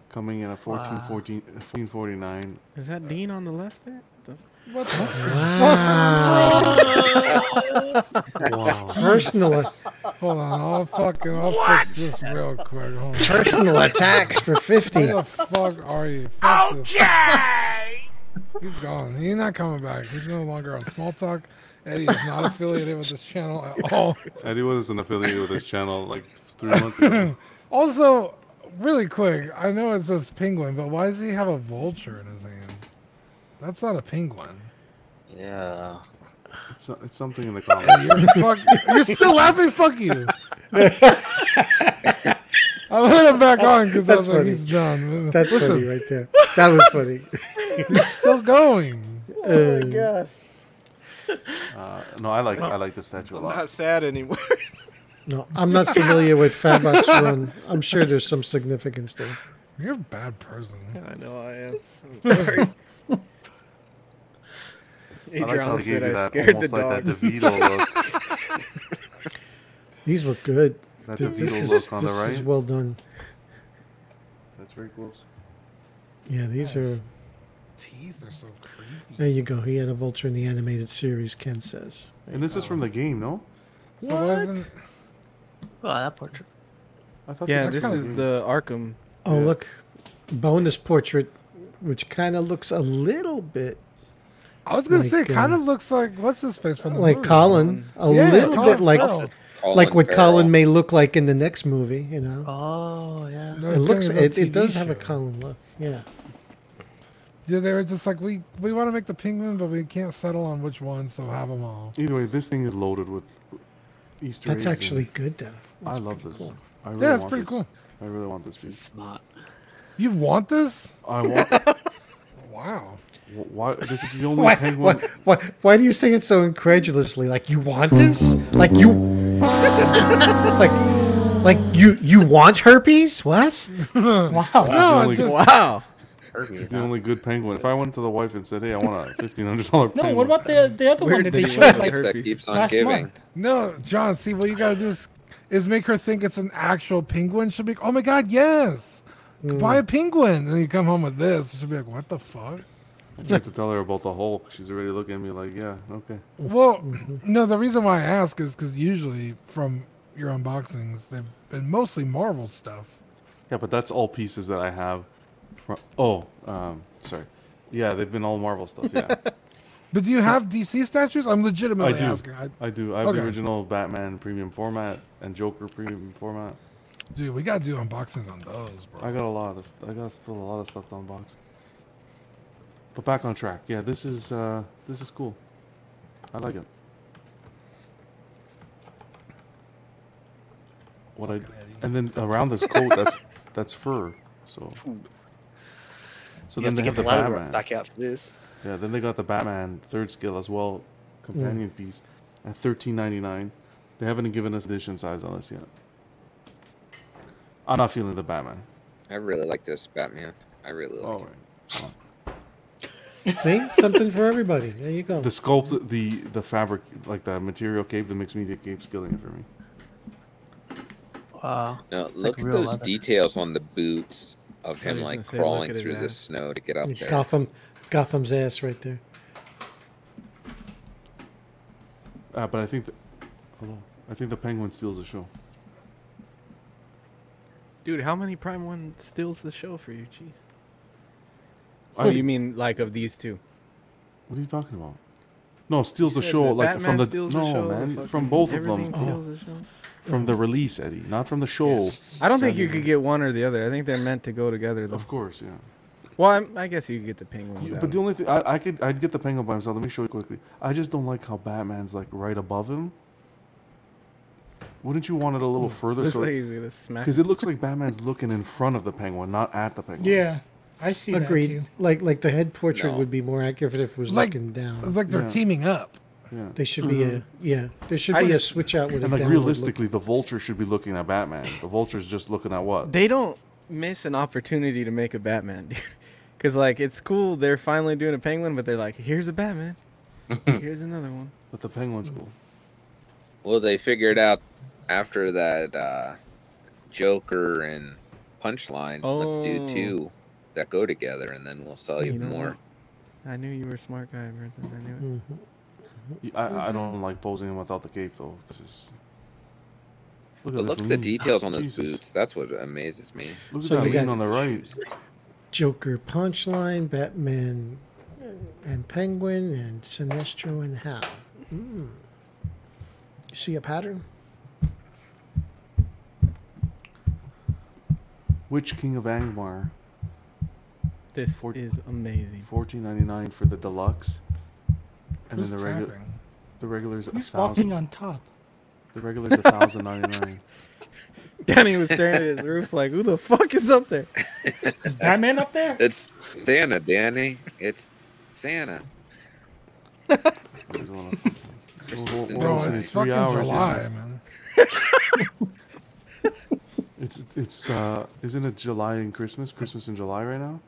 Speaker 3: coming in at 14,
Speaker 6: Wow.
Speaker 3: 14, 1449.
Speaker 6: Is that Dean on the left there? What the-
Speaker 5: What the?
Speaker 12: Wow. Personal.
Speaker 5: Hold on, I'll fucking I'll fix this real quick. Hold on.
Speaker 12: Personal attacks for 50.
Speaker 5: Where the fuck are you? Fuck okay. He's gone. He's not coming back. He's no longer on Small Talk. Eddie is not affiliated with this channel at all.
Speaker 3: Eddie was an affiliate with this channel like three months ago.
Speaker 5: Also, really quick, I know it says penguin, but why does he have a vulture in his hands? That's not a penguin.
Speaker 9: Yeah.
Speaker 3: It's, it's something in the
Speaker 5: You're,
Speaker 3: comments.
Speaker 5: fuck, you're still laughing? Fuck you. I let him back on because I
Speaker 12: That's
Speaker 5: was like,
Speaker 12: funny.
Speaker 5: he's done.
Speaker 12: That's
Speaker 5: Listen,
Speaker 12: funny right there. That was funny.
Speaker 5: he's still going.
Speaker 12: Oh my god.
Speaker 3: Uh, no, I like I like the statue a
Speaker 6: I'm
Speaker 3: lot.
Speaker 6: not sad anymore.
Speaker 12: No, I'm not familiar with Fatbox Run. I'm sure there's some significance there.
Speaker 5: You're a bad person.
Speaker 6: I know I am. I'm sorry.
Speaker 3: I like how
Speaker 6: Adriana
Speaker 3: they
Speaker 6: said
Speaker 3: gave you
Speaker 6: I
Speaker 3: that
Speaker 6: scared the
Speaker 3: almost
Speaker 6: dog.
Speaker 3: like that DeVito look.
Speaker 12: These look good.
Speaker 3: That
Speaker 12: Th-
Speaker 3: DeVito
Speaker 12: this is,
Speaker 3: look on the
Speaker 12: this is
Speaker 3: right.
Speaker 12: well done.
Speaker 3: That's very close.
Speaker 12: Yeah, these
Speaker 5: Nice.
Speaker 12: are.
Speaker 5: Teeth are so creepy.
Speaker 12: There you go. He had a vulture in the animated series. Ken says.
Speaker 3: And this is from the game, no?
Speaker 5: So wasn't
Speaker 7: Wow, that portrait.
Speaker 3: I thought
Speaker 6: yeah,
Speaker 3: was
Speaker 6: this
Speaker 3: from
Speaker 6: is
Speaker 3: game.
Speaker 6: the Arkham.
Speaker 12: Oh
Speaker 3: Yeah.
Speaker 12: look, bonus portrait, which kind of looks a little bit
Speaker 5: I was gonna
Speaker 12: Like,
Speaker 5: say, kind
Speaker 12: uh,
Speaker 5: of looks like what's his face from the
Speaker 12: like
Speaker 5: movie?
Speaker 12: Colin, a
Speaker 5: Yeah,
Speaker 12: little
Speaker 5: Colin
Speaker 12: bit like
Speaker 5: Farrell.
Speaker 12: like
Speaker 1: Colin
Speaker 12: what
Speaker 1: Farrell.
Speaker 12: Colin may look like in the next movie. You know,
Speaker 7: Oh yeah.
Speaker 5: No,
Speaker 12: it
Speaker 5: it's
Speaker 12: looks
Speaker 5: getting his
Speaker 12: it,
Speaker 5: own
Speaker 12: it does
Speaker 5: TV
Speaker 12: have a
Speaker 5: show.
Speaker 12: Colin look. Yeah.
Speaker 5: Yeah, they were just like, we we want to make the penguin, but we can't settle on which one, so have them all.
Speaker 3: Either way, this thing is loaded with Easter
Speaker 12: That's
Speaker 3: eggs and-
Speaker 12: actually good though.
Speaker 3: I love this. I really
Speaker 5: Yeah, it's
Speaker 3: want
Speaker 5: pretty
Speaker 3: this.
Speaker 5: cool.
Speaker 3: I really want this piece.
Speaker 16: Smart.
Speaker 5: You want this?
Speaker 3: I want. wh-
Speaker 5: Wow.
Speaker 3: why? This is the only
Speaker 12: Why, why,
Speaker 3: penguin.
Speaker 12: why, why do you say it so incredulously? Like you want this? Like you like like you you want herpes? What?
Speaker 8: Wow.
Speaker 5: No,
Speaker 3: only
Speaker 5: it's just
Speaker 6: Wow.
Speaker 3: It's the only good penguin. If I went to the wife and said, "Hey, I want a fifteen hundred dollar
Speaker 8: No,
Speaker 3: penguin,"
Speaker 8: what about the the other
Speaker 6: Where
Speaker 8: one that
Speaker 6: did
Speaker 8: they
Speaker 6: he
Speaker 8: showed
Speaker 6: go?
Speaker 8: like
Speaker 1: It's that
Speaker 6: herpes.
Speaker 1: keeps on
Speaker 8: last
Speaker 1: giving.
Speaker 8: month?
Speaker 5: no, John. See, what you gotta do is, is make her think it's an actual penguin. She'll be, oh my god, yes, buy a penguin. And then you come home with this. She'll be like, what the fuck?
Speaker 3: I have to tell her about the Hulk. She's already looking at me like, yeah, okay.
Speaker 5: Well, no, the reason why I ask is because usually from your unboxings, they've been mostly Marvel stuff.
Speaker 3: Yeah, but that's all pieces that I have. From, oh, um, sorry. Yeah, they've been all Marvel stuff. Yeah,
Speaker 5: But do you have DC statues? I'm
Speaker 3: I
Speaker 5: legitimately
Speaker 3: do.
Speaker 5: asking.
Speaker 3: I, do. I have the
Speaker 5: Okay.
Speaker 3: original Batman premium format and Joker premium format.
Speaker 5: Dude, we gotta do unboxings on those, bro.
Speaker 3: I got a lot. Of, I got still a lot of stuff to unbox. But back on track. Yeah, this is uh, this is cool. I like it. What I and then around this coat that's that's fur. So so
Speaker 16: You have
Speaker 3: then
Speaker 16: to
Speaker 3: they have
Speaker 16: get
Speaker 3: the
Speaker 16: the ladder
Speaker 3: Batman.
Speaker 16: back out for this.
Speaker 3: Yeah, then they got the Batman third skill as well, companion piece at thirteen ninety nine. They haven't given us edition size on this yet. I'm not feeling the Batman.
Speaker 1: I really like this Batman. I really like it.
Speaker 12: See, something for everybody. There you go.
Speaker 3: The sculpt, the the fabric, like the material cape, the mixed media cape's killing it for me.
Speaker 7: Wow.
Speaker 1: No,
Speaker 7: It's
Speaker 1: look
Speaker 7: like
Speaker 1: at
Speaker 7: real
Speaker 1: those
Speaker 7: leather.
Speaker 1: details on the boots of
Speaker 6: I
Speaker 1: him
Speaker 6: was
Speaker 1: like
Speaker 6: gonna say, look
Speaker 1: crawling
Speaker 6: at his
Speaker 1: through the
Speaker 6: ass.
Speaker 1: snow to get up there.
Speaker 12: Gotham, Gotham's ass right there.
Speaker 3: Uh, but I think, the, hello, I think the Penguin steals the show.
Speaker 6: Dude, how many Prime One steals the show for you? Jeez.
Speaker 3: I-
Speaker 6: Oh, you mean like of these two?
Speaker 3: What are you talking about? No, steals
Speaker 6: You
Speaker 3: the
Speaker 6: said
Speaker 3: show
Speaker 6: the
Speaker 3: like
Speaker 6: Batman
Speaker 3: from the
Speaker 6: steals the
Speaker 3: no
Speaker 6: show, the
Speaker 3: man from
Speaker 6: fucking
Speaker 3: both of them. Oh.
Speaker 6: everything steals the show.
Speaker 3: From the release, Eddie, not from the show.
Speaker 6: I don't think you could get one or the other. I think they're meant to go together. Though. Of
Speaker 3: course, yeah.
Speaker 6: Well, I'm, I guess you could get the penguin.
Speaker 3: You-
Speaker 6: without
Speaker 3: but
Speaker 6: him.
Speaker 3: the only thing I, I could I'd get the penguin by himself. Let me show you quickly. I just don't like how Batman's like right above him. Wouldn't you want it a little further?
Speaker 6: Looks like he's gonna smack
Speaker 3: Because
Speaker 6: him.
Speaker 3: it looks like Batman's looking in front of the penguin, not at the penguin.
Speaker 8: Yeah, I see
Speaker 12: Agreed.
Speaker 8: that too.
Speaker 12: Like like the head portrait
Speaker 3: No.
Speaker 12: would be more accurate if it was
Speaker 5: Like-
Speaker 12: looking down.
Speaker 5: It's like they're teaming up.
Speaker 3: Yeah.
Speaker 12: They should be a yeah. There should
Speaker 6: I
Speaker 12: be
Speaker 6: just-
Speaker 12: a switch out with
Speaker 3: And
Speaker 12: a
Speaker 3: like
Speaker 12: downward
Speaker 3: realistically, the vulture should be looking at Batman. The vulture's just looking at what?
Speaker 6: They don't miss an opportunity to make a Batman, dude. Because like it's cool they're finally doing a penguin, but they're like, here's a Batman, here's another one.
Speaker 3: But the penguin's cool.
Speaker 1: Well, they figured out after that uh, Joker and Punchline, let's do
Speaker 6: Oh.
Speaker 1: two that go together, and then we'll sell you,
Speaker 6: You know
Speaker 1: Oh, more.
Speaker 6: I knew you were a smart guy, Brenton. I knew it.
Speaker 3: Mm-hmm. I, I don't like posing him without the cape though. This is.
Speaker 1: Look
Speaker 3: Look
Speaker 1: but
Speaker 3: at
Speaker 1: look
Speaker 3: this
Speaker 1: at the
Speaker 3: lean. Ah,
Speaker 1: details on those
Speaker 3: Jesus.
Speaker 1: boots. That's what amazes me.
Speaker 3: Look
Speaker 12: So
Speaker 3: at
Speaker 12: you
Speaker 3: that lean
Speaker 12: got-
Speaker 3: on the right.
Speaker 12: look. Joker punchline, Batman, and Penguin, and Sinestro and Hal. Mm. You see a pattern?
Speaker 3: Which King of Angmar?
Speaker 6: This is amazing.
Speaker 3: Fourteen ninety nine for the deluxe, and
Speaker 8: Who's
Speaker 3: then the regular.
Speaker 8: tapping?
Speaker 3: The regular's a
Speaker 8: Who's
Speaker 3: thousand.
Speaker 8: walking on top?
Speaker 3: The regular's a thousand ninety nine.
Speaker 6: Danny was staring at his roof like, who the fuck is up there?
Speaker 8: Is Batman up there?
Speaker 1: It's Santa, Danny. It's Santa.
Speaker 5: Bro, it's fucking July, man.
Speaker 3: It's it's uh isn't it July and Christmas? Christmas in July right now?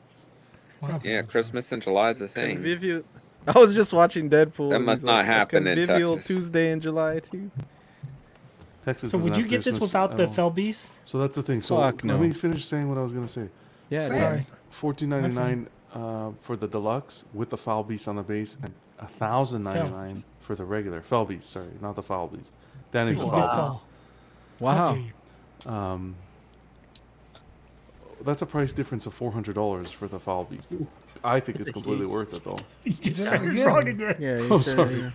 Speaker 1: Yeah, Christmas in July is the thing.
Speaker 6: Convivial. I was just watching Deadpool.
Speaker 1: That
Speaker 6: and
Speaker 1: must
Speaker 6: he's like,
Speaker 1: not
Speaker 6: "A
Speaker 1: happen in
Speaker 6: Convivial
Speaker 1: Texas."
Speaker 6: Tuesday in July too.
Speaker 3: Texas.
Speaker 8: So
Speaker 3: doesn't
Speaker 8: would
Speaker 3: have
Speaker 8: you get this
Speaker 3: Christmas
Speaker 8: without
Speaker 3: at
Speaker 8: the
Speaker 3: all.
Speaker 8: fell beast?
Speaker 3: So that's the thing. So
Speaker 6: Fuck
Speaker 3: let
Speaker 6: no.
Speaker 3: me finish saying what I was gonna say.
Speaker 6: Yeah,
Speaker 8: Say it. sorry.
Speaker 3: Fourteen ninety nine uh, for the deluxe with the foul beast on the base, and a thousand ninety nine for the regular foul beast. Sorry, not the foul beast. Danny's the foul
Speaker 6: Wow.
Speaker 3: beast. Um, that's a price difference of four hundred dollars for the foul beast. I think it's completely worth it though.
Speaker 8: just
Speaker 5: said it
Speaker 8: wrong again.
Speaker 6: Yeah, you
Speaker 3: I'm
Speaker 6: said it, yeah.
Speaker 3: sorry.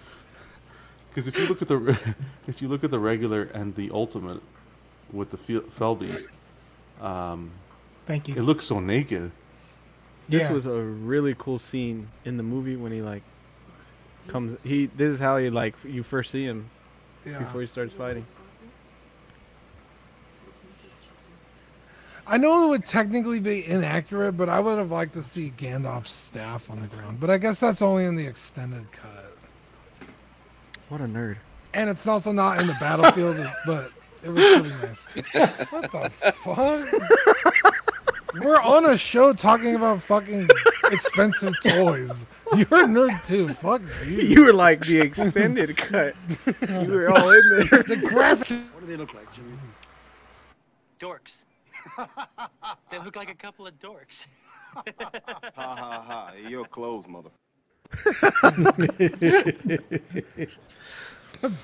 Speaker 3: Because if you look at the if you look at the regular and the ultimate with the Fel- fell beast, um,
Speaker 8: Thank you.
Speaker 3: It looks so naked.
Speaker 6: This
Speaker 8: Yeah.
Speaker 6: was a really cool scene in the movie when he like comes. He this is how he like you first see him
Speaker 5: Yeah.
Speaker 6: before he starts fighting.
Speaker 5: I know it would technically be inaccurate, but I would have liked to see Gandalf's staff on the ground. But I guess that's only in the extended cut,
Speaker 6: What a nerd!
Speaker 5: and it's also not in the battlefield. But it was pretty nice. What the fuck? We're on a show talking about fucking expensive toys. You're a nerd too. Fuck you.
Speaker 6: You were like the extended cut. You were all in there.
Speaker 5: The graphic.
Speaker 19: What do they look like, Jimmy? Dorks. they look like a couple of dorks. ha ha ha! You're closed, mother.
Speaker 6: I'm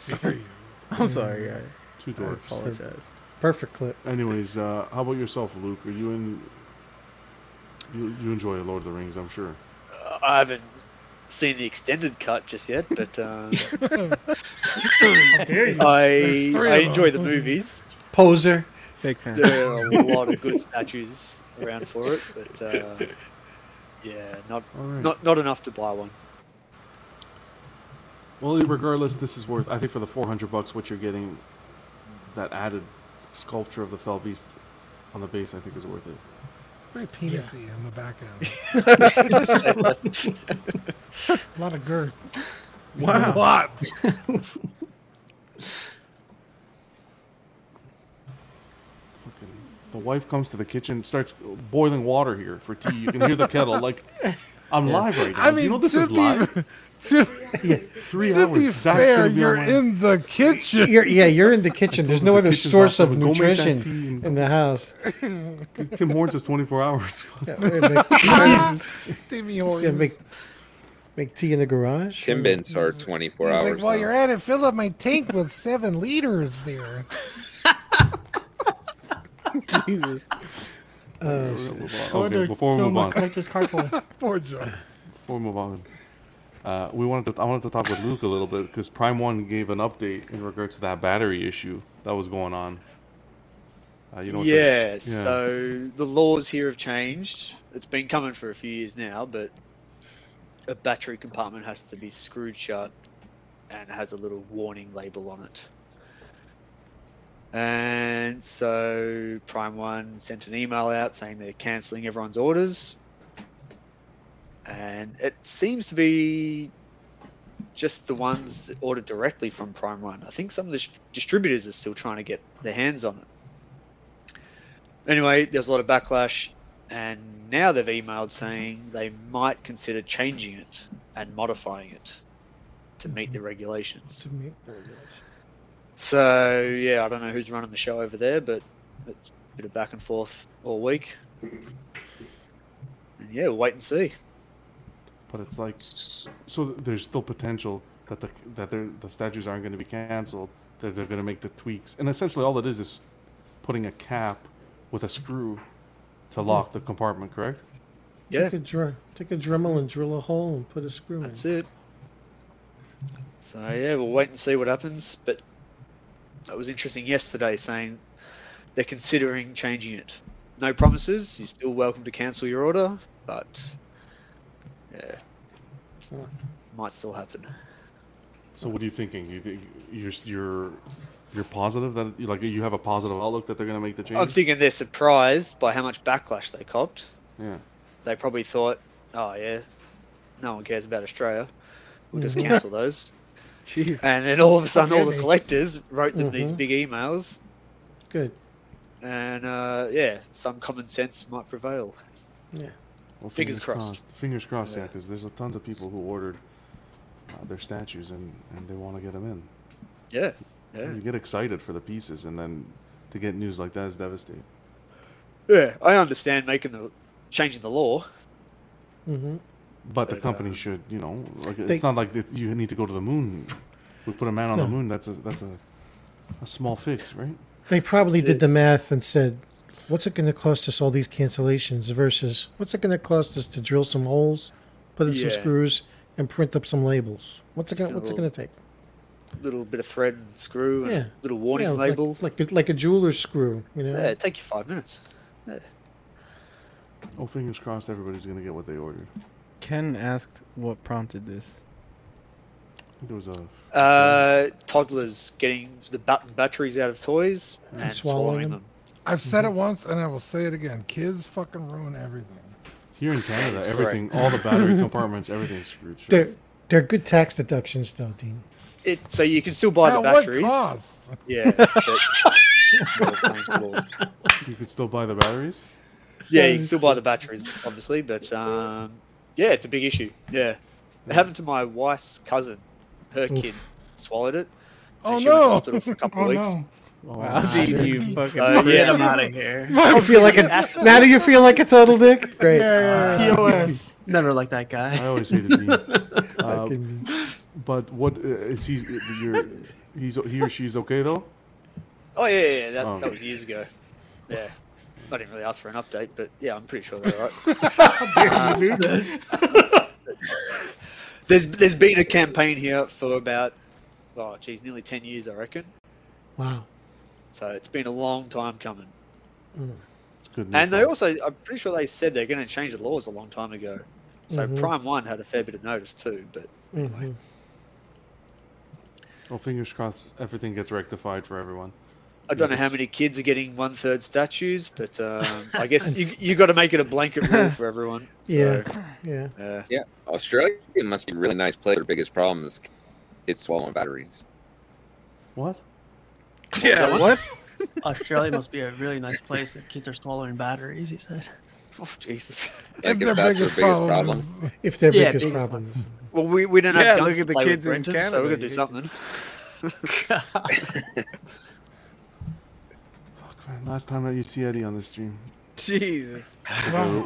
Speaker 6: sorry, guy.
Speaker 3: Two
Speaker 6: I
Speaker 3: doors.
Speaker 6: apologize.
Speaker 12: Perfect clip.
Speaker 3: Anyways, uh, how about yourself, Luke? Are you in? You, you enjoy Lord of the Rings, I'm sure.
Speaker 16: Uh, I haven't seen the extended cut just yet, but uh,
Speaker 12: dare you.
Speaker 16: I
Speaker 12: There's three
Speaker 16: I
Speaker 12: of
Speaker 16: enjoy the
Speaker 12: them.
Speaker 16: movies.
Speaker 12: Poser.
Speaker 6: Big fan.
Speaker 16: There are a lot of good statues around for it, but uh, yeah, not
Speaker 3: Alright.
Speaker 16: not not enough to buy one.
Speaker 3: Well, regardless, this is worth. I think for the four hundred bucks, what you're getting, that added sculpture of the fell beast on the base, I think is worth it.
Speaker 5: Very penisy in the background.
Speaker 8: A lot of girth.
Speaker 5: Wow. Lots.
Speaker 3: The wife comes to the kitchen, starts boiling water here for tea. You can hear the kettle. Like I'm live right now.
Speaker 5: I mean,
Speaker 3: you know this
Speaker 5: to
Speaker 3: is
Speaker 5: be-
Speaker 3: live.
Speaker 5: to,
Speaker 3: Three
Speaker 5: to
Speaker 3: hours.
Speaker 5: be
Speaker 3: Zach's gonna
Speaker 5: fair,
Speaker 3: be
Speaker 5: you're
Speaker 3: online.
Speaker 5: in the kitchen.
Speaker 12: You're, yeah, you're in the kitchen. There's
Speaker 3: told him
Speaker 12: no
Speaker 3: the
Speaker 12: other
Speaker 3: kitchen's
Speaker 12: source
Speaker 3: not
Speaker 12: of
Speaker 3: open. Go make that
Speaker 12: nutrition
Speaker 3: tea and-
Speaker 12: in the house.
Speaker 3: Tim Hortons is 24 hours.
Speaker 12: Yeah, wait a minute. Jesus.
Speaker 5: Timmy
Speaker 12: Yeah,
Speaker 5: Hortons.
Speaker 12: make, make tea in the garage.
Speaker 1: Tim bins are 24
Speaker 5: He's
Speaker 1: hours.
Speaker 5: like,
Speaker 1: now.
Speaker 5: well, you're at it. Fill up my tank with seven liters there.
Speaker 6: Jesus.
Speaker 3: okay, before we move on,
Speaker 8: Collector's carpool.
Speaker 5: Poor Joe.
Speaker 3: Before we move on, uh, we wanted to, I wanted to talk with Luke a little bit because Prime One gave an update in regards to that battery issue that was going on. Uh, you know, what the-
Speaker 16: yeah, so the laws here have changed. It's been coming for a few years now, but a battery compartment has to be screwed shut and has a little warning label on it. And so Prime One sent an email out saying they're cancelling everyone's orders. And it seems to be just the ones that ordered directly from Prime One. I think some of the sh- distributors are still trying to get their hands on it anyway, there's a lot of backlash, and now they've emailed saying they might consider changing it and modifying it to meet the regulations. To
Speaker 12: meet
Speaker 16: the regulations. So yeah, I don't know who's running the show over there, but it's a bit of back and forth all week. And yeah, we'll wait and see.
Speaker 3: but it's like so there's still potential that the that they're- the statues aren't going to be canceled. That they're going to make the tweaks, and essentially all it is is putting a cap with a screw to lock the compartment. Correct?
Speaker 12: Take a dr- take a Dremel and drill a hole and put a screw in. That's
Speaker 16: it. So yeah, we'll wait and see what happens. But that was interesting yesterday, saying they're considering changing it. No promises. You're still welcome to cancel your order, but yeah, might still happen.
Speaker 3: So what are you thinking? You think you're you're you're positive that like you have a positive outlook that they're going to make the change?
Speaker 16: I'm thinking they're surprised by how much backlash they copped.
Speaker 3: Yeah.
Speaker 16: They probably thought, oh yeah, no one cares about Australia. We'll just
Speaker 6: Mhm.
Speaker 16: cancel those. And then all of a sudden, all the collectors wrote them these
Speaker 12: Mhm.
Speaker 16: big emails.
Speaker 12: Good.
Speaker 16: and uh, yeah, some common sense might prevail.
Speaker 12: Yeah.
Speaker 3: Well,
Speaker 16: Fingers crossed.
Speaker 3: Fingers crossed, yeah, because there's a tons of people who ordered uh, their statues and, and they want to get them in.
Speaker 16: Yeah, yeah,
Speaker 3: You get excited for the pieces, and then to get news like that is devastating.
Speaker 16: yeah. I understand making the changing the law.
Speaker 12: Mm-hmm.
Speaker 3: But the company should, you know, like
Speaker 16: they-
Speaker 3: it's not like that you need to go to the moon. We put a man on the
Speaker 12: No.
Speaker 3: moon. That's a that's a a small fix, right?
Speaker 12: They probably did the math and said, "What's it going to cost us all these cancellations versus what's it going to cost us to drill some holes, put in some
Speaker 16: Yeah.
Speaker 12: screws, and print up some labels? What's it
Speaker 16: Just
Speaker 12: going? to What's it
Speaker 16: gonna-
Speaker 12: going to take?
Speaker 16: Little bit of thread and screw, and
Speaker 12: Yeah,
Speaker 16: a little warning
Speaker 12: Yeah, like-
Speaker 16: label.
Speaker 12: like a, like a jeweler's screw, you know?
Speaker 16: Yeah, it'd take you five minutes. Yeah.
Speaker 3: Oh, fingers crossed, everybody's gonna get what they ordered.
Speaker 6: Ken asked what prompted this.
Speaker 3: I think There was a
Speaker 16: Uh, toddlers getting the button batteries out of toys and, swallowing, them.
Speaker 5: I've said it once and I will say it again. Kids fucking ruin everything.
Speaker 3: here in Canada,
Speaker 5: That's
Speaker 3: everything,
Speaker 5: correct.
Speaker 3: all the battery compartments, everything's screwed. shut.
Speaker 12: They're they're good tax deductions, though, Dean.
Speaker 16: It so you can still buy the
Speaker 5: At what
Speaker 16: batteries.
Speaker 5: cost?
Speaker 16: Yeah. but-
Speaker 3: You could still buy the batteries.
Speaker 16: Yeah, you can still buy the batteries, obviously, but um, yeah, it's a big issue. Yeah, it happened to my wife's cousin. Her kid swallowed it. and
Speaker 5: Oh,
Speaker 16: she went to
Speaker 5: no.
Speaker 16: hospital for a couple of
Speaker 5: Oh,
Speaker 16: weeks.
Speaker 5: no.
Speaker 6: Wow, dude, you fucking
Speaker 16: Uh,
Speaker 6: get
Speaker 16: yeah.
Speaker 6: him out of here.
Speaker 12: I feel like a, now do you feel like a total dick? Great.
Speaker 7: POS. Never liked that guy.
Speaker 3: I always hated me. Uh,
Speaker 12: Fucking
Speaker 3: but what uh, is he? You're, he's he or she's okay though.
Speaker 16: Oh yeah, yeah, yeah. That,
Speaker 3: Oh.
Speaker 16: that was years ago. Yeah, I didn't really ask for an update, but yeah, I'm pretty sure they're all right.
Speaker 6: How dare you,
Speaker 16: Uh, there's there's been a campaign here for about oh geez, nearly ten years, I reckon.
Speaker 12: Wow.
Speaker 16: So it's been a long time coming.
Speaker 3: It's good. news,
Speaker 16: And they
Speaker 3: though.
Speaker 16: also, I'm pretty sure they said they're going to change the laws a long time ago. So
Speaker 3: Mhm.
Speaker 16: Prime One had a fair bit of notice too, but
Speaker 12: Mhm.
Speaker 3: Well, Oh, fingers crossed, everything gets rectified for everyone.
Speaker 16: I don't know how many kids are getting one third statues, but um, I guess you you got to make it a blanket rule for everyone. So,
Speaker 12: Yeah.
Speaker 16: Yeah.
Speaker 1: Yeah. Australia must be a really nice place. Their biggest problem is kids swallowing batteries.
Speaker 3: What?
Speaker 7: Yeah, what? Australia must be a really nice place if kids are swallowing batteries. He said.
Speaker 16: Oh Jesus!
Speaker 1: If their biggest problem is-
Speaker 12: If their
Speaker 7: Yeah,
Speaker 12: biggest
Speaker 7: big-
Speaker 12: problem is
Speaker 16: Well, we, we don't have
Speaker 6: Yeah,
Speaker 16: guns
Speaker 6: look
Speaker 16: to
Speaker 6: at the
Speaker 16: play with
Speaker 6: kids in
Speaker 16: Brenton, so
Speaker 6: Canada,
Speaker 16: we're gonna do
Speaker 6: you
Speaker 16: something.
Speaker 3: Man, last time that you see Eddie on the stream.
Speaker 6: Jesus.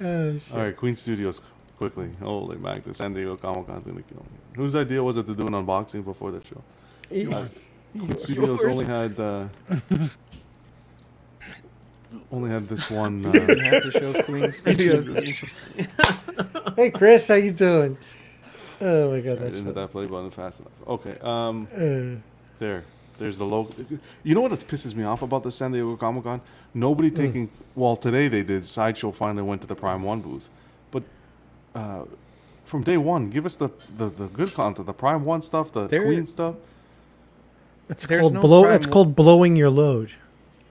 Speaker 12: Oh, shit.
Speaker 3: All right, Queen Studios, quickly. Holy mac, the San Diego Comic Con's gonna kill me. Whose idea was it to do an unboxing before the show?
Speaker 12: Yours.
Speaker 3: Uh, Queen
Speaker 12: Yours.
Speaker 3: Studios only had uh, only had this one. Uh,
Speaker 6: You have to show Queen Studios.
Speaker 12: hey Chris, how you doing? Oh my god,
Speaker 3: I
Speaker 12: that's
Speaker 3: didn't hit that play button fast enough. Okay. Um.
Speaker 12: Uh.
Speaker 3: there. There's the logo. You know what it pisses me off about the San Diego Comic Con? Nobody
Speaker 12: Mm.
Speaker 3: taking. Well, today they did. Sideshow finally went to the Prime One booth, but uh, from day one, give us the, the, the good content, the Prime One stuff, the
Speaker 6: There-
Speaker 3: Queen stuff.
Speaker 12: it's
Speaker 6: There's
Speaker 12: called
Speaker 6: no
Speaker 12: blow.
Speaker 6: prime
Speaker 12: It's called blowing your load.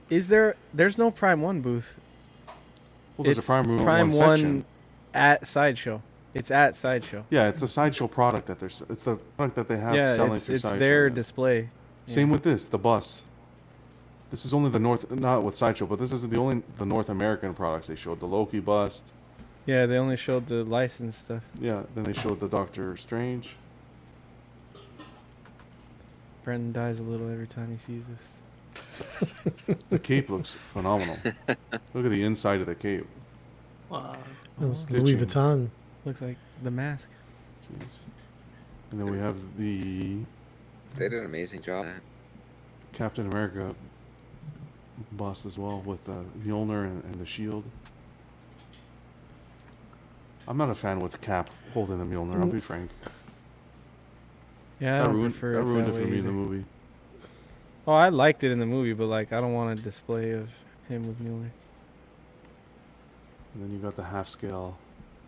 Speaker 6: Is there? There's no Prime One booth.
Speaker 3: Well, there's a Prime One section.
Speaker 6: at sideshow. It's at sideshow.
Speaker 3: Yeah, it's a Sideshow product that they're. s- It's a product that they have
Speaker 6: yeah,
Speaker 3: selling
Speaker 6: it's,
Speaker 3: through
Speaker 6: it's
Speaker 3: Sideshow.
Speaker 6: their
Speaker 3: yeah.
Speaker 6: display.
Speaker 3: Same with this, the bus. This is only the North, not with Sideshow, but this is the only the North American products they showed. The Loki bust.
Speaker 6: Yeah, they only showed the license stuff.
Speaker 3: Yeah, then they showed the Doctor Strange.
Speaker 6: Brendan dies a little every time he sees this.
Speaker 3: The cape looks phenomenal. Look at the inside of the cape.
Speaker 7: Wow.
Speaker 12: It's Louis Vuitton.
Speaker 6: Oh. Looks like the mask.
Speaker 3: Jeez. And then we have the
Speaker 1: They did an amazing job. at that.
Speaker 3: Captain America bust as well with the Mjolnir and, and the shield. I'm not a fan with Cap holding the Mjolnir. I'll be frank.
Speaker 6: Yeah, I
Speaker 3: that
Speaker 6: don't
Speaker 3: ruined,
Speaker 6: prefer
Speaker 3: that
Speaker 6: it
Speaker 3: ruined
Speaker 6: that
Speaker 3: it for
Speaker 6: way
Speaker 3: me in the
Speaker 6: either.
Speaker 3: movie.
Speaker 6: Oh, I liked it in the movie, but like I don't want a display of him with Mueller.
Speaker 3: And then you got the half scale.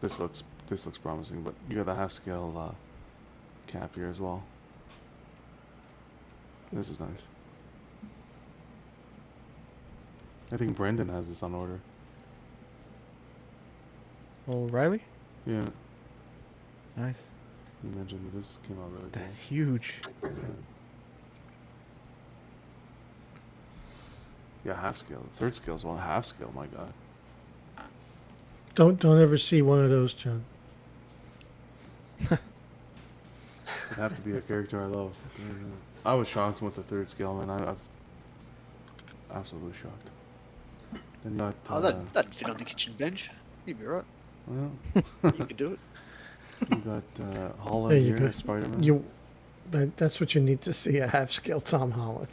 Speaker 3: This looks this looks promising, but you got the half scale uh, cap here as well. This is nice. I think Brandon has this on order.
Speaker 6: Oh, Riley?
Speaker 3: Yeah,
Speaker 6: Nice.
Speaker 3: you mentioned that this came out really cool.
Speaker 6: That's huge.
Speaker 3: Yeah, half scale. The third scale is well. Half scale, my god.
Speaker 12: Don't don't ever see one of those, John.
Speaker 3: It'd have to be a character I love. I was shocked with the third scale, man. I, I've absolutely shocked. Then you got,
Speaker 16: Oh,
Speaker 3: uh,
Speaker 16: that that'd fit on the kitchen bench. You'd be right.
Speaker 3: well,
Speaker 16: You could do it.
Speaker 3: you got uh, Holland
Speaker 12: There you
Speaker 3: here,
Speaker 12: go.
Speaker 3: Spider-Man.
Speaker 12: You, that, that's what you need to see a half scale Tom Holland.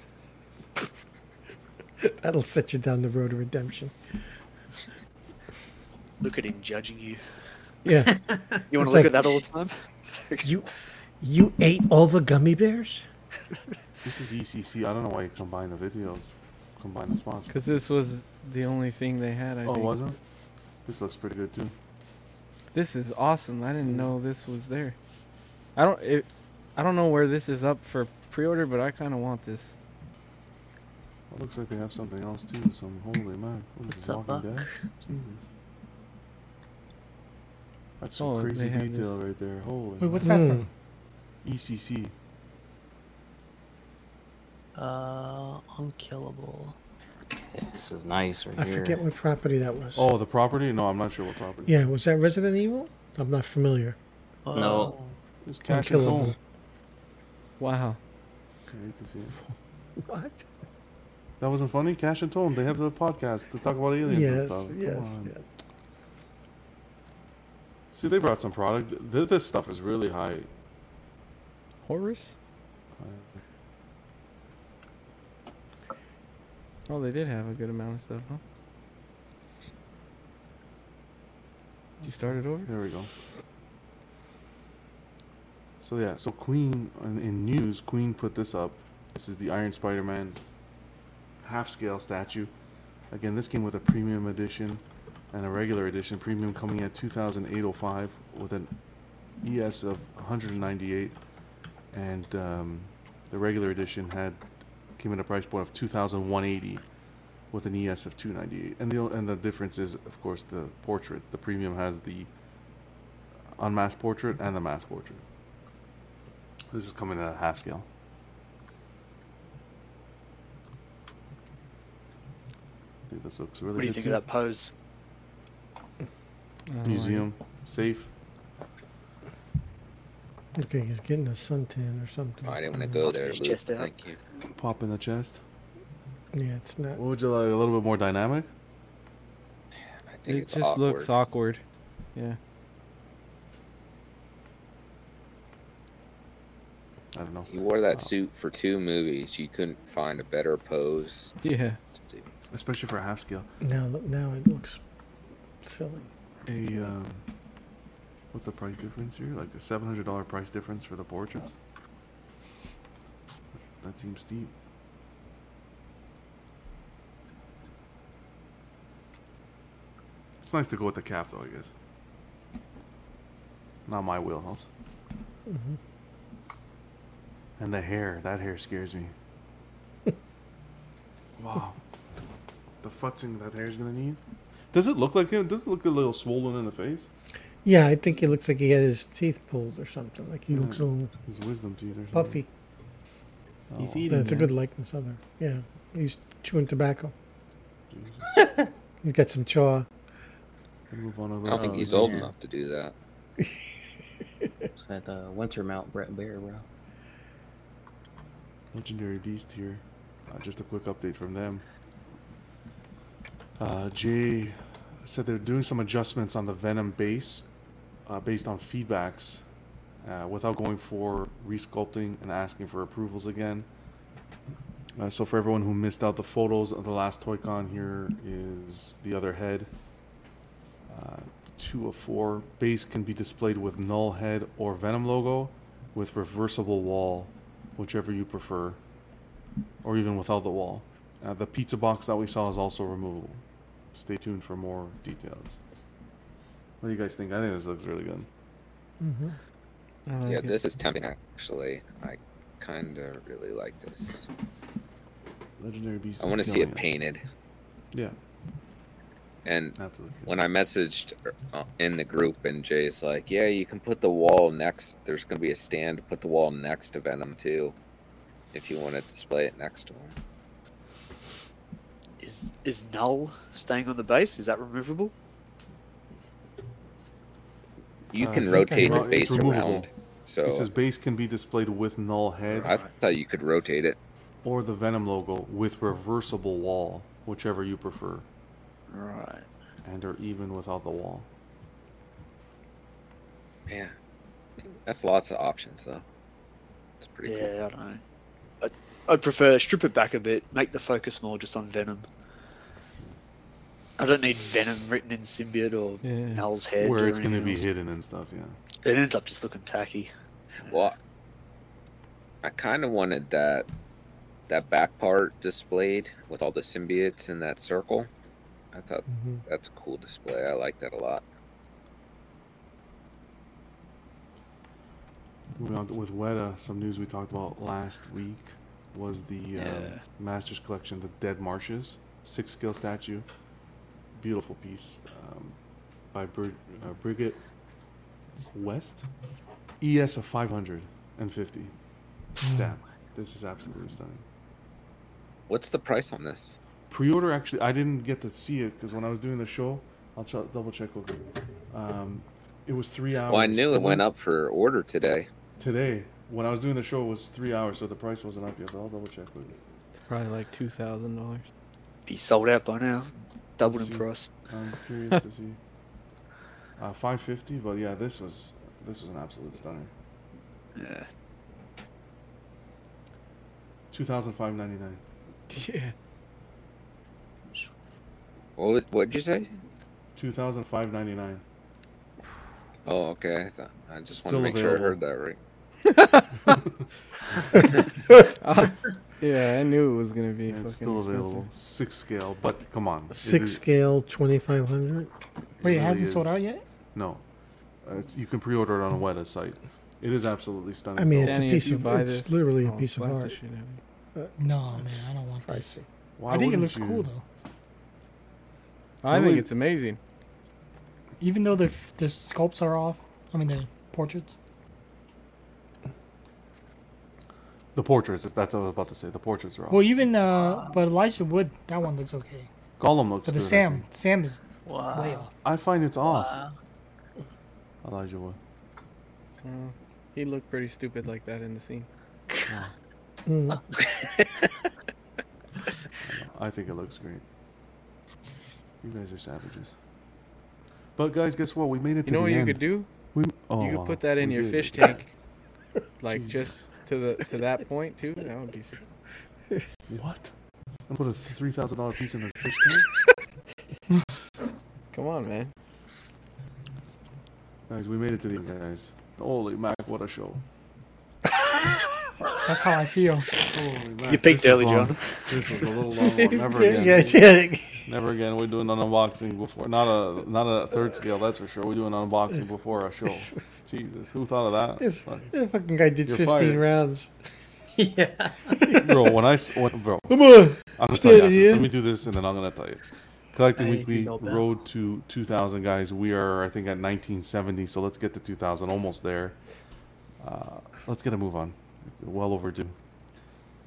Speaker 12: That'll set you down the road of redemption.
Speaker 16: Look at him judging you.
Speaker 12: Yeah.
Speaker 16: You want
Speaker 12: It's
Speaker 16: to look
Speaker 12: like-
Speaker 16: at that all the time?
Speaker 12: You, you ate all the gummy bears.
Speaker 3: This is ECC. I don't know why you combine the videos, combine the spots.
Speaker 6: Because this was the only thing they had. I
Speaker 3: oh,
Speaker 6: think.
Speaker 3: was it? This looks pretty good too.
Speaker 6: This is awesome. I didn't know this was there. I don't. It, I don't know where this is up for pre-order, but I kind of want this.
Speaker 3: It looks like they have something else too. Some holy man. What is
Speaker 7: What's
Speaker 3: this,
Speaker 7: up,
Speaker 3: Walking Dead?
Speaker 7: Buck?
Speaker 3: Jesus. That's some
Speaker 6: Oh, they
Speaker 3: crazy
Speaker 6: have
Speaker 3: detail
Speaker 6: this.
Speaker 3: right there. Holy.
Speaker 8: Wait, what's
Speaker 3: man. E
Speaker 8: that from?
Speaker 3: ECC.
Speaker 7: Uh, unkillable.
Speaker 17: This is nice right
Speaker 12: I
Speaker 17: here.
Speaker 12: forget what property that was.
Speaker 3: Oh, the property? No, I'm not sure what property.
Speaker 12: Yeah, was that Resident Evil? I'm not familiar.
Speaker 17: No.
Speaker 3: There's cash and
Speaker 12: Unkillable.
Speaker 3: gold.
Speaker 6: Wow.
Speaker 3: I hate to see it.
Speaker 12: What?
Speaker 3: That wasn't funny. Cash and Tone. They have the podcast to talk about aliens and
Speaker 12: Yes,
Speaker 3: stuff. Come
Speaker 12: yes,
Speaker 3: on.
Speaker 12: yes.
Speaker 3: See, they brought some product. Th- This stuff is really high.
Speaker 6: Horus? Oh, they did have a good amount of stuff, huh? Did you start it over?
Speaker 3: There we go. So yeah, so Queen in, in news, Queen put this up. This is the Iron Spider-Man half-scale statue. Again, this came with a premium edition and a regular edition. Premium coming at 2,805 with an ES of 198, and um, the regular edition had came at a price point of 2,180 with an ES of 298. And the o- and the difference is, of course, the portrait. The premium has the unmasked portrait and the masked portrait. This is coming at a half scale. I think this looks really.
Speaker 16: What do you
Speaker 3: good
Speaker 16: think
Speaker 3: too.
Speaker 16: of that pose?
Speaker 3: Museum safe.
Speaker 12: Okay, he's getting a suntan or
Speaker 3: Uh.
Speaker 12: something.
Speaker 1: Oh, I didn't want to go there.
Speaker 16: His
Speaker 1: Luke.
Speaker 16: chest out.
Speaker 1: Thank you.
Speaker 3: Pop in the chest.
Speaker 12: Yeah, it's not.
Speaker 3: What would you like? A little bit more dynamic.
Speaker 1: I think
Speaker 6: It
Speaker 1: it's
Speaker 6: just looks awkward. Yeah.
Speaker 3: I don't know.
Speaker 1: You wore that suit for two movies. You couldn't find a better pose.
Speaker 6: Yeah.
Speaker 3: Especially for a half scale.
Speaker 12: Now, now it looks silly.
Speaker 3: A um, what's the price difference here? Like a seven hundred dollar price difference for the portraits. That seems steep. It's nice to go with the cap, though. I guess. Not my wheelhouse.
Speaker 12: Mhm.
Speaker 3: And the hair. That hair scares me. wow. The futzing that hair's gonna need. Does it look like him? Does it look a little swollen in the face?
Speaker 12: Yeah, I think he looks like he had his teeth pulled or something. Like he looks a little
Speaker 3: Hmm. His wisdom teeth or something.
Speaker 12: puffy.
Speaker 3: Oh,
Speaker 6: He's
Speaker 3: wow.
Speaker 6: eating.
Speaker 12: That's a
Speaker 6: man.
Speaker 12: good likeness of her. Yeah, he's chewing tobacco. he's got some chaw.
Speaker 3: We'll Move on over.
Speaker 1: I don't think
Speaker 3: Oh,
Speaker 1: he's old
Speaker 3: yeah.
Speaker 1: enough to do that.
Speaker 9: It's that uh, Winter Mount Brett Bear, bro.
Speaker 3: Legendary Beast here. Uh, just a quick update from them. Uh, Jay said they're doing some adjustments on the Venom base uh, based on feedbacks uh, without going for resculpting and asking for approvals again. Uh, so, for everyone who missed out the photos of the last Toy-Con, here is the other head. Uh, two of four. Base can be displayed with null head or Venom logo with reversible wall, whichever you prefer, or even without the wall. Uh, the pizza box that we saw is also removable. Stay tuned for more details. What do you guys think? I think this looks really good.
Speaker 12: Mm-hmm.
Speaker 1: yeah, this is tempting actually. I kind of really like this.
Speaker 3: Legendary Beast.
Speaker 1: I
Speaker 3: is
Speaker 1: want to see
Speaker 3: killing
Speaker 1: it painted.
Speaker 3: Yeah.
Speaker 1: And
Speaker 3: Absolutely.
Speaker 1: when I messaged uh, in the group, and Jay's like, "Yeah, you can put the wall next. There's going to be a stand to put the wall next to Venom too, if you want to display it next to him."
Speaker 16: Is is null staying on the base? Is that removable?
Speaker 1: You
Speaker 3: Uh, I
Speaker 1: can
Speaker 3: think I
Speaker 1: rotate the
Speaker 3: wrote- it's
Speaker 1: base
Speaker 3: removable.
Speaker 1: around. So
Speaker 3: It says base can be displayed with null head.
Speaker 1: I thought you could rotate it.
Speaker 3: or the Venom logo with reversible wall, whichever you prefer.
Speaker 16: Right.
Speaker 3: And or even without the wall.
Speaker 1: Man, that's lots of options though. It's pretty
Speaker 16: yeah,
Speaker 1: cool.
Speaker 16: I don't know. I'd, I'd prefer strip it back a bit, make the focus more just on Venom. I don't need
Speaker 1: Hmm.
Speaker 16: Venom written in symbiote or Null's head.
Speaker 3: Where
Speaker 16: or
Speaker 3: it's going to
Speaker 16: anything
Speaker 3: be
Speaker 16: else.
Speaker 3: hidden and stuff, yeah.
Speaker 16: It ends up just looking tacky.
Speaker 1: Well, I kind of wanted that that back part displayed with all the symbiotes in that circle. I thought
Speaker 12: Mhm.
Speaker 3: Mm-hmm.
Speaker 1: that's a cool display. I like that a lot.
Speaker 3: Moving on with Weta, some news we talked about last week was the um,
Speaker 16: Yeah.
Speaker 3: Masters Collection, the Dead Marshes, six scale statue. Beautiful piece um, by Brid- uh, Brigitte West. ES of 550. Damn, this is absolutely stunning.
Speaker 1: What's the price on this?
Speaker 3: pre-order actually i didn't get to see it because when i was doing the show i'll ch- double check over um, it was three hours
Speaker 1: Well, I knew it went up for order today.
Speaker 3: today When I was doing the show, it was three hours, so the price wasn't up yet. But I'll double check with you.
Speaker 6: It's probably like two thousand dollars.
Speaker 16: Be sold out by now. Doubled in
Speaker 3: See,
Speaker 16: price.
Speaker 3: I'm curious to see. Uh, five fifty, but yeah, this was this was an absolute stunner.
Speaker 16: Yeah.
Speaker 3: Two thousand five ninety nine.
Speaker 6: Yeah.
Speaker 1: What was- what'd you say?
Speaker 3: Two thousand five ninety nine.
Speaker 1: Oh, okay. I, thought, I just want to
Speaker 3: Still
Speaker 1: make sure I heard that right.
Speaker 6: Uh, yeah, I knew it was gonna be. fucking
Speaker 3: It's still
Speaker 6: expensive.
Speaker 3: available. Six scale, but come on. it
Speaker 12: Six
Speaker 3: is-
Speaker 12: scale, twenty five
Speaker 8: Wait,
Speaker 12: hundred.
Speaker 8: it
Speaker 3: really
Speaker 8: hasn't sold
Speaker 3: is-
Speaker 8: out yet?
Speaker 3: No, uh, it's, you can pre-order it on a Weta site. It is absolutely stunning.
Speaker 12: I mean,
Speaker 3: though.
Speaker 12: it's
Speaker 6: Danny,
Speaker 12: a
Speaker 6: if
Speaker 12: piece
Speaker 6: you
Speaker 12: of.
Speaker 6: buy
Speaker 12: It's
Speaker 6: this,
Speaker 12: literally a
Speaker 6: I'll
Speaker 12: piece of
Speaker 6: slap the
Speaker 12: art. Uh,
Speaker 6: shit out of you.
Speaker 8: No, man, I don't want this.
Speaker 3: Why
Speaker 8: I think it
Speaker 3: wouldn't
Speaker 8: looks cool
Speaker 3: you?
Speaker 8: though.
Speaker 6: I think
Speaker 3: Really?
Speaker 6: it's amazing.
Speaker 8: Even though the the sculpts are off, I mean the portraits.
Speaker 3: The portraits. is- That's what I was about to say. The portraits are off.
Speaker 8: Well, even uh, but Elijah Wood, that one looks okay.
Speaker 3: Gollum looks
Speaker 8: But the
Speaker 3: good, I
Speaker 8: Sam,
Speaker 3: think.
Speaker 8: Sam is
Speaker 6: Uh,
Speaker 8: way
Speaker 9: Wow.
Speaker 8: off.
Speaker 3: I find it's off. Elijah Wood.
Speaker 6: Uh, he looked pretty stupid like that in the scene.
Speaker 12: Mm.
Speaker 3: I think it looks great. You guys are savages. But guys, guess what? We made it
Speaker 6: You
Speaker 3: to
Speaker 6: know
Speaker 3: the
Speaker 6: what you
Speaker 3: end.
Speaker 6: could do?
Speaker 3: We, oh,
Speaker 6: you could
Speaker 3: wow,
Speaker 6: put that in
Speaker 3: we
Speaker 6: your
Speaker 3: did.
Speaker 6: fish tank, like just to the to that point too. That would be. s-
Speaker 3: What? I put a three thousand dollar piece in the fish tank.
Speaker 6: Come on, man.
Speaker 3: Guys, we made it to the end, guys. Holy mac, what a show!
Speaker 8: That's how I feel.
Speaker 3: Holy mac,
Speaker 16: You
Speaker 3: this
Speaker 16: peaked
Speaker 3: was
Speaker 16: early,
Speaker 3: long.
Speaker 16: John.
Speaker 3: This was a little long one. Never
Speaker 12: Yeah,
Speaker 3: again.
Speaker 12: yeah.
Speaker 3: Never again. We're doing an unboxing before, not a not a third scale, that's for sure. We're doing an unboxing before our show. Jesus, who thought of that?
Speaker 12: This
Speaker 3: Fuck.
Speaker 12: this fucking guy did
Speaker 3: You're
Speaker 12: fifteen
Speaker 3: fired.
Speaker 12: rounds. yeah.
Speaker 3: bro. When I s- when, bro,
Speaker 12: Come on.
Speaker 3: I'm gonna tell
Speaker 12: Steady
Speaker 3: you after.
Speaker 12: in.
Speaker 3: Let me do this, and then I'm gonna tell you. Collecting
Speaker 12: I
Speaker 3: weekly
Speaker 12: know that.
Speaker 3: road to 2,000 guys. We are, I think, at 1970. So let's get to 2,000. Almost there. Uh, let's get a move on. Well overdue.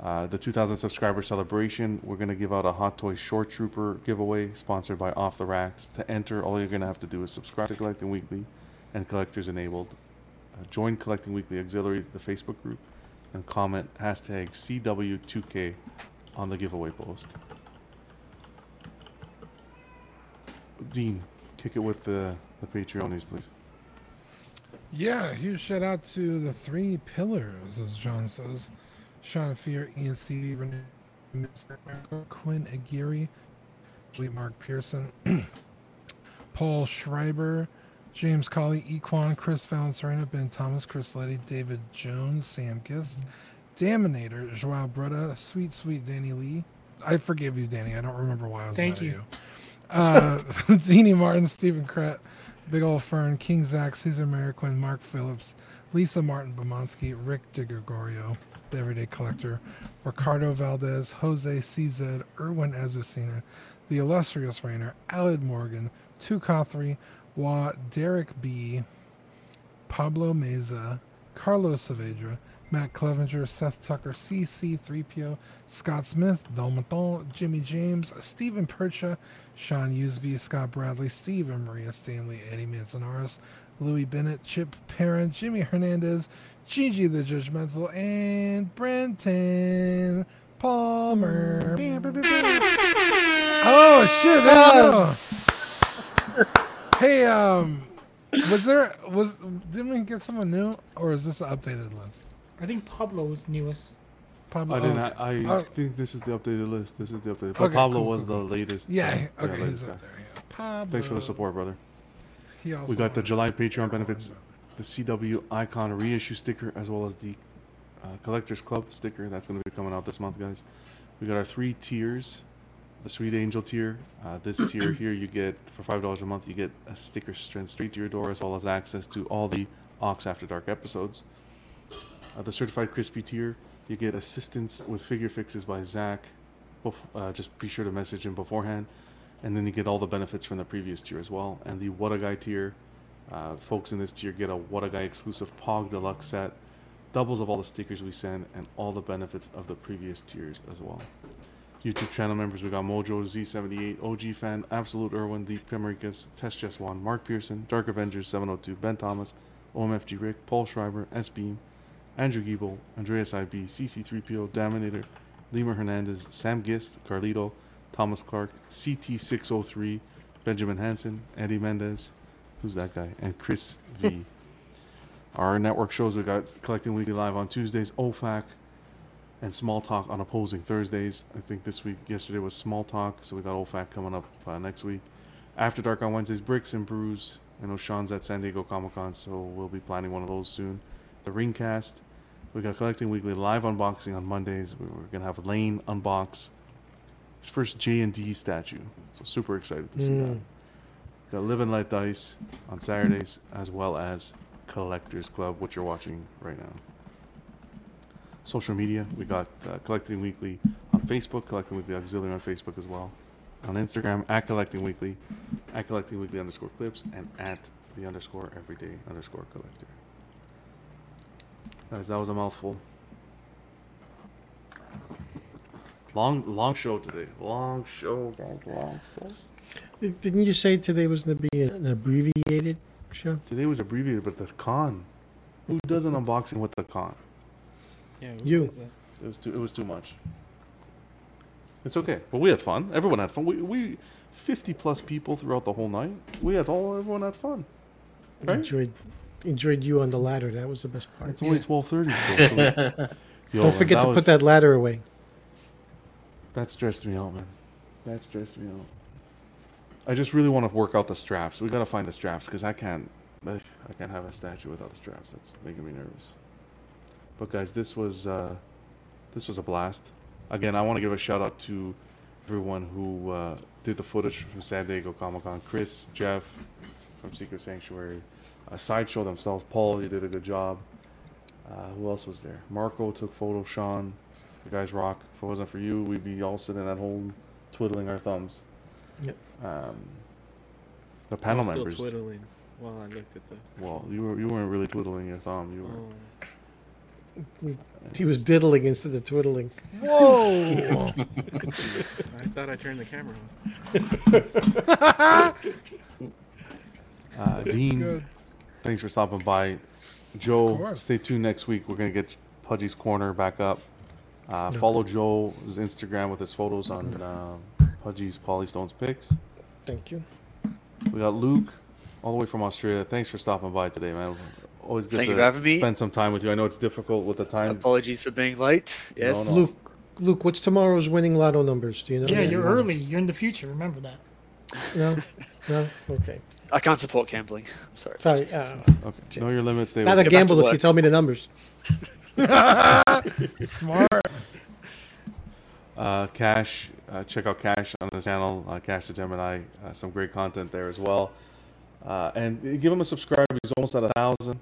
Speaker 3: Uh, the 2,000 subscriber celebration. We're gonna give out a Hot Toy Short Trooper giveaway sponsored by Off the Racks. To enter, all you're gonna have to do is subscribe to Collecting Weekly, and Collectors Enabled. Uh, join Collecting Weekly Auxiliary, the Facebook group, and comment hashtag CW2K on the giveaway post. Dean, kick it with the, the Patreonies, please.
Speaker 5: Yeah, huge shout out to the three pillars, as John says. Sean Fear, Ian C. Ren- Mr. America, Quinn Aguirre, Fleet Mark Pearson, Paul Schreiber, James Colley, Equan, Chris Valencerina, Ben Thomas, Chris Letty, David Jones, Sam Gist, Daminator, Joao Breda, Sweet Sweet Danny Lee. I forgive you, Danny. I don't remember why I was
Speaker 8: Thank
Speaker 5: mad at
Speaker 8: you.
Speaker 5: you. Uh, Zini Martin, Stephen Kret, Big Ol' Fern, King Zach, Caesar Mariquin, Mark Phillips, Lisa Martin Bomansky, Rick DiGregorio, the Everyday Collector, Ricardo Valdez, Jose CZ, Erwin Azucena, the illustrious Rainer, Alid Morgan, Tukothri, Wa, Derek B, Pablo Meza, Carlos Saavedra, Matt Clevenger, Seth Tucker, CC3PO, Scott Smith, Dalmaton, Jimmy James, Stephen Percha, Sean Usby, Scott Bradley, Stephen Maria Stanley, Eddie Manzanares, Louis Bennett, Chip Perrin, Jimmy Hernandez, Gigi the Judgmental, and Brenton Palmer. Oh shit! there you go. hey, um, was there was didn't we get someone new or is this an updated list?
Speaker 8: I think Pablo was the newest.
Speaker 5: Pablo.
Speaker 3: I didn't.
Speaker 5: okay.
Speaker 3: I, I
Speaker 5: Oh,
Speaker 3: think this is the updated list. This is the updated. But
Speaker 5: Okay,
Speaker 3: Pablo
Speaker 5: cool,
Speaker 3: was
Speaker 5: cool, cool.
Speaker 3: the latest.
Speaker 5: Yeah, okay, he's
Speaker 3: latest
Speaker 5: up
Speaker 3: guy.
Speaker 5: there, yeah. Pablo.
Speaker 3: Thanks for the support, brother.
Speaker 5: He also
Speaker 3: we got the July Patreon benefits, the CW Icon reissue sticker, as well as the uh, Collectors Club sticker. That's going to be coming out this month, guys. We got our three tiers. The Sweet Angel tier. Uh, this tier here, you get for five dollars a month, you get a sticker sent straight to your door, as well as access to all the Ox After Dark episodes. Uh, the Certified Crispy tier, you get assistance with figure fixes by Zach. Bef- uh, just be sure to message him beforehand. And then you get all the benefits from the previous tier as well. And the What a Guy tier, uh, folks in this tier get a What a Guy exclusive POG Deluxe set, doubles of all the stickers we send, and all the benefits of the previous tiers as well. YouTube channel members, we got Mojo, Z78, OG Fan, Absolute Irwin, Deep Camaricus, Test Just One, oh Mark Pearson, Dark Avengers 702, Ben Thomas, OMFG Rick, Paul Schreiber, S Beam, Andrew Giebel, Andreas IB, CC3PO, Dominator, Lima Hernandez, Sam Gist, Carlito, Thomas Clark, CT603, Benjamin Hansen, Eddie Mendez, who's that guy, and Chris V. Our network shows we got Collecting Weekly Live on Tuesdays, OFAC, and Small Talk on opposing Thursdays. I think this week, yesterday was Small Talk, so we got OFAC coming up uh, next week. After Dark on Wednesdays, Bricks and Brews. I know Sean's at San Diego Comic Con, so we'll be planning one of those soon. The Ringcast. We got Collecting Weekly live unboxing on Mondays. We- We're gonna have Lane unbox his first J and D statue. So super excited to see that.
Speaker 12: Mm.
Speaker 3: Got Live and Let Dice on Saturdays, as well as Collectors Club, which you're watching right now. Social media, we got uh, Collecting Weekly on Facebook, Collecting Weekly Auxiliary on Facebook as well. On Instagram, at Collecting Weekly, at Collecting Weekly underscore clips, and at the underscore everyday underscore collector. Guys, that was a mouthful. Long, long show today. Long show. Long, long show.
Speaker 12: Didn't you say today was going to be an abbreviated show?
Speaker 3: Today was abbreviated, but the con. Who does an unboxing with the con?
Speaker 6: Yeah,
Speaker 12: You.
Speaker 3: It was too. It was too much. It's okay, but we had fun. Everyone had fun. We, we fifty plus people throughout the whole night. We had all everyone had fun. Right?
Speaker 12: Enjoyed, enjoyed you on the ladder. That was the best part.
Speaker 3: It's only twelve thirty still. so we- Yo, man,
Speaker 12: Don't forget to
Speaker 3: was-
Speaker 12: put that ladder away.
Speaker 3: That stressed me out, man. That stressed me out. I just really want to work out the straps. We gotta find the straps because I can't. I can't have a statue without the straps. That's making me nervous. But guys, this was uh, this was a blast. Again, I want to give a shout out to everyone who uh, did the footage from San Diego Comic Con. Chris, Jeff from Secret Sanctuary, uh, Sideshow themselves. Paul, you did a good job. Uh, who else was there? Marco took photos. Sean, the guys rock. If it wasn't for you, we'd be all sitting at home twiddling our thumbs.
Speaker 12: Yep.
Speaker 3: Um, the panel
Speaker 6: I'm still
Speaker 3: members.
Speaker 6: twiddling while I looked at the.
Speaker 3: Well, you were you weren't really twiddling your thumb. You were.
Speaker 12: He was diddling instead of twiddling.
Speaker 6: Whoa! I thought I turned the camera on.
Speaker 3: Uh,
Speaker 6: That's
Speaker 3: Dean,
Speaker 6: good.
Speaker 3: thanks for stopping by.
Speaker 6: Of
Speaker 3: Joe,
Speaker 6: course.
Speaker 3: stay tuned next week. We're gonna get Pudgy's Corner back up. Uh, Follow Joe's Instagram with his photos on uh, Pudgy's Polystones picks.
Speaker 12: Thank you.
Speaker 3: We got Luke, all the way from Australia. Thanks for stopping by today, man. Always good
Speaker 16: Thank
Speaker 3: to
Speaker 16: you for having me.
Speaker 3: spend some time with you. I know it's difficult with the time.
Speaker 16: Apologies for being late. Yes.
Speaker 3: No, no.
Speaker 12: Luke, Luke, what's tomorrow's winning lotto numbers? Do you know?
Speaker 8: Yeah, you're early. You're in the future. Remember that.
Speaker 12: No, no. Okay,
Speaker 16: I can't support gambling. I'm sorry.
Speaker 12: sorry. Uh,
Speaker 3: Okay. Know your limits. They
Speaker 12: not a
Speaker 16: Get back
Speaker 12: gamble
Speaker 16: to
Speaker 12: if you
Speaker 16: work.
Speaker 12: tell me the numbers.
Speaker 5: Smart.
Speaker 3: Uh, Cash, uh, check out Cash on the channel, uh, Cash the Gemini. Uh, some great content there as well. Uh, and give him a subscribe. He's almost at a thousand.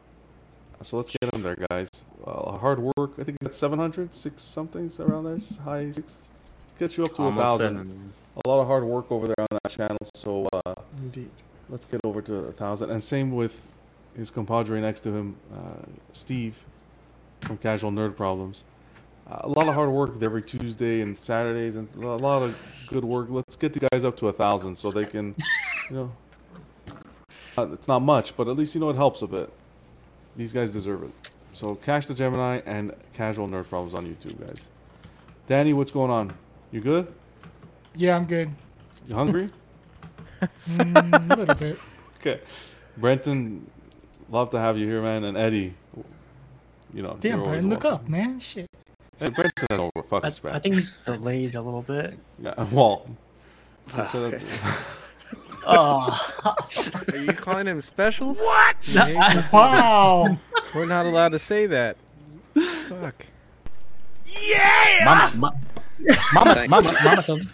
Speaker 3: So let's get him there, guys. Uh, hard work. I think that's 700, six something around there. s- High six. Get you up to a
Speaker 17: Almost
Speaker 3: thousand.
Speaker 17: seven.
Speaker 3: A lot of hard work over there on that channel. So uh,
Speaker 12: Indeed.
Speaker 3: let's get over to a thousand. And same with his compadre next to him, uh, Steve from Casual Nerd Problems. Uh, a lot of hard work every Tuesday and Saturdays, and a lot of good work. Let's get the guys up to a thousand so they can, you know, uh, it's not much, but at least you know it helps a bit. These guys deserve it. So Cash the Gemini and Casual Nerd Problems on YouTube, guys. Danny, what's going on? You good?
Speaker 8: Yeah, I'm good.
Speaker 3: You hungry?
Speaker 8: Mm, a little bit.
Speaker 3: okay. Brenton, love to have you here, man. And Eddie, you know,
Speaker 8: Damn,
Speaker 3: you're always
Speaker 8: Brian, look
Speaker 3: welcome.
Speaker 8: up, man. Shit.
Speaker 3: Hey, Brenton, oh, we're fucking
Speaker 7: I,
Speaker 3: spread.
Speaker 7: I think he's delayed a little bit.
Speaker 3: Yeah, well, instead of-
Speaker 7: Oh,
Speaker 6: Are you calling him special?
Speaker 7: What?
Speaker 6: Yeah.
Speaker 8: Wow.
Speaker 6: We're not allowed to say that. Fuck.
Speaker 9: Mama, ma- mama,
Speaker 6: Thanks.
Speaker 9: mama, mama, thumb.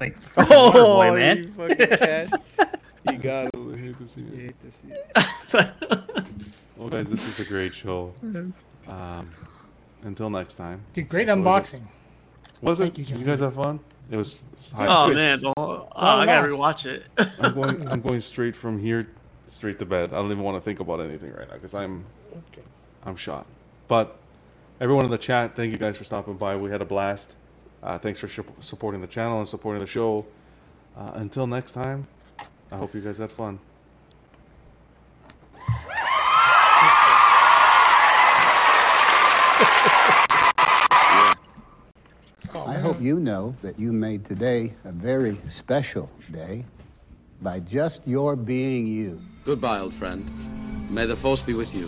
Speaker 9: Like,
Speaker 6: Oh,
Speaker 9: oh, boy, man.
Speaker 6: you fucking cash. You got it.
Speaker 3: Absolutely Oh, hate to see it.
Speaker 6: You hate to see it.
Speaker 3: well, guys, this was a great show. Um, until next time.
Speaker 8: Dude, great
Speaker 3: It's always
Speaker 8: unboxing.
Speaker 3: a- Was it?
Speaker 8: Thank you,
Speaker 3: Did
Speaker 8: gentlemen.
Speaker 3: you guys have fun? It was. it's high
Speaker 7: Oh,
Speaker 3: school.
Speaker 7: man, oh, oh, I gotta
Speaker 3: laughs.
Speaker 7: rewatch it.
Speaker 3: I'm going. I'm going straight from here, straight to bed. I don't even want to think about anything right now because I'm, I'm shot. But everyone in the chat, thank you guys for stopping by. We had a blast. Uh, thanks for sup- supporting the channel and supporting the show. Uh, until next time, I hope you guys had fun.
Speaker 12: I hope you know that you made today a very special day by just your being you.
Speaker 20: Goodbye, old friend. May the force be with you.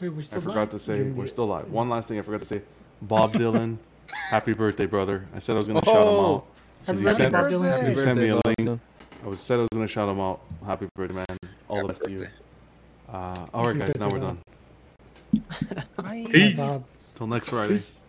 Speaker 8: Wait, we still
Speaker 3: I forgot
Speaker 8: live?
Speaker 3: to say we're still live. One last thing I forgot to say: Bob Dylan, happy birthday, brother! I said I was gonna shout him
Speaker 10: Oh,
Speaker 3: out. 'cause
Speaker 10: happy
Speaker 3: he
Speaker 10: birthday,
Speaker 3: sent,
Speaker 10: Bob Dylan.
Speaker 3: He
Speaker 10: Happy
Speaker 3: sent me a
Speaker 10: birthday, Bob
Speaker 3: link. I was said I was gonna shout him out. Happy birthday, man! All the best to you. Uh, all right,
Speaker 10: Happy
Speaker 3: guys. Now
Speaker 10: birthday,
Speaker 3: we're
Speaker 10: Bob.
Speaker 12: um,
Speaker 3: done. Peace. Till next Friday.